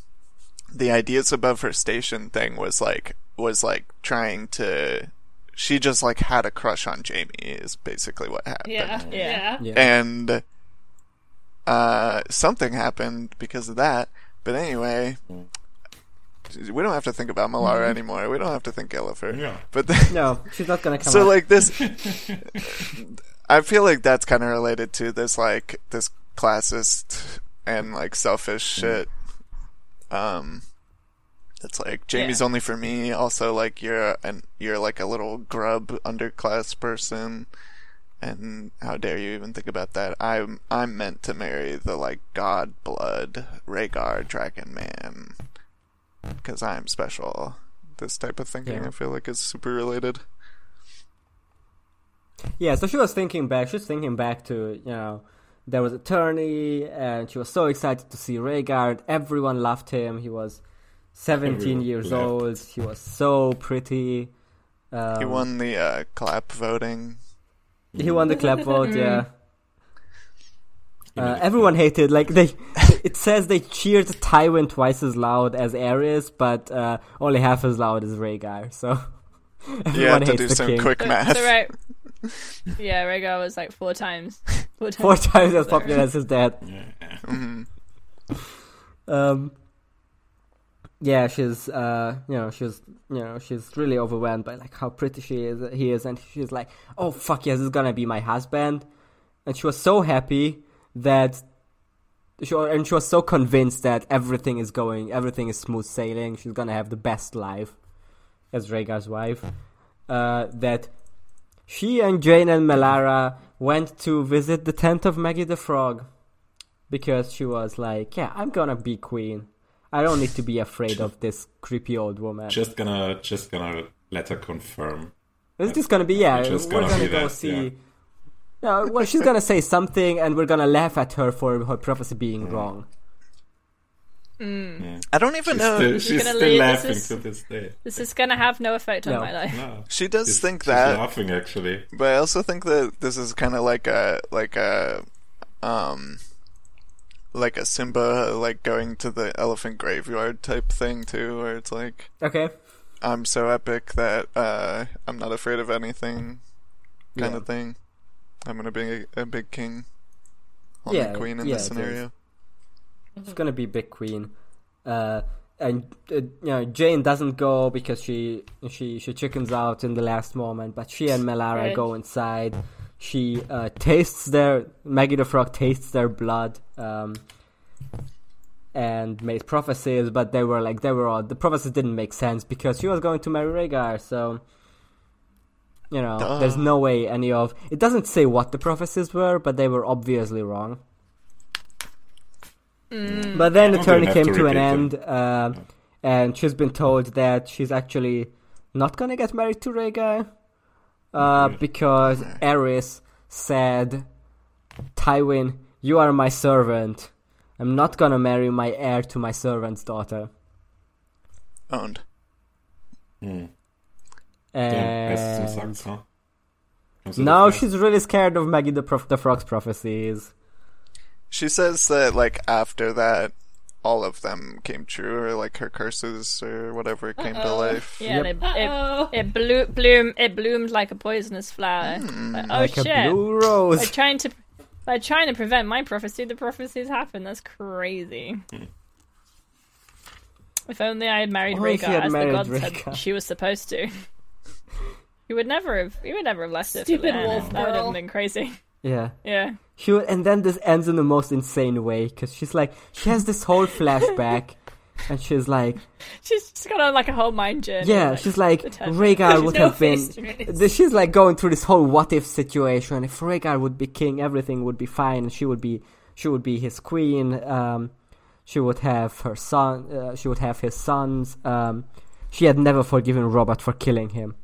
Speaker 6: the ideas above her station thing was like was like trying to. She just like had a crush on Jamie is basically what happened.
Speaker 2: yeah, yeah,
Speaker 3: Yeah.
Speaker 4: yeah.
Speaker 6: and uh, something happened because of that. But anyway, we don't have to think about Malara anymore. We don't have to think ill of her.
Speaker 5: Yeah.
Speaker 6: But the,
Speaker 4: no, she's not gonna come.
Speaker 6: so
Speaker 4: out.
Speaker 6: like this, I feel like that's kind of related to this like this classist and like selfish shit. Um. It's like Jamie's only for me. Also, like you're an you're like a little grub underclass person and how dare you even think about that? I'm I'm meant to marry the like god blood Rhaegar dragon man because I'm special. This type of thinking
Speaker 4: Yeah.
Speaker 6: I feel like is super related.
Speaker 4: Yeah, so she was thinking back. She's thinking back to you know there was a tourney, and she was so excited to see Rhaegar. Everyone loved him. He was seventeen
Speaker 1: Everyone
Speaker 4: years
Speaker 1: loved.
Speaker 4: old. He was so pretty. Um,
Speaker 6: He won the uh, clap voting. Mm.
Speaker 4: He won the clap vote. Yeah. Uh, everyone hated like they. It says they cheered Tywin twice as loud as Aerys, but uh, only half as loud as Rhaegar. So everyone
Speaker 6: You had to
Speaker 4: hates
Speaker 6: do
Speaker 4: the
Speaker 6: some
Speaker 4: king.
Speaker 6: quick
Speaker 3: So,
Speaker 6: math.
Speaker 3: so right. Yeah, Rhaegar was like four times. Four times,
Speaker 4: four times as popular as his dad. Mm-hmm. Um, yeah, she's uh, you know, she's you know, she's really overwhelmed by like how pretty she is. He is, and she's like, "Oh fuck yes, this is gonna be my husband." And she was so happy that, she and she was so convinced that everything is going, everything is smooth sailing. She's gonna have the best life as Rhaegar's wife. Uh, that she and Jane and Melara went to visit the tent of Maggie the Frog because she was like, "Yeah, I'm gonna be queen. I don't need to be afraid of this creepy old woman.
Speaker 5: Just gonna, just gonna let her confirm.
Speaker 4: It's just gonna be yeah.
Speaker 5: It's just
Speaker 4: we're
Speaker 5: gonna
Speaker 4: gonna
Speaker 5: be
Speaker 4: go
Speaker 5: that,
Speaker 4: see.
Speaker 5: yeah.
Speaker 4: No, well, she's gonna say something, and we're gonna laugh at her for her prophecy being
Speaker 5: Mm.
Speaker 4: wrong.
Speaker 6: I don't even
Speaker 5: She's
Speaker 6: know.
Speaker 5: still, she's
Speaker 3: gonna
Speaker 5: still
Speaker 3: leave-
Speaker 5: laughing
Speaker 3: this is-
Speaker 5: to this day.
Speaker 3: This is gonna have no effect on
Speaker 4: No.
Speaker 3: my life.
Speaker 5: No,
Speaker 6: She does
Speaker 5: she's-
Speaker 6: think
Speaker 5: she's
Speaker 6: that,
Speaker 5: laughing actually.
Speaker 6: but I also think that this is kind of like a like a um like a Simba like going to the elephant graveyard type thing too, where it's like
Speaker 4: Okay,
Speaker 6: I'm so epic that uh I'm not afraid of anything kind
Speaker 4: Yeah.
Speaker 6: of thing. I'm gonna be a, a big king. Only
Speaker 4: Yeah,
Speaker 6: queen in
Speaker 4: yeah,
Speaker 6: this
Speaker 4: it is.
Speaker 6: scenario.
Speaker 4: she's gonna be big queen. Uh, and uh, you know Jane doesn't go because she she she chickens out in the last moment, but she and Melara
Speaker 3: Right.
Speaker 4: go inside. She uh, tastes their Maggie the Frog tastes their blood. Um, and made prophecies, but they were like they were all the prophecies didn't make sense because she was going to marry Rhaegar, so you know
Speaker 6: Duh.
Speaker 4: there's no way any of it doesn't say what the prophecies were, but they were obviously wrong. But then the
Speaker 5: Okay,
Speaker 4: tourney
Speaker 5: have
Speaker 4: came
Speaker 5: to
Speaker 4: to, an end,
Speaker 5: repeat
Speaker 4: uh, and she's been told that she's actually not gonna get married to Rhaegar uh, because Aerys said, "Tywin, you are my servant." I'm not gonna marry my heir to my servant's daughter.
Speaker 6: Owned.
Speaker 5: Damn, das
Speaker 4: And
Speaker 5: ist zum Sack, huh? Haben sie
Speaker 4: now
Speaker 5: das
Speaker 4: she's really scared of Maggie the, Prof- the Frog's prophecies.
Speaker 6: She says that like after that, all of them came true, or like her curses or whatever came to life.
Speaker 3: Yeah,
Speaker 4: Yep.
Speaker 3: they, it,
Speaker 2: Uh-oh.
Speaker 3: it blo- bloom it bloomed like a poisonous flower.
Speaker 2: Hmm.
Speaker 3: Like, oh
Speaker 4: Like
Speaker 3: shit!
Speaker 4: a blue
Speaker 3: By
Speaker 4: rose.
Speaker 3: trying to by trying to prevent my prophecy, the prophecies happen. That's crazy.
Speaker 2: Hmm.
Speaker 3: If only I had married
Speaker 4: Or if
Speaker 3: Rhaegar
Speaker 4: you had
Speaker 3: as
Speaker 4: married
Speaker 3: the god said
Speaker 4: Rhaegar.
Speaker 3: she was supposed to. You would never have. You would never have left it. for
Speaker 2: Stupid
Speaker 3: that.
Speaker 2: wolf
Speaker 3: That would
Speaker 2: girl.
Speaker 3: have been crazy.
Speaker 4: yeah.
Speaker 3: Yeah.
Speaker 4: She would, and then this ends in the most insane way because she's like, she has this whole flashback, and she's like,
Speaker 3: She's just got on like a whole mind journey.
Speaker 4: yeah, she's like,
Speaker 3: attachment.
Speaker 4: Rhaegar would
Speaker 2: No
Speaker 4: have been.
Speaker 2: histories.
Speaker 4: th- She's like going through this whole what if situation. If Rhaegar would be king, everything would be fine, and she would be, she would be his queen. Um, she would have her son. Uh, she would have his sons. Um, she had never forgiven Robert for killing him,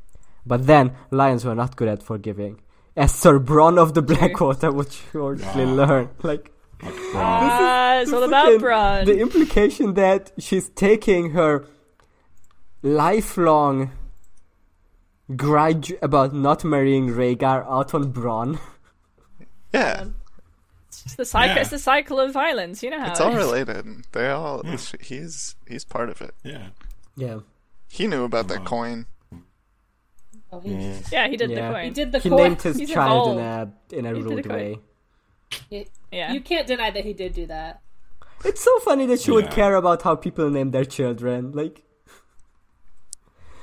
Speaker 4: but then lions were not good at forgiving, as Sir Bronn of the Blackwater would shortly learn. Like.
Speaker 5: Bronn?
Speaker 3: Ah, it's all about
Speaker 4: Fucking-
Speaker 3: Bronn.
Speaker 4: The implication that she's taking her lifelong grudge about not marrying Rhaegar out on Bronn.
Speaker 6: Yeah,
Speaker 3: It's the cycle.
Speaker 5: Yeah.
Speaker 3: It's the cycle of violence. You know how
Speaker 6: it's
Speaker 3: it
Speaker 6: all
Speaker 3: is.
Speaker 6: related. They all he's he's part of it.
Speaker 5: Yeah.
Speaker 4: Yeah.
Speaker 6: He knew about that coin.
Speaker 2: Oh, he,
Speaker 3: Yeah, he did
Speaker 4: Yeah.
Speaker 3: the coin.
Speaker 2: he did the
Speaker 4: He
Speaker 2: coin.
Speaker 4: named his
Speaker 3: He's
Speaker 4: child in a in a
Speaker 3: He did
Speaker 4: rude
Speaker 3: it
Speaker 4: way.
Speaker 2: You-
Speaker 3: Yeah.
Speaker 2: You can't deny that he did do that.
Speaker 4: It's so funny that she would
Speaker 5: Yeah.
Speaker 4: care about how people name their children. Like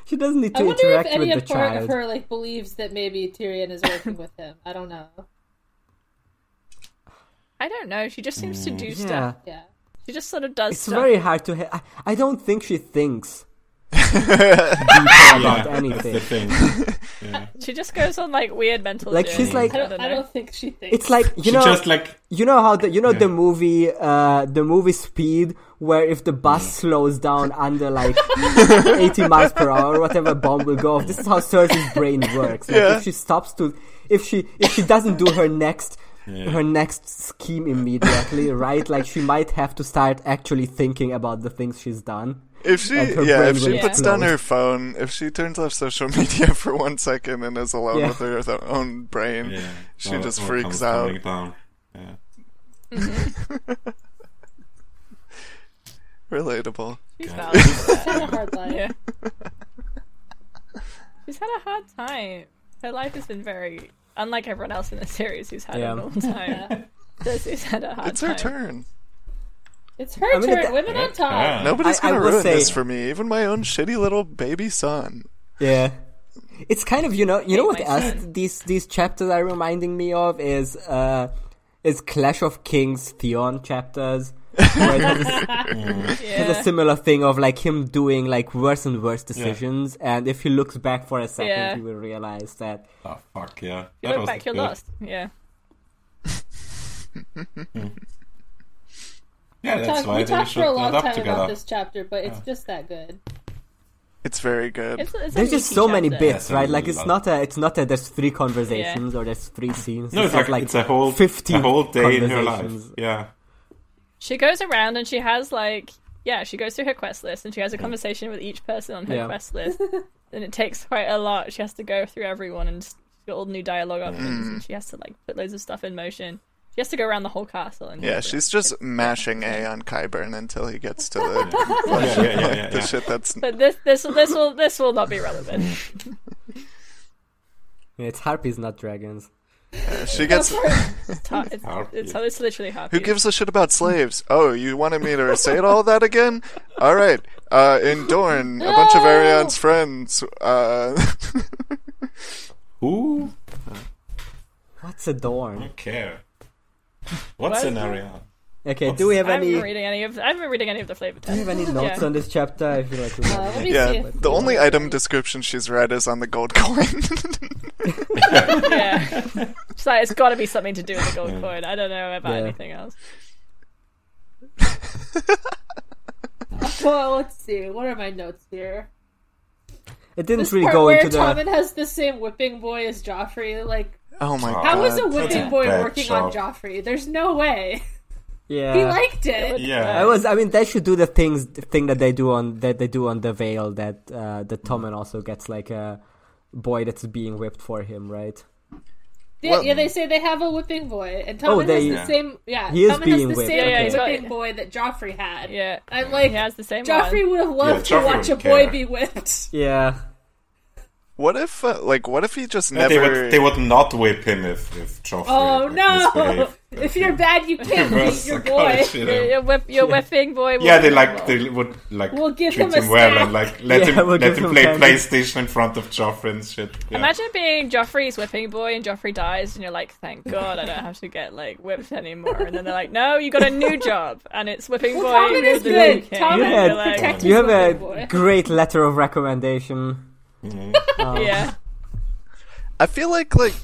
Speaker 4: she doesn't need
Speaker 2: I
Speaker 4: to
Speaker 2: wonder if
Speaker 4: interact with
Speaker 2: any
Speaker 4: the
Speaker 2: of part
Speaker 4: child.
Speaker 2: of her like believes that maybe Tyrion is working with him. I don't know.
Speaker 3: I don't know. She just seems to do
Speaker 4: Hmm. yeah.
Speaker 3: stuff.
Speaker 2: Yeah.
Speaker 3: She just sort of does
Speaker 4: It's
Speaker 3: stuff.
Speaker 4: very hard to. Ha- I, I don't think she thinks. detail
Speaker 5: yeah,
Speaker 4: about
Speaker 5: that's the
Speaker 4: anything.
Speaker 5: thing. Yeah.
Speaker 3: She just goes on like weird mental.
Speaker 4: Like, she's
Speaker 3: journeys.
Speaker 4: like-
Speaker 3: I don't
Speaker 2: I
Speaker 3: know.
Speaker 2: don't think she thinks.
Speaker 4: It's like you
Speaker 5: She
Speaker 4: know,
Speaker 5: just like
Speaker 4: you know how the you know the
Speaker 5: Yeah.
Speaker 4: movie, uh, the movie Speed, where if the bus
Speaker 5: Mm.
Speaker 4: slows down under like eighty miles per hour, whatever bomb will go off. This is how Cersei's brain works. Like
Speaker 6: Yeah.
Speaker 4: if she stops to, if she if she doesn't do her next.
Speaker 5: Yeah.
Speaker 4: Her next scheme immediately, right? Like she might have to start actually thinking about the things she's done.
Speaker 6: If she,
Speaker 4: And her
Speaker 6: yeah,
Speaker 4: brain
Speaker 6: if she
Speaker 4: will
Speaker 6: puts down
Speaker 4: explode.
Speaker 6: her phone, if she turns off social media for one second and is alone
Speaker 4: Yeah.
Speaker 6: with her, th- own brain,
Speaker 5: yeah,
Speaker 6: she
Speaker 5: all-
Speaker 6: just
Speaker 5: all
Speaker 6: freaks
Speaker 5: comes
Speaker 6: out.
Speaker 5: tumbling down. Yeah.
Speaker 6: Relatable.
Speaker 3: She's
Speaker 5: God.
Speaker 3: valid.
Speaker 2: had a hard life.
Speaker 3: Yeah. She's had a hard time. Her life has been very unlike everyone else in the series who's had
Speaker 4: Yeah.
Speaker 3: a normal time. Cersei's had a hard
Speaker 6: It's
Speaker 3: time.
Speaker 6: her turn.
Speaker 2: It's her
Speaker 4: I mean,
Speaker 2: turn.
Speaker 4: it-
Speaker 2: Women on top.
Speaker 5: Yeah.
Speaker 6: Nobody's
Speaker 4: I- I
Speaker 6: gonna
Speaker 4: will
Speaker 6: ruin
Speaker 4: say-
Speaker 6: this for me. Even my own shitty little baby son.
Speaker 4: Yeah. It's kind of you know you know what
Speaker 3: Hate my
Speaker 4: else
Speaker 3: son.
Speaker 4: these these chapters are reminding me of is uh is Clash of Kings Theon chapters. where there's there's a
Speaker 3: Yeah.
Speaker 4: similar thing of like him doing like worse and worse decisions and if he looks back for a second
Speaker 3: Yeah.
Speaker 4: he will realize that
Speaker 5: Oh fuck yeah!
Speaker 3: You
Speaker 5: That
Speaker 3: look
Speaker 5: was
Speaker 3: back, you're
Speaker 5: good.
Speaker 3: lost. Yeah.
Speaker 5: Yeah, that's
Speaker 2: Talk-
Speaker 5: why
Speaker 2: we
Speaker 5: they
Speaker 2: talked
Speaker 5: should
Speaker 2: for a long
Speaker 5: end up
Speaker 2: time
Speaker 5: together.
Speaker 2: about this chapter, but it's just that good.
Speaker 6: It's very good.
Speaker 3: It's, it's a
Speaker 4: there's just
Speaker 3: meaty
Speaker 4: so many
Speaker 3: chapter.
Speaker 4: bits
Speaker 5: That's a
Speaker 4: right like it's
Speaker 5: lot.
Speaker 4: not a it's not that there's three conversations or there's three scenes
Speaker 5: No, it's like, it's a whole
Speaker 4: 15
Speaker 5: a whole day in her life.
Speaker 4: conversations.
Speaker 5: Yeah,
Speaker 3: She goes around and she has like yeah, she goes through her quest list and she has a conversation with each person on her
Speaker 4: Yeah.
Speaker 3: quest list. and it takes quite a lot. She has to go through everyone and just get all the new dialogue options
Speaker 4: Mm.
Speaker 3: and she has to like put loads of stuff in motion. She has to go around the whole castle and
Speaker 6: yeah, she's just mashing A on Kyburn until he gets to the,
Speaker 5: yeah, yeah, yeah. yeah, yeah.
Speaker 6: the shit that's.
Speaker 3: But this this this will this will not be relevant.
Speaker 4: Yeah, it's harpies not dragons
Speaker 6: She gets.
Speaker 3: It's har- it's,
Speaker 5: Harpy.
Speaker 3: it's, it's literally hard.
Speaker 6: Who gives a shit about slaves? Oh, you wanted me to say all that again? All right. Uh, in Dorne, a bunch of
Speaker 2: No!
Speaker 6: Ariane's friends. Uh,
Speaker 5: Who
Speaker 4: what's a dorm
Speaker 5: don't care? What scenario?
Speaker 4: okay do we have
Speaker 3: I haven't
Speaker 4: any
Speaker 3: been reading any of I haven't been reading any of the flavor
Speaker 4: do we have
Speaker 3: text.
Speaker 4: any notes
Speaker 3: Yeah.
Speaker 4: on this chapter I feel like we
Speaker 2: Uh, let me see.
Speaker 6: yeah,
Speaker 2: If,
Speaker 6: the only item description she's read is on the gold coin.
Speaker 3: Yeah, it's like it's got to be something to do with the gold coin. I don't know about
Speaker 4: Yeah.
Speaker 3: anything else.
Speaker 2: well, let's see. What are my notes here?
Speaker 4: it didn't
Speaker 2: This
Speaker 4: really
Speaker 2: part
Speaker 4: go
Speaker 2: where
Speaker 4: into the
Speaker 2: Tommen has the same whipping boy as Joffrey. Like,
Speaker 6: oh my god.
Speaker 2: how was a
Speaker 5: that's
Speaker 2: whipping
Speaker 5: a
Speaker 2: boy
Speaker 5: bad
Speaker 2: working on
Speaker 5: job.
Speaker 2: Joffrey? There's no way
Speaker 4: yeah
Speaker 2: he liked it.
Speaker 5: Yeah,
Speaker 4: I
Speaker 3: uh,
Speaker 4: was. I mean, they should do the things the thing that they do on that they do on the veil that uh, that Tommen also gets like a boy that's being whipped for him, right?
Speaker 2: Yeah,
Speaker 6: Well-
Speaker 2: yeah, they say they have a whipping boy, and Tommen
Speaker 4: Oh, they-
Speaker 2: has the same. Yeah,
Speaker 4: He is
Speaker 2: Tommen has
Speaker 4: being
Speaker 2: the
Speaker 4: whipped,
Speaker 2: same
Speaker 3: okay. Yeah, yeah,
Speaker 2: whipping
Speaker 3: he's got-
Speaker 2: boy that Joffrey had.
Speaker 3: Yeah,
Speaker 2: I'm like,
Speaker 3: he has the same
Speaker 2: Joffrey
Speaker 3: one.
Speaker 2: would have loved to
Speaker 5: Yeah, Joffrey
Speaker 2: watch a
Speaker 5: wouldn't
Speaker 2: boy
Speaker 5: care.
Speaker 2: be whipped.
Speaker 4: Yeah.
Speaker 6: What if, uh, like, what if he just
Speaker 5: Yeah,
Speaker 6: never?
Speaker 5: They would, they would not whip him if, if Joffrey.
Speaker 2: Oh
Speaker 5: like,
Speaker 2: no!
Speaker 5: misbehaved.
Speaker 2: If you're bad, you can't beat
Speaker 5: Reverse
Speaker 2: your boy.
Speaker 5: psychology,
Speaker 3: Your,
Speaker 5: though.
Speaker 3: your, whip, your whipping boy.
Speaker 5: Yeah, they
Speaker 3: will-
Speaker 5: like they would like
Speaker 2: We'll give
Speaker 5: treat
Speaker 2: him
Speaker 5: him,
Speaker 2: a
Speaker 5: well
Speaker 2: snack.
Speaker 5: and like let
Speaker 4: Yeah,
Speaker 5: him
Speaker 4: we'll
Speaker 5: let
Speaker 4: give him
Speaker 5: him play
Speaker 4: candy.
Speaker 5: PlayStation in front of Joffrey and shit. Yeah.
Speaker 3: Imagine being Joffrey's whipping boy and Joffrey dies and you're like, thank God I don't have to get like whipped anymore. And then they're like, no, you got a new job and it's whipping
Speaker 2: Well,
Speaker 3: boy.
Speaker 2: Tommen is
Speaker 3: with the
Speaker 2: good.
Speaker 3: new kid.
Speaker 2: Tommen
Speaker 4: You
Speaker 3: And
Speaker 4: had-
Speaker 3: you're like,
Speaker 2: protect
Speaker 4: You
Speaker 2: his
Speaker 4: have a
Speaker 2: whipping boy.
Speaker 4: great letter of recommendation.
Speaker 3: yeah.
Speaker 6: I feel like, like,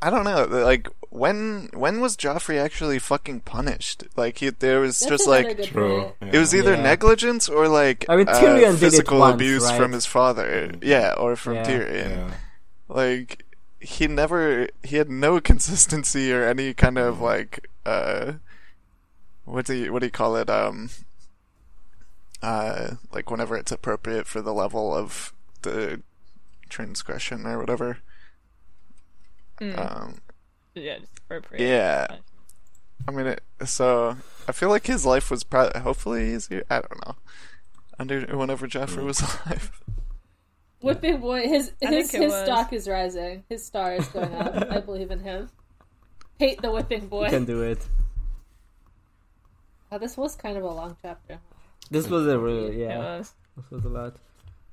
Speaker 6: I don't know, like, when when was Joffrey actually fucking punished? Like, he there was
Speaker 2: That's
Speaker 6: just
Speaker 2: another
Speaker 6: like.
Speaker 2: good
Speaker 5: True.
Speaker 2: point.
Speaker 5: Yeah.
Speaker 6: It was either
Speaker 4: Yeah.
Speaker 6: negligence or like
Speaker 4: I mean,
Speaker 6: uh,
Speaker 4: Tyrion did it
Speaker 6: physical
Speaker 4: once,
Speaker 6: abuse
Speaker 4: right?
Speaker 6: from his father, yeah, or from
Speaker 4: Yeah.
Speaker 6: Tyrion.
Speaker 5: Yeah.
Speaker 6: Like he never, he had no consistency or any kind of like, uh, what do you what do you call it? Um, uh, like whenever it's appropriate for the level of the transgression or whatever. Um,
Speaker 3: Yeah, just appropriate.
Speaker 6: yeah. I mean, it, so I feel like his life was pro- hopefully easier. I don't know. Under whenever
Speaker 2: Hmm.
Speaker 6: Joffrey was alive,
Speaker 2: Whipping boy, his
Speaker 3: I
Speaker 2: his,
Speaker 3: think it
Speaker 2: his
Speaker 3: was.
Speaker 2: stock is rising. His star is going up. I believe in him. Hate the whipping
Speaker 4: You
Speaker 2: boy.
Speaker 4: can do it.
Speaker 2: Wow, this was kind of a long chapter.
Speaker 4: This was a real
Speaker 3: It
Speaker 4: yeah.
Speaker 3: was.
Speaker 4: This was a lot.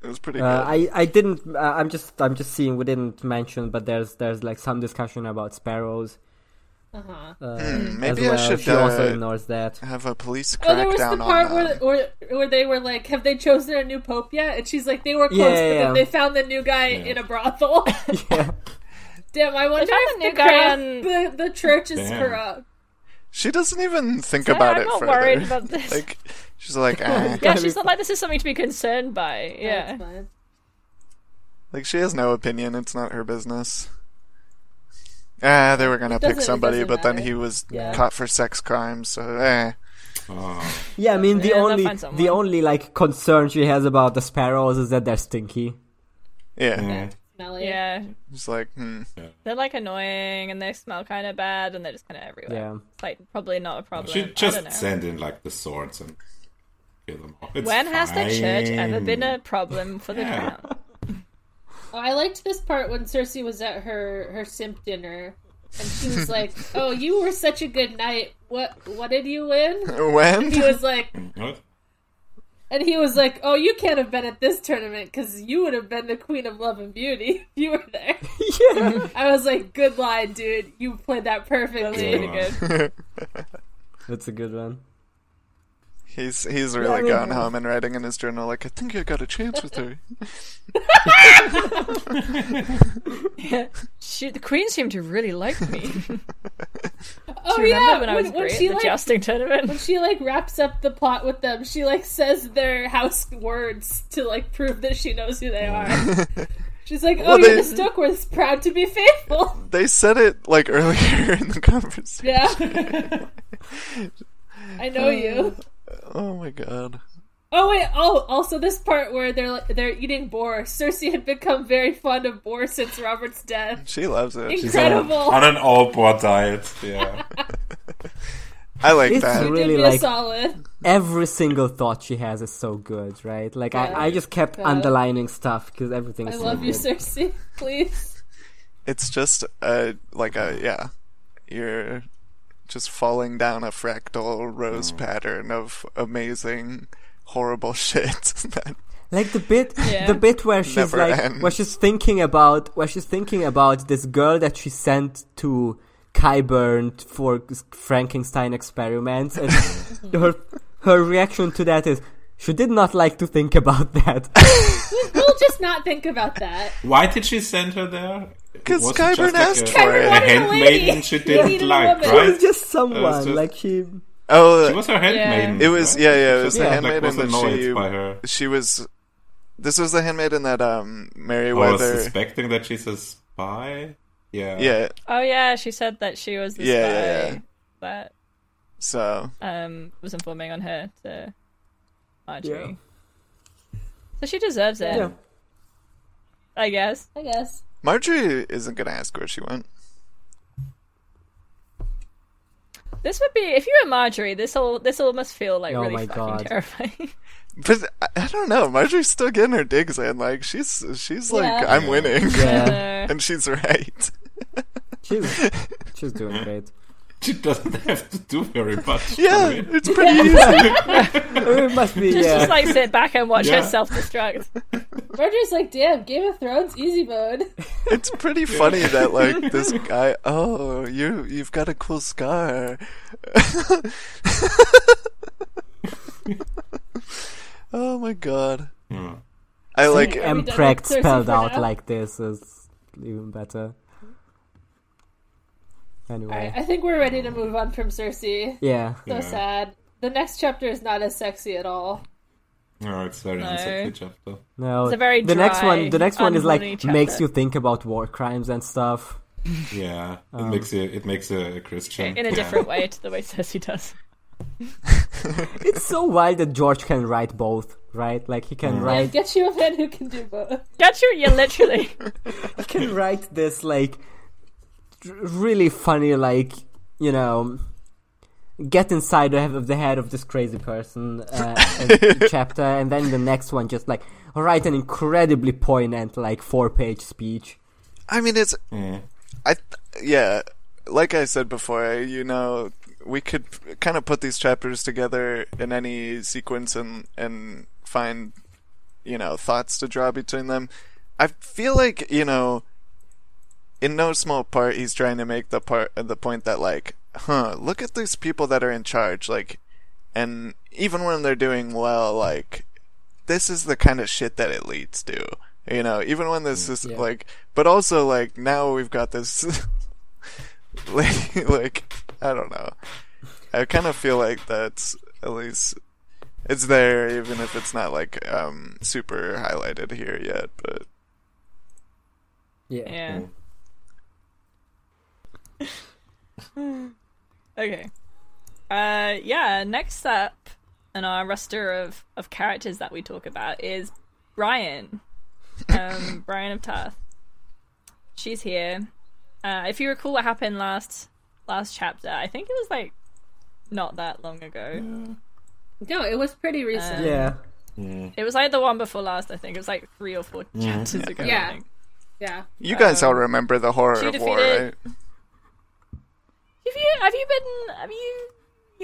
Speaker 6: it was pretty
Speaker 4: Uh,
Speaker 6: good.
Speaker 4: I I didn't. Uh, I'm just I'm just seeing we didn't mention, but there's there's like some discussion about sparrows,
Speaker 2: Uh-huh.
Speaker 4: Uh,
Speaker 6: Hmm,
Speaker 4: as
Speaker 6: maybe
Speaker 4: well.
Speaker 6: I should
Speaker 4: She also
Speaker 6: uh,
Speaker 4: ignores that.
Speaker 6: have a police
Speaker 2: Oh, there was
Speaker 6: crackdown
Speaker 2: the
Speaker 6: on
Speaker 2: part
Speaker 6: that.
Speaker 2: where, where where they were like, "Have they chosen a new pope yet?" And she's like, "They were close,
Speaker 4: Yeah,
Speaker 2: but
Speaker 4: yeah,
Speaker 2: then
Speaker 4: yeah.
Speaker 2: they found the new guy in a brothel."
Speaker 4: Yeah.
Speaker 2: Damn, I wonder
Speaker 3: found
Speaker 2: if the,
Speaker 3: the new guy
Speaker 2: corrupt-
Speaker 3: on-
Speaker 2: the the church is
Speaker 5: Damn.
Speaker 2: corrupt.
Speaker 6: she doesn't even think
Speaker 3: Yeah,
Speaker 6: about
Speaker 3: I'm
Speaker 6: it
Speaker 3: not
Speaker 6: further.
Speaker 3: worried about this.
Speaker 6: like she's like, eh.
Speaker 3: yeah, she's not like this is something to be concerned by. Yeah,
Speaker 2: That's fun.
Speaker 6: like she has no opinion. It's not her business. Ah, they were gonna
Speaker 2: doesn't-
Speaker 6: pick
Speaker 2: it
Speaker 6: somebody,
Speaker 2: doesn't
Speaker 6: but then
Speaker 2: matter.
Speaker 6: he was
Speaker 4: Yeah.
Speaker 6: caught for sex crimes. So eh.
Speaker 5: Oh,
Speaker 4: Yeah, I mean the
Speaker 3: Yeah, they'll
Speaker 4: only
Speaker 3: find someone.
Speaker 4: the only like concern she has about the sparrows is that they're stinky.
Speaker 6: yeah.
Speaker 5: yeah.
Speaker 2: Smelly.
Speaker 3: yeah.
Speaker 6: She's like, hmm.
Speaker 3: They're like annoying and they smell kind of bad and they're just kind of everywhere.
Speaker 4: Yeah.
Speaker 3: It's like probably not a problem.
Speaker 5: Should
Speaker 3: I don't know.
Speaker 5: just send in like the swords and kill them off. It's
Speaker 3: when has the church ever
Speaker 5: fine.
Speaker 3: been a problem for the
Speaker 5: Yeah.
Speaker 3: crown?
Speaker 2: Oh, I liked this part when Cersei was at her her simp dinner, and she was like, "Oh, you were such a good knight. What what did you win?" He
Speaker 6: When?
Speaker 2: was like,
Speaker 5: What?
Speaker 2: and he was like, "Oh, you can't have been at this tournament because you would have been the queen of love and beauty if you were there."
Speaker 4: yeah,
Speaker 2: I was like, "Good line, dude. You played that perfectly."
Speaker 3: Pretty good.
Speaker 4: that's a good one.
Speaker 6: He's he's really
Speaker 4: Yeah, I
Speaker 6: gone home and writing in his journal like, I think I got a chance with her.
Speaker 3: She, the queen seemed to really like me.
Speaker 2: Oh
Speaker 3: Remember
Speaker 2: yeah,
Speaker 3: when I was great at
Speaker 2: she
Speaker 3: the
Speaker 2: like
Speaker 3: jousting tournament?
Speaker 2: she like wraps up the plot with them. She like says their house words to like prove that she knows who they are. She's like, "Oh,
Speaker 6: Well,
Speaker 2: you're
Speaker 6: they-
Speaker 2: the Stokeworths, proud to be faithful."
Speaker 6: They said it like earlier in the conversation.
Speaker 2: Yeah, I know you.
Speaker 6: Oh my god.
Speaker 2: Oh wait. Oh, also this part where they're like, they're eating boar. Cersei had become very fond of boar since Robert's death.
Speaker 6: She loves it.
Speaker 5: She's uh, on-
Speaker 2: Incredible.
Speaker 5: On an all board diet. Yeah.
Speaker 6: I like
Speaker 4: It's
Speaker 6: that.
Speaker 4: really
Speaker 2: Give me a
Speaker 4: like
Speaker 2: solid.
Speaker 4: every single thought she has is so good, right? Like
Speaker 2: Yeah.
Speaker 4: I, I just kept
Speaker 2: Yeah.
Speaker 4: underlining stuff because everything
Speaker 2: I
Speaker 4: is. so
Speaker 2: love you,
Speaker 4: good.
Speaker 2: Cersei. Please.
Speaker 6: It's just a like a yeah. You're just falling down a fractal rose
Speaker 5: Mm.
Speaker 6: pattern of amazing horrible shit that
Speaker 4: Like the bit,
Speaker 3: Yeah.
Speaker 4: the bit where she's
Speaker 6: Never
Speaker 4: like,
Speaker 6: ends.
Speaker 4: where she's thinking about, where she's thinking about this girl that she sent to Kyburn for Frankenstein experiments, and her her reaction to that is, she did not like to think about that.
Speaker 2: We'll just not think about that.
Speaker 5: Why did she send her there?
Speaker 6: 'Cause
Speaker 5: Was it
Speaker 6: Kyburn
Speaker 5: just like
Speaker 6: asked
Speaker 5: a-
Speaker 6: for it.
Speaker 2: Kyburn wanted
Speaker 5: A
Speaker 2: a
Speaker 5: handmaiden
Speaker 2: lady.
Speaker 5: she
Speaker 2: He
Speaker 5: didn't
Speaker 2: needed a
Speaker 5: like,
Speaker 2: woman.
Speaker 4: It
Speaker 5: right?
Speaker 4: was just someone,
Speaker 5: just-
Speaker 4: like she.
Speaker 6: Oh
Speaker 5: She was her handmaiden.
Speaker 6: it was
Speaker 5: right?
Speaker 6: yeah,
Speaker 5: She
Speaker 6: yeah, it was
Speaker 5: just,
Speaker 6: the
Speaker 5: like,
Speaker 6: handmaiden
Speaker 5: was
Speaker 6: that
Speaker 5: annoyed
Speaker 6: she
Speaker 5: by her.
Speaker 6: she was this was the handmaiden that um
Speaker 5: I was
Speaker 6: Meriwether
Speaker 5: suspecting that she's a spy. Yeah.
Speaker 6: Yeah.
Speaker 3: Oh yeah, she said that she was the
Speaker 6: Yeah,
Speaker 3: spy
Speaker 6: yeah, yeah.
Speaker 3: that
Speaker 6: So
Speaker 3: um, was informing on her to Marjorie. So she deserves it,
Speaker 4: Yeah.
Speaker 3: I guess.
Speaker 2: I guess.
Speaker 6: Marjorie isn't gonna ask where she went.
Speaker 3: This would be if you were Marjorie. This all this all must feel like
Speaker 4: Oh
Speaker 3: really
Speaker 4: my
Speaker 3: fucking
Speaker 4: God.
Speaker 3: terrifying.
Speaker 6: But I, I don't know. Marjorie's still getting her digs in. Like she's she's like
Speaker 2: Yeah.
Speaker 6: I'm winning,
Speaker 3: Uh,
Speaker 6: and she's right.
Speaker 4: She's she's doing great.
Speaker 5: She doesn't have to do very much.
Speaker 6: Yeah,
Speaker 5: I mean,
Speaker 6: it's pretty easy.
Speaker 4: Oh, It must be
Speaker 3: just,
Speaker 4: yeah.
Speaker 3: just like sit back and watch
Speaker 5: Yeah.
Speaker 3: her self destruct.
Speaker 2: Roger's like, "Damn, Game of Thrones, easy mode."
Speaker 6: It's pretty funny that like this guy. Oh, you you've got a cool scar. oh my god.
Speaker 5: yeah.
Speaker 6: I like
Speaker 2: Em-
Speaker 4: Mpreg
Speaker 2: Cersei
Speaker 4: spelled
Speaker 2: for
Speaker 4: out
Speaker 2: now.
Speaker 4: like this is even better. Anyway,
Speaker 2: All right, I think we're ready to move on from Cersei.
Speaker 4: yeah.
Speaker 2: So
Speaker 5: Yeah.
Speaker 2: sad. The next chapter is not as sexy at all.
Speaker 5: No, it's very
Speaker 3: No.
Speaker 5: unsexy chapter.
Speaker 4: No,
Speaker 3: It's a very
Speaker 4: the next
Speaker 3: dry,
Speaker 4: one. The next one is like
Speaker 3: unhorny
Speaker 4: makes
Speaker 3: chapter.
Speaker 4: you think about war crimes and stuff.
Speaker 5: Yeah, it
Speaker 6: Um.
Speaker 5: makes you it makes you a Christian
Speaker 3: in a
Speaker 5: Yeah.
Speaker 3: different way to the way Cersei does.
Speaker 4: It's so wild that George can write both, right? Like he
Speaker 3: Mm.
Speaker 4: can
Speaker 2: And
Speaker 4: write,
Speaker 2: get you a man who can do both.
Speaker 3: Get you, yeah, literally.
Speaker 4: he can write this like r- really funny, like you know, get inside the head of the head of this crazy person uh, and- chapter, and then the next one just like write an incredibly poignant, like four-page speech.
Speaker 6: I mean, it's. I th- yeah, like I said before, you know, we could kind of put these chapters together in any sequence and and find, you know, thoughts to draw between them. I feel like you know, in no small part, he's trying to make the part the point that like, huh, look at these people that are in charge, like, and even when they're doing well, like, this is the kind of shit that it leads to, you know. Even when this is
Speaker 4: yeah.
Speaker 6: like, but also like now we've got this, like, like I don't know. I kind of feel like that's at least it's there, even if it's not like um super highlighted here yet, but.
Speaker 4: Yeah.
Speaker 3: Yeah. okay. Uh, yeah. Next up in our roster of of characters that we talk about is Brian, um, Brian of Tarth. She's here. Uh, if you recall what happened last last chapter, I think it was like not that long ago.
Speaker 2: No, it was pretty recent.
Speaker 4: Yeah.
Speaker 3: It was like the one before last. I think it was like three or four chapters ago. I
Speaker 2: Yeah.
Speaker 3: think.
Speaker 2: yeah.
Speaker 6: You guys all remember the horror
Speaker 3: she
Speaker 6: of war,
Speaker 3: Um,
Speaker 6: right?
Speaker 3: defeated- Have you have you been have you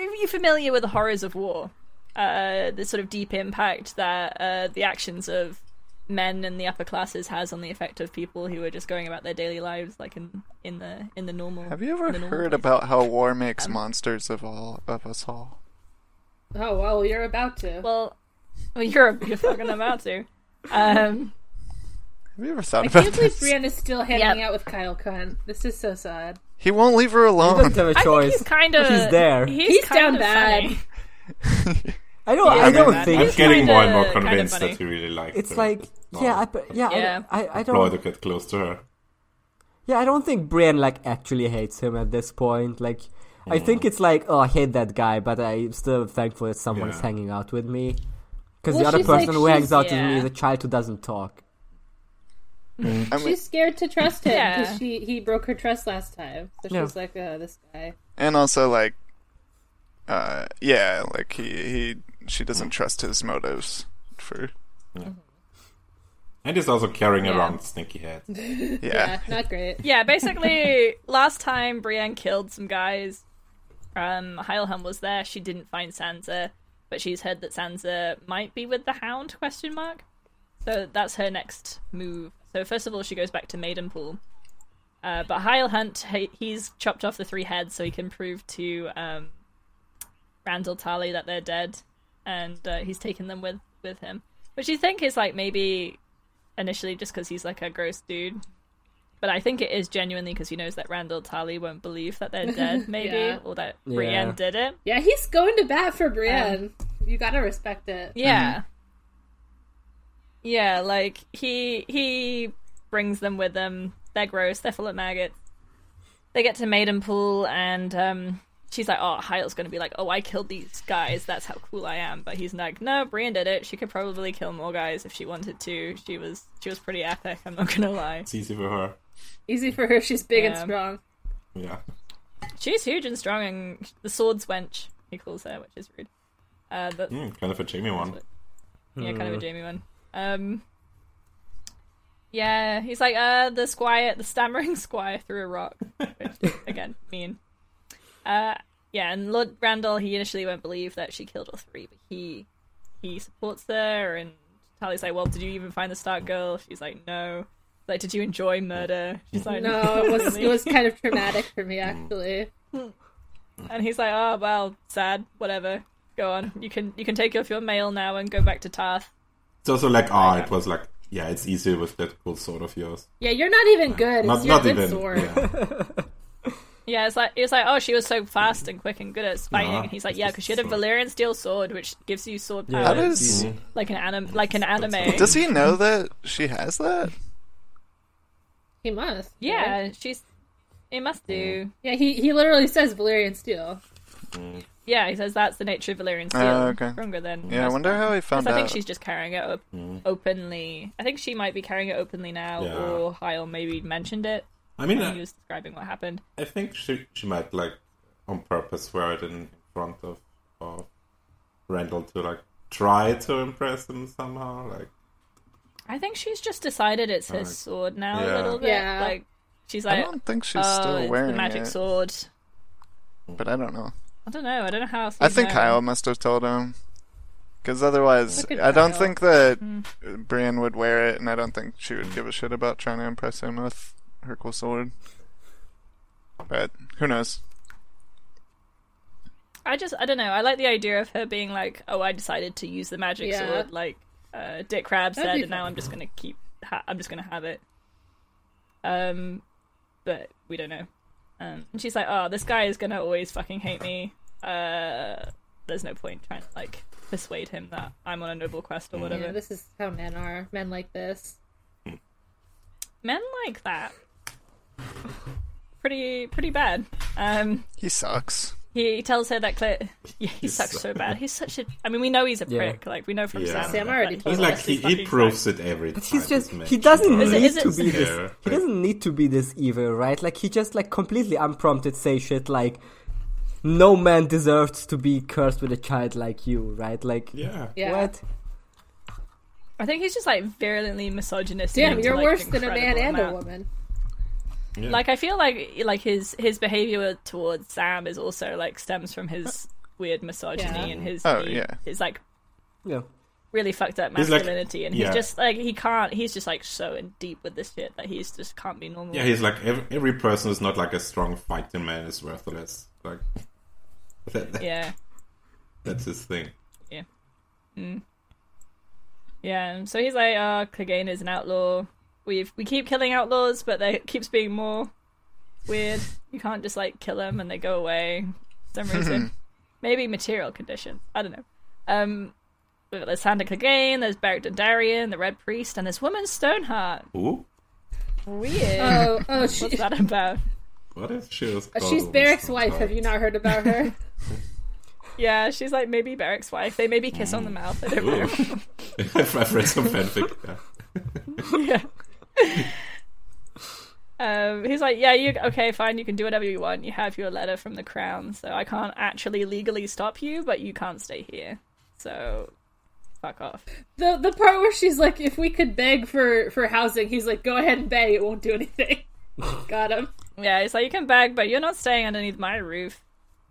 Speaker 3: are you familiar with the horrors of war? Uh, the sort of deep impact that uh, the actions of men and the upper classes has on the effect of people who are just going about their daily lives, like in in the in the normal.
Speaker 6: Have you ever
Speaker 3: the normal
Speaker 6: heard
Speaker 3: place.
Speaker 6: about how war makes
Speaker 3: Um,
Speaker 6: monsters of all of us all?
Speaker 2: Oh well, you're about to.
Speaker 3: Well, well, you're you're fucking about to. Um,
Speaker 6: Have you ever thought
Speaker 2: I
Speaker 6: about
Speaker 2: can't believe
Speaker 6: this?
Speaker 2: Brianna's still hanging
Speaker 3: Yep.
Speaker 2: out with Kyle Khan. This is so sad.
Speaker 6: He won't leave her
Speaker 4: He
Speaker 6: alone.
Speaker 4: doesn't have a
Speaker 3: I think
Speaker 4: choice.
Speaker 3: he's kind of
Speaker 4: He's there.
Speaker 3: He's,
Speaker 2: He's
Speaker 3: kind
Speaker 2: down
Speaker 3: of
Speaker 2: bad.
Speaker 3: funny.
Speaker 4: I don't. I
Speaker 3: I'm
Speaker 4: don't
Speaker 3: bad.
Speaker 4: think
Speaker 5: I'm
Speaker 3: It's
Speaker 5: getting more and more
Speaker 3: kinda- kinda
Speaker 5: convinced
Speaker 3: funny.
Speaker 5: that he really likes
Speaker 4: it's
Speaker 5: her.
Speaker 4: like. Yeah, I, but- yeah,
Speaker 3: Yeah.
Speaker 4: yeah. I, I
Speaker 5: Ploy
Speaker 4: don't.
Speaker 5: to get close to her.
Speaker 4: Yeah, I don't think Brian like actually hates him at this point. Like, I think it's like, oh, I hate that guy, but I'm still thankful that someone's
Speaker 5: Yeah.
Speaker 4: hanging out with me. Because
Speaker 2: Well,
Speaker 4: the other
Speaker 2: she's like-
Speaker 4: person who hangs
Speaker 2: she's-
Speaker 4: out with me
Speaker 3: yeah.
Speaker 4: is a child who doesn't talk.
Speaker 6: I mean,
Speaker 2: She's scared to trust him because
Speaker 3: Yeah.
Speaker 2: she he broke her trust last time. So she
Speaker 4: Yeah.
Speaker 2: was like, "Oh, this guy."
Speaker 6: and also like, uh, yeah, like he he she doesn't trust his motives for
Speaker 5: And he's also carrying
Speaker 3: Yeah.
Speaker 5: around Sneaky Head.
Speaker 6: yeah.
Speaker 2: Yeah, not great.
Speaker 3: Yeah, basically, last time Brienne killed some guys, um, Heilhelm was there. She didn't find Sansa, but she's heard that Sansa might be with the Hound? Question mark. So that's her next move. So first of all, she goes back to Maidenpool. Uh, but Heilhunt, he, he's chopped off the three heads so he can prove to um, Randall Tally that they're dead, and uh, he's taken them with with him, which you think is like maybe initially just because he's like a gross dude but I think it is genuinely because he knows that Randall Tally won't believe that they're dead, maybe,
Speaker 2: Yeah.
Speaker 3: or that
Speaker 4: Yeah.
Speaker 3: Brienne did it.
Speaker 2: Yeah, he's going to bat for Brienne.
Speaker 3: Um,
Speaker 2: you gotta respect it.
Speaker 3: Yeah. Yeah, like he he brings them with him. They're gross. They're full of maggots. They get to Maidenpool, and um, she's like, "Oh, Heil's going to be like, oh, I killed these guys. That's how cool I am." But he's like, "No, Brienne did it. She could probably kill more guys if she wanted to. She was she was pretty epic. I'm not gonna lie.
Speaker 5: It's easy for her.
Speaker 2: Easy for her. She's big and
Speaker 3: Yeah.
Speaker 2: strong.
Speaker 5: Yeah.
Speaker 3: She's huge and strong, and the swords wench he calls her, which is rude. Uh, that's
Speaker 5: Mm, kind of a Jamie one.
Speaker 3: Yeah, kind of a Jamie one. Um, yeah, he's like uh, the squire, the stammering squire threw a rock, which again mean. Uh, yeah, and Lord Randall, he initially won't believe that she killed all three, but he he supports her, and Tally's like, "Well, did you even find the Stark girl?" She's like, "No." Like, did you enjoy murder? She's like,
Speaker 2: No, it was it was kind of traumatic for me
Speaker 5: Mm.
Speaker 2: actually.
Speaker 3: And he's like, "Oh well, sad. Whatever. Go on. You can you can take off your mail now and go back to Tarth."
Speaker 5: It's also like, ah, it was like, yeah, it's easy with that cool sword of yours.
Speaker 2: Yeah, you're not even good. It's
Speaker 5: Not,
Speaker 2: your
Speaker 5: not
Speaker 2: good
Speaker 5: even.
Speaker 2: sword.
Speaker 5: Yeah.
Speaker 3: Yeah, it's like it's like, oh, she was so fast and quick and good at fighting.
Speaker 5: Nah,
Speaker 3: and he's like,
Speaker 5: it's
Speaker 3: yeah,
Speaker 5: just
Speaker 3: because she had a
Speaker 5: sword.
Speaker 3: Valyrian steel sword, which gives you sword
Speaker 4: Yeah.
Speaker 6: How
Speaker 3: powers,
Speaker 6: does
Speaker 3: like an anime, like an anime.
Speaker 6: does he know that she has that?
Speaker 2: He must. right?
Speaker 3: Yeah, she's. It must do.
Speaker 6: Mm.
Speaker 2: Yeah, he he literally says Valyrian steel.
Speaker 3: Yeah, he says that's the nature of Valyrian steel.
Speaker 6: Oh, okay.
Speaker 3: Stronger than.
Speaker 6: Yeah, I wonder how he
Speaker 3: Because
Speaker 6: found
Speaker 3: I think
Speaker 6: out.
Speaker 3: she's just carrying it op- openly. I think she might be carrying it openly now,
Speaker 5: Mm. Yeah.
Speaker 3: or Heil maybe mentioned it.
Speaker 5: I mean,
Speaker 3: when He
Speaker 5: I,
Speaker 3: was describing what happened.
Speaker 5: I think she, she might, like, on purpose wear it in, in front of, of Randall to, like, try to impress him somehow. Like,
Speaker 3: I think she's just decided it's her
Speaker 5: Alright.
Speaker 3: sword now a
Speaker 5: Yeah.
Speaker 3: little bit.
Speaker 2: Yeah.
Speaker 3: Like she's
Speaker 6: I
Speaker 3: like,
Speaker 6: don't think she's
Speaker 3: oh,
Speaker 6: still
Speaker 3: it's
Speaker 6: wearing
Speaker 3: the magic
Speaker 6: it,
Speaker 3: sword.
Speaker 6: but I don't know.
Speaker 3: I don't know. I don't know how. Else
Speaker 6: I
Speaker 3: you
Speaker 6: think
Speaker 3: know.
Speaker 6: Kyle must have told him. Because otherwise,
Speaker 3: Look at
Speaker 6: I don't
Speaker 3: Kyle.
Speaker 6: think that Brian would wear it, and I don't think she would give a shit about trying to impress him with Hercules Sword. But who knows?
Speaker 3: I just I don't know. I like the idea of her being like, "Oh, I decided to use the magic
Speaker 2: Yeah.
Speaker 3: sword," like uh, Dick Crab
Speaker 2: That'd
Speaker 3: said,
Speaker 2: be
Speaker 3: and now I'm just gonna keep. Ha- I'm just gonna have it. Um, but we don't know. Um, and she's like, "Oh, this guy is gonna always fucking hate me. Uh, there's no point trying to like persuade him that I'm on a noble quest or whatever."
Speaker 2: Yeah, this is how men are. Men like this.
Speaker 3: Men like that. Pretty, pretty bad. Um,
Speaker 6: He sucks.
Speaker 3: He tells her that Claire. Yeah, he
Speaker 5: He's
Speaker 3: sucks
Speaker 5: so-
Speaker 3: so bad. He's such a. I mean, we know he's a
Speaker 4: Yeah.
Speaker 3: prick. Like we know from
Speaker 5: Yeah.
Speaker 3: Sam.
Speaker 2: Sam
Speaker 3: that
Speaker 2: already
Speaker 3: he-
Speaker 2: told
Speaker 5: He's
Speaker 2: us
Speaker 5: like
Speaker 2: this
Speaker 5: he, he
Speaker 3: fucking
Speaker 5: proves it every time.
Speaker 4: He's just
Speaker 5: this
Speaker 4: he
Speaker 5: man.
Speaker 4: doesn't
Speaker 5: Is it-
Speaker 4: need
Speaker 3: is it
Speaker 4: to be
Speaker 5: Yeah.
Speaker 4: this he doesn't need to be this evil, right? Like he just like completely unprompted say shit like no man deserves to be cursed with a child like you, right? Like
Speaker 5: Yeah.
Speaker 2: Yeah.
Speaker 4: what?
Speaker 3: I think he's just like virulently misogynistic.
Speaker 2: Damn,
Speaker 3: to,
Speaker 2: you're
Speaker 3: like,
Speaker 2: worse than a man
Speaker 3: incredible
Speaker 2: and a
Speaker 3: amount.
Speaker 2: woman.
Speaker 5: yeah.
Speaker 3: Like I feel like like his his behavior towards Sam is also like stems from his weird misogyny
Speaker 2: Yeah.
Speaker 3: and his
Speaker 6: Oh,
Speaker 3: he-
Speaker 6: yeah.
Speaker 3: his like
Speaker 4: Yeah.
Speaker 3: really fucked up
Speaker 5: He's like-
Speaker 3: masculinity and
Speaker 5: yeah.
Speaker 3: he's just like he can't he's just like so in deep with this shit that he's just can't be normal.
Speaker 5: Yeah, he's like every, every person who's not like a strong fighting man is worthless. Like that, that-
Speaker 3: yeah.
Speaker 5: that's his thing.
Speaker 3: Yeah, and so he's like, uh, Clegane is an outlaw. We've we keep killing outlaws, but there keeps being more weird. You can't just like kill them and they go away for some reason. Maybe material condition. I don't know. Um we've got there's Santa Clegane, there's Beric Dondarrion, the Red Priest, and this woman Stoneheart.
Speaker 5: Who?
Speaker 3: Weird.
Speaker 2: Oh, oh, she, uh,
Speaker 3: What's that about?
Speaker 5: What if she was?
Speaker 3: Oh,
Speaker 2: she's Barrick's wife. Have you not heard about her?
Speaker 3: Yeah, she's like maybe Beric's wife. They maybe kiss on the mouth. I don't know.
Speaker 5: I've I've read some fanfic. Yeah.
Speaker 3: yeah. um, he's like, yeah, you okay? Fine, you can do whatever you want. You have your letter from the crown, so I can't actually legally stop you, but you can't stay here. So, fuck off.
Speaker 2: the the part where she's like, if we could beg for for housing, he's like, go ahead and beg. It won't do anything. Got him.
Speaker 3: Yeah, he's like, you can beg, but you're not staying underneath my roof.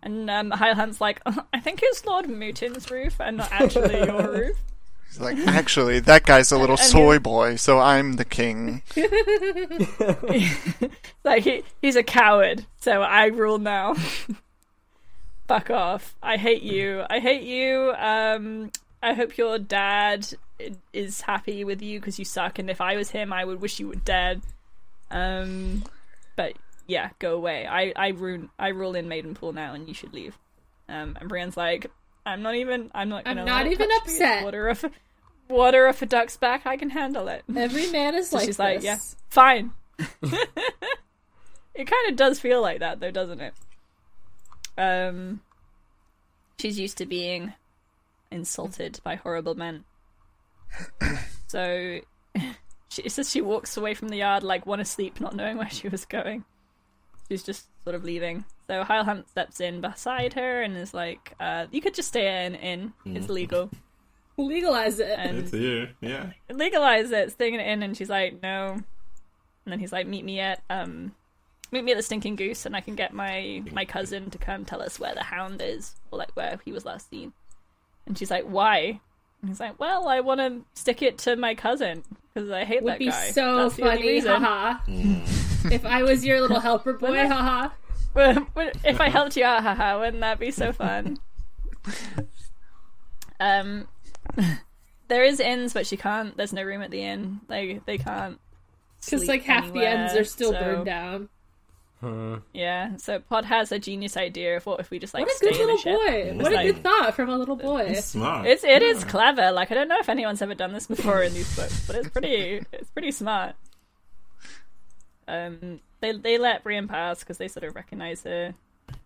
Speaker 3: And um, Highland's like, "Oh, I think it's Lord Mutin's roof and not actually your roof.
Speaker 6: He's like, actually, that guy's a little
Speaker 3: And he-
Speaker 6: soy boy, so I'm the king.
Speaker 3: Like he, he's a coward, so I rule now. Fuck off. I hate you. I hate you. Um I hope your dad i- is happy with you because you suck and if I was him I would wish you were dead. Um but yeah, go away. I I rule I rule in Maidenpool now and you should leave. Um and Brienne's like I'm not even I'm not
Speaker 2: I'm
Speaker 3: gonna
Speaker 2: not
Speaker 3: let it
Speaker 2: even
Speaker 3: touch me. It's
Speaker 2: upset."
Speaker 3: Water off water off a duck's back, I can handle it.
Speaker 2: Every man is
Speaker 3: So
Speaker 2: like
Speaker 3: she's
Speaker 2: this.
Speaker 3: like, yeah, fine. it kind of does feel like that, though, doesn't it? Um, she's used to being insulted by horrible men. So she says she walks away from the yard like one asleep, not knowing where she was going. She's just sort of leaving. So Heil Hunt steps in beside her and is like, uh, "You could just stay in. In it's legal."
Speaker 2: Legalize it.
Speaker 3: And
Speaker 5: It's you. Yeah.
Speaker 3: legalize it, sting it in, and she's like, no. And then he's like, meet me at um, meet me at the Stinking Goose, and I can get my my cousin to come tell us where the Hound is, or like where he was last seen. And she's like, why? And he's like, well, I want to stick it to my cousin because I hate
Speaker 2: would
Speaker 3: that
Speaker 2: be
Speaker 3: guy.
Speaker 2: so
Speaker 3: That's the only
Speaker 2: funny.
Speaker 3: reason."
Speaker 2: Haha.
Speaker 3: Mm.
Speaker 2: if I was your little helper boy, haha.
Speaker 3: if I helped you out, haha, wouldn't that be so fun? um, there is inns, but she can't. There's no room at the inn. They they can't.
Speaker 2: Because
Speaker 3: sleep
Speaker 2: like half the ends
Speaker 3: anywhere,
Speaker 2: are still
Speaker 3: so-
Speaker 2: burned down.
Speaker 3: Yeah. So Pod has a genius idea of what if we just like
Speaker 2: What a
Speaker 3: stay
Speaker 2: good
Speaker 3: in
Speaker 2: little
Speaker 3: a ship.
Speaker 2: boy. What
Speaker 3: like-
Speaker 2: a good thought from a little boy.
Speaker 5: Smart.
Speaker 3: It's it
Speaker 5: Hmm.
Speaker 3: is clever. Like I don't know if anyone's ever done this before in these books, but it's pretty it's pretty smart. Um, they they let Brian pass because they sort of recognize her.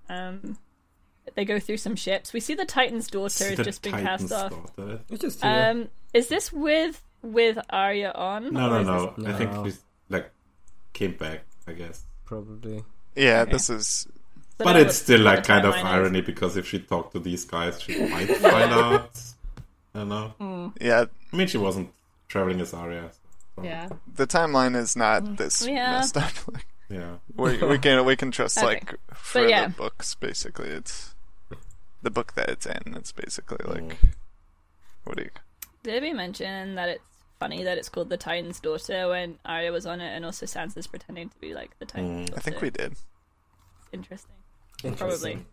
Speaker 3: Um, they go through some ships. We see the Titan's daughter
Speaker 5: The uh,
Speaker 3: has just been cast
Speaker 5: Titan's
Speaker 3: off.
Speaker 5: daughter.
Speaker 4: It's just here.
Speaker 3: Um, is this with with Arya on? Or
Speaker 5: No, no,
Speaker 3: is
Speaker 5: no.
Speaker 4: this-
Speaker 5: I think
Speaker 4: No.
Speaker 5: she's like came back. I guess.
Speaker 4: probably.
Speaker 6: Yeah, this is.
Speaker 3: this-
Speaker 5: But it's still like
Speaker 3: the
Speaker 5: kind of
Speaker 3: timeline is.
Speaker 5: irony because if she talked to these guys, she might find out. I don't know.
Speaker 6: Yeah,
Speaker 5: I mean, she wasn't traveling as Arya. So,
Speaker 2: Yeah.
Speaker 6: the timeline is not this
Speaker 3: Yeah.
Speaker 6: messed up. Like,
Speaker 5: Yeah.
Speaker 6: we, we can we can trust
Speaker 3: Okay.
Speaker 6: like for
Speaker 3: yeah.
Speaker 6: the books basically. It's the
Speaker 4: Mm.
Speaker 6: book that it's in. It's basically like what do you?
Speaker 3: Did we mention that it's funny that it's called The Titan's Daughter when Arya was on it, and also Sansa's pretending to be like the Titan's Daughter.
Speaker 6: Mm, I think we did.
Speaker 3: Interesting.
Speaker 4: Interesting.
Speaker 3: Probably.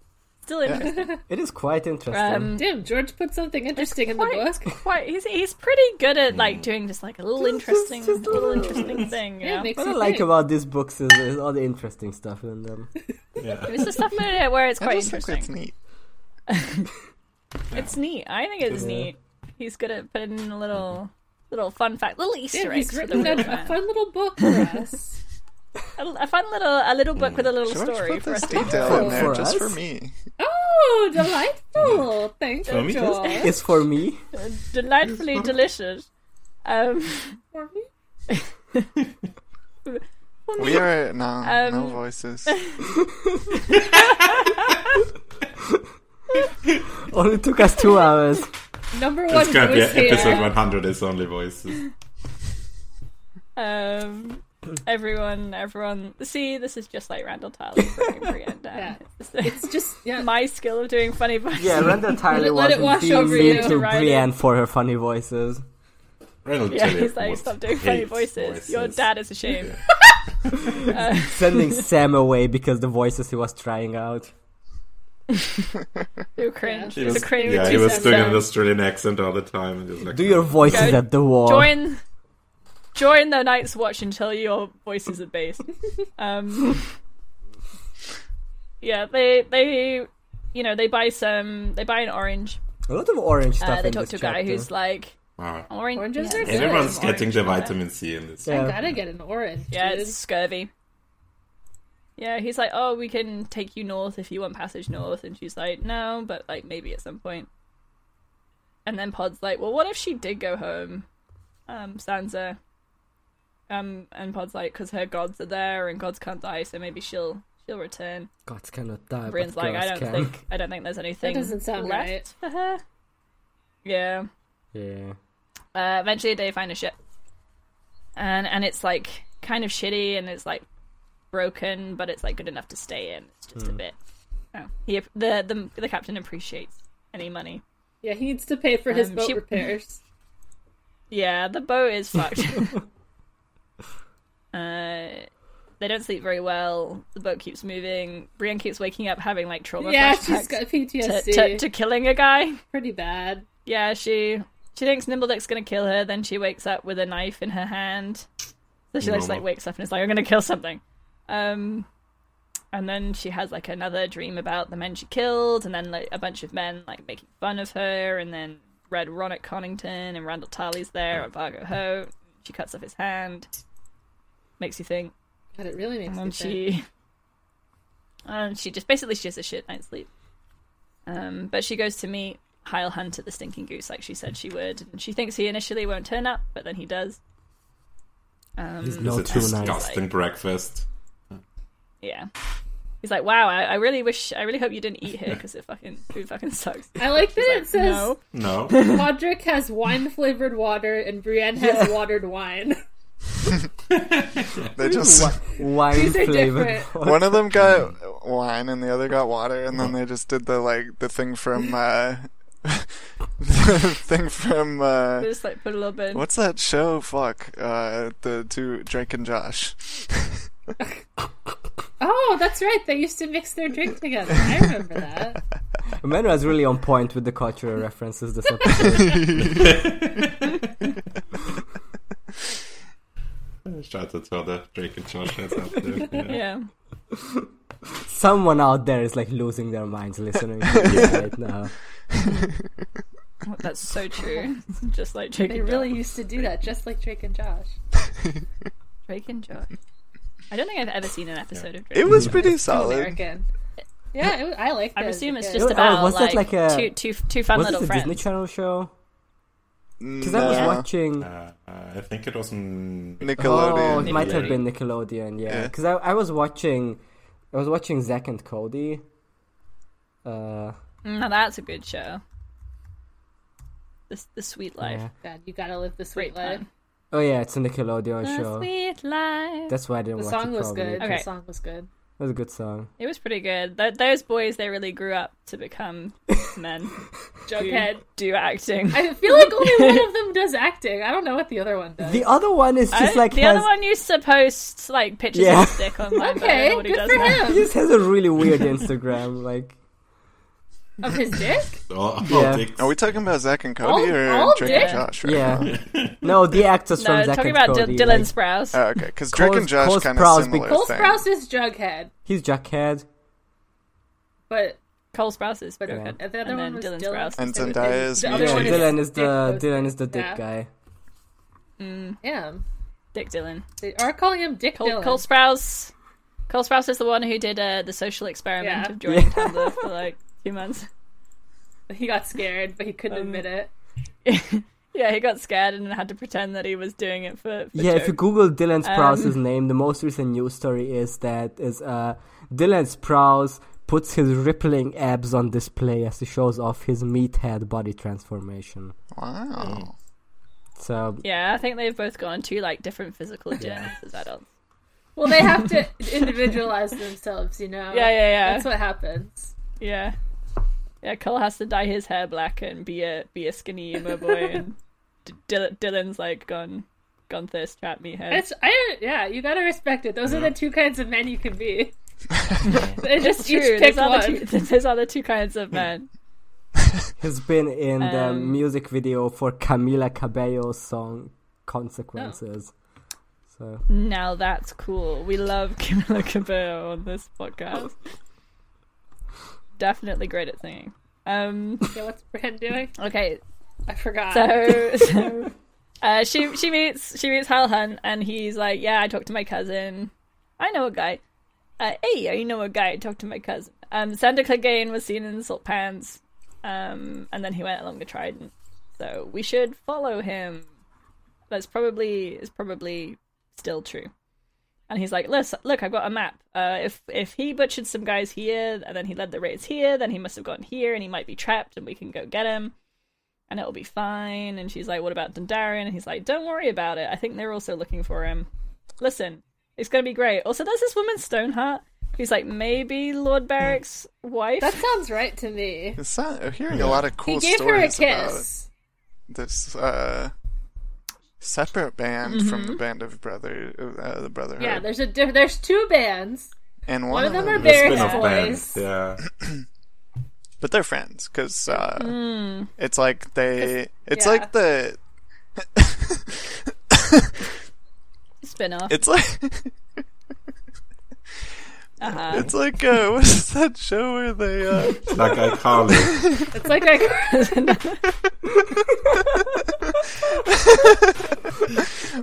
Speaker 3: Still interesting.
Speaker 4: It is quite interesting.
Speaker 3: Um,
Speaker 2: Damn, George put something interesting in the
Speaker 3: quite,
Speaker 2: book.
Speaker 3: quite. He's, he's pretty good at
Speaker 6: Mm.
Speaker 3: like doing just like a little interesting,
Speaker 4: just a
Speaker 3: little
Speaker 4: little-
Speaker 3: interesting thing.
Speaker 2: Yeah,
Speaker 3: Yeah,
Speaker 2: it makes
Speaker 4: what I
Speaker 2: you
Speaker 4: like
Speaker 2: think.
Speaker 4: about these books is, is all the interesting stuff in them.
Speaker 5: Yeah.
Speaker 3: it's the stuff in it where it's
Speaker 6: I
Speaker 3: quite
Speaker 6: just think
Speaker 3: interesting.
Speaker 6: that's neat.
Speaker 3: It's neat. I think it's
Speaker 4: Yeah.
Speaker 3: neat. He's good at putting in a little little fun fact, little Easter
Speaker 2: Damn,
Speaker 3: eggs.
Speaker 2: he's
Speaker 3: for the
Speaker 2: written a,
Speaker 3: real
Speaker 2: a
Speaker 3: fan.
Speaker 2: fun little book for us.
Speaker 3: a, a fun little a little
Speaker 6: Mm.
Speaker 3: book with a little
Speaker 6: George
Speaker 3: story
Speaker 6: put
Speaker 3: for
Speaker 6: this
Speaker 3: us.
Speaker 6: detail in
Speaker 4: For-
Speaker 6: there
Speaker 4: for
Speaker 6: just for
Speaker 4: us?
Speaker 6: me.
Speaker 2: Oh, delightful! Thank
Speaker 5: For
Speaker 2: you,
Speaker 5: me,
Speaker 2: George.
Speaker 4: It's for me.
Speaker 3: Delightfully delicious. Um,
Speaker 2: For me?
Speaker 6: We are no no
Speaker 3: Um,
Speaker 6: voices.
Speaker 4: Only took us two hours.
Speaker 2: Number one
Speaker 5: It's gonna be
Speaker 2: voice here.
Speaker 5: episode 100 is only voices.
Speaker 3: um, everyone, everyone. See, this is just like Randall Tyler. Bringing Brienne down.
Speaker 2: It's just yeah.
Speaker 3: my skill of doing funny voices.
Speaker 4: Yeah, Randall Tyler
Speaker 2: Let it
Speaker 4: was
Speaker 2: wash
Speaker 4: being
Speaker 2: over
Speaker 4: mean
Speaker 2: you.
Speaker 4: to
Speaker 3: Right.
Speaker 4: Brienne for her funny voices.
Speaker 5: Randall
Speaker 3: Yeah,
Speaker 5: Tilly
Speaker 3: he's like,
Speaker 5: would
Speaker 3: stop doing funny
Speaker 5: hate
Speaker 3: voices. Your dad is ashamed.
Speaker 4: Sending Sam away because the voices he was trying out.
Speaker 3: You're cringe.
Speaker 5: He
Speaker 3: It's a
Speaker 5: was-
Speaker 3: cringe.
Speaker 5: yeah, he
Speaker 3: Two
Speaker 5: was
Speaker 3: cents
Speaker 5: doing
Speaker 3: down.
Speaker 5: an Australian accent all the time. And he was like,
Speaker 4: Do your voices
Speaker 3: Go-
Speaker 4: at the wall.
Speaker 3: Join, join the Night's Watch until your voices are bass. Um, yeah, they they you know they buy some they buy an orange.
Speaker 4: A lot of orange stuff
Speaker 3: Uh, they
Speaker 4: in
Speaker 3: talk
Speaker 4: this
Speaker 3: to a
Speaker 4: chapter.
Speaker 3: guy who's like
Speaker 5: Wow.
Speaker 3: orange.
Speaker 2: Oranges
Speaker 3: yeah,
Speaker 2: are
Speaker 3: it's
Speaker 2: good.
Speaker 3: like
Speaker 5: Everyone's
Speaker 3: an
Speaker 5: getting
Speaker 3: orange,
Speaker 5: their
Speaker 3: yeah.
Speaker 5: vitamin C in this.
Speaker 4: Yeah.
Speaker 2: I gotta get an orange.
Speaker 3: Yeah,
Speaker 2: dude.
Speaker 3: it's scurvy. Yeah, he's like, oh, we can take you north if you want passage north, and she's like, no, but like maybe at some point. And then Pod's like, well, what if she did go home, um, Sansa? Um, and Pod's like, because her gods are there and gods can't die, so maybe she'll she'll return.
Speaker 4: Gods cannot die.
Speaker 3: Bryn's
Speaker 4: but
Speaker 3: like, I
Speaker 4: girls
Speaker 3: don't
Speaker 4: can.
Speaker 3: think I don't think there's anything
Speaker 2: doesn't sound
Speaker 3: left
Speaker 2: right.
Speaker 3: for her. Yeah.
Speaker 4: Yeah.
Speaker 3: Uh, eventually, they find a ship, and and it's like kind of shitty, and it's like broken, but it's like good enough to stay in. It's just a bit. Oh, he the the the captain appreciates any money.
Speaker 2: yeah. He needs to pay for his
Speaker 3: Um,
Speaker 2: boat
Speaker 3: she-
Speaker 2: repairs.
Speaker 3: Yeah, the boat is fucked. uh, they don't sleep very well. The boat keeps moving. Brienne keeps waking up having like trauma
Speaker 2: Yeah, she's
Speaker 3: flashbacks
Speaker 2: got
Speaker 3: to,
Speaker 2: PTSD.
Speaker 3: to to killing a guy.
Speaker 2: Pretty bad.
Speaker 3: Yeah, she she thinks Nimbledick's gonna kill her. Then she wakes up with a knife in her hand. So she just like
Speaker 5: Normal.
Speaker 3: wakes up and is like, "I'm gonna kill something." Um, and then she has like another dream about the men she killed, and then like a bunch of men like making fun of her, and then Red Ronick Connington and Randall Tarley's there and Vargo Ho. She cuts off his hand. Makes you think.
Speaker 2: God, it really makes
Speaker 3: And
Speaker 2: me
Speaker 3: then
Speaker 2: think.
Speaker 3: she, um, she just basically she has a shit night's sleep. Um, but she goes to meet Heil Hunt at the Stinking Goose, like she said she would. And she thinks he initially won't turn up, but then he does. um,
Speaker 4: He's
Speaker 5: It's
Speaker 4: no
Speaker 5: a
Speaker 4: too nice.
Speaker 5: disgusting breakfast.
Speaker 3: Yeah, he's like, "Wow, I, I really wish, I really hope you didn't eat here because it fucking food fucking sucks."
Speaker 2: I like that
Speaker 3: He's
Speaker 2: it says
Speaker 3: like, "No."
Speaker 5: No.
Speaker 2: Podrick has wine flavored water and Brienne has watered wine.
Speaker 6: They just
Speaker 4: Wine
Speaker 2: These are
Speaker 4: flavored.
Speaker 2: different.
Speaker 4: water.
Speaker 6: one of them got wine and the other got water, and then they just did the like the thing from uh, the thing from uh,
Speaker 3: They just like put a little bit. In.
Speaker 6: What's that show? Fuck. Uh, the two Drake and Josh.
Speaker 2: Oh, that's right. They used to mix their drink together. I remember that.
Speaker 4: Emmanuel's really on point with the cultural references this episode.
Speaker 5: Shout out to all the Drake and Josh heads out there. Yeah.
Speaker 3: Yeah,
Speaker 4: Someone out there is like losing their minds listening to this right now.
Speaker 3: that's so true. just like Drake
Speaker 2: They
Speaker 3: and
Speaker 2: really
Speaker 3: Josh.
Speaker 2: used to do that, just like Drake and Josh.
Speaker 3: Drake and Josh. I don't think I've ever seen an episode of Drake.
Speaker 6: It
Speaker 3: and
Speaker 6: was pretty
Speaker 2: I'm
Speaker 6: solid.
Speaker 2: American. Yeah, it was, I like.
Speaker 3: I
Speaker 2: that.
Speaker 3: assume it's
Speaker 2: good.
Speaker 3: just
Speaker 4: Oh,
Speaker 3: about
Speaker 4: was
Speaker 3: like,
Speaker 4: that like a-
Speaker 3: two, two, two fun
Speaker 4: Was
Speaker 3: little
Speaker 4: this a
Speaker 3: friends.
Speaker 4: Disney Channel show? Because I was
Speaker 6: No.
Speaker 4: watching.
Speaker 5: Uh, I think it was in
Speaker 4: Oh,
Speaker 6: Nickelodeon.
Speaker 4: it might have been Nickelodeon, yeah.
Speaker 6: Yeah.
Speaker 4: Because I, I was watching, I was watching Zack and Cody. Uh,
Speaker 3: Now that's a good show. The, the Sweet Life.
Speaker 4: yeah.
Speaker 2: God, you gotta live the sweet
Speaker 3: Great
Speaker 2: life.
Speaker 3: fun.
Speaker 4: Oh yeah, it's a Nickelodeon
Speaker 3: The
Speaker 4: show.
Speaker 3: Sweet Life.
Speaker 4: That's why I didn't
Speaker 2: The
Speaker 4: watch
Speaker 2: song
Speaker 4: it.
Speaker 2: was
Speaker 4: probably.
Speaker 2: good.
Speaker 3: Okay.
Speaker 2: The song was good.
Speaker 4: That's a good song.
Speaker 3: It was pretty good. Th- those boys, they really grew up to become men.
Speaker 2: Jughead.
Speaker 3: Do acting.
Speaker 2: I feel like only one of them does acting. I don't know what the other one does.
Speaker 4: The other one is
Speaker 3: I-
Speaker 4: just like
Speaker 3: the
Speaker 4: has,
Speaker 3: other one used to post like pictures
Speaker 4: Yeah.
Speaker 3: of his dick online. but I don't know
Speaker 2: okay,
Speaker 3: what he
Speaker 2: good
Speaker 3: does
Speaker 2: for
Speaker 3: now.
Speaker 4: He
Speaker 2: him.
Speaker 4: just has a really weird Instagram. Like
Speaker 2: Of his dick?
Speaker 5: All, all
Speaker 4: Yeah.
Speaker 5: dicks.
Speaker 6: Are we talking about Zach and
Speaker 2: All-
Speaker 6: Cody or
Speaker 2: all
Speaker 6: Drake and
Speaker 2: dick?
Speaker 6: Josh? Right now?
Speaker 4: yeah, no, the actors
Speaker 3: No,
Speaker 4: from Zack
Speaker 3: talking
Speaker 4: and
Speaker 3: about
Speaker 4: Cody.
Speaker 3: D- Dylan
Speaker 4: like,
Speaker 3: Sprouse.
Speaker 2: Uh.
Speaker 6: Oh, okay, because Drake
Speaker 4: Cole-
Speaker 6: and Josh
Speaker 4: Cole
Speaker 6: kind
Speaker 4: Sprouse
Speaker 6: of similar
Speaker 4: because-
Speaker 2: Cole
Speaker 6: thing.
Speaker 2: Sprouse is Jughead,
Speaker 4: he's Jughead.
Speaker 2: but
Speaker 3: Cole Sprouse is pretty
Speaker 4: Yeah.
Speaker 3: good.
Speaker 2: the other
Speaker 3: And
Speaker 2: one
Speaker 3: then
Speaker 2: was
Speaker 3: Dylan
Speaker 2: Dylan.
Speaker 3: Sprouse.
Speaker 6: And
Speaker 2: Dylan-
Speaker 6: Zendaya is
Speaker 2: the other
Speaker 6: Michi.
Speaker 4: Yeah,
Speaker 2: one is
Speaker 4: Dylan is the
Speaker 2: Dick
Speaker 4: Dylan is the dick
Speaker 2: Yeah.
Speaker 4: guy.
Speaker 2: Damn,
Speaker 3: Dick Dylan.
Speaker 2: they are calling him Dick
Speaker 3: Cole,
Speaker 2: Dylan.
Speaker 3: Cole Sprouse. Cole Sprouse is the one who did uh, the social experiment
Speaker 2: Yeah.
Speaker 3: of joining Tumblr for like two months.
Speaker 2: He got scared, but he couldn't
Speaker 3: Um,
Speaker 2: admit it.
Speaker 3: yeah, he got scared and had to pretend that he was doing it for. for
Speaker 4: Yeah, if you
Speaker 3: joke.
Speaker 4: Google Dylan Sprouse's name, the most recent news story is that is uh Dylan Sprouse puts his rippling abs on display as he shows off his meathead body transformation.
Speaker 6: Wow.
Speaker 4: So
Speaker 3: Yeah, I think they've both gone two like different physical journeys as adults.
Speaker 2: Well, they have to individualize themselves, you know.
Speaker 3: Yeah, yeah, yeah,
Speaker 2: Oh. That's what happens.
Speaker 3: yeah. Yeah, Cole has to dye his hair black and be a be a skinny emo boy, and D- Dylan, Dylan's like gone gone thirst trap me head.
Speaker 2: It's I yeah, you gotta respect it. Those are the two kinds of men you can be. they just each
Speaker 3: True,
Speaker 2: pick
Speaker 3: those are, the
Speaker 2: one.
Speaker 3: two, those are the two kinds of men.
Speaker 4: he's been in the
Speaker 3: Um,
Speaker 4: music video for Camila Cabello's song Consequences. So
Speaker 3: Now that's cool. We love Camila Cabello on this podcast. Definitely great at singing. Um,
Speaker 2: Yeah, what's Brand doing?
Speaker 3: okay,
Speaker 2: I forgot.
Speaker 3: so, so uh, she she meets she meets Hal Hunt and he's like, yeah, I talked to my cousin. I know a guy. Uh, hey, I know a guy. I talked to my cousin. Um, Santa Clegane was seen in the salt pans, um, and then he went along the Trident. So we should follow him. That's probably is probably still true. And he's like, "Listen, look, I've got a map. Uh, if if he butchered some guys here, and then he led the raids here, then he must have gone here, and he might be trapped, and we can go get him." and it'll be fine. And she's like, What about Dendarian? And he's like, Don't worry about it. I think they're also looking for him. Listen, it's going to be great. Also, there's this woman, Stoneheart, who's like, Maybe Lord Barrick's wife.
Speaker 2: that sounds right to me.
Speaker 6: It's not, I'm hearing a lot of cool
Speaker 2: he gave her a
Speaker 6: stories about
Speaker 2: kiss.
Speaker 6: this uh, separate band from the band of brother, uh, the Brotherhood.
Speaker 2: Mm-hmm. Yeah, there's a diff- there's two bands.
Speaker 6: and
Speaker 2: One of them are
Speaker 6: them-
Speaker 5: The
Speaker 2: Barry's
Speaker 5: spin-off
Speaker 2: boys.
Speaker 5: band. Yeah.
Speaker 6: but they're friends because uh, it's like they it's
Speaker 2: Mm. yeah.
Speaker 6: like the
Speaker 3: Spin off.
Speaker 6: it's like
Speaker 3: Uh-huh.
Speaker 6: it's like uh, what is that show where they uh,
Speaker 5: Like iCarly.
Speaker 2: It's like I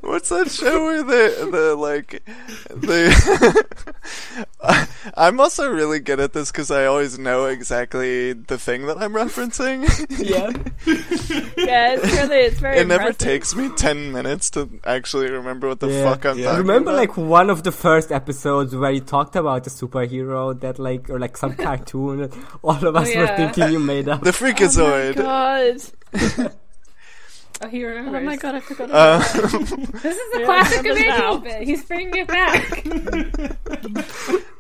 Speaker 6: what's that show where the the like the I'm also really good at this because I always know exactly the thing that I'm referencing.
Speaker 4: yeah,
Speaker 3: yeah, it's really, it's very
Speaker 6: It never
Speaker 3: impressive.
Speaker 6: takes me ten minutes to actually remember what the
Speaker 4: Yeah.
Speaker 6: fuck I'm
Speaker 5: Yeah.
Speaker 6: talking
Speaker 4: remember
Speaker 6: about.
Speaker 4: like one of the first episodes where you talked about a superhero that like or like some cartoon that all of us were
Speaker 2: yeah.
Speaker 4: thinking you made up.
Speaker 6: the Freakazoid.
Speaker 3: God.
Speaker 2: oh, he remembers.
Speaker 3: Oh my god, I forgot. About
Speaker 6: Uh,
Speaker 2: This is the
Speaker 3: Yeah,
Speaker 2: classic
Speaker 3: remember now.
Speaker 2: Emmanuel bit. He's bringing it back.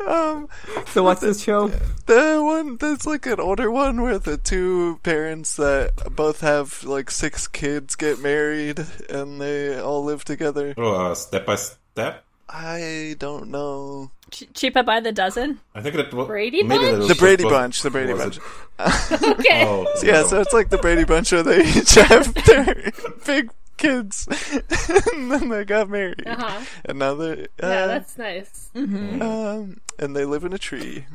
Speaker 6: um,
Speaker 4: so what's this show?
Speaker 6: The one that's like an older one where the two parents that both have like six kids get married and they all live together.
Speaker 5: Oh, uh, step by step.
Speaker 6: I don't know.
Speaker 3: Ch- cheaper by the dozen.
Speaker 5: I think that was
Speaker 2: Brady
Speaker 5: maybe that
Speaker 2: Bunch?
Speaker 5: was-
Speaker 6: The Brady
Speaker 5: was-
Speaker 6: Bunch. The Brady
Speaker 5: was
Speaker 6: Bunch.
Speaker 5: it-
Speaker 2: Okay.
Speaker 5: Oh,
Speaker 6: Yeah,
Speaker 5: no.
Speaker 6: so it's like the Brady Bunch where they each have their big kids and then they got married.
Speaker 2: Uh-huh.
Speaker 6: And now they. Uh,
Speaker 2: Yeah, that's nice.
Speaker 3: Mm-hmm.
Speaker 6: um, and they live in a tree.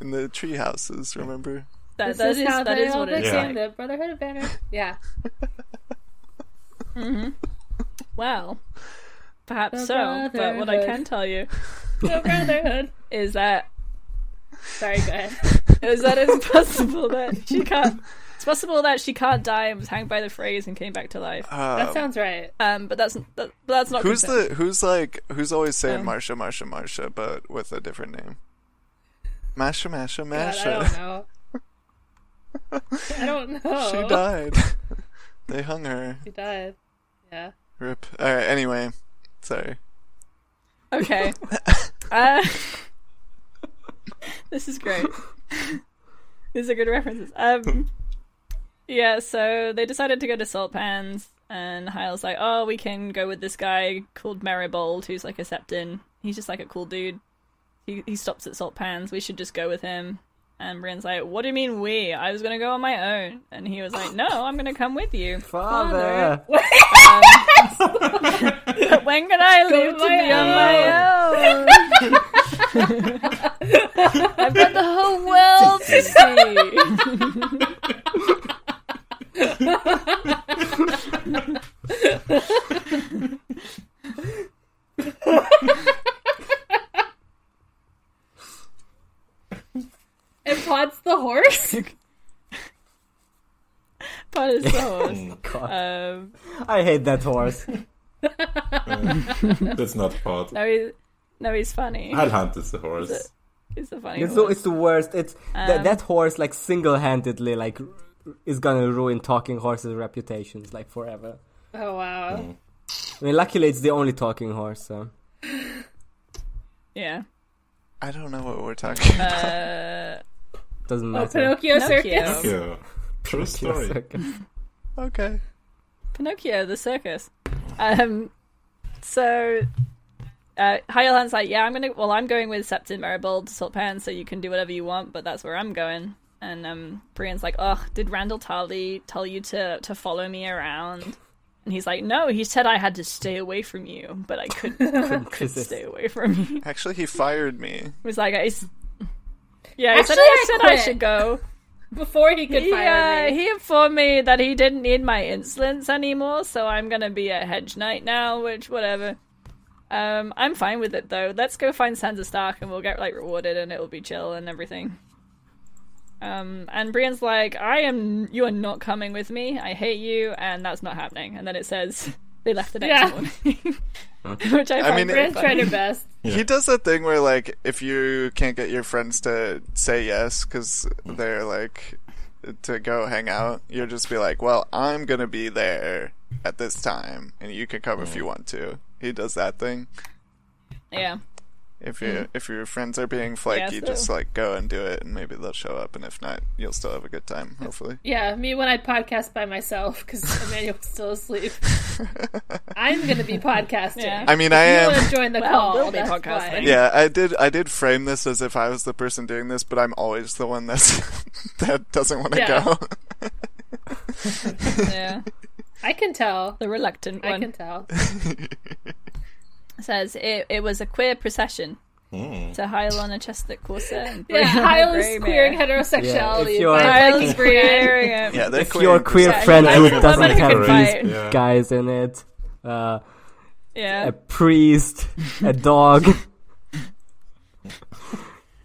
Speaker 6: In the tree houses, remember?
Speaker 3: That,
Speaker 2: This
Speaker 3: that
Speaker 2: is
Speaker 3: is,
Speaker 2: how
Speaker 3: that
Speaker 2: they
Speaker 3: is
Speaker 2: all
Speaker 3: what it's
Speaker 2: became
Speaker 3: like.
Speaker 2: the Brotherhood of Banner. Yeah.
Speaker 3: Well, perhaps
Speaker 2: The
Speaker 3: so. But what I
Speaker 2: Brotherhood.
Speaker 3: can tell you
Speaker 2: The Brotherhood.
Speaker 3: is that
Speaker 2: Sorry, go ahead.
Speaker 3: Is that it's possible that she can't? It's possible that she can't die and was hanged by the phrase and came back to life.
Speaker 2: That sounds right.
Speaker 3: Um, but that's that, that's not.
Speaker 6: Who's
Speaker 3: confirmed.
Speaker 6: the who's like who's always saying
Speaker 3: Um.
Speaker 2: Oh.
Speaker 6: Marsha, Marsha, Marsha, but with a different name? Masha, Masha,
Speaker 2: God, I don't
Speaker 6: Masha.
Speaker 2: know. I don't know.
Speaker 6: She died. they hung her.
Speaker 2: She died. Yeah.
Speaker 6: Rip. All right. Anyway, sorry.
Speaker 3: okay? uh, This is great. These are good references. Um, yeah, so they decided to go to Salt Pans, and Hyle's like, oh, we can go with this guy called Maribold, who's like a septon. He's just like a cool dude. He, he stops at Salt Pans. We should just go with him. And Brian's like, what do you mean we? I was going to go on my own. And he was like, no, I'm going to come with you.
Speaker 4: Father. Oh
Speaker 3: Um, when can I live to be on my own? I've got the whole world to see.
Speaker 2: And Pod's the horse?
Speaker 3: But it's the horse.
Speaker 4: God.
Speaker 3: Um,
Speaker 4: I hate that horse.
Speaker 5: That's not part.
Speaker 3: no, he's, no, he's funny.
Speaker 5: Headhunt is the horse.
Speaker 3: He's a funny
Speaker 4: It's the,
Speaker 3: horse.
Speaker 4: it's the worst. It's that
Speaker 3: Um,
Speaker 4: that horse like single-handedly like r- is gonna ruin talking horses' reputations like forever.
Speaker 2: Oh, wow.
Speaker 4: I mean, luckily it's the only talking horse. So
Speaker 3: Yeah.
Speaker 6: I don't know what we're talking about.
Speaker 3: Uh,
Speaker 4: doesn't
Speaker 2: Oh,
Speaker 4: matter.
Speaker 2: Pinocchio
Speaker 3: Pinocchio.
Speaker 2: Circus?
Speaker 5: Yeah. True story.
Speaker 6: Okay.
Speaker 3: Pinocchio, the circus. Um, so, uh, Hyalan's like, yeah, I'm gonna. Well, I'm going with Septon Maribel to Salt Pan, so you can do whatever you want, but that's where I'm going. And um, Brienne's like, oh, did Randall Tarley tell you to to follow me around? And he's like, no, he said I had to stay away from you, but I couldn't, couldn't, couldn't
Speaker 4: resist.
Speaker 3: stay away from you. He
Speaker 6: Actually, he fired me.
Speaker 3: was like, I, s- yeah, he said
Speaker 2: Actually,
Speaker 3: I
Speaker 2: I
Speaker 3: said I
Speaker 2: quit."
Speaker 3: should go.
Speaker 2: Before he could
Speaker 3: He,
Speaker 2: fire
Speaker 3: uh,
Speaker 2: me.
Speaker 3: he informed me that he didn't need my insolence anymore, so I'm gonna be a hedge knight now, which whatever. Um, I'm fine with it though. Let's go find Sansa Stark and we'll get like rewarded and it'll be chill and everything. Um, and Brienne's like, I am. You are not coming with me. I hate you, and that's not happening. And then it says they left the next
Speaker 2: Yeah.
Speaker 3: morning, which I,
Speaker 6: I
Speaker 3: find very
Speaker 6: mean,
Speaker 2: Brand
Speaker 3: funny.
Speaker 2: tried her best.
Speaker 6: He does that thing where, like, if you can't get your friends to say yes because they're like to go hang out, you'll just be like, "Well, I'm gonna be there at this time, and you can come if you want to." He does that thing.
Speaker 3: Yeah.
Speaker 6: If you if your friends are being flaky,
Speaker 3: so-
Speaker 6: just like go and do it, and maybe they'll show up. And if not, you'll still have a good time, hopefully.
Speaker 2: Yeah, me when I podcast by myself because Emmanuel was still asleep. I'm gonna be podcasting.
Speaker 3: Yeah.
Speaker 6: I mean, I
Speaker 2: I'm gonna
Speaker 6: am.
Speaker 2: join the
Speaker 3: Well,
Speaker 2: call.
Speaker 3: we'll be
Speaker 2: that's
Speaker 3: podcasting.
Speaker 2: why.
Speaker 6: Yeah, I did. I did frame this as if I was the person doing this, but I'm always the one that's that doesn't want to
Speaker 2: Yeah.
Speaker 6: go.
Speaker 3: Yeah,
Speaker 2: I can tell.
Speaker 3: the reluctant
Speaker 2: I
Speaker 3: one.
Speaker 2: can tell.
Speaker 3: says it, it was a queer procession to Hyle on a chestnut corset. And
Speaker 2: Yeah,
Speaker 3: Brienne on a
Speaker 2: Kyle
Speaker 3: grey
Speaker 2: is
Speaker 3: mare.
Speaker 2: queering heterosexuality.
Speaker 4: you're-
Speaker 2: Yeah,
Speaker 3: Hyle
Speaker 2: if
Speaker 3: is
Speaker 2: you're queering,
Speaker 3: queering it.
Speaker 6: Yeah, they're
Speaker 4: If your queer friend
Speaker 3: I
Speaker 4: group
Speaker 3: would
Speaker 4: doesn't
Speaker 3: love it if
Speaker 4: have
Speaker 3: you could
Speaker 4: these
Speaker 3: find-
Speaker 5: Yeah.
Speaker 4: guys in it, uh,
Speaker 3: Yeah.
Speaker 4: a priest, a dog.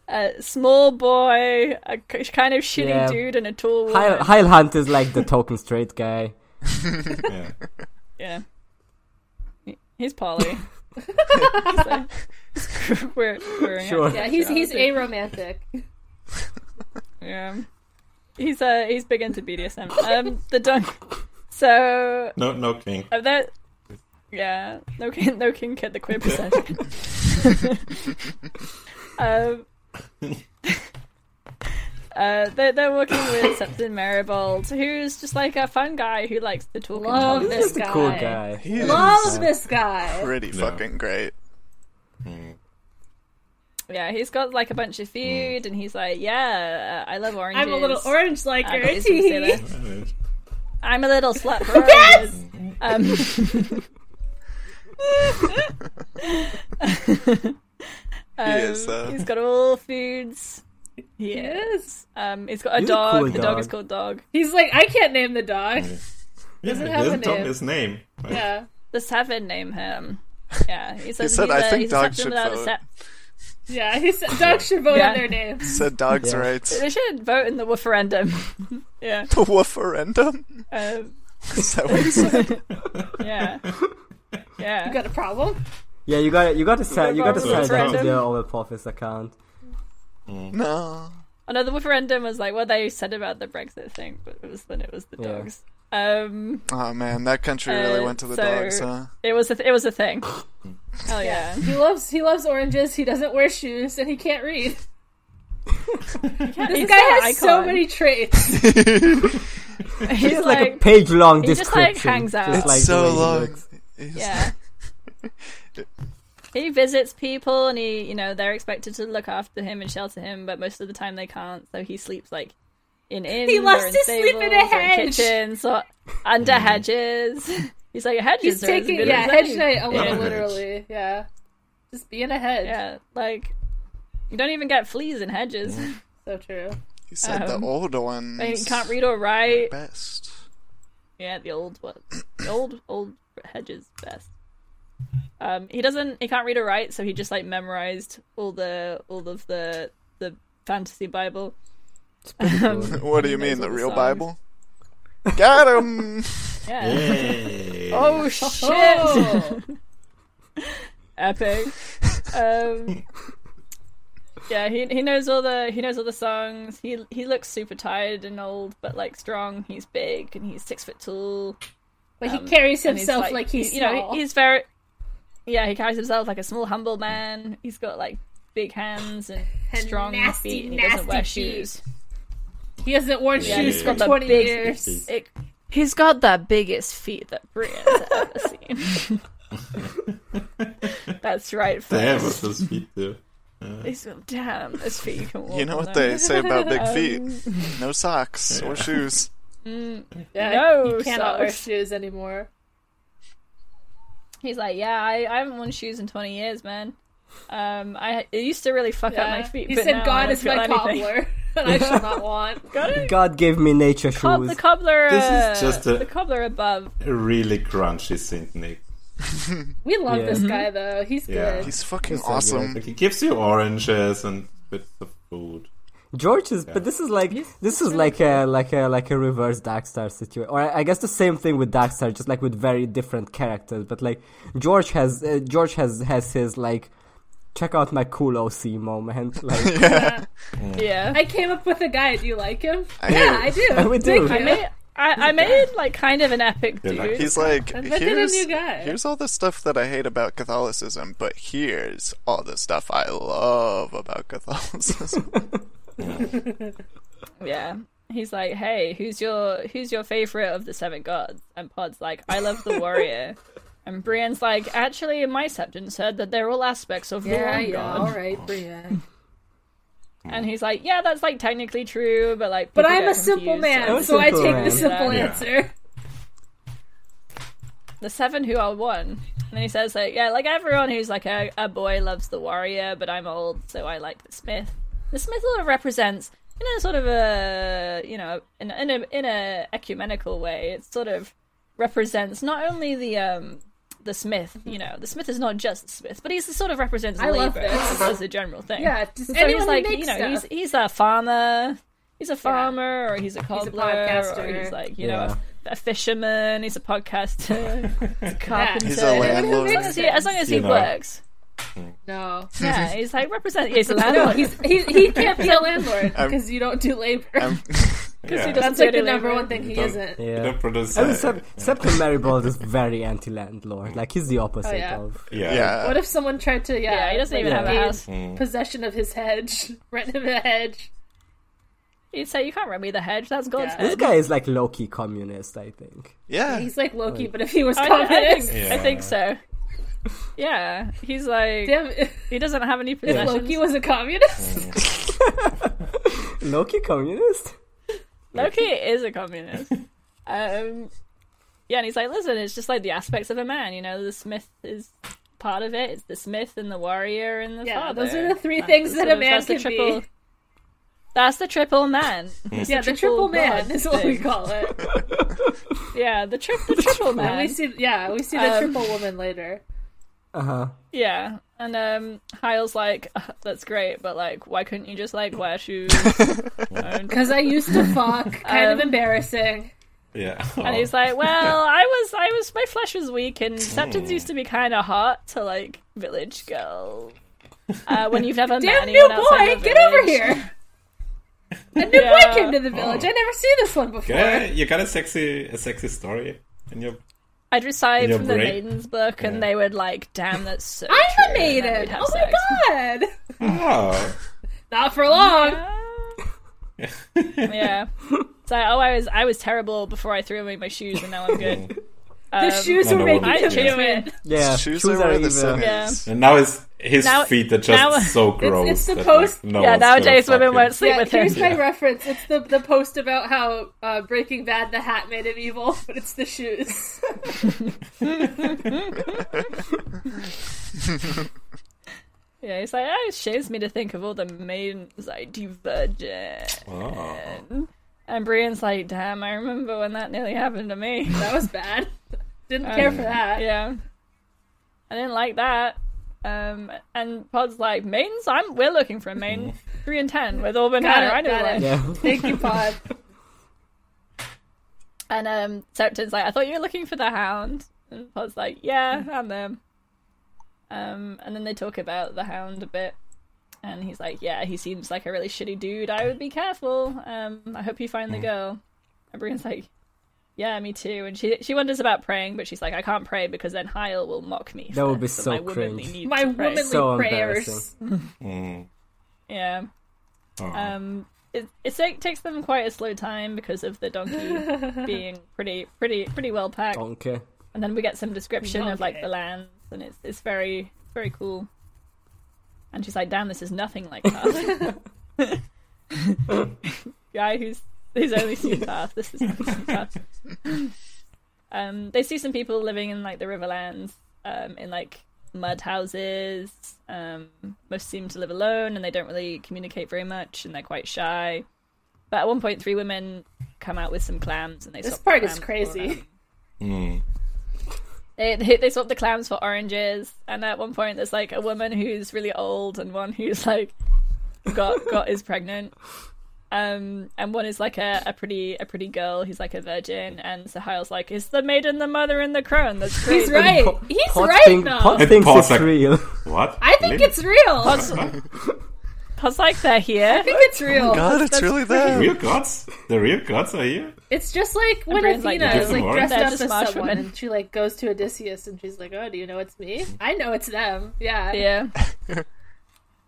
Speaker 3: A small boy, a k- kind of shitty
Speaker 4: Yeah.
Speaker 3: dude, and a tall woman.
Speaker 4: Heil, Heil Hunt is like the token straight guy.
Speaker 5: Yeah.
Speaker 3: Yeah. He- He's poly. so, we're, we're
Speaker 4: Sure.
Speaker 2: yeah, he's he's aromantic.
Speaker 3: Yeah. He's uh he's big into BDSM. Um, the dunk. So
Speaker 5: No, no king.
Speaker 3: Oh, that. Yeah, no king, no king kid, the queer possession. um, uh, they're, they're working with Septon Maribold, who's just like a fun guy who likes to talk
Speaker 2: Love
Speaker 3: and talk.
Speaker 2: this
Speaker 4: He's a
Speaker 2: guy.
Speaker 4: cool guy.
Speaker 6: He is
Speaker 2: Love this guy.
Speaker 6: pretty fucking great.
Speaker 5: Mm.
Speaker 3: Yeah, he's got like a bunch of food, and he's like, "Yeah, uh, I love oranges.
Speaker 2: I'm a little orange
Speaker 3: I
Speaker 2: liker.
Speaker 3: got these from Sailor.
Speaker 5: Yeah.
Speaker 3: I'm a little slut for oranges." Um,
Speaker 6: He is.
Speaker 3: Um,
Speaker 6: Uh,
Speaker 3: He's got all foods. He is. Um, he's got a
Speaker 4: He's a
Speaker 3: dog.
Speaker 4: cool
Speaker 3: the dog is
Speaker 4: dog.
Speaker 3: called Dog.
Speaker 2: He's like, I can't name the dog.
Speaker 5: Doesn't
Speaker 2: have a
Speaker 5: Tom
Speaker 2: name.
Speaker 5: his name. Like,
Speaker 2: Yeah.
Speaker 3: The seven name him. Yeah, he says
Speaker 6: said,
Speaker 3: he's
Speaker 6: "I
Speaker 3: a-
Speaker 6: think
Speaker 3: he's
Speaker 6: dogs
Speaker 3: a septon
Speaker 6: should
Speaker 3: without a
Speaker 6: vote."
Speaker 3: sep-
Speaker 2: Yeah, he said dogs should vote
Speaker 3: Yeah.
Speaker 2: on their names.
Speaker 6: said dogs'
Speaker 4: Yeah.
Speaker 6: rights.
Speaker 3: They should vote in the referendum. yeah,
Speaker 6: The referendum?
Speaker 3: um,
Speaker 6: Is that what he said?
Speaker 3: yeah, yeah.
Speaker 2: You got a problem?
Speaker 4: Yeah, you got you got to sell you got to
Speaker 3: We're
Speaker 4: sell that
Speaker 3: friends.
Speaker 4: to the Owen Poffis account.
Speaker 6: no.
Speaker 3: Oh no, the referendum was like what they said about the Brexit thing, but it was when it was the
Speaker 4: Yeah.
Speaker 3: dogs. Um,
Speaker 6: Oh man, that country really
Speaker 3: Uh,
Speaker 6: went to the
Speaker 3: so-
Speaker 6: dogs, huh?
Speaker 3: it was a th- it was a thing. Hell yeah.
Speaker 2: He loves he loves oranges. He doesn't wear shoes and he can't read. This guy has so many traits.
Speaker 3: He's
Speaker 4: It's like, a
Speaker 3: like,
Speaker 4: page long
Speaker 3: he just,
Speaker 4: description.
Speaker 3: like, hangs out.
Speaker 4: just
Speaker 3: It's
Speaker 4: like the way
Speaker 6: so
Speaker 4: he
Speaker 6: long.
Speaker 4: looks.
Speaker 6: It's-
Speaker 3: yeah. he visits people, and he, you know, they're expected to look after him and shelter him, but most of the time they can't. So he sleeps like in inns. or
Speaker 2: loves
Speaker 3: in
Speaker 2: to sleep in a
Speaker 3: stables or
Speaker 2: hedge.
Speaker 3: kitchens or
Speaker 4: Mm.
Speaker 3: under hedges. He's like hedges.
Speaker 2: He's
Speaker 3: are as
Speaker 2: taking
Speaker 3: good
Speaker 2: yeah,
Speaker 3: as
Speaker 2: hedge
Speaker 3: any."
Speaker 2: knight a
Speaker 5: Yeah.
Speaker 2: little literally. Yeah, just being a hedge.
Speaker 3: Yeah, like you don't even get fleas in hedges.
Speaker 2: So true.
Speaker 6: He said
Speaker 3: Um,
Speaker 6: the old one.
Speaker 3: I mean, you can't read or write.
Speaker 6: Best.
Speaker 3: Yeah, the old one. The old old hedges best. Um, he doesn't. He can't read or write, so he just like memorized all the all of the the fantasy Bible.
Speaker 4: It's pretty good.
Speaker 6: What do you
Speaker 3: knows
Speaker 6: mean, the
Speaker 3: all the
Speaker 6: real
Speaker 3: songs.
Speaker 6: Bible? Got him.
Speaker 3: Yeah.
Speaker 1: Hey.
Speaker 3: Oh shit!
Speaker 2: Oh,
Speaker 3: Epic. Um, yeah, he he knows all the he knows all the songs. He he looks super tired and old, but like strong. He's big and he's six foot tall.
Speaker 2: but he
Speaker 3: Um,
Speaker 2: carries
Speaker 3: and he's,
Speaker 2: himself like, he's
Speaker 3: you
Speaker 2: small.
Speaker 3: know he's very yeah he carries himself like a small humble man he's got like big hands and,
Speaker 2: And
Speaker 3: strong
Speaker 2: nasty,
Speaker 3: feet and he doesn't
Speaker 2: nasty
Speaker 3: wear
Speaker 2: feet.
Speaker 3: shoes
Speaker 2: he hasn't worn
Speaker 5: Yeah,
Speaker 2: shoes
Speaker 5: he's
Speaker 2: for
Speaker 5: got the
Speaker 2: twenty
Speaker 3: big-
Speaker 2: years.
Speaker 3: It- he's got the biggest feet that Brian's ever seen that's right
Speaker 5: Damn,
Speaker 3: folks.
Speaker 5: was so sweet too.
Speaker 3: He's got damn those feet you can walk
Speaker 6: You know
Speaker 3: on
Speaker 6: what they
Speaker 3: them.
Speaker 6: say about big feet?
Speaker 3: Um,
Speaker 6: No socks or shoes.
Speaker 2: Yeah,
Speaker 3: No
Speaker 2: he cannot wear
Speaker 3: socks.
Speaker 2: shoes anymore.
Speaker 3: He's like, yeah, I, I haven't worn shoes in twenty years, man. Um, I it used to really fuck up
Speaker 2: Yeah.
Speaker 3: my feet.
Speaker 2: he
Speaker 3: but
Speaker 2: said,
Speaker 3: now I
Speaker 2: "God
Speaker 3: don't
Speaker 2: is
Speaker 3: feel
Speaker 2: my
Speaker 3: anything."
Speaker 2: cobbler, and I shall not want."
Speaker 4: God gave me nature
Speaker 3: Cob-
Speaker 4: shoes.
Speaker 3: the cobbler.
Speaker 5: This
Speaker 3: uh,
Speaker 5: is just a-
Speaker 3: the cobbler above.
Speaker 5: A really crunchy Saint Nick.
Speaker 2: We love
Speaker 4: Yeah.
Speaker 2: this guy though. He's
Speaker 5: Yeah.
Speaker 2: good.
Speaker 6: He's fucking
Speaker 4: He's so
Speaker 6: awesome.
Speaker 5: Like he gives you oranges and bits of food.
Speaker 4: George is, but this is like this is like a like a like a reverse Darkstar situation, or I, I guess the same thing with Darkstar, just like with very different characters. But like George has uh, George has has his like check out my cool OC moment. Like
Speaker 3: Yeah.
Speaker 2: I came up with a guy. Do you like him?
Speaker 6: I hate
Speaker 2: yeah,
Speaker 6: it.
Speaker 2: I do.
Speaker 4: I would do.
Speaker 3: I
Speaker 2: Thank you.
Speaker 3: made I, I made like kind of an epic
Speaker 5: Yeah,
Speaker 3: dude.
Speaker 5: like
Speaker 6: He's like,
Speaker 2: I'm looking at a
Speaker 6: here's,
Speaker 2: new guy."
Speaker 6: here's all the stuff that I hate about Catholicism, but here's all the stuff I love about Catholicism.
Speaker 3: yeah. He's like, hey, who's your who's your favorite of the seven gods? And Pod's like, I love the warrior. and Brienne's like, actually, my septon said that they're all aspects of the
Speaker 2: Yeah,
Speaker 3: one
Speaker 2: yeah.
Speaker 3: god.
Speaker 2: All right, Brienne.
Speaker 3: And he's like, yeah, that's like technically true, but like,
Speaker 2: But
Speaker 3: people
Speaker 2: I'm
Speaker 3: get
Speaker 2: a simple
Speaker 3: confused."
Speaker 2: man,
Speaker 4: I'm a
Speaker 2: so I
Speaker 4: simple
Speaker 2: take
Speaker 4: man.
Speaker 2: the simple
Speaker 5: Yeah.
Speaker 2: answer.
Speaker 3: the seven who are one. And then he says like, yeah, like everyone who's like a, a boy loves the warrior, but I'm old, so I like the smith. The smith sort of represents, you know, sort of a, you know, in, in a in a ecumenical way. It sort of represents not only the um the smith, you know, the smith is not just the smith, but he's the sort of represents
Speaker 2: I love
Speaker 3: labor
Speaker 2: this.
Speaker 3: as a general thing.
Speaker 2: Yeah, just
Speaker 3: So
Speaker 2: anyone
Speaker 3: he's
Speaker 2: who
Speaker 3: like,
Speaker 2: makes
Speaker 3: you know,
Speaker 2: stuff.
Speaker 3: he's he's a farmer. He's a farmer, or he's a cobbler, or
Speaker 2: podcaster.
Speaker 3: he's like, you know,
Speaker 4: Yeah.
Speaker 3: a, a fisherman. He's a podcaster, he's a carpenter.
Speaker 6: He's a
Speaker 2: Anyone who
Speaker 6: landlord.
Speaker 2: makes
Speaker 3: As long as he, as long as he
Speaker 5: You know.
Speaker 3: works,
Speaker 2: No,
Speaker 3: yeah, he's like represent. He's a
Speaker 2: no,
Speaker 3: landlord.
Speaker 2: he's he, he can't be a landlord because you don't do labor.
Speaker 5: Yeah.
Speaker 3: doesn't-
Speaker 2: That's like the
Speaker 3: Dirty
Speaker 2: number
Speaker 3: labor.
Speaker 2: one thing he
Speaker 5: Don't-
Speaker 2: isn't.
Speaker 5: You
Speaker 4: yeah.
Speaker 5: don't produce.
Speaker 4: I mean,
Speaker 5: uh,
Speaker 4: Sep- Septon Maribold is very anti-landlord. Like he's the
Speaker 3: Oh,
Speaker 4: opposite
Speaker 2: yeah.
Speaker 4: of.
Speaker 5: yeah.
Speaker 6: yeah.
Speaker 2: What if someone tried to? Yeah,
Speaker 3: yeah, he doesn't
Speaker 2: like,
Speaker 3: even have a
Speaker 2: gain
Speaker 3: house.
Speaker 2: Possession of his hedge, rent him a hedge.
Speaker 3: He'd say, "You can't rent me the hedge. That's God's
Speaker 2: Yeah.
Speaker 4: This
Speaker 3: hedge."
Speaker 4: guy is like low-key communist. I think.
Speaker 6: yeah.
Speaker 2: He's like Loki, but if he was
Speaker 3: I, I
Speaker 2: communist,
Speaker 3: think,
Speaker 5: Yeah.
Speaker 3: I think so. Yeah, he's like
Speaker 2: damn, it.
Speaker 3: he doesn't have any
Speaker 2: if
Speaker 3: possessions.
Speaker 2: Loki was a communist.
Speaker 4: Low-key communist.
Speaker 3: Loki is a communist. um, yeah, and he's like, listen, it's just like the aspects of a man. You know, the Smith is part of it. It's the Smith and the warrior and the
Speaker 2: Yeah,
Speaker 3: father.
Speaker 2: Oh, those are the three
Speaker 3: That's
Speaker 2: things
Speaker 3: the
Speaker 2: that
Speaker 3: sort
Speaker 2: a
Speaker 3: of-
Speaker 2: man
Speaker 3: that's the
Speaker 2: can be.
Speaker 3: triple- That's the triple man.
Speaker 2: yeah, the triple
Speaker 3: triple
Speaker 2: man
Speaker 3: god
Speaker 2: is what we
Speaker 3: thing.
Speaker 2: call it.
Speaker 3: Yeah, the, tri- the triple
Speaker 2: And we
Speaker 3: man.
Speaker 2: see, yeah, we see the
Speaker 3: Um,
Speaker 2: triple woman later.
Speaker 4: Uh huh.
Speaker 3: Yeah, and um, Hyle's like, "Ugh, that's great, but like, why couldn't you just like wear shoes? and
Speaker 2: Because I used to fuck. Kind of
Speaker 3: Um,
Speaker 2: embarrassing.
Speaker 5: Yeah.
Speaker 3: and he's
Speaker 5: Oh.
Speaker 3: like, well, I was, I was, my flesh was weak, and
Speaker 5: Hmm.
Speaker 3: septums used to be kind of hot to like village girl. Uh, when you've never met
Speaker 2: Damn
Speaker 3: anyone
Speaker 2: new
Speaker 3: outside
Speaker 2: boy,
Speaker 3: the
Speaker 2: get over
Speaker 3: village.
Speaker 2: here. A new boy
Speaker 3: Yeah.
Speaker 2: came to the village. I never see this one before.
Speaker 5: Yeah, you got a sexy, a sexy story in your.
Speaker 3: I'd recite
Speaker 5: Your
Speaker 3: from the
Speaker 5: break.
Speaker 3: maiden's book, and they would like, damn, that's so.
Speaker 2: I'm Oh a
Speaker 3: true," and then
Speaker 2: maiden.
Speaker 3: we'd have
Speaker 2: Oh my god.
Speaker 3: sex.
Speaker 5: Oh,
Speaker 2: Not for long.
Speaker 3: yeah. So oh, I was I was terrible before I threw away my shoes, and now I'm good. Um,
Speaker 2: The shoes were
Speaker 5: Wonder
Speaker 2: making
Speaker 5: Woman,
Speaker 2: him
Speaker 5: yeah.
Speaker 2: do it.
Speaker 4: Yeah,
Speaker 6: Shoes are where the sun
Speaker 4: evil.
Speaker 3: Yeah.
Speaker 6: is.
Speaker 5: And now his his
Speaker 3: Now-
Speaker 5: feet are just
Speaker 3: now-
Speaker 5: so gross.
Speaker 2: it's
Speaker 5: that, like,
Speaker 2: supposed-
Speaker 5: no
Speaker 3: yeah,
Speaker 5: one's gonna
Speaker 3: nowadays women
Speaker 5: fucking-
Speaker 3: won't sleep
Speaker 2: Yeah,
Speaker 3: with him.
Speaker 2: here's my reference. It's the the post about how uh, Breaking Bad the hat made him evil, but it's the shoes.
Speaker 3: Yeah, he's like, oh, it shames me to think of all the maidens I divergent.
Speaker 5: Oh.
Speaker 3: And Brienne's like, damn, I remember when that nearly happened to me.
Speaker 2: That was bad. Didn't care for that.
Speaker 3: yeah. I didn't like that. Um, and Pod's like, maidens? I'm, we're looking for a maiden. Three and ten with Auburn
Speaker 2: Got
Speaker 3: hair.
Speaker 2: it,
Speaker 3: I know
Speaker 2: got
Speaker 3: one.
Speaker 2: it.
Speaker 4: Yeah.
Speaker 2: Thank you, Pod.
Speaker 3: And um, Septon's like, I thought you were looking for the hound. And Pod's like,
Speaker 4: Mm.
Speaker 3: yeah, I'm them. Um, and then they talk about the hound a bit. And he's like, yeah, he seems like a really shitty dude. I would be careful. Um, I hope you find the
Speaker 4: Mm.
Speaker 3: girl. And Brienne's like, yeah, me too. And she she wonders about praying, but she's like, I can't pray because then Heil will mock me.
Speaker 4: That would be
Speaker 3: for- for
Speaker 4: so
Speaker 3: my womanly
Speaker 4: cringe.
Speaker 3: need
Speaker 2: My
Speaker 3: to pray."
Speaker 2: womanly
Speaker 4: So
Speaker 2: prayers.
Speaker 4: embarrassing.
Speaker 5: Mm.
Speaker 3: Yeah.
Speaker 5: Oh.
Speaker 3: Um, it, it ta- takes them quite a slow time because of the donkey being pretty pretty pretty well packed.
Speaker 4: Donkey.
Speaker 3: and then we get some description of like
Speaker 2: Okay.
Speaker 3: the lands, and it's it's very very cool. And she's like, "Damn, this is nothing like Tarth." Guy who's who's only seen Tarth. This is nothing like Tarth. um, they see some people living in like the Riverlands, um, in like mud houses. Um, most seem to live alone, and they don't really communicate very much, and they're quite shy. But at one point, three women come out with some clams, and they
Speaker 2: This
Speaker 3: swap the
Speaker 2: part is
Speaker 3: clams for,
Speaker 2: crazy.
Speaker 3: um,
Speaker 5: Mm.
Speaker 3: they, they they swap the clams for oranges, and at one point there's like a woman who's really old and one who's like got got is pregnant, um, and one is like a, a pretty a pretty girl who's like a virgin, and Sahile's like, "Is the maiden the mother and the crone?" That's
Speaker 2: He's
Speaker 3: crazy.
Speaker 2: right.
Speaker 4: Po-
Speaker 2: He's
Speaker 4: Pod
Speaker 2: right
Speaker 4: think-
Speaker 2: though.
Speaker 4: Pod
Speaker 5: It
Speaker 4: thinks
Speaker 5: paused,
Speaker 4: it's
Speaker 5: like-
Speaker 4: real.
Speaker 5: What?
Speaker 2: I think
Speaker 5: Really?
Speaker 2: it's real. I
Speaker 3: Pod's, Pod's like they're here.
Speaker 2: think it's real.
Speaker 6: God, it's really there.
Speaker 5: real gods. The real gods are here.
Speaker 2: It's just like when
Speaker 3: Brienne's
Speaker 2: Athena
Speaker 3: like,
Speaker 5: "Give
Speaker 2: is
Speaker 5: them
Speaker 2: like
Speaker 5: more."
Speaker 2: dressed
Speaker 3: They're
Speaker 2: up
Speaker 3: just
Speaker 2: as
Speaker 3: Marsh
Speaker 2: someone
Speaker 3: women.
Speaker 2: and she like goes to Odysseus and she's like, "Oh, do you know it's me? I know it's them." Yeah,
Speaker 3: Yeah,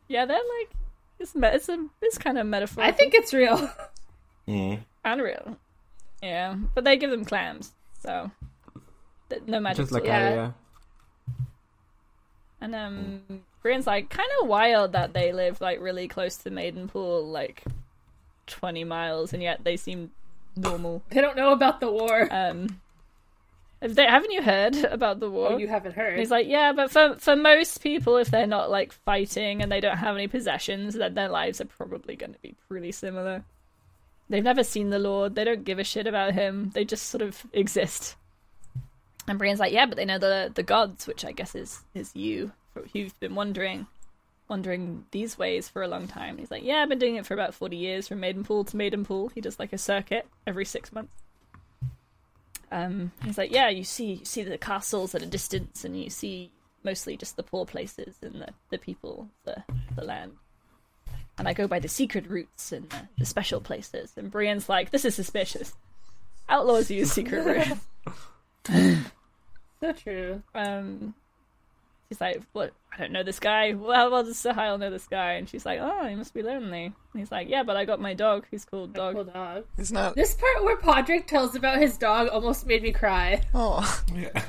Speaker 3: yeah, they're like it's me- it's a it's kind of metaphor.
Speaker 2: I think it's real.
Speaker 5: Mm.
Speaker 3: unreal. Yeah, but they give them clams, so th- no magic.
Speaker 4: Just like
Speaker 3: to it.
Speaker 2: Yeah.
Speaker 4: Arya.
Speaker 3: And um, Brienne's like kind of wild that they live like really close to Maidenpool, like twenty miles, and yet they seem normal.
Speaker 2: They don't know about the war.
Speaker 3: Um, have they, haven't you heard about the war?
Speaker 2: Oh, you haven't heard.
Speaker 3: And he's like, yeah, but for for most people, if they're not like fighting and they don't have any possessions, then their lives are probably going to be pretty similar. They've never seen the Lord. They don't give a shit about him. They just sort of exist. And Brienne's like, yeah, but they know the the gods, which I guess is is you. You've been wandering, wandering these ways for a long time. And he's like, yeah, I've been doing it for about forty years, from Maidenpool to Maidenpool. He does like a circuit every six months. Um, he's like, yeah, you see, you see the castles at a distance, and you see mostly just the poor places and the, the people, the the land. And I go by the secret routes and the, the special places. And Brienne's like, this is suspicious. Outlaws use secret routes.
Speaker 2: so true.
Speaker 3: Um, she's like, what? I don't know this guy. Well, how well does Sahil know this guy? And she's like, oh, he must be lonely. And he's like, yeah, but I got my dog, who's called
Speaker 2: Well,
Speaker 3: Dog.
Speaker 2: dog.
Speaker 6: He's not.
Speaker 2: This part where Podrick tells about his dog almost made me cry.
Speaker 6: Oh,
Speaker 5: Yeah.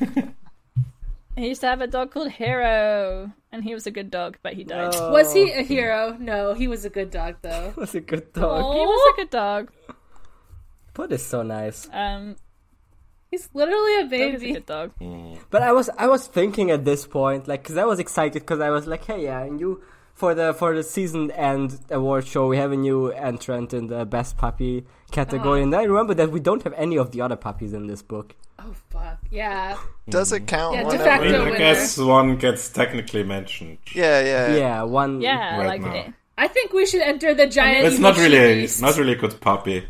Speaker 3: He used to have a dog called Hero, and he was a good dog, but he died.
Speaker 2: Was he
Speaker 4: Oh.
Speaker 2: a hero? No, he was a good dog though.
Speaker 4: That's a good dog.
Speaker 2: Oh.
Speaker 3: He was a good dog.
Speaker 4: Pod is so nice.
Speaker 3: Um,
Speaker 2: He's literally a
Speaker 3: Dog is a
Speaker 2: baby.
Speaker 3: good dog.
Speaker 4: But I was I was thinking at this point, like, because I was excited, because I was like, hey, yeah, and you for the for the season end award show, we have a new entrant in the best puppy category, and I remember that we don't have any of the other puppies in this book.
Speaker 2: Oh fuck. Yeah.
Speaker 6: does it count?
Speaker 2: Yeah, de
Speaker 6: One of-
Speaker 5: I
Speaker 2: facto.
Speaker 5: mean,
Speaker 2: No
Speaker 5: I
Speaker 2: winner.
Speaker 5: guess one gets technically mentioned.
Speaker 6: yeah, yeah,
Speaker 4: yeah, one.
Speaker 3: Yeah,
Speaker 5: Right
Speaker 3: like
Speaker 5: now.
Speaker 3: it.
Speaker 2: I think we should enter the giant.
Speaker 5: It's
Speaker 2: evil
Speaker 5: not really,
Speaker 2: she
Speaker 5: a,
Speaker 2: beast.
Speaker 5: not really a good puppy,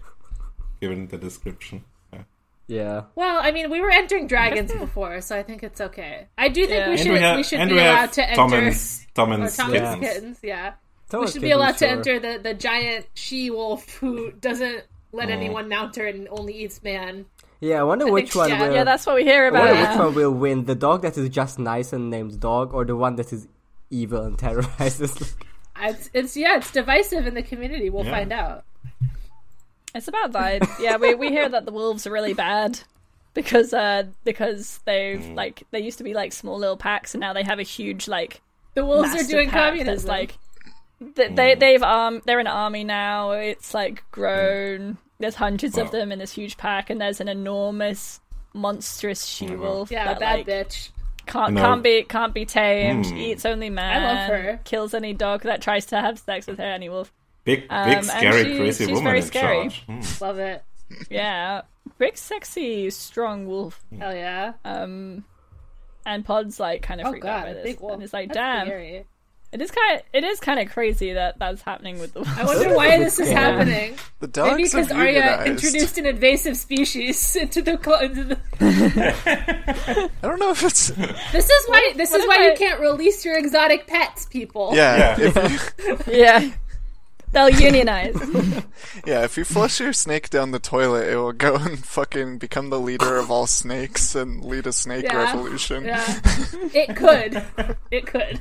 Speaker 5: given the description. Yeah.
Speaker 4: yeah.
Speaker 2: Well, I mean, we were entering dragons before, so I think it's okay. I do think
Speaker 3: Yeah.
Speaker 2: we
Speaker 5: And
Speaker 2: should
Speaker 5: we have,
Speaker 2: we should
Speaker 5: and
Speaker 2: be
Speaker 5: we
Speaker 2: allowed
Speaker 5: have
Speaker 2: to enter
Speaker 5: Tommen's,
Speaker 2: or
Speaker 5: Tommen's
Speaker 2: Thomas
Speaker 5: kittens.
Speaker 2: kittens. Yeah, we
Speaker 4: Thomas
Speaker 2: should be
Speaker 4: Kitten,
Speaker 2: allowed
Speaker 4: sure.
Speaker 2: to enter the the giant she wolf who doesn't
Speaker 5: Oh.
Speaker 2: let anyone mount her and only eats man.
Speaker 4: Yeah, I wonder which
Speaker 2: think-
Speaker 4: one
Speaker 2: yeah.
Speaker 4: will.
Speaker 3: Yeah, that's what we hear
Speaker 4: I
Speaker 3: about.
Speaker 4: wonder
Speaker 3: now.
Speaker 4: which one will win: the dog that is just nice and named dog, or the one that is evil and terrorizes.
Speaker 2: It's, it's yeah, it's divisive in the community. We'll
Speaker 5: Yeah.
Speaker 2: find out.
Speaker 3: It's about that. Yeah, we, we hear that the wolves are really bad because uh because they've
Speaker 5: Mm.
Speaker 3: like they used to be like small little packs and now they have a huge like
Speaker 2: The wolves
Speaker 3: master
Speaker 2: are doing
Speaker 3: pack that's,
Speaker 2: communism.
Speaker 3: like th- they
Speaker 5: Mm.
Speaker 3: they've um they're an army now. It's like grown. There's hundreds
Speaker 5: Mm. Wow.
Speaker 3: of them in this huge pack and there's an enormous monstrous she wolf
Speaker 2: yeah,
Speaker 3: that
Speaker 2: bad
Speaker 3: like,
Speaker 2: bitch.
Speaker 3: can't
Speaker 5: Oh No.
Speaker 3: can't be can't be tamed.
Speaker 5: Hmm.
Speaker 3: Eats only man.
Speaker 2: love her.
Speaker 3: Kills any dog that tries to have sex with her. Any wolf.
Speaker 5: Big,
Speaker 3: Um,
Speaker 5: big,
Speaker 3: and
Speaker 5: scary,
Speaker 3: she's-
Speaker 5: crazy
Speaker 3: she's
Speaker 5: woman
Speaker 3: very
Speaker 5: in
Speaker 3: scary.
Speaker 5: charge. Hmm.
Speaker 2: Love it.
Speaker 3: Yeah, big, sexy, strong wolf.
Speaker 2: Hell yeah.
Speaker 3: Um, and Pod's like kind of
Speaker 2: oh
Speaker 3: freaked
Speaker 2: god,
Speaker 3: out by
Speaker 2: a
Speaker 3: this,
Speaker 2: big wolf.
Speaker 3: and it's like,
Speaker 2: That's
Speaker 3: damn,
Speaker 2: scary.
Speaker 3: it is kind of it is kind of crazy that that's happening with the wolves.
Speaker 2: I wonder why this is
Speaker 4: Yeah.
Speaker 2: happening.
Speaker 6: The
Speaker 2: Maybe
Speaker 6: dogs
Speaker 2: because
Speaker 6: have
Speaker 2: Arya
Speaker 6: unionized.
Speaker 2: introduced an invasive species into the, cl- into the
Speaker 6: I don't know if it's. Yeah,
Speaker 2: This is why this
Speaker 3: what
Speaker 2: is
Speaker 3: if
Speaker 2: why
Speaker 3: I-
Speaker 2: you can't release your exotic pets, people.
Speaker 5: Yeah.
Speaker 6: If you,
Speaker 3: yeah, they'll unionize.
Speaker 6: yeah. If you flush your snake down the toilet, it will go and fucking become the leader of all snakes and lead a snake
Speaker 2: Yeah.
Speaker 6: revolution.
Speaker 2: Yeah. It could. It could.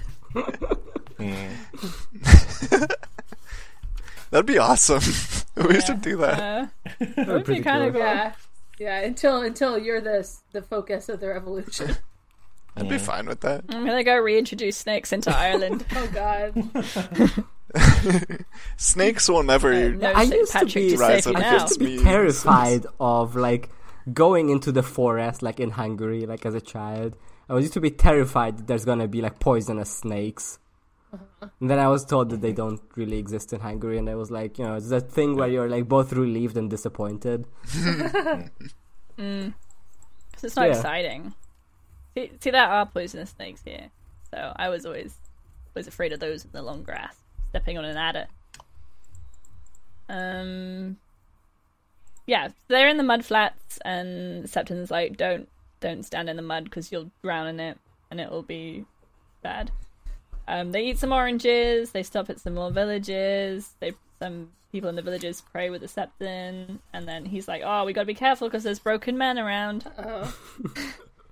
Speaker 6: That'd be awesome. we should do that.
Speaker 3: Uh,
Speaker 4: That
Speaker 3: would be kinda cool.
Speaker 2: Yeah. Yeah, until until you're the the focus of the revolution.
Speaker 6: I'd be fine with that.
Speaker 3: I'm gonna go reintroduce snakes into Ireland.
Speaker 2: Oh god.
Speaker 6: Snakes will never.
Speaker 3: No,
Speaker 4: I
Speaker 3: St.
Speaker 4: used to
Speaker 3: Patrick
Speaker 4: be-
Speaker 3: to
Speaker 6: Rise
Speaker 3: save you
Speaker 6: up
Speaker 4: I
Speaker 3: now.
Speaker 4: used to be
Speaker 6: Memes.
Speaker 4: terrified of like going into the forest, like in Hungary, like as a child. I was used to be terrified that there's gonna be like poisonous snakes. And then I was told that they don't really exist in Hungary, and I was like, you know, it's that thing where you're like both relieved and disappointed.
Speaker 3: It's not
Speaker 4: Yeah.
Speaker 3: exciting. See, see, there are poisonous snakes here, so I was always was afraid of those in the long grass, stepping on an adder. Um, yeah, they're in the mud flats, and Septon's like, "Don't, don't stand in the mud because you'll drown in it, and it will be bad." Um, they eat some oranges. They stop at some more villages. They some people in the villages pray with the Septon, and then he's like, "Oh, we got to be careful because there's broken men around."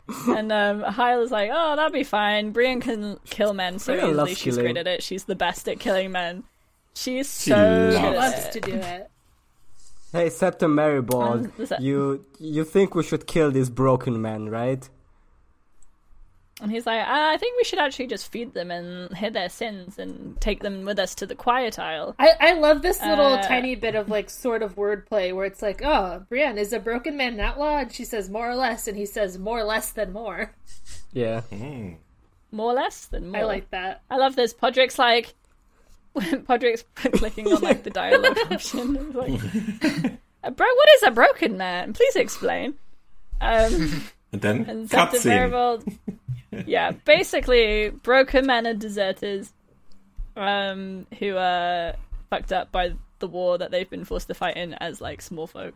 Speaker 2: Oh.
Speaker 3: And um, Hyle is like, oh, that'll be fine. Brienne can kill men so
Speaker 4: Brienne loves
Speaker 3: easily. She's
Speaker 4: killing.
Speaker 3: great at it. She's the best at killing men. She's so
Speaker 5: loves
Speaker 3: good
Speaker 2: Loves
Speaker 3: at
Speaker 2: to
Speaker 3: it.
Speaker 2: do it.
Speaker 4: Hey, Septim Maribald,
Speaker 3: Um, is that-
Speaker 4: you you think we should kill this broken man, right?
Speaker 3: And he's like, ah, I think we should actually just feed them and hid their sins and take them with us to the Quiet Isle.
Speaker 2: I, I love this little
Speaker 3: Uh,
Speaker 2: tiny bit of like sort of wordplay where it's like, oh, Brienne is a broken man an outlaw, and she says more or less, and he says more less than more.
Speaker 4: Yeah.
Speaker 3: More or less than more.
Speaker 2: I like that.
Speaker 3: I love this. Podrick's like, Podrick's clicking on like the dialogue option. It's Like, a bro, what is a broken man? Please explain. Um,
Speaker 5: And then
Speaker 3: And Septa
Speaker 5: cutscene.
Speaker 3: Verivold. yeah, basically, broken men are deserters um, who are fucked up by the war that they've been forced to fight in as like small folk.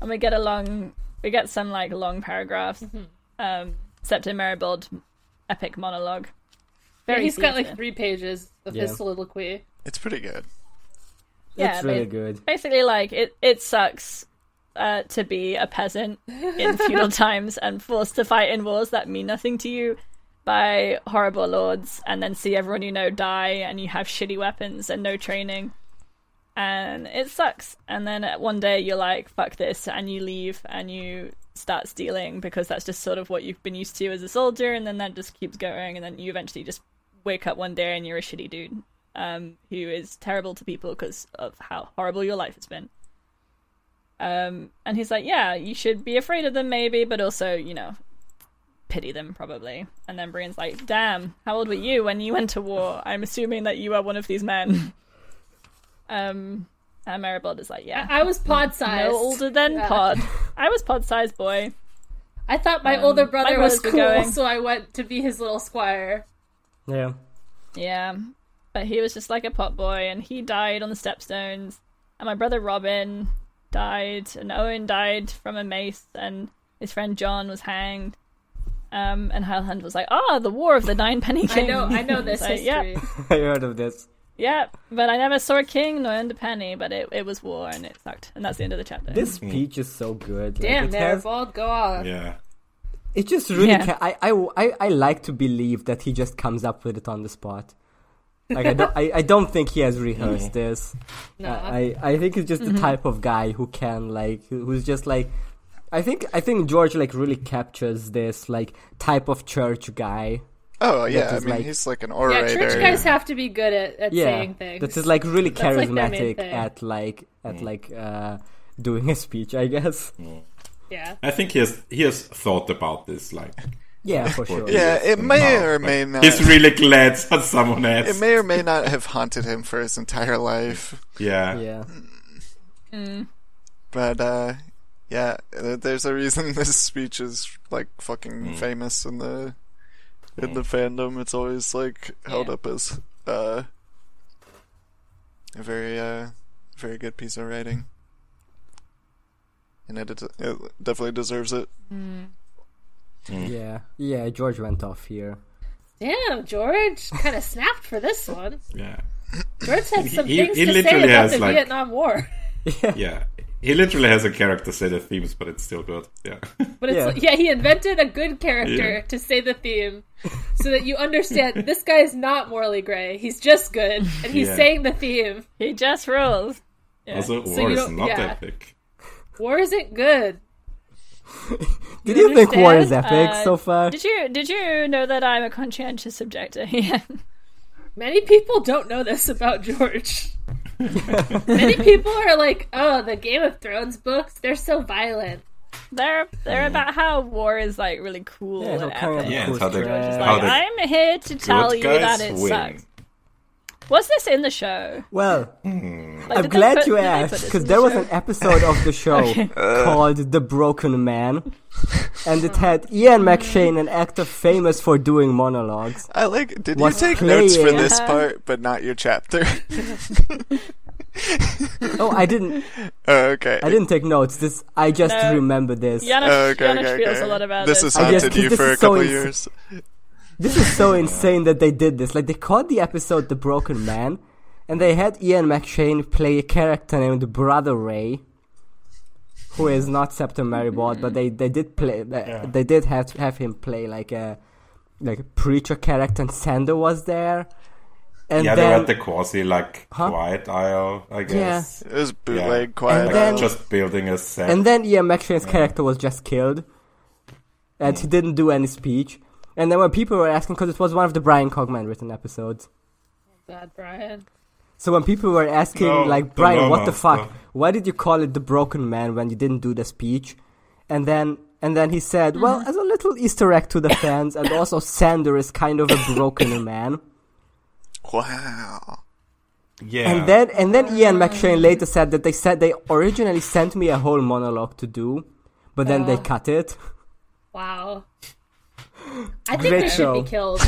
Speaker 3: And we get a long, we get some like long paragraphs. Um, Septa Meribold, epic monologue.
Speaker 2: Yeah,
Speaker 3: Very
Speaker 2: He's got
Speaker 3: theatre.
Speaker 2: like three pages of
Speaker 4: Yeah.
Speaker 2: his soliloquy.
Speaker 6: It's pretty good.
Speaker 3: yeah,
Speaker 4: it's really
Speaker 3: ba-
Speaker 4: good.
Speaker 3: basically like it. It sucks. Uh, to be a peasant in feudal times and forced to fight in wars that mean nothing to you by horrible lords and then see everyone you know die and you have shitty weapons and no training and it sucks and then at one day you're like fuck this and you leave and you start stealing because that's just sort of what you've been used to as a soldier and then that just keeps going and then you eventually just wake up one day and you're a shitty dude um, who is terrible to people because of how horrible your life has been um, and he's like yeah you should be afraid of them maybe but also you know pity them probably. And then Brienne's like, "Damn, how old were you when you went to war? I'm assuming that you are one of these men." um, and Maribald is like, "Yeah,
Speaker 2: I was pod
Speaker 3: no
Speaker 2: sized.
Speaker 3: older than
Speaker 2: Yeah.
Speaker 3: Pod. I was Pod sized boy.
Speaker 2: I thought my older brother
Speaker 3: my
Speaker 2: was
Speaker 3: roads were
Speaker 2: cool,
Speaker 3: going.
Speaker 2: so I went to be his little squire.
Speaker 4: Yeah.
Speaker 3: Yeah, but he was just like a pot boy, and he died on the stepstones. And my brother Robin died, and Owen died from a mace, and his friend John was hanged." Um, and Highland was like, "Ah, the War of the Ninepenny
Speaker 2: I
Speaker 3: King."
Speaker 2: know, I know this
Speaker 3: Like, yeah.
Speaker 2: history.
Speaker 4: I heard of this.
Speaker 3: Yeah, but I never saw a king nor earned a penny, but it, it was war and it sucked. And that's the end of the chapter.
Speaker 4: This speech is so good. Like,
Speaker 2: Damn,
Speaker 4: it has-
Speaker 2: Maribald, go on.
Speaker 5: Yeah.
Speaker 4: It just really.
Speaker 3: Yeah.
Speaker 4: Ca- I, I, I, I like to believe that he just comes up with it on the spot. Like I don't, I, I don't think he has rehearsed this.
Speaker 2: No,
Speaker 4: I, I I think he's just
Speaker 2: Mm-hmm.
Speaker 4: the type of guy who can like who- who's just like I think I think George like really captures this like type of church guy.
Speaker 6: Oh yeah, I
Speaker 4: is
Speaker 6: mean
Speaker 4: like-
Speaker 6: he's like an
Speaker 2: yeah,
Speaker 6: orator.
Speaker 2: church guys have to be good at, at
Speaker 4: Yeah,
Speaker 2: saying things.
Speaker 4: that is like really
Speaker 2: That's, like, their main
Speaker 4: charismatic
Speaker 2: thing.
Speaker 4: at like at like uh doing a speech, I guess.
Speaker 2: yeah.
Speaker 5: I think he has he has thought about this. Like
Speaker 4: Yeah, for sure.
Speaker 6: Yeah, it may
Speaker 5: No,
Speaker 6: or
Speaker 5: like,
Speaker 6: may not.
Speaker 5: He's really glad that someone has.
Speaker 6: It may or may not have haunted him for his entire life,
Speaker 5: yeah.
Speaker 4: Yeah.
Speaker 6: but uh, yeah, th- there's a reason this speech is like fucking famous in the in the fandom. It's always like held
Speaker 2: Yeah.
Speaker 6: up as uh, a very uh, very good piece of writing, and it, it definitely deserves it.
Speaker 4: Yeah. Yeah, George went off here.
Speaker 2: Damn, George kind of snapped for this one.
Speaker 5: yeah,
Speaker 2: George had some
Speaker 5: He-
Speaker 2: things
Speaker 5: he
Speaker 2: to say
Speaker 5: literally
Speaker 2: about
Speaker 5: has,
Speaker 2: the
Speaker 5: like-
Speaker 2: Vietnam War,
Speaker 5: yeah. He literally has a character set of themes, but it's still good. Yeah,
Speaker 2: but it's
Speaker 4: Yeah.
Speaker 2: like- yeah. he invented a good character
Speaker 5: Yeah.
Speaker 2: to say the theme, so that you understand this guy is not morally gray. He's just good, and he's
Speaker 5: Yeah.
Speaker 2: saying the theme.
Speaker 3: He just rules. Yeah.
Speaker 5: also
Speaker 2: So
Speaker 5: war
Speaker 2: you
Speaker 5: is
Speaker 2: don't-
Speaker 5: not
Speaker 2: yeah.
Speaker 5: epic.
Speaker 2: War isn't good.
Speaker 4: Did you think war is
Speaker 3: understand?
Speaker 4: epic
Speaker 3: Uh,
Speaker 4: so far?
Speaker 3: Did you did you know that I'm a conscientious objector? Yeah.
Speaker 2: Many people don't know this about George. Many people are like, "Oh, the Game of Thrones books—they're so violent."
Speaker 3: They're they're about how war is like really cool
Speaker 4: Yeah,
Speaker 3: and
Speaker 4: it's all
Speaker 3: epic.
Speaker 4: kind
Speaker 5: Yeah,
Speaker 4: of
Speaker 5: it's how they-
Speaker 4: cool
Speaker 5: how
Speaker 3: Like,
Speaker 5: they-
Speaker 4: stress.
Speaker 3: I'm here to tell
Speaker 5: Good
Speaker 3: you
Speaker 5: guys
Speaker 3: that it
Speaker 5: win.
Speaker 3: sucks. Was this in the show?
Speaker 4: Well,
Speaker 3: Like,
Speaker 4: I'm
Speaker 3: did they
Speaker 4: glad
Speaker 3: put-
Speaker 4: you
Speaker 3: did they put
Speaker 4: asked
Speaker 3: this
Speaker 4: because
Speaker 3: in
Speaker 4: there
Speaker 3: the
Speaker 4: was
Speaker 3: show?
Speaker 4: an episode of the show called "The Broken Man," and it had Ian
Speaker 3: Mm.
Speaker 4: McShane, an actor famous for doing monologues.
Speaker 6: I like. Did
Speaker 4: What's
Speaker 6: you take notes for
Speaker 4: playing?
Speaker 6: this
Speaker 3: Yeah.
Speaker 6: part, but not your chapter?
Speaker 4: Oh, I didn't,
Speaker 6: oh, okay.
Speaker 4: I didn't take notes. This, I just
Speaker 3: No.
Speaker 4: remember this.
Speaker 3: Janusz,
Speaker 6: Oh, okay,
Speaker 3: Janusz
Speaker 6: okay,
Speaker 3: feels a
Speaker 6: okay.
Speaker 3: lot about
Speaker 6: this
Speaker 3: this.
Speaker 6: has
Speaker 4: I guess
Speaker 6: haunted you
Speaker 4: this
Speaker 6: for
Speaker 4: is
Speaker 6: a
Speaker 4: so
Speaker 6: couple
Speaker 4: ins-
Speaker 6: years.
Speaker 4: This is so insane that they did this. Like they called the episode "The Broken Man," and they had Ian McShane play a character named Brother Ray, who is not Septa Maribald, but they they did play they, they did have to have him play like a like a preacher character, and Sander was there. And
Speaker 5: yeah, they
Speaker 4: then,
Speaker 5: were at the quasi like
Speaker 4: Huh?
Speaker 5: quiet aisle, I guess.
Speaker 6: It was
Speaker 5: Yeah.
Speaker 6: bootleg quiet.
Speaker 5: Like,
Speaker 4: then-
Speaker 5: just building a set.
Speaker 4: And then Ian McShane's character was just killed, and he didn't do any speech. And then when people were asking, because it was one of the Brian Cogman written episodes,
Speaker 2: God, Brian.
Speaker 4: so when people were asking,
Speaker 5: No, the
Speaker 4: like Brian, what the
Speaker 5: llama
Speaker 4: fuck?
Speaker 5: stuff.
Speaker 4: Why did you call it the Broken Man when you didn't do the speech? And then and then he said, well, as a little Easter egg to the fans, and also Sander is kind of a broken man.
Speaker 6: Wow.
Speaker 5: yeah,
Speaker 4: And then and then Ian McShane later said that they said they originally sent me a whole monologue to do, but then they cut it.
Speaker 2: Wow. I think
Speaker 4: Great
Speaker 2: they should
Speaker 4: show.
Speaker 2: be killed.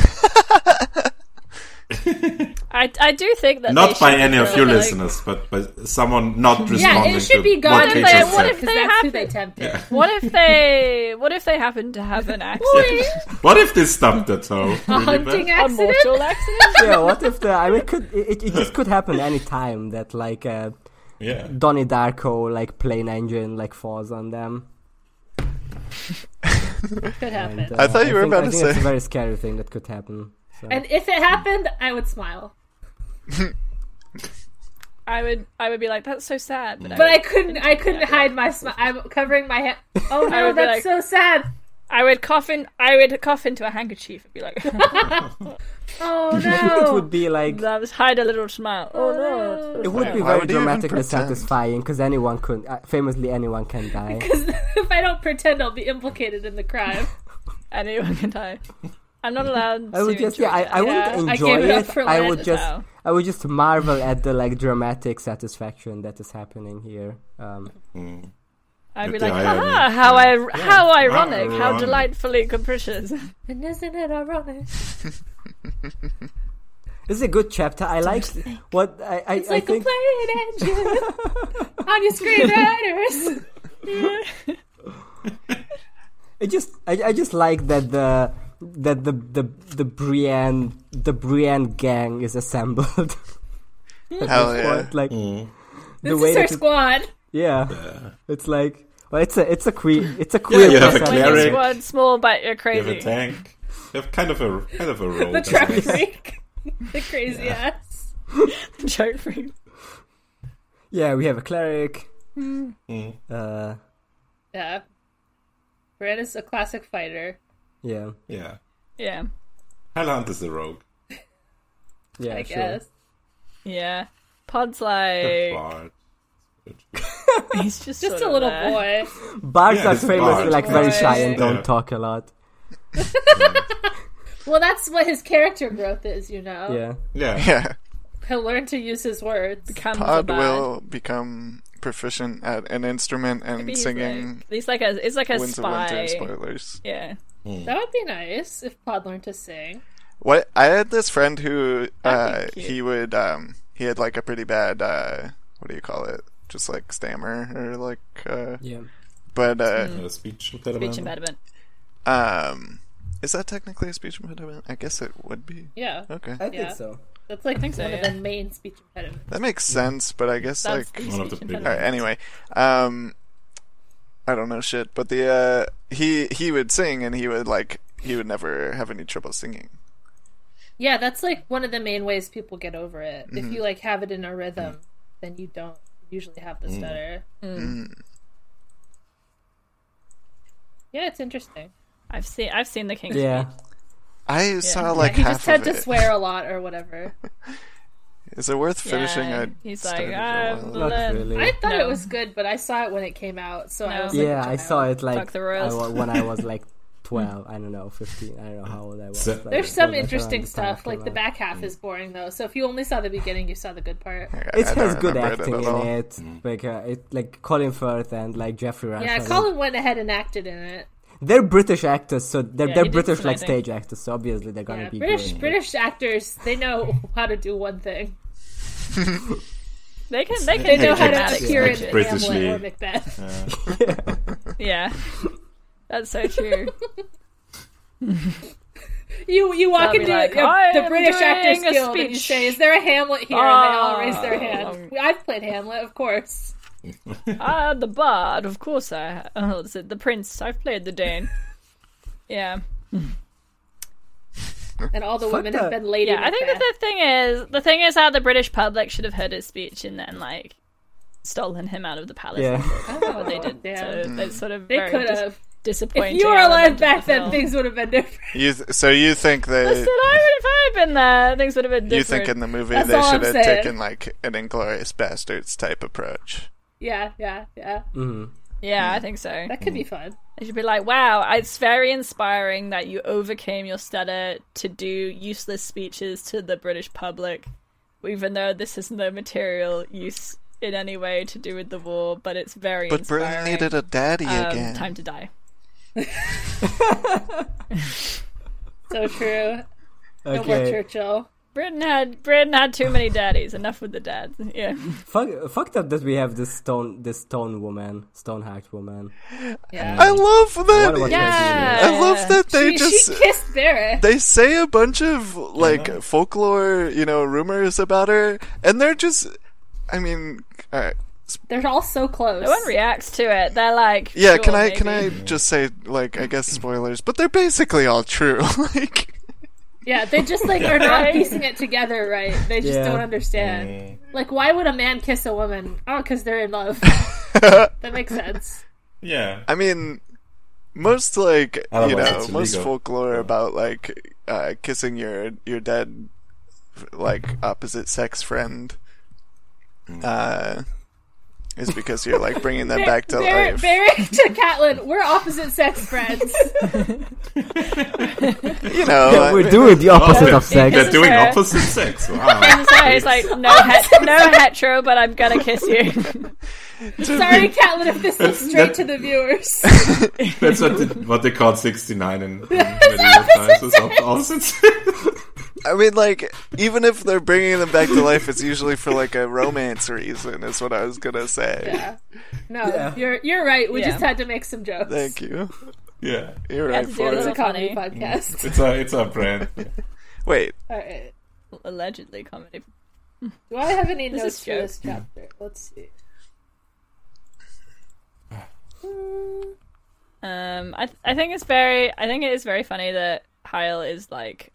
Speaker 3: I, I do think that they
Speaker 5: not
Speaker 3: should
Speaker 5: by
Speaker 3: be
Speaker 5: any of
Speaker 3: killed, like-
Speaker 5: you listeners, but by someone not responding.
Speaker 2: Yeah, it
Speaker 5: to
Speaker 2: should be gone.
Speaker 5: What,
Speaker 3: if
Speaker 5: he
Speaker 3: they-
Speaker 5: just
Speaker 3: what
Speaker 5: said.
Speaker 2: 'Cause
Speaker 3: if they
Speaker 2: that's who
Speaker 3: happen-
Speaker 2: they tempted.
Speaker 3: What if they what if they happen to have an accident,
Speaker 5: What if they stopped the toe?
Speaker 2: A
Speaker 5: really
Speaker 2: hunting
Speaker 5: bad?
Speaker 3: a
Speaker 2: accident?
Speaker 3: mortal accident?
Speaker 4: yeah, what if the I mean, could, it, it just could happen any time that like uh,
Speaker 5: Yeah.
Speaker 4: Donnie Darko like plane engine like falls on them.
Speaker 2: Could happen.
Speaker 4: And, uh,
Speaker 6: I thought you were
Speaker 4: think-
Speaker 6: about
Speaker 4: I
Speaker 6: to
Speaker 4: think
Speaker 6: say-
Speaker 4: It's a very scary thing that could happen. So.
Speaker 2: and if it happened, I would smile.
Speaker 3: I would I would be like that's so sad, but,
Speaker 2: But
Speaker 3: I,
Speaker 2: I
Speaker 3: would,
Speaker 2: couldn't. I couldn't hide my smile. I'm covering my head. Oh
Speaker 3: I
Speaker 2: no,
Speaker 3: would be
Speaker 2: that's
Speaker 3: like-
Speaker 2: so sad.
Speaker 3: I would cough in I would cough into a handkerchief and be like
Speaker 2: Oh
Speaker 4: it would
Speaker 2: no.
Speaker 4: be like
Speaker 3: that was hide a little smile. Oh no.
Speaker 4: it would be
Speaker 6: Why
Speaker 4: very
Speaker 6: would you even
Speaker 4: dramatically
Speaker 6: pretend?
Speaker 4: satisfying because anyone could, uh, famously, anyone can die.
Speaker 2: if I don't pretend, I'll be implicated in the crime.
Speaker 3: Anyone can die. I'm not allowed
Speaker 4: I would
Speaker 3: to
Speaker 4: just
Speaker 3: enjoy
Speaker 4: yeah, I, I
Speaker 3: that.
Speaker 2: Yeah, I
Speaker 4: wouldn't enjoy
Speaker 2: gave it up
Speaker 4: it.
Speaker 2: for
Speaker 4: I
Speaker 2: Lent
Speaker 4: would
Speaker 2: as
Speaker 4: just
Speaker 3: well.
Speaker 4: I would just marvel at the like dramatic satisfaction that is happening here. Um,
Speaker 3: I'd be
Speaker 5: the
Speaker 3: like,
Speaker 5: irony.
Speaker 3: haha, how I, how
Speaker 5: Ah,
Speaker 3: ironic, how
Speaker 5: ironic.
Speaker 3: delightfully capricious.
Speaker 2: And isn't it ironic?
Speaker 4: this is a good chapter. I like what I I,
Speaker 2: It's
Speaker 4: I
Speaker 2: like a
Speaker 4: think.
Speaker 2: plane engine on your screenwriters.
Speaker 4: I just I, I just like that the that the the the Brienne the Brienne gang is assembled.
Speaker 6: Hell yeah. Mm.
Speaker 4: like the
Speaker 2: This is her
Speaker 4: that it-
Speaker 2: squad.
Speaker 4: yeah, it's like well, it's a it's a queer it's a
Speaker 5: Yeah,
Speaker 4: queer.
Speaker 5: you have a
Speaker 4: person.
Speaker 3: Like this
Speaker 5: cleric,
Speaker 3: one small, but you're
Speaker 5: you have
Speaker 3: crazy.
Speaker 5: a tank, you have kind of a kind of a role.
Speaker 2: The
Speaker 5: that's
Speaker 2: traffic
Speaker 5: nice.
Speaker 2: freak. the crazy ass.
Speaker 3: Joke room.
Speaker 4: Yeah, we have a cleric.
Speaker 5: Mm.
Speaker 4: Uh,
Speaker 2: Yeah. Red is a classic fighter.
Speaker 4: yeah,
Speaker 5: Yeah.
Speaker 3: Yeah.
Speaker 5: Highland is a rogue.
Speaker 4: yeah,
Speaker 2: I
Speaker 4: sure.
Speaker 2: guess.
Speaker 3: Yeah. Pod's
Speaker 5: A
Speaker 3: like
Speaker 5: bard.
Speaker 3: he's just
Speaker 2: Just
Speaker 3: sort
Speaker 2: a
Speaker 3: of
Speaker 2: little
Speaker 3: there.
Speaker 2: boy.
Speaker 4: Bards
Speaker 5: Yeah,
Speaker 4: are
Speaker 5: it's a
Speaker 4: famously
Speaker 5: bard.
Speaker 4: like very shy and
Speaker 5: Yeah.
Speaker 4: don't talk a lot.
Speaker 2: Well, that's what his character growth is, you know.
Speaker 4: Yeah,
Speaker 5: Yeah.
Speaker 6: Yeah.
Speaker 2: He'll learn to use his words.
Speaker 3: Becomes a
Speaker 6: Pod
Speaker 3: bard.
Speaker 6: will become proficient at an instrument and
Speaker 3: He's
Speaker 6: singing
Speaker 3: Like, he's like a he's like a
Speaker 6: Winds of
Speaker 3: spy.
Speaker 6: Winter spoilers.
Speaker 3: yeah.
Speaker 4: Mm.
Speaker 2: That would be nice if Pod learned to sing.
Speaker 6: What I had this friend who uh,
Speaker 3: That'd be cute.
Speaker 6: he would um, he had like a pretty bad uh, what do you call it? Just like stammer or like uh,
Speaker 4: yeah.
Speaker 6: but uh,
Speaker 3: Hmm.
Speaker 5: A speech impediment.
Speaker 3: Speech impediment.
Speaker 6: um is that technically a speech impediment? I guess it would be.
Speaker 2: Yeah.
Speaker 6: Okay.
Speaker 4: I think
Speaker 2: Yeah.
Speaker 4: so.
Speaker 2: That's like
Speaker 3: so,
Speaker 2: one
Speaker 3: yeah.
Speaker 2: of the main speech impediments.
Speaker 6: That makes sense, but I guess
Speaker 3: That's
Speaker 6: like
Speaker 3: the
Speaker 5: One of the
Speaker 3: speech
Speaker 5: big-
Speaker 6: All right,
Speaker 3: impediment.
Speaker 6: anyway, um, I don't know shit, but the uh, he he would sing and he would like he would never have any trouble singing.
Speaker 2: Yeah, that's like one of the main ways people get over it.
Speaker 6: Mm-hmm.
Speaker 2: If you like have it in a rhythm,
Speaker 6: Mm.
Speaker 2: then you don't usually have the stutter.
Speaker 3: Mm.
Speaker 6: Mm.
Speaker 2: Yeah, it's interesting.
Speaker 3: I've seen I've seen the King's
Speaker 4: Yeah,
Speaker 3: Speech.
Speaker 6: I saw like
Speaker 2: he
Speaker 6: half
Speaker 2: just had
Speaker 6: of
Speaker 2: to
Speaker 6: it.
Speaker 2: swear a lot or whatever.
Speaker 6: Is it worth finishing?
Speaker 3: Yeah.
Speaker 6: I
Speaker 3: He's like
Speaker 6: started for
Speaker 2: "Ah,
Speaker 6: a
Speaker 3: I've
Speaker 6: while.
Speaker 4: not
Speaker 3: learned
Speaker 4: really.
Speaker 2: I thought
Speaker 3: No.
Speaker 2: it was good, but I saw it when it came out, so I
Speaker 3: No.
Speaker 2: was like,
Speaker 4: yeah, I saw it like
Speaker 3: Fuck the
Speaker 4: I
Speaker 3: rules.
Speaker 4: wa- when I was like twelve. I don't know, fifteen. I don't know how old I was.
Speaker 5: So-
Speaker 4: but
Speaker 2: There's
Speaker 4: it
Speaker 2: some
Speaker 4: was, like,
Speaker 2: interesting
Speaker 4: around the time it
Speaker 2: stuff. Like
Speaker 4: came
Speaker 2: the
Speaker 4: out.
Speaker 2: back
Speaker 6: Mm.
Speaker 2: half is boring though. So if you only saw the beginning, you saw the good part.
Speaker 6: I- I
Speaker 4: It
Speaker 6: don't
Speaker 4: has good
Speaker 6: remember
Speaker 4: acting
Speaker 6: at
Speaker 4: in
Speaker 6: all.
Speaker 4: it,
Speaker 5: Mm.
Speaker 4: like uh, it, like Colin Firth and like Jeffrey Rush.
Speaker 2: Yeah, Colin went ahead and acted in it.
Speaker 4: They're British actors, so they're,
Speaker 3: Yeah,
Speaker 4: they're
Speaker 3: he did
Speaker 4: British
Speaker 3: some
Speaker 4: like
Speaker 3: acting.
Speaker 4: stage actors. So obviously they're gonna
Speaker 2: Yeah,
Speaker 4: be
Speaker 2: British
Speaker 4: good.
Speaker 2: British actors, they know how to do one thing.
Speaker 3: They can they can
Speaker 2: They
Speaker 3: do
Speaker 2: know how to
Speaker 3: dramatic
Speaker 2: appear in
Speaker 3: speeches.
Speaker 2: Hamlet
Speaker 5: Britishly.
Speaker 2: or Macbeth.
Speaker 3: Yeah. That's so true.
Speaker 2: You you walk
Speaker 3: They'll be
Speaker 2: into
Speaker 3: like,
Speaker 2: a-
Speaker 3: "I
Speaker 2: the
Speaker 3: am
Speaker 2: British Actors
Speaker 3: doing a
Speaker 2: Guild and you
Speaker 3: speech."
Speaker 2: say, "Is there a Hamlet here?" and they all raise their
Speaker 3: Ah.
Speaker 2: hand. I've played Hamlet, of course.
Speaker 3: Ah, the bard, of course I. Ha- oh, what is it the prince? I've played the Dane. Yeah,
Speaker 2: And all the
Speaker 4: Fuck
Speaker 2: women
Speaker 4: that.
Speaker 2: have been lady.
Speaker 3: yeah. I think that
Speaker 2: Macbeth.
Speaker 3: the thing is, the thing is how the British public should have heard his speech and then like stolen him out of the palace.
Speaker 4: Yeah,
Speaker 2: Oh,
Speaker 3: They did.
Speaker 2: damn.
Speaker 3: So
Speaker 6: Mm.
Speaker 3: that's sort of
Speaker 2: They
Speaker 3: very
Speaker 2: could
Speaker 3: dis-
Speaker 2: have.
Speaker 3: disappointing.
Speaker 2: If you were
Speaker 3: element
Speaker 2: alive
Speaker 3: of
Speaker 2: back
Speaker 3: the
Speaker 2: then,
Speaker 3: film.
Speaker 2: things would have been different.
Speaker 6: You th- so you think
Speaker 3: Listen,
Speaker 6: they
Speaker 3: I would, if I had been there, things would have been
Speaker 6: you
Speaker 3: different.
Speaker 6: think in the movie
Speaker 2: That's
Speaker 6: they
Speaker 2: all
Speaker 6: should
Speaker 2: I'm
Speaker 6: have
Speaker 2: saying.
Speaker 6: taken like an Inglorious Bastards type approach.
Speaker 2: Yeah, yeah, yeah.
Speaker 3: yeah,
Speaker 6: Mm.
Speaker 3: I think so.
Speaker 2: That could be fun.
Speaker 3: It should be like, wow, it's very inspiring that you overcame your stutter to do useless speeches to the British public, even though this has no material use in any way to do with the war, but it's very
Speaker 6: But Britain
Speaker 3: inspiring.
Speaker 6: needed a daddy
Speaker 3: Um,
Speaker 6: again.
Speaker 3: Time to die.
Speaker 2: So true. No more
Speaker 4: okay.
Speaker 2: Churchill.
Speaker 3: Britain had Britain had too many daddies. Enough with the dads. Yeah.
Speaker 4: Fuck, fucked up that we have this stone, this stone woman, Stoneheart woman.
Speaker 2: Yeah.
Speaker 6: I love
Speaker 4: What
Speaker 6: that.
Speaker 4: about
Speaker 3: Yeah.
Speaker 6: I love that they
Speaker 2: She,
Speaker 6: just
Speaker 2: she kissed Barrett.
Speaker 6: they say a bunch of like folklore, you know, rumors about her, and they're just, I mean, uh,
Speaker 2: They're all so close.
Speaker 3: No one reacts to it. They're like,
Speaker 6: yeah.
Speaker 3: sure,
Speaker 6: can I can I
Speaker 3: maybe.
Speaker 6: just say like I guess spoilers, but they're basically all true. like,
Speaker 2: yeah, they just like are not piecing it together right. They just
Speaker 4: Yeah.
Speaker 2: don't understand. Like, why would a man kiss a woman? Oh, because they're in love. that makes sense.
Speaker 5: Yeah.
Speaker 6: I mean, most like you
Speaker 5: Otherwise,
Speaker 6: know
Speaker 5: it's
Speaker 6: most
Speaker 5: illegal.
Speaker 6: folklore about like uh, kissing your your dead like opposite sex friend. Uh, is because you're like bringing them back to
Speaker 2: Barrett,
Speaker 6: life.
Speaker 2: Barrett to Catelyn, we're opposite sex friends.
Speaker 6: You know, uh,
Speaker 4: We're doing the opposite
Speaker 5: they're,
Speaker 4: of sex.
Speaker 5: they're doing
Speaker 3: Fair.
Speaker 5: opposite sex. Wow.
Speaker 3: So it's like no, het- no hetero, but I'm gonna kiss you.
Speaker 2: Sorry, Catelyn, if this looks straight to the viewers.
Speaker 5: That's what, the, what they called 69 in, in medieval times. Oh, is op- Opposite sex.
Speaker 6: I mean, like, even if they're bringing them back to life, it's usually for like a romance reason, is what I was gonna say.
Speaker 2: Yeah. No,
Speaker 4: Yeah.
Speaker 2: you're you're right. We
Speaker 3: Yeah.
Speaker 2: just had to make some jokes.
Speaker 6: Thank you.
Speaker 5: Yeah.
Speaker 6: You're
Speaker 3: had
Speaker 6: right
Speaker 3: to do
Speaker 6: for
Speaker 3: it
Speaker 2: It's a
Speaker 6: it.
Speaker 3: little-
Speaker 2: comedy
Speaker 3: Funny.
Speaker 2: podcast.
Speaker 5: It's our, it's our brand.
Speaker 6: Wait,
Speaker 2: All right.
Speaker 3: Allegedly comedy.
Speaker 2: Do I have any
Speaker 3: This
Speaker 2: notes
Speaker 3: is
Speaker 2: for
Speaker 3: joke.
Speaker 2: this chapter? Let's see.
Speaker 3: Um, I th- I think it's very I think it is very funny that Heil is like,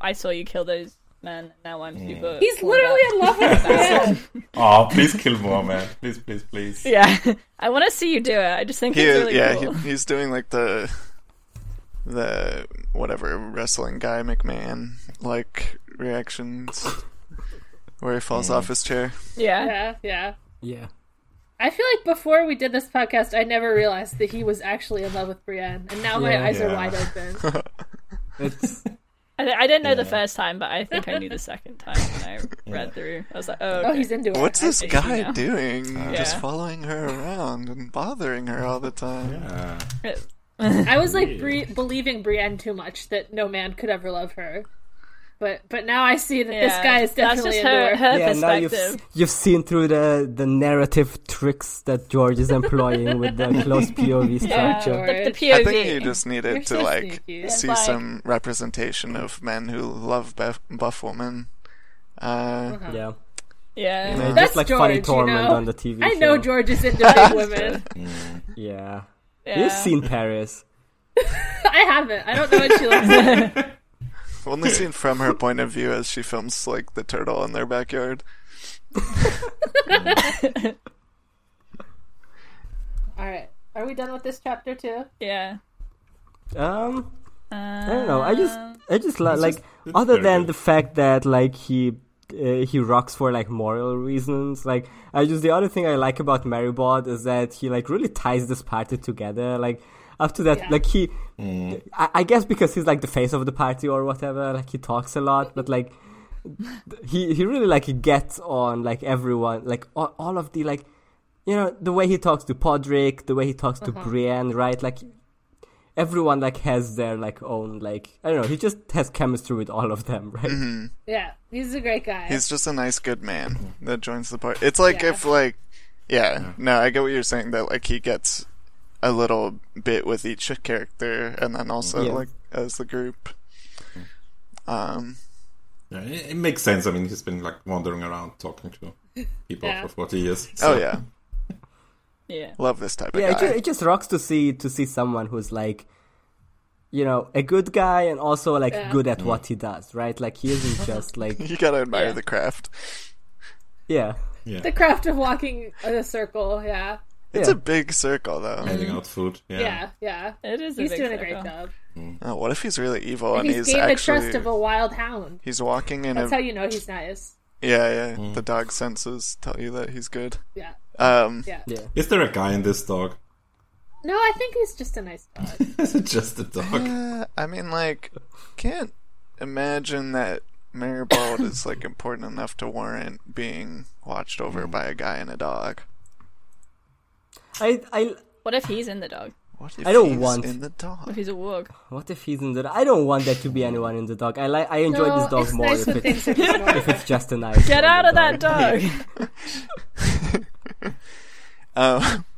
Speaker 3: I saw you kill those man. Now I'm super.
Speaker 2: He's
Speaker 3: torn
Speaker 2: literally
Speaker 3: up.
Speaker 2: in love with her man.
Speaker 5: Oh, please kill more, man. Please, please, please.
Speaker 3: Yeah, I want to see you do it. I just think
Speaker 6: He
Speaker 3: it's
Speaker 6: is,
Speaker 3: really
Speaker 6: yeah,
Speaker 3: cool.
Speaker 6: he, he's doing like the the whatever wrestling guy McMahon like reactions where he falls off his chair.
Speaker 3: yeah.
Speaker 2: Yeah, yeah.
Speaker 4: Yeah.
Speaker 2: I feel like before we did this podcast, I never realized that he was actually in love with Brienne, and now my
Speaker 4: Yeah.
Speaker 2: eyes are
Speaker 5: Yeah.
Speaker 2: wide open.
Speaker 4: It's
Speaker 3: I, I didn't know the first time, but I think I knew the second time when I read through. I was like, oh,
Speaker 2: Oh,
Speaker 3: okay.
Speaker 2: he's into it.
Speaker 6: What's this
Speaker 3: see
Speaker 6: guy
Speaker 3: now.
Speaker 6: doing? Just
Speaker 3: Yeah.
Speaker 6: following her around and bothering her all the time.
Speaker 5: Uh,
Speaker 2: I was like Bri- believing Brienne too much that no man could ever love her, but but now I see that this
Speaker 3: Yeah.
Speaker 2: guy is definitely
Speaker 3: That's just
Speaker 2: into
Speaker 3: her,
Speaker 2: her.
Speaker 3: her
Speaker 4: yeah. Now you've s-
Speaker 3: perspective.
Speaker 4: you've seen through the the narrative tricks that George is employing with the close POV
Speaker 3: Yeah,
Speaker 4: structure.
Speaker 3: the, the POV.
Speaker 6: I think you just
Speaker 2: You're
Speaker 6: needed to
Speaker 2: so
Speaker 6: like
Speaker 2: sneaky.
Speaker 6: see
Speaker 3: Like-
Speaker 6: some representation of men who love buff, buff women. Uh,
Speaker 4: Yeah.
Speaker 3: yeah.
Speaker 4: And
Speaker 2: That's
Speaker 4: just like funny
Speaker 2: George, you
Speaker 4: torment
Speaker 2: know.
Speaker 4: on the TV.
Speaker 2: I know
Speaker 4: show.
Speaker 2: George is into big women.
Speaker 4: Yeah.
Speaker 3: yeah.
Speaker 4: You've seen Paris.
Speaker 2: I haven't. I don't know what she looks like.
Speaker 6: I've only seen from her point of view as she films like the turtle in their backyard.
Speaker 2: All right, are we done with this chapter too?
Speaker 3: Yeah.
Speaker 4: Um,
Speaker 3: Uh,
Speaker 4: I don't know. I just, I just li- like,
Speaker 5: it's
Speaker 4: other
Speaker 5: very
Speaker 4: than
Speaker 5: good.
Speaker 4: the fact that like he, uh, he rocks for like moral reasons. Like, I just the other thing I like about Maribod is that he like really ties this party together. Like, after that,
Speaker 2: Yeah.
Speaker 4: like he,
Speaker 5: Mm.
Speaker 4: I, I guess because he's like the face of the party or whatever. Like he talks a lot, but like, he he really like gets on like everyone, like all, all of the like, you know, the way he talks to Podrick, the way he talks to Brienne, right? Like everyone like has their like own like I don't know. He just has chemistry with all of them, right?
Speaker 2: Yeah, he's a great guy.
Speaker 6: He's just a nice, good man
Speaker 4: Mm-hmm.
Speaker 6: that joins the party. It's like
Speaker 2: Yeah.
Speaker 6: if, like, yeah, no, I get what you're saying. That like he gets a little bit with each character, and then also
Speaker 4: Yeah. Mm-hmm.
Speaker 6: like as the group. Um,
Speaker 5: yeah, it, it makes sense. I mean, he's been like wandering around talking to people
Speaker 2: Yeah.
Speaker 5: for 40 years.
Speaker 6: oh
Speaker 5: so-
Speaker 6: yeah,
Speaker 3: yeah.
Speaker 6: love this type of
Speaker 4: Yeah, it,
Speaker 6: guy.
Speaker 4: ju- it just rocks to see to see someone who's like, you know, a good guy and also like
Speaker 2: Yeah.
Speaker 4: good at what he does, right? Like he isn't just like
Speaker 6: you gotta admire
Speaker 3: Yeah.
Speaker 6: the craft.
Speaker 4: yeah.
Speaker 2: the craft of walking in a circle. Yeah,
Speaker 6: It's
Speaker 4: Yeah.
Speaker 6: a big circle, though.
Speaker 5: Handing out food. Yeah.
Speaker 2: yeah, yeah.
Speaker 3: It is.
Speaker 2: He's
Speaker 3: a big
Speaker 2: doing a
Speaker 3: circle.
Speaker 2: great job.
Speaker 6: Oh, what if he's really evil and
Speaker 2: He's
Speaker 6: he's,
Speaker 2: gained the
Speaker 6: actually
Speaker 2: trust of a wild hound.
Speaker 6: he's walking in
Speaker 2: That's
Speaker 6: a
Speaker 2: how you know he's nice.
Speaker 6: yeah
Speaker 4: Hmm.
Speaker 6: yeah. The dog senses tell you that he's good.
Speaker 2: Yeah,
Speaker 6: Um,
Speaker 2: yeah.
Speaker 4: Yeah.
Speaker 5: Is there a guy in this dog?
Speaker 2: No, I think he's just a nice dog.
Speaker 5: Is it just a dog?
Speaker 6: Uh, I mean, like, can't imagine that Maribald is like important enough to warrant being watched
Speaker 4: Hmm.
Speaker 6: over by a guy and a dog.
Speaker 4: I I
Speaker 3: What if he's in the dog?
Speaker 6: What if
Speaker 4: I don't
Speaker 6: he's
Speaker 4: want-
Speaker 6: in the
Speaker 3: If
Speaker 6: dog?
Speaker 3: he's a wog?
Speaker 4: what if he's in the? I don't want there to be anyone in the dog. I like I enjoy
Speaker 2: no,
Speaker 4: this dog
Speaker 2: it's
Speaker 4: more
Speaker 2: nice
Speaker 4: if
Speaker 2: when
Speaker 4: it's
Speaker 2: things are just normal.
Speaker 4: if it's just a knife.
Speaker 3: Get out of that dog!
Speaker 6: Um,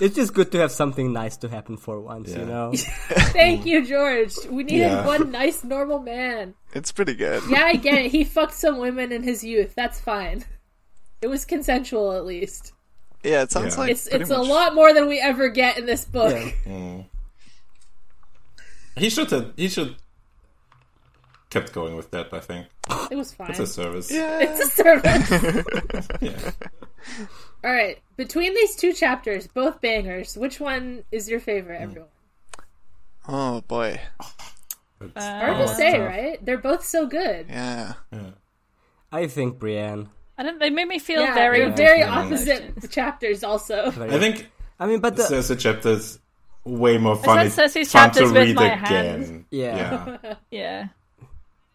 Speaker 4: It's just good to have something nice to happen for once, you
Speaker 5: Yeah.
Speaker 4: know?
Speaker 2: Thank you, George. We needed
Speaker 5: Yeah.
Speaker 2: one nice, normal man.
Speaker 6: it's pretty good.
Speaker 2: Yeah, I get it. He fucked some women in his youth. That's fine. It was consensual, at least.
Speaker 6: Yeah, it sounds
Speaker 5: Yeah.
Speaker 6: like
Speaker 2: It's
Speaker 6: pretty
Speaker 2: it's
Speaker 6: much-
Speaker 2: a lot more than we ever get in this book.
Speaker 4: Yeah.
Speaker 5: He should have. He should kept going with that. I think
Speaker 2: It was fine.
Speaker 5: it's a service.
Speaker 6: Yeah,
Speaker 2: It's a service.
Speaker 5: Yeah.
Speaker 2: All right. Between these two chapters, both bangers. Which one is your
Speaker 4: Mm.
Speaker 2: favorite, everyone?
Speaker 6: Oh boy.
Speaker 5: It's-
Speaker 2: Hard
Speaker 4: Oh,
Speaker 2: to say, right? They're both so good.
Speaker 6: Yeah.
Speaker 5: yeah.
Speaker 4: I think Brienne.
Speaker 3: I don't. They made me feel
Speaker 2: Yeah,
Speaker 3: very.
Speaker 2: they're very opposite chapters. Also,
Speaker 5: I think
Speaker 4: I mean, but the,
Speaker 5: Cersei chapter is way more funny,
Speaker 3: said Cersei's
Speaker 5: fun to
Speaker 3: chapters with
Speaker 5: read
Speaker 3: my
Speaker 5: again.
Speaker 3: hand.
Speaker 4: Yeah.
Speaker 3: Yeah.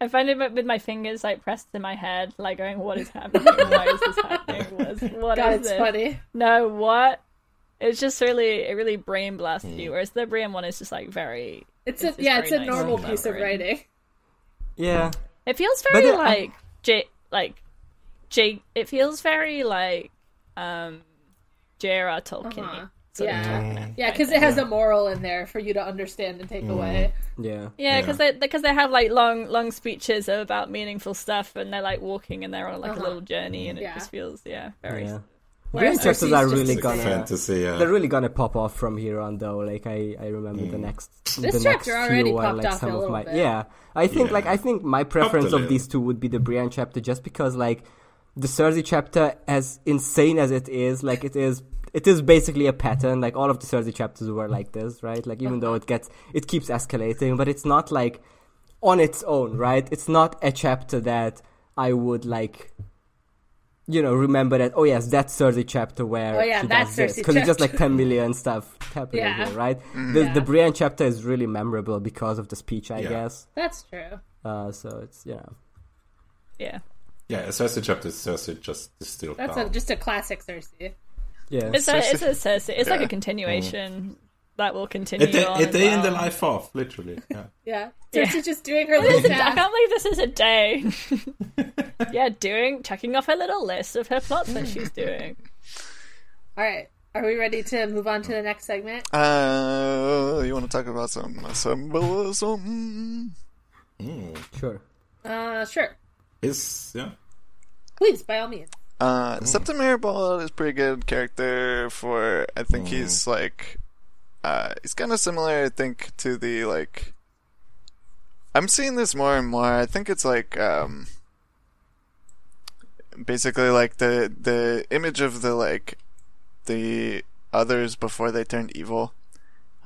Speaker 3: I find it with my fingers like pressed in my head, like going, "What is happening? Why is this happening? What's, what
Speaker 2: God,
Speaker 3: is
Speaker 2: it's
Speaker 3: this?
Speaker 2: funny.
Speaker 3: No, what?" It's just really, it really brain blasts you. Whereas the brain one is just like very.
Speaker 2: It's a
Speaker 3: just
Speaker 2: yeah,
Speaker 3: very
Speaker 2: it's a
Speaker 3: nice
Speaker 2: normal
Speaker 3: and
Speaker 2: piece of
Speaker 3: elaborate.
Speaker 2: writing.
Speaker 4: yeah.
Speaker 3: It feels very
Speaker 4: it- I-
Speaker 3: like J, like J. It feels very like um, J.R.R. Tolkien.
Speaker 2: Uh-huh.
Speaker 3: sort of
Speaker 2: Yeah.
Speaker 3: Tolkien.
Speaker 2: Yeah, because it has a moral in there for you to understand and take away.
Speaker 4: Yeah.
Speaker 3: Yeah, because they because they have like long long speeches about meaningful stuff, and they're like walking and they're on like a little journey, and it
Speaker 2: Uh-huh. Yeah.
Speaker 3: just feels yeah very
Speaker 4: Yeah.
Speaker 2: Whereas
Speaker 4: Brienne chapters
Speaker 2: Cersei's
Speaker 4: are
Speaker 2: just
Speaker 4: really
Speaker 5: It's like
Speaker 4: gonna
Speaker 5: fantasy. Yeah. Mm.
Speaker 4: they're really gonna pop off from here on though. Like I, I remember the next
Speaker 2: This
Speaker 4: the next
Speaker 2: chapter already
Speaker 4: few are
Speaker 2: popped
Speaker 4: like
Speaker 2: off a
Speaker 4: some of
Speaker 2: little
Speaker 4: my
Speaker 2: bit.
Speaker 4: yeah. I think like
Speaker 5: Yeah.
Speaker 4: I think my preference
Speaker 5: little.
Speaker 4: of these two would be the Brienne chapter, just because like the Cersei chapter, as insane as it is, like it is. It is basically a pattern. Like all of the Cersei chapters were like this, right? Like even though it gets, it keeps escalating, but it's not like on its own, right? It's not a chapter that I would like, you know, remember that. Oh yes, that Cersei chapter where
Speaker 2: Oh, yeah,
Speaker 4: she
Speaker 2: that
Speaker 4: does this
Speaker 2: Cersei
Speaker 4: because it's just
Speaker 2: chapter.
Speaker 4: like ten million stuff happening
Speaker 2: Yeah.
Speaker 4: here, right? The
Speaker 2: Yeah.
Speaker 4: the Brienne chapter is really memorable because of the speech, I
Speaker 5: Yeah.
Speaker 4: guess.
Speaker 2: That's true.
Speaker 4: Uh, so it's you know,
Speaker 3: Yeah.
Speaker 5: Yeah, a Cersei chapter is Cersei just distilled
Speaker 2: That's
Speaker 5: down.
Speaker 2: a, just a classic Cersei.
Speaker 4: yeah,
Speaker 3: It's a, it's a Cersei. It's like
Speaker 6: Yeah.
Speaker 3: a continuation that will continue
Speaker 5: a day,
Speaker 3: on.
Speaker 5: a
Speaker 3: as
Speaker 5: day in
Speaker 3: well.
Speaker 5: the life of, literally. Yeah.
Speaker 2: Yeah.
Speaker 3: Yeah.
Speaker 2: Cersei just doing her
Speaker 3: This
Speaker 2: little
Speaker 3: is a- I
Speaker 2: task.
Speaker 3: can't believe this is a day. yeah, doing checking off her little list of her plots that she's doing.
Speaker 2: All right. Are we ready to move on to the next segment?
Speaker 6: Uh, you want to talk about some symbolism?
Speaker 4: sure.
Speaker 2: Uh, sure.
Speaker 5: It's, yeah.
Speaker 2: Please, by all means.
Speaker 6: Uh, Septim Hairball is pretty good character for. I think he's like, uh, he's kind of similar. I think to the like. I'm seeing this more and more. I think it's like, um, basically like the the image of the like, the others before they turned evil.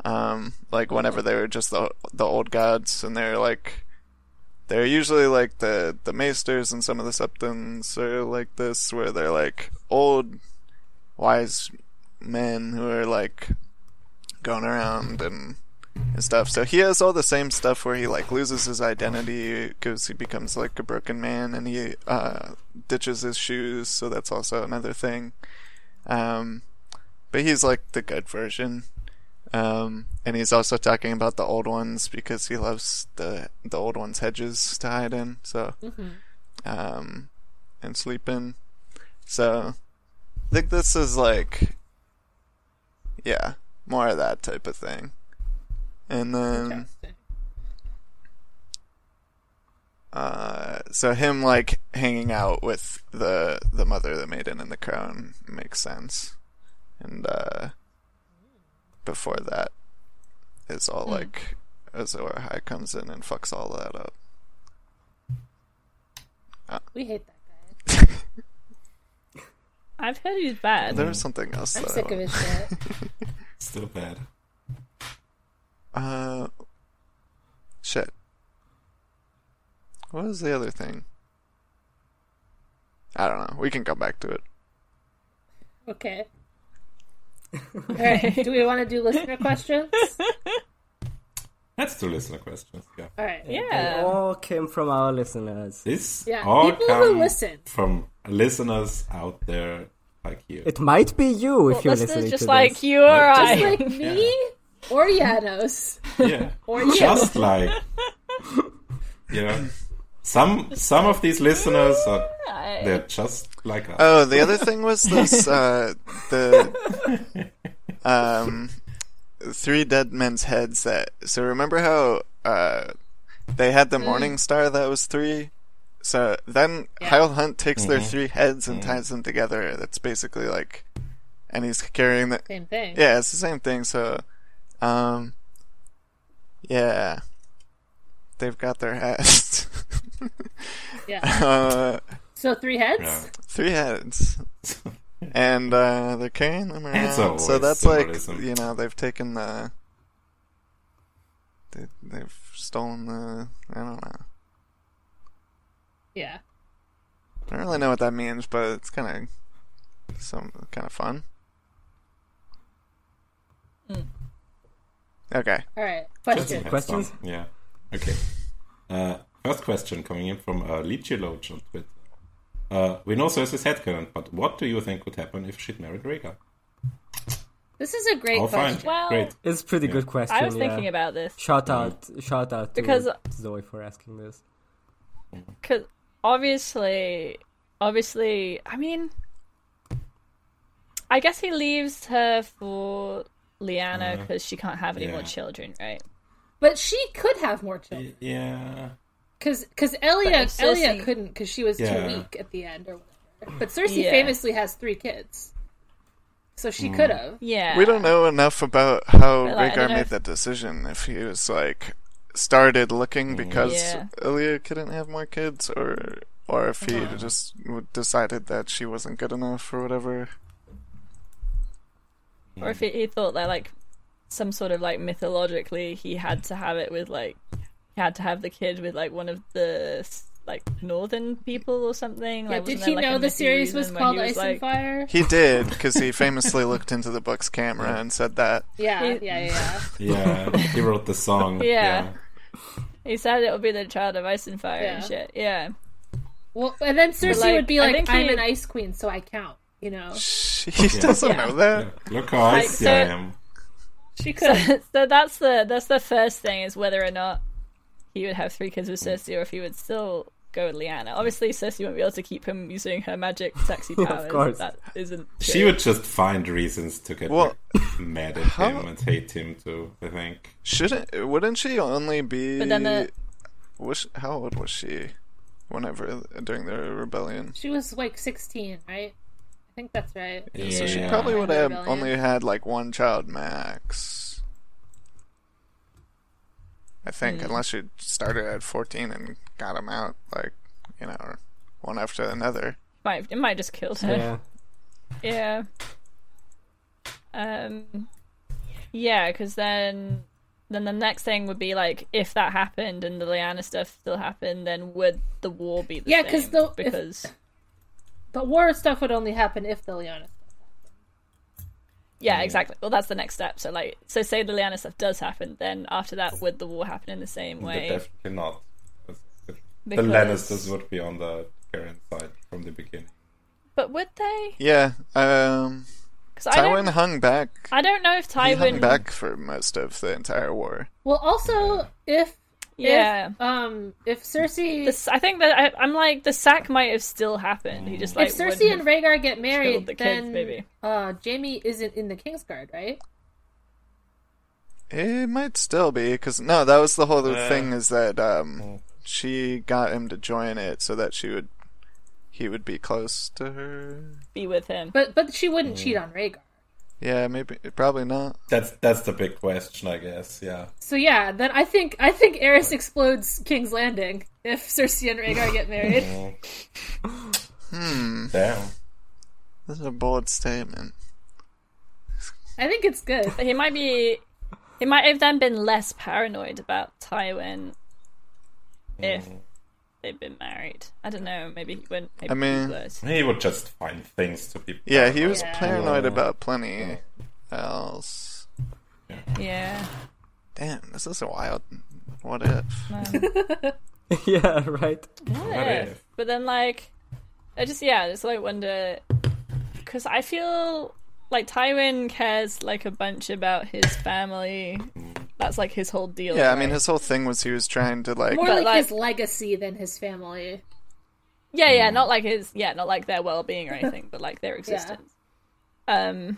Speaker 6: Um, like whenever they were just the the old gods and they're like they're usually like the the maesters and some of the septons are like this where they're like old wise men who are like going around and, and stuff so he has all the same stuff where he like loses his identity because he becomes like a broken man and he uh ditches his shoes so that's also another thing um but he's like the good version um, and he's also talking about the old ones because he loves the the old ones' hedges to hide in, so um, and sleep in. So I think this is like, yeah, more of that type of thing. And then uh, so him like hanging out with the the mother, the maiden, and the crown makes sense. And uh, before that is
Speaker 2: Hmm.
Speaker 6: all like Azor High comes in and fucks all that up.
Speaker 2: We hate that guy.
Speaker 3: I've heard he's bad.
Speaker 6: There was something else.
Speaker 2: I'm
Speaker 6: that I
Speaker 2: sick of
Speaker 6: wanted-
Speaker 2: his shit.
Speaker 5: Still bad.
Speaker 6: Uh, shit. What was the other thing? I don't know. We can come back to it.
Speaker 2: Okay. All right. Do we want to do listener questions?
Speaker 5: That's two listener questions. Yeah.
Speaker 2: All right.
Speaker 4: They
Speaker 3: Yeah.
Speaker 4: all came from our listeners.
Speaker 5: This
Speaker 2: Yeah,
Speaker 5: all
Speaker 2: people who
Speaker 5: come
Speaker 2: listen.
Speaker 5: from listeners out there like you.
Speaker 4: It might be you if
Speaker 3: Well,
Speaker 4: you're
Speaker 3: this is
Speaker 4: listening
Speaker 3: just
Speaker 4: to
Speaker 3: like
Speaker 4: this.
Speaker 3: you or I.
Speaker 2: Just like me or Janos.
Speaker 5: yeah.
Speaker 2: Or you.
Speaker 5: Just like you know some some of these listeners are
Speaker 3: I-
Speaker 5: they're just like
Speaker 2: Uh,
Speaker 5: us.
Speaker 6: Oh, the other thing was this uh, the um, three dead men's heads that. So remember how uh, they had the Morning Star that was three. So then Heil Hunt takes their three heads and ties them together. That's basically like, and he's carrying the.
Speaker 2: Same thing.
Speaker 6: Yeah, it's the same thing. So, um, yeah, they've got their heads.
Speaker 2: Yeah.
Speaker 6: uh,
Speaker 2: So three heads?
Speaker 5: Yeah.
Speaker 6: three heads. and uh, they're carrying them around.
Speaker 5: That's always
Speaker 6: so that's like
Speaker 5: symbolism.
Speaker 6: you know they've taken the they, they've stolen the I don't know.
Speaker 2: Yeah.
Speaker 6: I don't really know what that means, but it's kind of some kind of fun. Okay.
Speaker 2: All right.
Speaker 5: That's
Speaker 2: Question.
Speaker 5: fun.
Speaker 4: Questions?
Speaker 5: Yeah. Okay. Uh, first question coming in from uh, Lychee Loach on Twitter. Uh, we know Cersei's headcanon, but what do you think would happen if she'd married Rhaegar?
Speaker 2: This is a great
Speaker 5: Oh, fine.
Speaker 2: question.
Speaker 3: Well-
Speaker 5: Great.
Speaker 4: It's a pretty good question.
Speaker 3: I was
Speaker 4: yeah.
Speaker 3: thinking about this
Speaker 4: Shout out, shout out to
Speaker 3: Because-
Speaker 4: Zoe for asking this.
Speaker 3: because obviously, obviously, I mean, I guess he leaves her for Lyanna because she can't have any more
Speaker 5: yeah.
Speaker 3: children, right?
Speaker 2: But she could have more children.
Speaker 5: Yeah.
Speaker 2: Because
Speaker 3: But
Speaker 2: Elia,
Speaker 3: if
Speaker 2: Elia
Speaker 3: Cersei-
Speaker 2: couldn't because she was
Speaker 5: Yeah.
Speaker 2: too weak at the end or whatever. But Cersei
Speaker 3: Yeah.
Speaker 2: famously has three kids. So she
Speaker 5: Hmm.
Speaker 2: could have.
Speaker 3: Yeah.
Speaker 6: We don't know enough about how
Speaker 3: But, like, I
Speaker 6: Rhaegar
Speaker 3: don't know
Speaker 6: made
Speaker 3: if-
Speaker 6: that decision. If he was like started looking because
Speaker 3: Yeah.
Speaker 6: Ilya couldn't have more kids, or or if he
Speaker 3: Uh-huh.
Speaker 6: just w- decided that she wasn't good enough or whatever.
Speaker 3: Or if he, he thought that like some sort of like mythologically he had to have it with like he had to have the kid with like one of the s- like northern people or something.
Speaker 2: Yeah,
Speaker 3: Like,
Speaker 2: did
Speaker 3: wasn't
Speaker 2: he
Speaker 3: there, like, a
Speaker 2: know the
Speaker 3: mythy
Speaker 2: series was
Speaker 3: reason when
Speaker 2: called
Speaker 3: he
Speaker 2: Ice and
Speaker 3: like-
Speaker 2: Fire?
Speaker 6: He did because he famously looked into the book's camera and said that.
Speaker 2: Yeah, yeah,
Speaker 3: He-
Speaker 2: yeah, yeah.
Speaker 5: Yeah, he wrote the song.
Speaker 3: Yeah. He said it would be the child of Ice and Fire and
Speaker 2: Yeah.
Speaker 3: shit. Yeah.
Speaker 2: Well, and then Cersei
Speaker 3: like,
Speaker 2: would be
Speaker 3: I
Speaker 2: like,
Speaker 3: think
Speaker 2: "I'm
Speaker 3: he-
Speaker 2: an ice queen, so I count." You know,
Speaker 6: She doesn't
Speaker 3: Yeah.
Speaker 6: know that.
Speaker 5: Yeah. Look um, how icy
Speaker 3: so-
Speaker 5: I am.
Speaker 2: she could.
Speaker 3: So,
Speaker 2: have
Speaker 3: so that's the that's the first thing is whether or not he would have three kids with Cersei or if he would still go with Lyanna. Obviously Cersei won't be able to keep him using her magic sexy powers.
Speaker 4: course.
Speaker 3: That isn't
Speaker 5: She
Speaker 3: true.
Speaker 5: would just find reasons to get
Speaker 6: Well,
Speaker 5: like, mad at him and hate him too. I think.
Speaker 6: Shouldn't? Wouldn't she only be?
Speaker 3: But then the-
Speaker 6: was she- how old was she? Whenever during the rebellion,
Speaker 2: She was like 16, right? I think that's right.
Speaker 5: Yeah,
Speaker 6: so she probably would
Speaker 2: The
Speaker 6: have
Speaker 2: rebellion.
Speaker 6: only had like one child max. I think,
Speaker 3: Hmm.
Speaker 6: unless she started at fourteen and got him out, like you know, one after another.
Speaker 3: might it might just kill her.
Speaker 4: Yeah.
Speaker 3: Yeah. Um. Yeah, because then, then the next thing would be like, if that happened and the Lyanna stuff still happened, then would the war be the
Speaker 2: Yeah, 'cause
Speaker 3: same?
Speaker 2: the- if-
Speaker 3: because
Speaker 2: The war stuff would only happen if the Lyanna.
Speaker 3: yeah, exactly. Well, that's the next step. So like, so say the Lyanna stuff does happen, then after that, would the war happen in the same
Speaker 5: But
Speaker 3: way?
Speaker 5: definitely not. The
Speaker 3: Because-
Speaker 5: Lannisters would be on the Karen side from the beginning.
Speaker 3: But would they?
Speaker 6: Yeah, um,
Speaker 3: Because I
Speaker 6: Tywin
Speaker 3: don't,
Speaker 6: hung back.
Speaker 3: I don't know if
Speaker 6: He hung
Speaker 3: Tywin.
Speaker 6: back for most of the entire war.
Speaker 2: Well, also if
Speaker 3: Yeah.
Speaker 2: if, um if Cersei
Speaker 3: This, I think that I, I'm like the sack might have still happened. He just like
Speaker 2: if
Speaker 3: wouldn't
Speaker 2: Cersei
Speaker 3: have-
Speaker 2: and Rhaegar get
Speaker 3: killed
Speaker 2: married,
Speaker 3: the kids,
Speaker 2: then
Speaker 3: maybe.
Speaker 2: uh Jamie isn't in the Kingsguard, right?
Speaker 6: It might still be because no, that was the whole thing is that um, she got him to join it so that she would, he would be close to her.
Speaker 3: be with him.
Speaker 2: But but she wouldn't cheat
Speaker 5: Mm.
Speaker 2: on Rhaegar.
Speaker 6: Yeah, maybe probably not.
Speaker 5: That's that's the big question, I guess. Yeah.
Speaker 2: So yeah, then I think I think Eris explodes King's Landing if Cersei and Rhaegar get married.
Speaker 5: Mm. Damn.
Speaker 6: This is a bold statement.
Speaker 2: I think it's good.
Speaker 3: But he might be. He might have then been less paranoid about Tywin if they'd been married. I don't know. Maybe he wouldn't. Maybe
Speaker 6: I mean-
Speaker 3: he would.
Speaker 5: He would just find things to be.
Speaker 6: Yeah, he was
Speaker 2: Yeah.
Speaker 6: paranoid about plenty else.
Speaker 3: Yeah.
Speaker 6: Damn, this is a wild. What if?
Speaker 4: yeah, right.
Speaker 5: What if?
Speaker 3: But then, like, I just yeah, I just like wonder because I feel like Tywin cares like a bunch about his family. That's like his whole deal.
Speaker 6: Yeah, I
Speaker 3: right?
Speaker 6: mean, his whole thing was he was trying to like.
Speaker 2: More
Speaker 3: But,
Speaker 2: like,
Speaker 3: like-
Speaker 2: his legacy than his family.
Speaker 3: Yeah, yeah,
Speaker 6: Mm.
Speaker 3: not like his yeah, not like their well being or anything, but like their existence. Um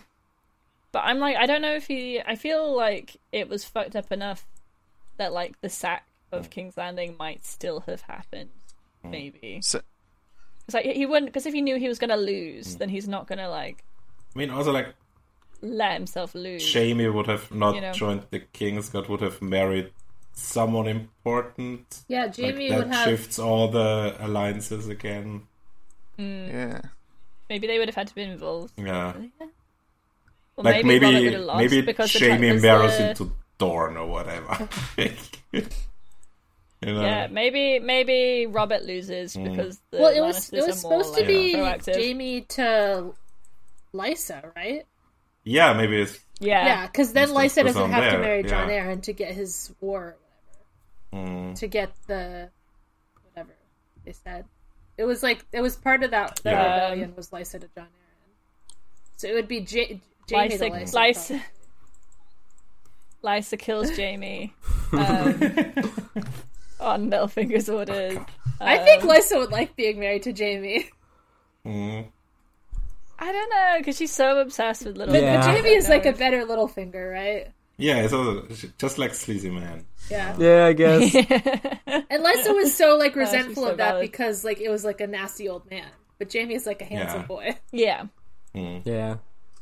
Speaker 3: but I'm like I don't know if he I feel like it was fucked up enough that like the sack
Speaker 5: Mm.
Speaker 3: of King's Landing might still have happened. Maybe.
Speaker 6: So-
Speaker 3: It's like he wouldn't because if he knew he was gonna
Speaker 5: Mm.
Speaker 3: lose, then he's not gonna like
Speaker 5: I mean, also like
Speaker 3: let himself lose.
Speaker 5: Jamie would have not
Speaker 3: You know.
Speaker 5: joined the Kingsguard. Would have married someone important.
Speaker 2: Yeah,
Speaker 5: Like,
Speaker 2: Jamie
Speaker 5: that
Speaker 2: would have
Speaker 5: shifts all the alliances again.
Speaker 6: Yeah.
Speaker 3: Maybe they would have had to be involved.
Speaker 5: Yeah.
Speaker 3: Or
Speaker 5: Like maybe
Speaker 3: Robert would
Speaker 5: maybe,
Speaker 3: have lost because the
Speaker 5: Jamie
Speaker 3: Titans,
Speaker 5: embarrassed
Speaker 3: uh,
Speaker 5: him to Dorn or whatever. you know?
Speaker 3: Yeah, maybe maybe Robert loses
Speaker 5: Mm.
Speaker 3: because the
Speaker 2: well, it was
Speaker 3: Lannisters
Speaker 2: it
Speaker 3: are
Speaker 2: was
Speaker 3: more,
Speaker 2: supposed
Speaker 3: like,
Speaker 2: to be
Speaker 3: proactive.
Speaker 2: Jamie to Lysa, right?
Speaker 5: Yeah, maybe it's
Speaker 2: Yeah, because then
Speaker 5: Instance
Speaker 2: Lysa
Speaker 5: was
Speaker 2: doesn't
Speaker 5: on
Speaker 2: have to
Speaker 5: there,
Speaker 2: marry John
Speaker 5: yeah. Mm.
Speaker 2: Aaron to get his war, or whatever, to get the whatever they said. It was like it was part of that, that
Speaker 5: Yeah.
Speaker 2: rebellion was Lysa to John Aaron, so it would be J- Jamie to
Speaker 3: Lysa,
Speaker 2: Lysa.
Speaker 3: Lysa, Lysa kills Jamie um, on Littlefinger's orders.
Speaker 2: I think Lysa would like being married to Jamie,
Speaker 5: mm,
Speaker 3: I don't know because she's so obsessed with Littlefinger.
Speaker 4: Yeah.
Speaker 2: but Jamie is like a
Speaker 3: bit.
Speaker 2: better Littlefinger, right?
Speaker 5: yeah, it's also just like sleazy man.
Speaker 2: Yeah,
Speaker 4: Yeah, I guess.
Speaker 2: and Lysa was so like
Speaker 3: she's
Speaker 2: resentful
Speaker 3: so
Speaker 2: of that
Speaker 3: valid.
Speaker 2: because like it was like a nasty old man, but Jamie is like a handsome
Speaker 5: Yeah.
Speaker 2: boy.
Speaker 3: yeah,
Speaker 4: yeah.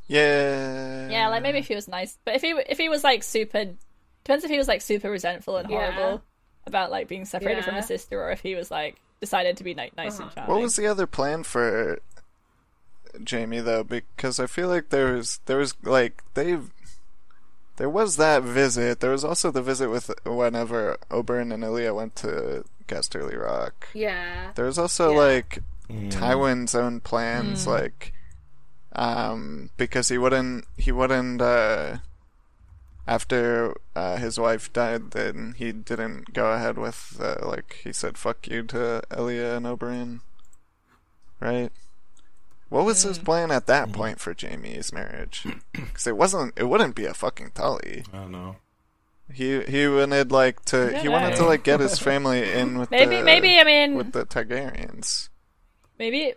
Speaker 6: Yeah.
Speaker 3: Yeah, like maybe if he was nice, but if he if he was like super, depends if he was like super resentful and
Speaker 2: Yeah.
Speaker 3: horrible about like being separated from
Speaker 2: Yeah. Uh-huh.
Speaker 3: his sister, or if he was like decided to be like nice and charming.
Speaker 6: What was the other plan for Jamie though? Because I feel like there was there was like they there was that visit. There was also the visit with whenever Oberon and Ilya went to Casterly Rock.
Speaker 2: Yeah.
Speaker 6: There was also
Speaker 2: Yeah.
Speaker 6: like Tywin's own
Speaker 3: Hmm.
Speaker 6: plans, like um because he wouldn't he wouldn't uh after uh, his wife died, then he didn't go ahead with uh, like he said "fuck you" to Elia and Oberyn, right? What was
Speaker 3: Hmm.
Speaker 6: his plan at that point for Jamie's marriage? Because it wasn't, it wouldn't be a fucking Tully.
Speaker 5: I don't know.
Speaker 6: He he wanted like to he wanted to
Speaker 3: know.
Speaker 6: like get his family in with
Speaker 3: Maybe-
Speaker 6: the,
Speaker 3: maybe, I mean-
Speaker 6: with the Targaryens.
Speaker 3: maybe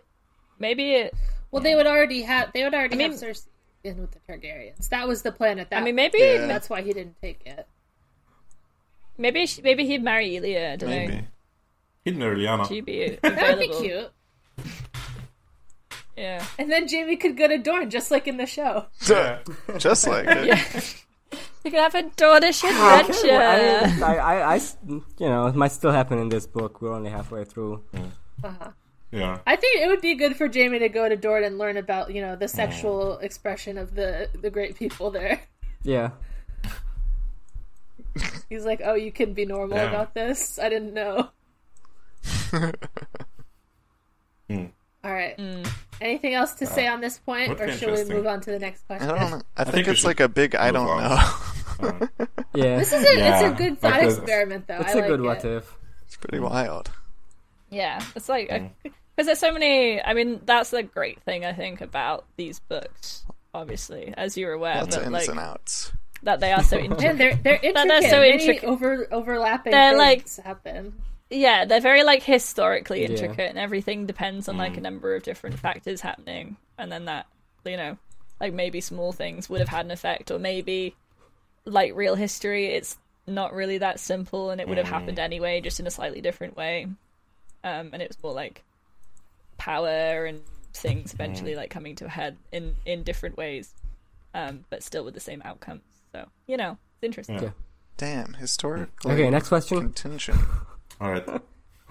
Speaker 3: maybe it,
Speaker 2: Well, they would already have. They would already
Speaker 3: I mean-
Speaker 2: have Cersei in with the Targaryens. That was the plan at that.
Speaker 3: I mean
Speaker 2: point.
Speaker 3: maybe
Speaker 6: Yeah.
Speaker 2: that's why he didn't take it.
Speaker 3: maybe she, maybe he'd marry Ilya. I don't know.
Speaker 6: Maybe
Speaker 5: Hidden Eliana.
Speaker 3: She'd be
Speaker 2: That would be
Speaker 3: available.
Speaker 2: cute.
Speaker 3: Yeah.
Speaker 2: And then Jamie could go to Dorne, just like in the show.
Speaker 6: just like it.
Speaker 3: You could have a daughtish adventure.
Speaker 4: I, I, I s- you know, it might still happen in this book. We're only halfway through.
Speaker 5: Yeah.
Speaker 2: I think it would be good for Jamie to go to Dorne and learn about you know the sexual expression of the the great people there.
Speaker 4: Yeah.
Speaker 2: He's like, oh, you can be normal
Speaker 5: Yeah.
Speaker 2: about this. I didn't know. All right. Anything else to say on this point,
Speaker 5: would
Speaker 2: or
Speaker 5: be
Speaker 2: should we
Speaker 5: interesting.
Speaker 2: move on to the next
Speaker 6: I
Speaker 2: question?
Speaker 6: don't know. I, think,
Speaker 5: think we
Speaker 6: it's
Speaker 5: should
Speaker 6: like a big I
Speaker 5: move
Speaker 6: don't
Speaker 5: on.
Speaker 6: know.
Speaker 4: Yeah.
Speaker 2: This is a,
Speaker 5: Yeah.
Speaker 2: it's a good
Speaker 5: Like
Speaker 2: thought
Speaker 5: this-
Speaker 2: experiment, though.
Speaker 4: it's
Speaker 2: I
Speaker 4: a
Speaker 2: like
Speaker 4: good
Speaker 2: it.
Speaker 4: what if.
Speaker 6: It's pretty wild.
Speaker 3: Yeah, it's like because there's so many. I mean, that's the great thing I think about these books. Obviously, as you're aware,
Speaker 6: Lots of
Speaker 3: that,
Speaker 6: ins
Speaker 3: like,
Speaker 6: and outs.
Speaker 3: that they are so intricate.
Speaker 2: And they're they're intricate.
Speaker 3: that's so
Speaker 2: Many
Speaker 3: intricate.
Speaker 2: Over overlapping.
Speaker 3: They're, like-
Speaker 2: things happen.
Speaker 3: yeah, they're very like historically
Speaker 4: Yeah.
Speaker 3: intricate, and everything depends on like a number of different factors happening, and then that you know, like maybe small things would have had an effect, or maybe like real history, it's not really that simple, and it would have happened anyway, just in a slightly different way. Um, and it was more like power and things eventually like coming to a head in in different ways, um, but still with the same outcomes. So you know, it's interesting.
Speaker 5: Yeah.
Speaker 6: Damn, historically
Speaker 4: Okay, next question.
Speaker 6: contingent.
Speaker 5: All right.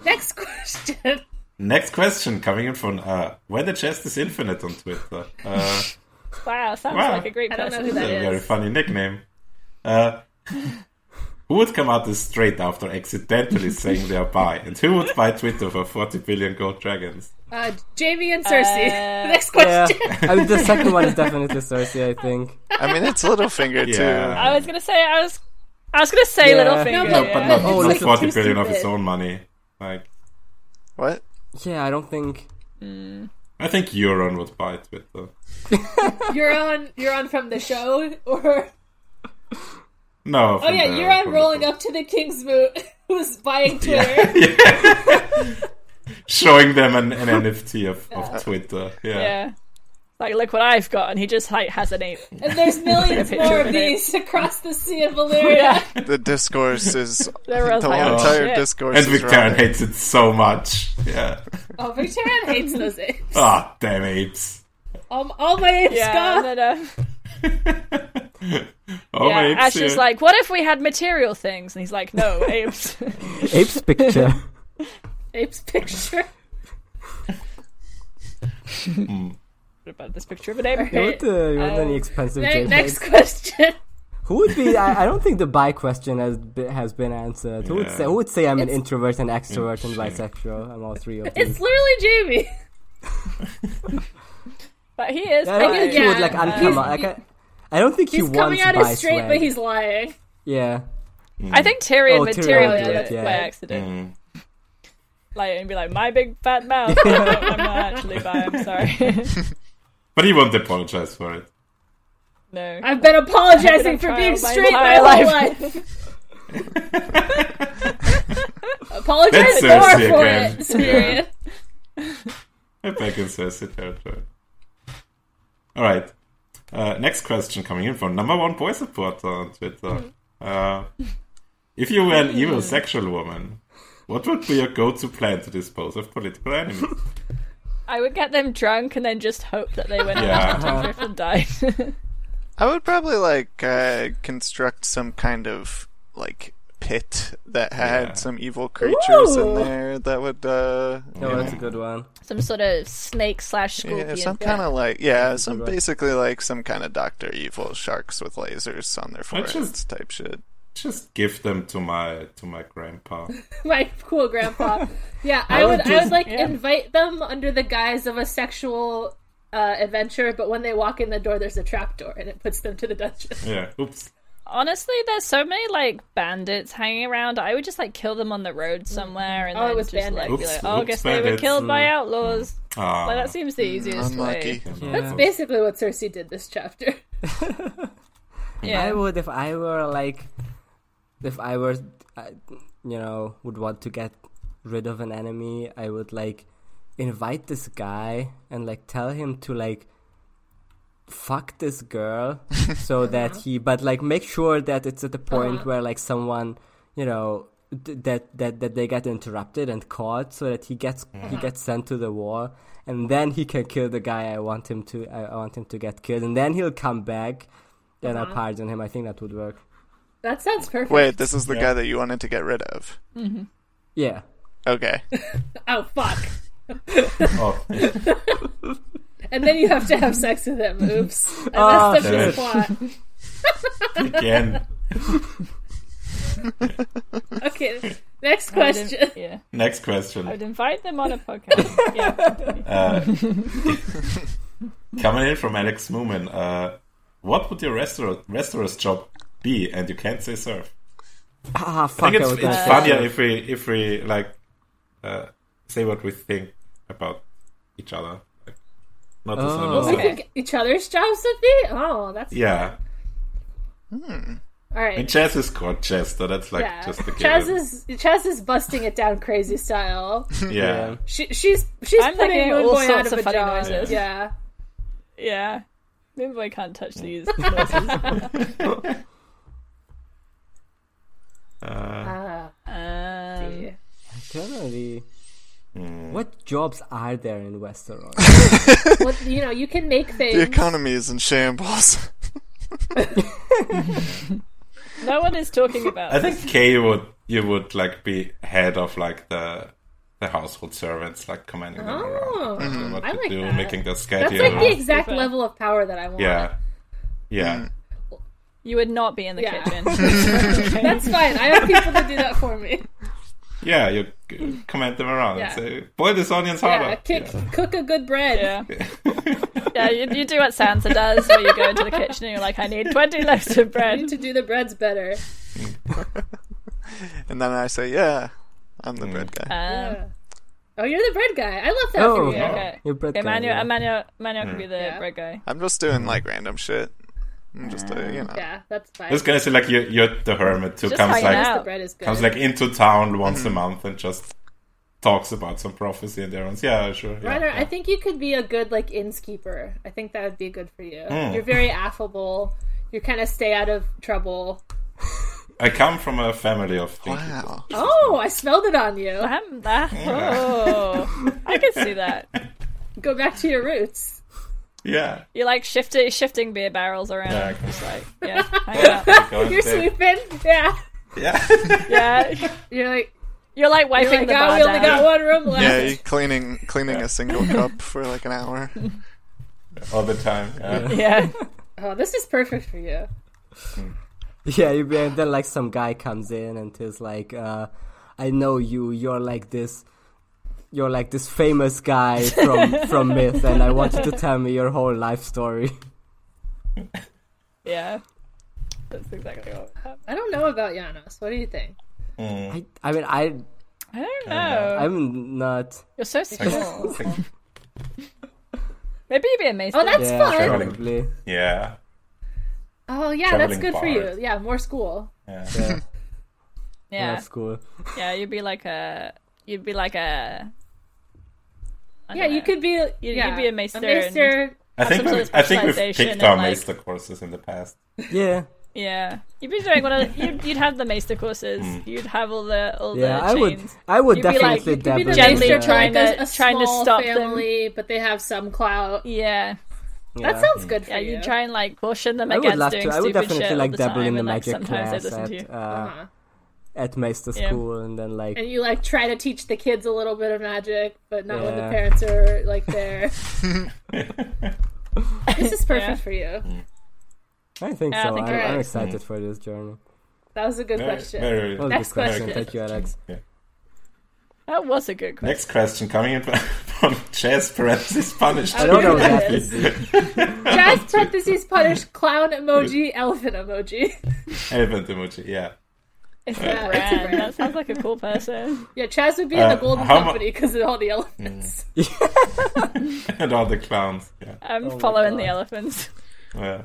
Speaker 2: Next question.
Speaker 5: Next question coming in from uh, When the Chest is Infinite on Twitter. Uh,
Speaker 3: Wow, sounds
Speaker 5: Wow.
Speaker 3: like a great
Speaker 2: I don't know
Speaker 3: person.
Speaker 2: who
Speaker 5: That's
Speaker 2: that
Speaker 5: a very
Speaker 2: is.
Speaker 5: funny nickname. Uh, who would come out as straight after accidentally saying they are bi? And who would buy Twitter for 40 billion gold dragons?
Speaker 2: Uh, Jamie and Cersei.
Speaker 3: Uh,
Speaker 2: Next
Speaker 4: Yeah.
Speaker 2: question.
Speaker 4: I mean, the second one is definitely Cersei, I think.
Speaker 6: I mean, it's Littlefinger
Speaker 5: Yeah.
Speaker 3: I was gonna say I was I was gonna say
Speaker 4: Yeah.
Speaker 3: Littlefinger.
Speaker 2: No,
Speaker 5: No,
Speaker 3: yeah.
Speaker 5: but not,
Speaker 4: Oh,
Speaker 5: not
Speaker 4: like-
Speaker 5: 40
Speaker 2: too
Speaker 5: billion of his
Speaker 2: stupid.
Speaker 5: own money. Like,
Speaker 6: too. What?
Speaker 4: Yeah, I don't think.
Speaker 5: I think Euron would buy Twitter.
Speaker 2: You're on. You're on from the show, or
Speaker 5: No.
Speaker 2: oh yeah, you're on rolling up to the King's Moot. Who's buying Twitter?
Speaker 5: Showing them an, an NFT of, of Twitter. Yeah.
Speaker 3: yeah. Like look what I've got, and he just like has an ape.
Speaker 2: And there's millions
Speaker 3: Picture
Speaker 2: more
Speaker 3: of
Speaker 2: of
Speaker 3: it.
Speaker 2: these across the Sea of Valyria.
Speaker 3: Yeah.
Speaker 6: The discourse is the
Speaker 3: They're all
Speaker 6: whole
Speaker 3: like, oh,
Speaker 6: entire
Speaker 3: shit.
Speaker 6: discourse.
Speaker 5: And
Speaker 6: is
Speaker 5: Victorian
Speaker 6: running.
Speaker 5: hates it so much. Yeah.
Speaker 2: Oh, Victorian hates those apes.
Speaker 5: Ah, damn apes.
Speaker 2: Um, all my apes
Speaker 3: Yeah,
Speaker 2: gone.
Speaker 3: and then, um,
Speaker 5: Oh,
Speaker 3: yeah.
Speaker 5: apes.
Speaker 3: Ash is
Speaker 5: yeah.
Speaker 3: like, "What if we had material things?" And he's like, "No, apes."
Speaker 4: Ape's picture.
Speaker 2: Apes picture.
Speaker 3: what about this picture of an ape?
Speaker 2: Right.
Speaker 4: Don't, uh, you want any
Speaker 3: Oh.
Speaker 4: expensive
Speaker 2: Ne-
Speaker 4: JPEGs?
Speaker 2: next question.
Speaker 4: Who would be? I, I don't think the bi question has be, has been answered. Who would
Speaker 5: Yeah.
Speaker 4: say? Who would say I'm an
Speaker 2: It's-
Speaker 4: introvert, an extrovert, and bisexual? I'm all three of
Speaker 2: It's
Speaker 5: Mm.
Speaker 4: these.
Speaker 2: literally Jamie.
Speaker 3: But he is.
Speaker 4: I don't
Speaker 3: bi.
Speaker 4: think he would like
Speaker 3: Yeah.
Speaker 4: uncome
Speaker 3: Uh,
Speaker 4: out. Like, I, I don't think he
Speaker 2: He's coming
Speaker 4: wants
Speaker 2: out
Speaker 4: bi
Speaker 2: as straight,
Speaker 4: swag.
Speaker 2: but he's lying.
Speaker 4: yeah.
Speaker 3: I think Tyrion
Speaker 4: Oh,
Speaker 3: would
Speaker 4: Tyrion
Speaker 3: Tyrion
Speaker 2: did,
Speaker 3: do it
Speaker 4: yeah.
Speaker 3: by accident,
Speaker 5: Mm.
Speaker 3: like and be like, "My big fat mouth." No, I'm not actually bi. I'm sorry.
Speaker 5: But he won't apologize for it.
Speaker 3: no.
Speaker 2: I've been apologizing
Speaker 3: I've been
Speaker 2: for
Speaker 3: on
Speaker 2: being
Speaker 3: trial my
Speaker 2: straight my
Speaker 3: entire
Speaker 2: whole life. Apologize
Speaker 5: That's
Speaker 2: more
Speaker 5: Cersei
Speaker 2: for
Speaker 5: again.
Speaker 2: it, Tyrion.
Speaker 5: I'm back in Cersei territory. All right. Uh, next question coming in from number one boy supporter on Twitter. Uh, if you were an evil sexual woman, what would be your go-to plan to dispose of political enemies?
Speaker 3: I would get them drunk and then just hope that they went
Speaker 5: Yeah.
Speaker 3: out and drift and died.
Speaker 6: I would probably like uh, construct some kind of like pit that had
Speaker 5: Yeah.
Speaker 6: some evil creatures in
Speaker 3: Ooh.
Speaker 6: there that would uh
Speaker 4: Oh,
Speaker 5: Yeah.
Speaker 4: that's a good one.
Speaker 3: Some sort of snake slash scorpion.
Speaker 6: yeah, some
Speaker 3: thing.
Speaker 6: kind of like yeah,
Speaker 4: a
Speaker 6: some
Speaker 4: good one.
Speaker 6: basically like some kind of Doctor Evil sharks with lasers on their
Speaker 5: Which is-
Speaker 6: foreheads type shit.
Speaker 5: Just give them to my to my grandpa.
Speaker 2: My cool grandpa. Yeah, I
Speaker 4: would
Speaker 2: would. I
Speaker 4: just-
Speaker 2: would like
Speaker 3: yeah.
Speaker 2: invite them under the guise of a sexual uh, adventure, but when they walk in the door, there's a trapdoor, and it puts them to the dungeon.
Speaker 5: Yeah. Oops.
Speaker 3: Honestly, there's so many like bandits hanging around. I would just like kill them on the road somewhere, and
Speaker 2: Oh, it
Speaker 3: then
Speaker 2: was
Speaker 3: just like,
Speaker 2: bandits.
Speaker 3: be like,
Speaker 5: Oops,
Speaker 3: "Oh, I
Speaker 5: oops,
Speaker 3: guess they were
Speaker 5: bandits,
Speaker 3: killed by
Speaker 5: mm.
Speaker 3: outlaws."
Speaker 5: Ah.
Speaker 3: Like that seems the easiest
Speaker 6: Unlucky.
Speaker 3: way.
Speaker 4: Yeah.
Speaker 2: Basically, what Cersei did this chapter.
Speaker 4: I
Speaker 3: Yeah,
Speaker 4: would if I were like, if I were, uh, you know, would want to get rid of an enemy, I would like invite this guy and like tell him to like fuck this girl so that he, but like make sure that it's at the point where like someone, you know. d- That, that that they get interrupted and caught, so that he gets he gets sent to the war, and then he can kill the guy I want him to I I want him to get killed, and then he'll come back, then
Speaker 3: Uh-huh.
Speaker 4: I pardon him. I think that would work.
Speaker 2: That sounds perfect.
Speaker 6: Wait, this is the
Speaker 5: Yeah.
Speaker 6: guy that you wanted to get rid of.
Speaker 4: Yeah.
Speaker 6: Okay.
Speaker 2: Oh fuck!
Speaker 5: Oh, yeah.
Speaker 2: And then you have to have sex with him. Oops, and
Speaker 4: Ah,
Speaker 2: that's the
Speaker 5: shit.
Speaker 2: plot.
Speaker 5: again.
Speaker 2: Okay, next
Speaker 3: I would in-
Speaker 2: question.
Speaker 3: yeah,
Speaker 5: Next
Speaker 3: I
Speaker 5: question.
Speaker 3: would invite them on a podcast. Yeah.
Speaker 5: Uh, coming in from Alex Moomin. Uh, what would your restaurant restaurant's job be? And you can't say surf.
Speaker 4: Ah, fuck.
Speaker 5: I think it's,
Speaker 4: I was gonna
Speaker 5: it's
Speaker 4: say
Speaker 5: funnier
Speaker 4: so.
Speaker 5: if we if we like uh, say what we think about each other. Like, not as
Speaker 4: Oh.
Speaker 5: well as-
Speaker 2: We think each other's jobs would be. Oh, that's
Speaker 5: Yeah,
Speaker 2: all right.
Speaker 5: and Chess is called Chester. That's like
Speaker 2: yeah,
Speaker 5: just the
Speaker 2: Chaz is Chaz is busting it down crazy style.
Speaker 5: yeah.
Speaker 2: She, she's she's
Speaker 3: I'm
Speaker 2: putting
Speaker 3: making all
Speaker 2: Moon Boy out
Speaker 3: sorts
Speaker 2: of
Speaker 3: of
Speaker 2: a
Speaker 3: funny
Speaker 2: job.
Speaker 3: noises.
Speaker 2: Yeah,
Speaker 3: yeah. Moonboy can't touch these.
Speaker 2: Ah,
Speaker 3: Um,
Speaker 2: yeah.
Speaker 4: Generally,
Speaker 5: Mm.
Speaker 4: what jobs are there in Westeros?
Speaker 2: well, you know, you can make
Speaker 6: The
Speaker 2: things.
Speaker 6: economy is in shambles.
Speaker 3: no one is talking about.
Speaker 5: I think Kay would you would like be head of like the the household servants, like commanding them
Speaker 2: Oh,
Speaker 5: around, telling them what
Speaker 2: I
Speaker 5: to
Speaker 2: like
Speaker 5: do,
Speaker 2: that.
Speaker 5: making their
Speaker 2: That's
Speaker 5: schedule.
Speaker 2: like the exact Hmm.
Speaker 3: Super.
Speaker 2: level of power that I want.
Speaker 5: yeah, yeah.
Speaker 3: You would not be in the
Speaker 2: Yeah.
Speaker 3: kitchen.
Speaker 2: That's fine. I have people to do that for me.
Speaker 5: Yeah, you g- comment them around
Speaker 2: Yeah.
Speaker 5: and say, boil this onions harder.
Speaker 2: Yeah, kick, cook a good bread.
Speaker 3: Yeah. yeah, you, you do what Sansa does, where you go into the kitchen and you're like, I need 20 loaves of
Speaker 2: I need
Speaker 3: bread.
Speaker 2: to do the breads better.
Speaker 6: And then I say, Yeah, I'm
Speaker 5: Mm.
Speaker 6: the bread guy.
Speaker 3: Um,
Speaker 2: Yeah. Oh, you're the bread guy. I love that
Speaker 4: Oh,
Speaker 2: for you.
Speaker 3: okay.
Speaker 4: You're bread
Speaker 3: Okay,
Speaker 4: guy,
Speaker 3: Manuel,
Speaker 4: yeah.
Speaker 3: Emmanuel, Manuel can be the
Speaker 2: Yeah.
Speaker 3: bread guy.
Speaker 6: I'm just doing like random shit. I'm just a, you know.
Speaker 2: Yeah, that's fine.
Speaker 5: This guy's like you, you're the hermit who
Speaker 3: Just
Speaker 5: comes
Speaker 3: hang
Speaker 5: like
Speaker 3: out.
Speaker 2: the bread is good.
Speaker 5: comes like into town once a month and just talks about some prophecy and everyone's yeah sure yeah,
Speaker 2: Ryder,
Speaker 5: yeah.
Speaker 2: I think you could be a good like innkeeper. I think that would be good for you.
Speaker 6: Hmm.
Speaker 2: You're very affable. You kind of stay out of trouble.
Speaker 5: I come from a family of thinkers.
Speaker 6: Wow.
Speaker 2: Oh, I smelled it on you.
Speaker 3: Um, that- oh, I can see that.
Speaker 2: Go back to your roots.
Speaker 5: yeah
Speaker 3: You like shifting, shifting beer barrels around.
Speaker 5: Yeah, I
Speaker 3: Yeah,
Speaker 5: can see
Speaker 3: like, yeah, hang out.
Speaker 5: Go and
Speaker 2: You're
Speaker 5: say-
Speaker 2: sweeping. Yeah.
Speaker 5: yeah
Speaker 3: yeah.
Speaker 2: You're like,
Speaker 3: You're like
Speaker 2: you're
Speaker 3: wiping
Speaker 2: like
Speaker 3: the
Speaker 2: oh,
Speaker 3: bar
Speaker 2: we only
Speaker 3: down.
Speaker 2: got one room left.
Speaker 6: Yeah, you cleaning cleaning a single cup for like an hour.
Speaker 5: all the time yeah.
Speaker 3: Yeah,
Speaker 2: Oh, this is perfect for you.
Speaker 4: yeah, you be, and then like some guy comes in and is like, uh, "I know you. You're like this. You're like this famous guy from from myth, and I want you to tell me your whole life story."
Speaker 3: yeah. That's exactly what.
Speaker 2: I don't know about Janos. What do you think?
Speaker 4: I, I mean, I
Speaker 3: I don't know.
Speaker 4: I'm not.
Speaker 3: You're so small.
Speaker 5: Think-
Speaker 3: Maybe you'd be amazing.
Speaker 2: Oh, that's
Speaker 4: yeah,
Speaker 2: fun.
Speaker 5: traveling.
Speaker 4: probably.
Speaker 5: yeah
Speaker 2: Oh, yeah, that's
Speaker 5: Traveling
Speaker 2: good for
Speaker 5: bard.
Speaker 2: you. Yeah, more school.
Speaker 5: yeah
Speaker 4: Yeah,
Speaker 3: yeah,
Speaker 4: that's cool.
Speaker 3: yeah. You'd be like a. You'd be like a. I
Speaker 2: Yeah,
Speaker 3: don't
Speaker 2: you
Speaker 3: know.
Speaker 2: could be.
Speaker 3: you'd
Speaker 2: yeah,
Speaker 3: be a maester
Speaker 2: maester.
Speaker 5: I think
Speaker 3: some
Speaker 5: we,
Speaker 3: sort of
Speaker 5: I think we've
Speaker 3: specialization
Speaker 5: picked our
Speaker 3: and, like-
Speaker 5: master courses in the past
Speaker 4: Yeah,
Speaker 3: Yeah, you'd be doing one of the, you'd, you'd have the maester courses. You'd have all the all
Speaker 4: Yeah,
Speaker 3: the
Speaker 4: I would.
Speaker 3: chains.
Speaker 4: I would
Speaker 3: You'd be like,
Speaker 4: definitely
Speaker 3: you'd
Speaker 2: Maybe
Speaker 4: dabble
Speaker 2: the
Speaker 4: in
Speaker 3: gently
Speaker 4: that.
Speaker 2: Maester
Speaker 3: trying
Speaker 2: Tribe
Speaker 3: to-
Speaker 2: is a
Speaker 3: trying to
Speaker 2: small
Speaker 3: stop them.
Speaker 2: family, but they have some clout.
Speaker 3: Yeah,
Speaker 4: Yeah.
Speaker 2: That sounds good for
Speaker 3: yeah.
Speaker 2: you.
Speaker 3: You try and like caution them
Speaker 4: I would
Speaker 3: against
Speaker 4: love
Speaker 3: doing
Speaker 4: to. I would
Speaker 3: stupid shit
Speaker 4: definitely
Speaker 3: all
Speaker 4: like
Speaker 3: the
Speaker 4: dabble
Speaker 3: time,
Speaker 4: in the
Speaker 3: and, like,
Speaker 4: magic
Speaker 3: sometimes they
Speaker 4: class
Speaker 3: listen
Speaker 4: at
Speaker 3: to you.
Speaker 4: uh,
Speaker 2: uh-huh.
Speaker 4: at Maester
Speaker 3: Yeah.
Speaker 4: School, and then like
Speaker 2: and you like try to teach the kids a little bit of magic, but not when the
Speaker 4: Yeah.
Speaker 2: parents are like there.
Speaker 4: uh,
Speaker 2: this is perfect
Speaker 3: Yeah.
Speaker 2: for you.
Speaker 4: I think
Speaker 3: Yeah, I
Speaker 4: so.
Speaker 3: think Mm-hmm.
Speaker 4: I
Speaker 2: you're
Speaker 4: am
Speaker 2: right.
Speaker 4: I'm excited for this journey.
Speaker 2: That was a good
Speaker 5: Very,
Speaker 2: question.
Speaker 5: very-
Speaker 4: That was a
Speaker 2: Next
Speaker 4: good question.
Speaker 2: question.
Speaker 4: Thank you, Alex.
Speaker 5: yeah.
Speaker 3: That was a good question.
Speaker 5: Next question coming in from Chess Parenthesis Punished.
Speaker 4: I don't know
Speaker 2: Okay.
Speaker 4: what that is.
Speaker 2: Jazz parentheses punish clown emoji, elephant emoji.
Speaker 5: Elephant emoji, yeah.
Speaker 3: It's
Speaker 2: Yeah, it's a
Speaker 3: a brand.
Speaker 2: brand.
Speaker 3: That sounds like a cool person.
Speaker 2: Yeah, Chaz would be
Speaker 5: Uh,
Speaker 2: in the golden
Speaker 5: how mu-
Speaker 2: company because of all the
Speaker 3: Mm.
Speaker 2: elephants.
Speaker 5: And all the clowns, yeah.
Speaker 3: I'm
Speaker 4: my
Speaker 3: following the
Speaker 4: God.
Speaker 3: elephants.
Speaker 5: yeah.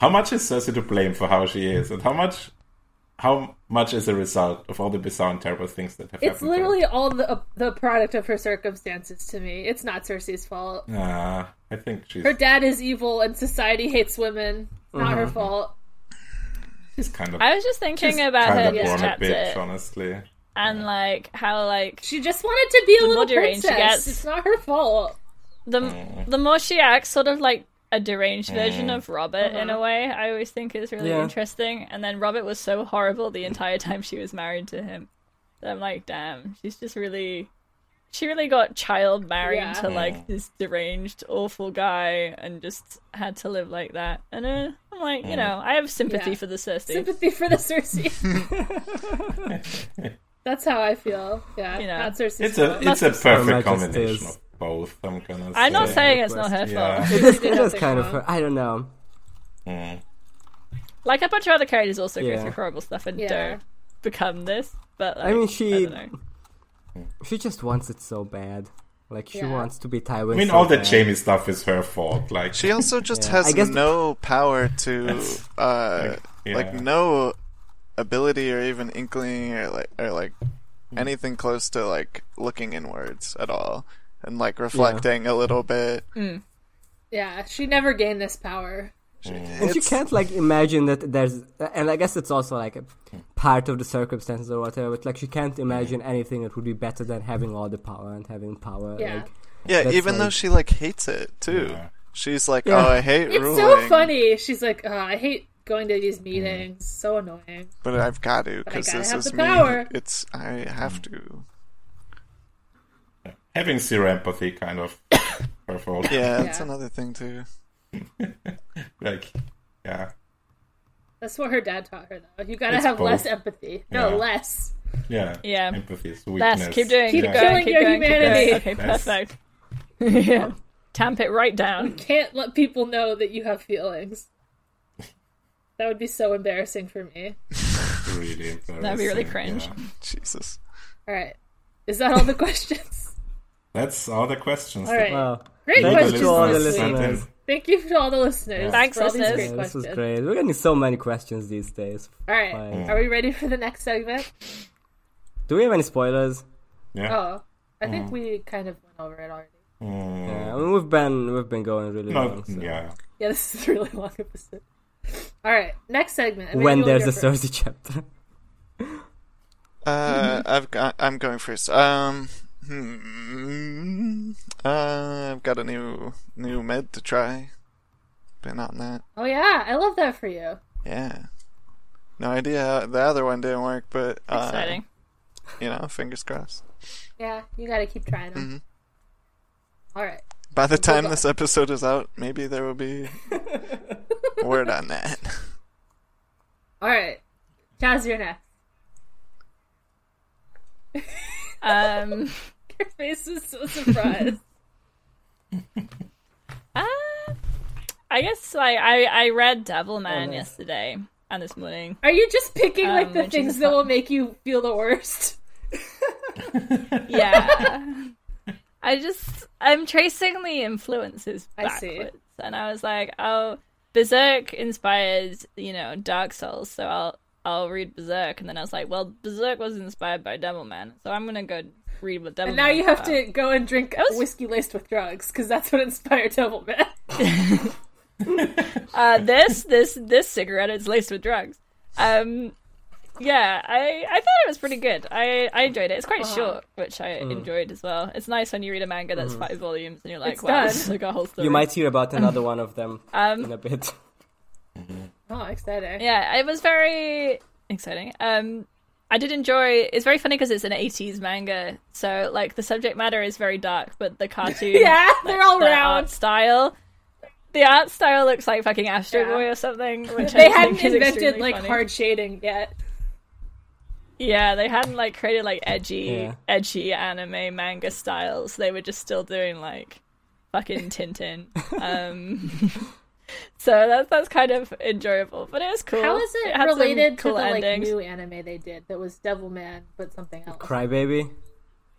Speaker 5: How much is Cersei to blame for how she is? And how much how much is a result of all the bizarre and terrible things that have
Speaker 2: It's
Speaker 5: happened? to her?
Speaker 2: literally all the the product of her circumstances to me. It's not Cersei's fault.
Speaker 5: Nah, I think she's,
Speaker 2: Her dad is evil and society hates women. Not
Speaker 4: Mm-hmm.
Speaker 2: her fault.
Speaker 5: she's kind of,
Speaker 3: I was just thinking about
Speaker 5: kind
Speaker 3: her
Speaker 5: of
Speaker 3: this
Speaker 5: born a
Speaker 3: chapter
Speaker 5: bitch, honestly.
Speaker 3: and like how like
Speaker 2: She just wanted to be a little
Speaker 3: more deranged
Speaker 2: princess.
Speaker 3: she gets-
Speaker 2: It's not her fault.
Speaker 3: the
Speaker 4: Mm.
Speaker 3: the more she acts sort of like a deranged version of Robert in
Speaker 2: Uh-huh.
Speaker 3: a way. I always think is really
Speaker 4: Yeah.
Speaker 3: interesting. And then Robert was so horrible the entire time she was married to him. That I'm like, damn, she's just really she really got child married
Speaker 2: Yeah.
Speaker 3: to like this deranged, awful guy and just had to live like that. And uh, I'm like,
Speaker 4: Mm.
Speaker 3: you know, I have sympathy
Speaker 2: Yeah.
Speaker 3: for the Cersei.
Speaker 2: Sympathy for the Cersei. That's how I feel. Yeah,
Speaker 3: You know.
Speaker 2: not Cersei's
Speaker 5: It's
Speaker 2: fault.
Speaker 5: a it's
Speaker 4: Her
Speaker 5: a perfect
Speaker 4: Majesty's-
Speaker 5: combination of both. I'm gonna.
Speaker 3: I'm not
Speaker 5: say.
Speaker 3: saying it's not her fault.
Speaker 5: Yeah.
Speaker 4: It is,
Speaker 2: did
Speaker 4: it is
Speaker 2: nothing
Speaker 4: kind of.
Speaker 2: wrong.
Speaker 4: I don't know.
Speaker 3: Like a bunch of other characters also go
Speaker 4: Yeah.
Speaker 3: through horrible stuff and
Speaker 2: Yeah.
Speaker 3: don't become this. But like,
Speaker 4: I mean, she
Speaker 3: don't know.
Speaker 4: she just wants it so bad. Like she
Speaker 2: Yeah.
Speaker 4: wants to be Tywin.
Speaker 5: I mean,
Speaker 4: so
Speaker 5: all the
Speaker 4: bad.
Speaker 5: Jamie stuff is her fault. Like
Speaker 6: She also just
Speaker 4: Yeah. I
Speaker 6: has
Speaker 4: guess-
Speaker 6: no power to,
Speaker 5: That's-
Speaker 6: uh,
Speaker 5: like,
Speaker 6: like,
Speaker 5: yeah.
Speaker 6: no ability or even inkling or like or like anything close to like looking inwards at all and like reflecting a little bit.
Speaker 2: Mm. Yeah, she never gained this power.
Speaker 4: And you can't like imagine that there's, and I guess it's also like a
Speaker 5: Hmm.
Speaker 4: part of the circumstances or whatever. But like, you can't imagine anything that would be better than having all the power and having power.
Speaker 2: Yeah.
Speaker 4: Like,
Speaker 6: Yeah,
Speaker 4: That's
Speaker 6: even though
Speaker 4: like-
Speaker 6: she like hates it too.
Speaker 5: Yeah.
Speaker 6: She's like,
Speaker 4: Yeah.
Speaker 6: oh, I hate
Speaker 2: It's
Speaker 6: ruling,
Speaker 2: so funny. She's like, oh, I hate going to these meetings. So annoying.
Speaker 6: but I've got to because
Speaker 2: gotta
Speaker 6: this
Speaker 2: have
Speaker 6: is
Speaker 2: the
Speaker 6: me.
Speaker 2: power."
Speaker 6: It's I have to.
Speaker 5: having zero empathy, kind of her fault.
Speaker 6: Yeah, that's
Speaker 2: Yeah.
Speaker 6: another thing too.
Speaker 5: Like, yeah,
Speaker 2: That's what her dad taught her, though. You gotta
Speaker 5: It's
Speaker 2: have less
Speaker 5: both.
Speaker 2: empathy. No,
Speaker 5: Yeah.
Speaker 2: less.
Speaker 5: yeah,
Speaker 3: Yeah.
Speaker 5: Empathy is weakness.
Speaker 3: Less. Keep doing. Keep
Speaker 5: Yeah.
Speaker 2: killing
Speaker 3: going. keep
Speaker 2: your
Speaker 3: going, keep going.
Speaker 2: humanity.
Speaker 3: Okay,
Speaker 5: Yes.
Speaker 3: perfect. yeah. Tamp it right down.
Speaker 2: Can't let people know that you have feelings. That would be so embarrassing for me.
Speaker 5: Really embarrassing.
Speaker 3: That'd be really cringe.
Speaker 5: yeah.
Speaker 6: Jesus.
Speaker 2: All right. Is that all the questions?
Speaker 5: That's all the questions.
Speaker 2: All right.
Speaker 4: well,
Speaker 2: Great
Speaker 4: Thank you
Speaker 2: questions.
Speaker 4: to all the
Speaker 2: this
Speaker 4: listeners.
Speaker 2: week. Thank you to all the listeners.
Speaker 5: Yeah.
Speaker 3: Thanks,
Speaker 2: for all these
Speaker 3: listeners.
Speaker 2: great
Speaker 4: yeah, this
Speaker 2: questions.
Speaker 4: was great. We're getting so many questions these days.
Speaker 2: All right.
Speaker 4: Fine.
Speaker 2: Are we ready for the next segment?
Speaker 4: Do we have any spoilers?
Speaker 5: Yeah.
Speaker 2: Oh, I
Speaker 4: Mm.
Speaker 2: think we kind of went over it already.
Speaker 5: Mm,
Speaker 4: Yeah, I mean, we've been we've been going really
Speaker 5: no,
Speaker 4: long. So.
Speaker 5: yeah.
Speaker 2: Yeah, this is a really long episode. All right, next segment. Maybe
Speaker 4: When
Speaker 2: you'll
Speaker 4: there's
Speaker 2: hear
Speaker 4: a
Speaker 2: first.
Speaker 4: Cersei chapter,
Speaker 2: Mm-hmm.
Speaker 6: Uh, I've got. I'm going first. Um, hmm, uh, I've got a new new med to try. Been on that.
Speaker 2: Oh yeah, I love that for you.
Speaker 6: Yeah. No idea how the other one didn't work, but uh,
Speaker 3: Exciting.
Speaker 6: You know, fingers crossed.
Speaker 2: Yeah, you got to keep trying them. All right.
Speaker 6: By the time this episode is out, maybe there will be word on that.
Speaker 2: All right. Chaz, you're next.
Speaker 3: Um.
Speaker 2: Your face was so surprised.
Speaker 3: Uh, I guess like I I read Devilman
Speaker 4: nice.
Speaker 3: yesterday and this morning.
Speaker 2: Are you just picking like
Speaker 3: Um,
Speaker 2: the
Speaker 3: and she
Speaker 2: things
Speaker 3: was
Speaker 2: that
Speaker 3: fun.
Speaker 2: will make you feel the worst?
Speaker 3: Yeah. I just I'm tracing the influences
Speaker 2: I see.
Speaker 3: backwards, and I was like, oh, Berserk inspires you know Dark Souls, so I'll I'll read Berserk, and then I was like, well, Berserk was inspired by Devilman, so I'm gonna go read what Devilman.
Speaker 2: And now you have to go and drink
Speaker 3: That was-
Speaker 2: whiskey laced with drugs because that's what inspired Devilman.
Speaker 3: Uh, this this this cigarette is laced with drugs. Um, yeah, I I thought it was pretty good. I I enjoyed it. It's
Speaker 2: Uh-huh.
Speaker 3: quite short, which I
Speaker 4: Mm.
Speaker 3: enjoyed as well. It's nice when you read a manga that's five volumes and you're like,
Speaker 2: It's
Speaker 3: wow,
Speaker 2: done.
Speaker 3: this is like a whole story.
Speaker 4: Mm-hmm. You might hear about another one of them
Speaker 3: Um,
Speaker 4: in a bit.
Speaker 2: Oh, exciting.
Speaker 3: yeah it was very exciting um i did enjoy it's very funny because it's an 80s manga so like the subject matter is very dark but the cartoon
Speaker 2: Yeah, they're all
Speaker 3: the art
Speaker 2: round.
Speaker 3: style the art style looks like fucking Astro
Speaker 2: Yeah.
Speaker 3: Boy or something. Which I
Speaker 2: They
Speaker 3: think
Speaker 2: hadn't
Speaker 3: is
Speaker 2: invented
Speaker 3: extremely
Speaker 2: like
Speaker 3: funny.
Speaker 2: hard shading yet.
Speaker 3: Yeah, they hadn't like created like edgy,
Speaker 4: Yeah.
Speaker 3: edgy anime manga styles. They were just still doing like fucking Tintin. um, so that's that's kind of enjoyable, but it was cool.
Speaker 2: How is it,
Speaker 3: had some
Speaker 2: related
Speaker 3: cool
Speaker 2: to the like,
Speaker 3: endings.
Speaker 2: new anime they did that was Devilman but something else?
Speaker 4: Crybaby.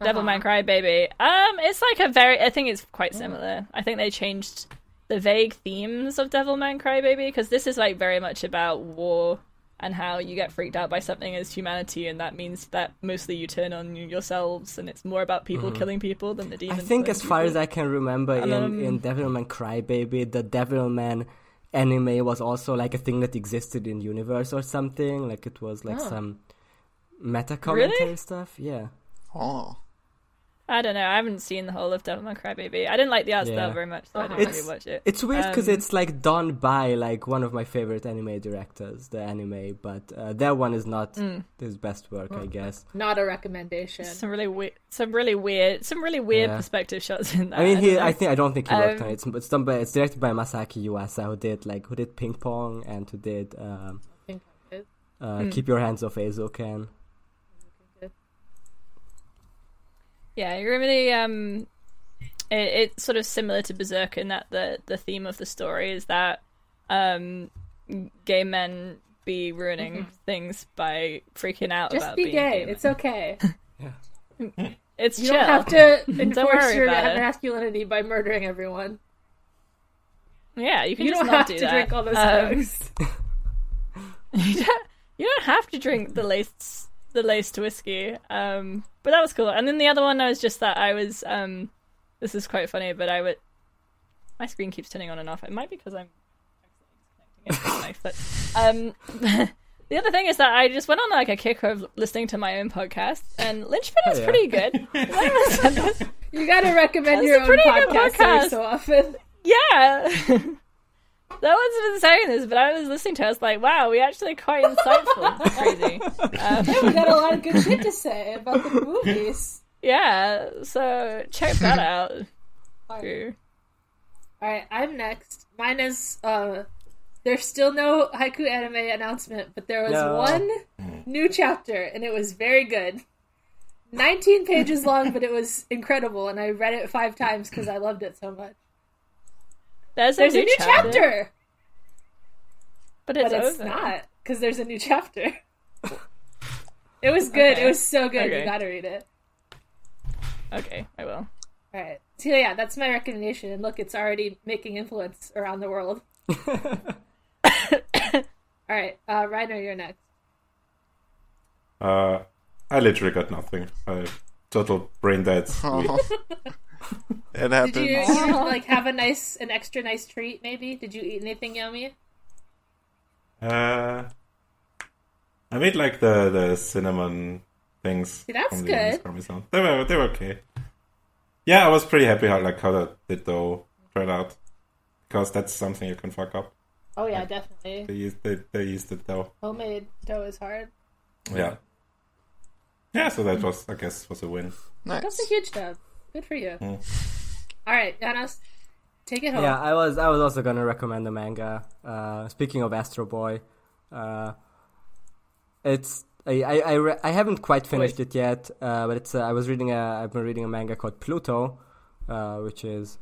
Speaker 4: Uh-huh.
Speaker 3: Devilman Crybaby. Um, it's like a very. I think it's quite
Speaker 4: Mm.
Speaker 3: similar. I think they changed the vague themes of Devilman Crybaby because this is like very much about war and how you get freaked out by something as humanity, and that means that mostly you turn on yourselves, and it's more about people
Speaker 4: Mm-hmm.
Speaker 3: killing people than the
Speaker 4: I
Speaker 3: demons.
Speaker 4: think,
Speaker 3: killing
Speaker 4: as far
Speaker 3: people.
Speaker 4: as I can remember, in
Speaker 3: um,
Speaker 4: in Devilman Crybaby, the Devilman anime was also like a thing that existed in universe or something. Like it was like
Speaker 3: Ah.
Speaker 4: some meta commentary stuff. Yeah,
Speaker 6: Oh.
Speaker 3: I don't know. I haven't seen the whole of Devilman Crybaby. I didn't like the art
Speaker 4: Yeah.
Speaker 3: style very much, so I didn't
Speaker 4: It's-
Speaker 3: really watch it.
Speaker 4: it's weird because
Speaker 3: Um,
Speaker 4: it's like done by like one of my favorite anime directors, the anime, but uh, that one is not
Speaker 3: Mm.
Speaker 4: his best work, I guess.
Speaker 2: Not a recommendation.
Speaker 3: some really weird, some really weird, some really weird
Speaker 4: Yeah.
Speaker 3: perspective shots in that.
Speaker 4: I mean, he.
Speaker 3: don't know.
Speaker 4: I think I don't think he worked
Speaker 3: Um,
Speaker 4: on it. It's, it's done by. It's directed by Masaki Yuasa, who did like who did Ping Pong and who did um,
Speaker 2: think it is.
Speaker 4: uh,
Speaker 3: Hmm.
Speaker 4: Keep Your Hands Off Azokan.
Speaker 3: Yeah, you really um, it, it's sort of similar to Berserk in that the the theme of the story is that um, gay men be ruining things by freaking out
Speaker 2: Mm-hmm. Just
Speaker 3: about
Speaker 2: be
Speaker 3: being
Speaker 2: gay.
Speaker 3: men.
Speaker 2: It's okay.
Speaker 3: It's
Speaker 2: You
Speaker 3: chill.
Speaker 2: don't have to enforce
Speaker 3: worry
Speaker 2: your
Speaker 3: about it.
Speaker 2: masculinity by murdering everyone.
Speaker 3: yeah, you can
Speaker 2: You
Speaker 3: just
Speaker 2: don't
Speaker 3: not
Speaker 2: have
Speaker 3: do
Speaker 2: to
Speaker 3: that.
Speaker 2: drink all those
Speaker 3: Um,
Speaker 2: drugs.
Speaker 3: you don't have to drink the laced the laced whiskey. Um, but that was cool. And then the other one I was just that I was um, this is quite funny, but I would my screen keeps turning on and off. It might be because I'm accidentally connecting it to my knife, but um. The other thing is that I just went on like a kick of listening to my own podcast, and Lynchpin is
Speaker 4: yeah.
Speaker 3: pretty good. I listened to this-
Speaker 2: You gotta recommend your
Speaker 3: a
Speaker 2: own
Speaker 3: pretty good
Speaker 2: podcast, every
Speaker 3: podcast.
Speaker 2: so often.
Speaker 3: yeah, no one's been saying this, but I was listening to. it. I was like, wow, we actually quite insightful. It's crazy.
Speaker 2: We got a lot of good shit to say about the movies.
Speaker 3: Yeah, so check that out. True.
Speaker 2: All right, I'm next. Mine is uh, there's still no haiku anime announcement, but there was
Speaker 4: No.
Speaker 2: one new chapter, and it was very good. 19 pages long, but it was incredible, and I read it five times because I loved it so much.
Speaker 3: There's a,
Speaker 2: There's
Speaker 3: new, chapter, but it's,
Speaker 2: but it's
Speaker 3: over.
Speaker 2: not because there's a new chapter. it was good.
Speaker 3: Okay.
Speaker 2: It was so good.
Speaker 3: Okay.
Speaker 2: You gotta read it.
Speaker 3: Okay, I will.
Speaker 2: All right. So yeah, that's my recommendation. And look, it's already making influence around the world. All right, uh, Reiner, you're next.
Speaker 5: Uh, I literally got nothing. I total brain dead. week.
Speaker 6: Oh. it
Speaker 2: Did you,
Speaker 6: happens.
Speaker 2: you like have a nice, an extra nice treat? Maybe did you eat anything yummy?
Speaker 5: Uh, I made like the, the cinnamon things.
Speaker 2: See, that's
Speaker 5: from the
Speaker 2: good.
Speaker 5: parmesan. They were they were okay. Yeah, I was pretty happy how like how that did though turned out because that's something you can fuck up.
Speaker 2: Oh yeah, definitely.
Speaker 5: They used they, they used it though.
Speaker 2: Homemade dough is hard.
Speaker 5: Yeah. Yeah, so that was I guess was a win.
Speaker 2: That's
Speaker 6: Nice.
Speaker 2: a huge dough. Good for you. All right, Janos, take it home.
Speaker 4: Yeah, I was I was also gonna recommend the manga. Uh, speaking of Astro Boy, uh, it's I I I, re- I haven't quite finished it yet, uh, but it's uh, I was reading a I've been reading a manga called Pluto, uh, which is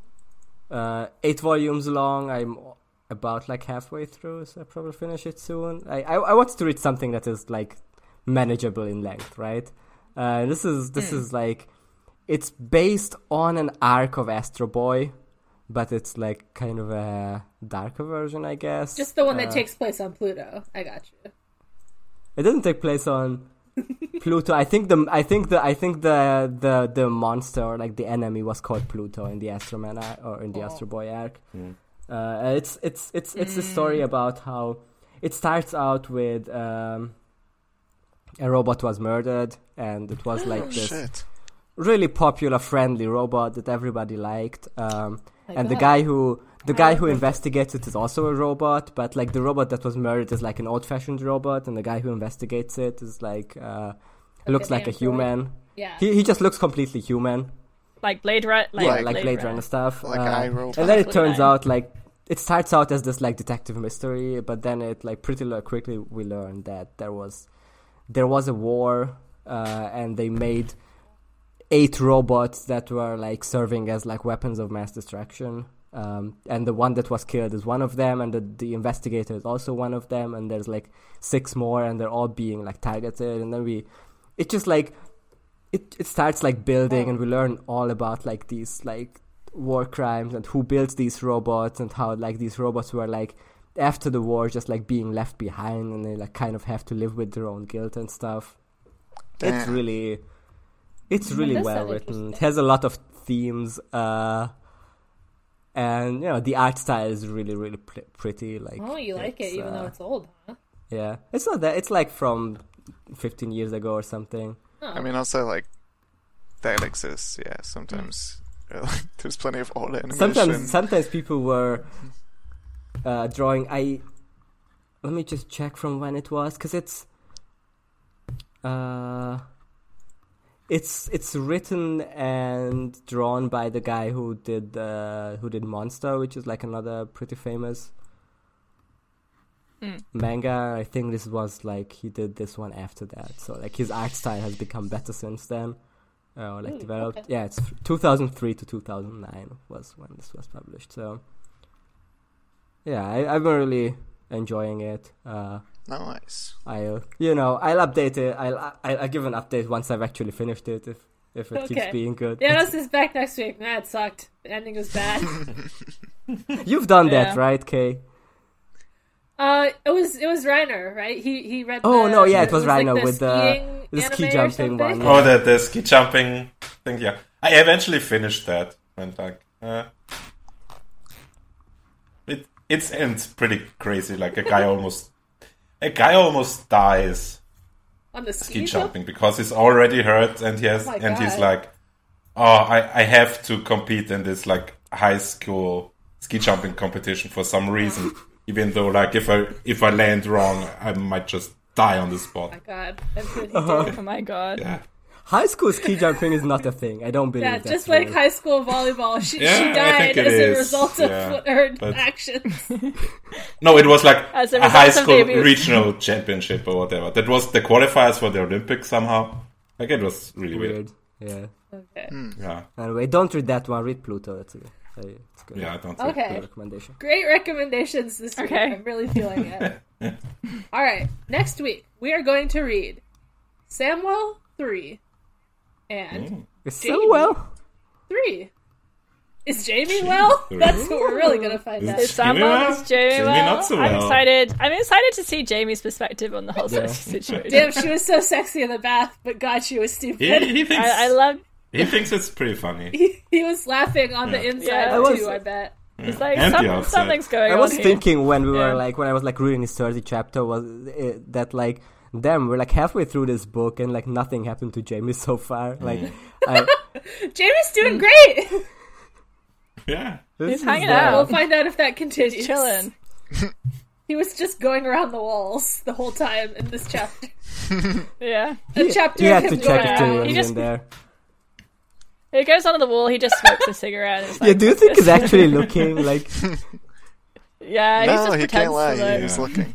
Speaker 4: uh, eight volumes long. I'm about like halfway through, so I'll probably finish it soon. I, I I wanted to read something that is like manageable in length, right? Uh, this is this is like it's based on an arc of Astro Boy, but it's like kind of a darker version, I guess.
Speaker 2: Just the one that
Speaker 4: Uh,
Speaker 2: takes place on Pluto. I got you.
Speaker 4: It doesn't take place on Pluto. I think the I think the I think the the the monster or like the enemy was called Pluto in the Astroman ar- or in the Astro Boy arc. Uh, it's it's it's it's a story about how it starts out with um, a robot was murdered, and it was like this
Speaker 6: Oh, Shit.
Speaker 4: really popular, friendly robot that everybody liked. Um,
Speaker 2: My
Speaker 4: and the
Speaker 2: God.
Speaker 4: guy who the guy who investigates it is also a robot, but like the robot that was murdered is like an old-fashioned robot, and the guy who investigates it is like uh, looks
Speaker 2: an
Speaker 4: like a
Speaker 2: android?
Speaker 4: human.
Speaker 2: Yeah.
Speaker 4: He he just looks completely human.
Speaker 3: Like Blade Runner. Like,
Speaker 4: Yeah,
Speaker 6: Like-
Speaker 4: like Blade, Runner, stuff. uh,
Speaker 6: Like iRobot.
Speaker 4: And then it
Speaker 3: Totally
Speaker 4: turns
Speaker 3: right.
Speaker 4: out like it starts out as this like detective mystery, but then it like pretty lo- quickly we learn that there was there was a war, uh, and they made eight robots that were like serving as like weapons of mass destruction. Um, and the one that was killed is one of them, and the, the investigator is also one of them, and there's like six more, and they're all being like targeted. And then we, it just like it, it starts like building and we learn all about like these like war crimes and who built these robots and how like these robots were like after the war just like being left behind and they like kind of have to live with their own guilt and stuff it's
Speaker 6: Damn.
Speaker 4: really it's
Speaker 2: That
Speaker 4: really
Speaker 2: does
Speaker 4: well
Speaker 2: sound
Speaker 4: written it
Speaker 2: interesting.
Speaker 4: has a lot of themes uh and you know the art style is really really pr- pretty like
Speaker 2: Oh, you like it,
Speaker 4: it's,
Speaker 2: even though
Speaker 4: uh,
Speaker 2: it's old, huh?
Speaker 4: yeah it's not that it's like from 15 years ago or something
Speaker 6: I mean, also like that exists. Yeah, sometimes
Speaker 2: Hmm.
Speaker 6: uh, like, there's plenty of old animation.
Speaker 4: sometimes sometimes people were uh, drawing i let me just check from when it was because it's uh it's it's written and drawn by the guy who did uh, who did monster which is like another pretty famous
Speaker 3: Mm.
Speaker 4: manga i think this was like he did this one after that so like his art style has become better since then uh, or like
Speaker 2: Ooh,
Speaker 4: developed.
Speaker 2: Hmm, okay.
Speaker 4: Yeah, it's f- 2003 to 2009 was when this was published. So yeah, I, I've been really enjoying it. Uh,
Speaker 6: nice.
Speaker 4: I'll you know I'll update it. I'll I- I'll, I'll give an update once I've actually finished it if if it keeps
Speaker 2: Okay.
Speaker 4: being good.
Speaker 2: Yeah, this is back next week. Nah, it sucked. The ending was bad.
Speaker 4: You've done
Speaker 3: Yeah.
Speaker 4: that, right, Kay?
Speaker 2: Uh, it was it was Reiner, right? He he read.
Speaker 4: Oh,
Speaker 2: the-
Speaker 4: no, yeah, it was
Speaker 2: like,
Speaker 4: Reiner
Speaker 2: the
Speaker 4: with the-
Speaker 2: skiing
Speaker 4: the ski
Speaker 2: anime or
Speaker 4: jumping
Speaker 2: something.
Speaker 4: one.
Speaker 5: Oh, the, the ski jumping thing, yeah. I eventually finished that. And like, uh, it it's ends pretty crazy. Like a guy almost, a guy almost dies
Speaker 2: on the
Speaker 5: ski
Speaker 2: ski jump.
Speaker 5: jumping because he's already hurt and he has
Speaker 2: Oh my
Speaker 5: and he's
Speaker 2: God.
Speaker 5: like, oh, I I have to compete in this like high school ski jumping competition for some reason. Even though like if I if I land wrong, I might just die on the spot.
Speaker 2: My God, that's what he did.
Speaker 3: Oh my god.
Speaker 5: Yeah.
Speaker 4: High school ski jumping is not a thing. I don't believe
Speaker 2: Yeah,
Speaker 4: that's
Speaker 2: just like
Speaker 4: real.
Speaker 2: high school volleyball, she,
Speaker 5: Yeah, I
Speaker 2: she died
Speaker 5: think it
Speaker 2: as
Speaker 5: is,
Speaker 2: a result of
Speaker 5: yeah,
Speaker 2: her
Speaker 5: but-
Speaker 2: actions.
Speaker 5: No, it was like
Speaker 3: As a
Speaker 5: a, high
Speaker 3: result of
Speaker 5: school
Speaker 3: the abuse.
Speaker 5: regional championship or whatever. That was the qualifiers for the Olympics somehow. Like it was really weird.
Speaker 4: weird. Yeah.
Speaker 2: Okay.
Speaker 5: Hmm. Yeah,
Speaker 4: Anyway, don't read that one. Read Pluto. It's, a, it's good.
Speaker 5: yeah, I don't think.
Speaker 4: Good
Speaker 2: Okay.
Speaker 4: recommendation.
Speaker 2: Great recommendations this week.
Speaker 3: Okay.
Speaker 2: I'm really feeling it. All right. Next week, we are going to read Samwell 3 and
Speaker 5: Mm.
Speaker 4: It's so
Speaker 2: Jamie.
Speaker 4: well.
Speaker 2: 3. Is Jamie well?
Speaker 5: Three.
Speaker 2: That's what we're really going to find out.
Speaker 5: Is-
Speaker 3: Is Sam
Speaker 5: Jamie well?
Speaker 3: well? Is Jamie
Speaker 5: Jamie
Speaker 3: well?
Speaker 5: not so
Speaker 3: I'm
Speaker 5: well.
Speaker 3: excited. I'm excited to see Jamie's perspective on the whole
Speaker 4: Yeah.
Speaker 3: situation.
Speaker 2: Damn, she was so sexy in the bath, but God, she was
Speaker 5: He,
Speaker 2: stupid.
Speaker 5: he thinks
Speaker 3: I, I love.
Speaker 5: he thinks it's pretty funny.
Speaker 2: He, he was laughing on the
Speaker 5: Yeah.
Speaker 2: inside,
Speaker 3: Yeah. I
Speaker 4: was-
Speaker 2: too, I bet.
Speaker 3: It's like
Speaker 5: And the
Speaker 3: some,
Speaker 5: outside.
Speaker 3: something's going
Speaker 4: I
Speaker 3: on.
Speaker 4: was
Speaker 3: here.
Speaker 4: thinking when we
Speaker 3: Yeah.
Speaker 4: were like when I was like reading his thirty chapter was uh, that like damn we're like halfway through this book and like nothing happened to Jamie so far
Speaker 2: Mm.
Speaker 4: like I,
Speaker 2: Jamie's
Speaker 6: Mm.
Speaker 2: doing great!
Speaker 5: Yeah,
Speaker 4: this is
Speaker 3: hanging
Speaker 4: the-
Speaker 2: We'll
Speaker 3: out.
Speaker 2: find out if that continues.
Speaker 3: chilling.
Speaker 2: He was just going around the walls the whole time in this chapter.
Speaker 3: Yeah.
Speaker 2: The chapter
Speaker 4: You
Speaker 2: of
Speaker 4: had
Speaker 2: him
Speaker 4: to
Speaker 2: going
Speaker 4: check
Speaker 2: around.
Speaker 4: too
Speaker 3: He
Speaker 4: in
Speaker 3: just-
Speaker 4: there.
Speaker 3: He goes onto the wall. He just smokes a cigarette. And it's like,
Speaker 4: Yeah, do you think he's actually looking like?
Speaker 3: yeah, he
Speaker 6: no,
Speaker 3: just
Speaker 6: he
Speaker 3: pretends
Speaker 6: can't lie.
Speaker 3: to look.
Speaker 5: yeah.
Speaker 6: He's looking.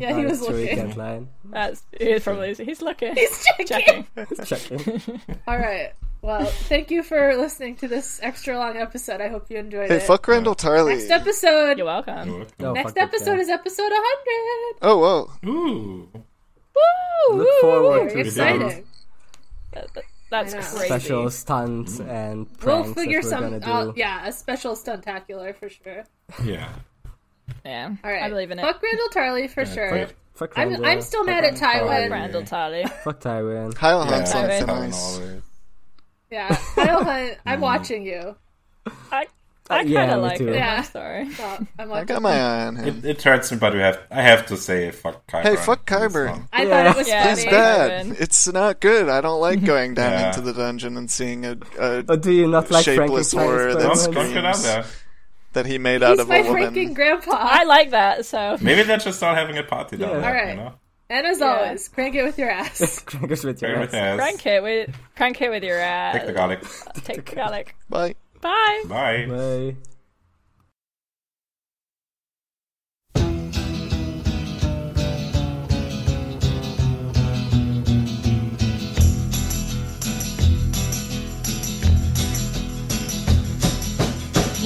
Speaker 2: Yeah, he
Speaker 4: Oh,
Speaker 2: was
Speaker 4: that's true, he
Speaker 2: looking.
Speaker 4: can't lie.
Speaker 3: That's he's probably he's looking.
Speaker 2: He's checking.
Speaker 3: checking.
Speaker 4: Checking.
Speaker 2: All right. Well, thank you for listening to this extra long episode. I hope you enjoyed
Speaker 6: Hey,
Speaker 2: it.
Speaker 6: fuck Randall Tarley.
Speaker 2: Next episode.
Speaker 3: You're welcome.
Speaker 5: You're welcome.
Speaker 4: No, fuck
Speaker 2: Next
Speaker 4: that
Speaker 2: episode
Speaker 4: guy.
Speaker 2: is episode 100.
Speaker 6: Oh, whoa.
Speaker 5: Ooh,
Speaker 3: Woo!
Speaker 4: Look forward
Speaker 2: Very
Speaker 4: to
Speaker 5: is.
Speaker 2: exciting.
Speaker 3: That- that- That's
Speaker 2: I know.
Speaker 3: crazy.
Speaker 4: special stunts and pranks
Speaker 2: Mm. We'll figure
Speaker 4: that we're
Speaker 2: some.
Speaker 4: gonna do.
Speaker 2: out. yeah, a special stuntacular for sure.
Speaker 5: yeah.
Speaker 3: Yeah.
Speaker 2: All right.
Speaker 3: I believe in it.
Speaker 2: Fuck Randall Tarley for sure.
Speaker 5: Fuck it.
Speaker 4: Fuck
Speaker 2: I'm,
Speaker 4: Randall,
Speaker 2: I'm still mad at
Speaker 5: Tarley.
Speaker 2: Tywin.
Speaker 3: Randall Tarley.
Speaker 4: Fuck Tywin.
Speaker 6: Kyle
Speaker 5: Yeah,
Speaker 6: Hunt's on
Speaker 3: Sorry.
Speaker 5: it's
Speaker 6: thin
Speaker 5: fine
Speaker 6: ice.
Speaker 5: always.
Speaker 2: Yeah. Kyle Hunt, I'm watching you.
Speaker 3: I I
Speaker 4: Uh, yeah,
Speaker 3: kind of
Speaker 4: me
Speaker 3: like
Speaker 4: too.
Speaker 3: it.
Speaker 2: Yeah. Uh,
Speaker 3: I'm sorry.
Speaker 2: Stop. I'm
Speaker 6: I
Speaker 2: like,
Speaker 6: got my eye on him.
Speaker 5: It, it hurts me, but we have. I have to say, fuck Kyburn.
Speaker 6: Hey, fuck Kyburn.
Speaker 2: I thought it
Speaker 4: Yeah.
Speaker 2: was
Speaker 3: Yeah.
Speaker 2: funny.
Speaker 6: It's
Speaker 3: Hey,
Speaker 6: bad.
Speaker 3: Kyburn.
Speaker 6: It's not good. I don't like going down
Speaker 5: Yeah.
Speaker 6: into the dungeon and seeing a, a
Speaker 4: But Oh, do you not like
Speaker 6: Shapeless
Speaker 4: Frankenstein's
Speaker 6: horror
Speaker 5: Don't
Speaker 6: that's
Speaker 4: Experiment?
Speaker 5: don't get out there.
Speaker 6: that he made out
Speaker 2: He's
Speaker 6: of a
Speaker 2: my
Speaker 6: woman.
Speaker 2: freaking grandpa.
Speaker 3: I like that. So
Speaker 5: Maybe they're just not having a party down
Speaker 4: Yeah.
Speaker 5: there.
Speaker 2: Alright.
Speaker 5: You know?
Speaker 2: and as
Speaker 3: Yeah.
Speaker 2: always, crank it with your ass.
Speaker 4: Crackers with your ass.
Speaker 5: Yes.
Speaker 3: crank it with crank it with your
Speaker 5: Take the
Speaker 3: ass.
Speaker 5: garlic.
Speaker 3: Take the garlic.
Speaker 6: Bye.
Speaker 3: Bye.
Speaker 5: Bye.
Speaker 4: Bye.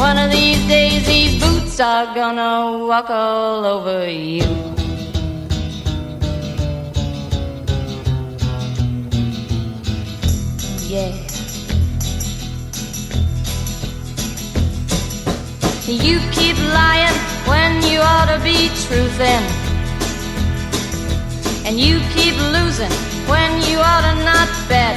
Speaker 7: One of these days, these boots are gonna walk all over you. Yeah. You keep lying when you ought to be truthin'. And you keep losing when you ought to not bet.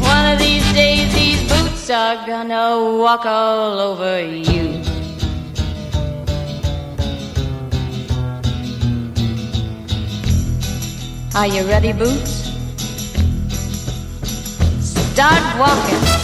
Speaker 7: One of these days, these boots are gonna walk all over you. Are you ready, boots? Start walking.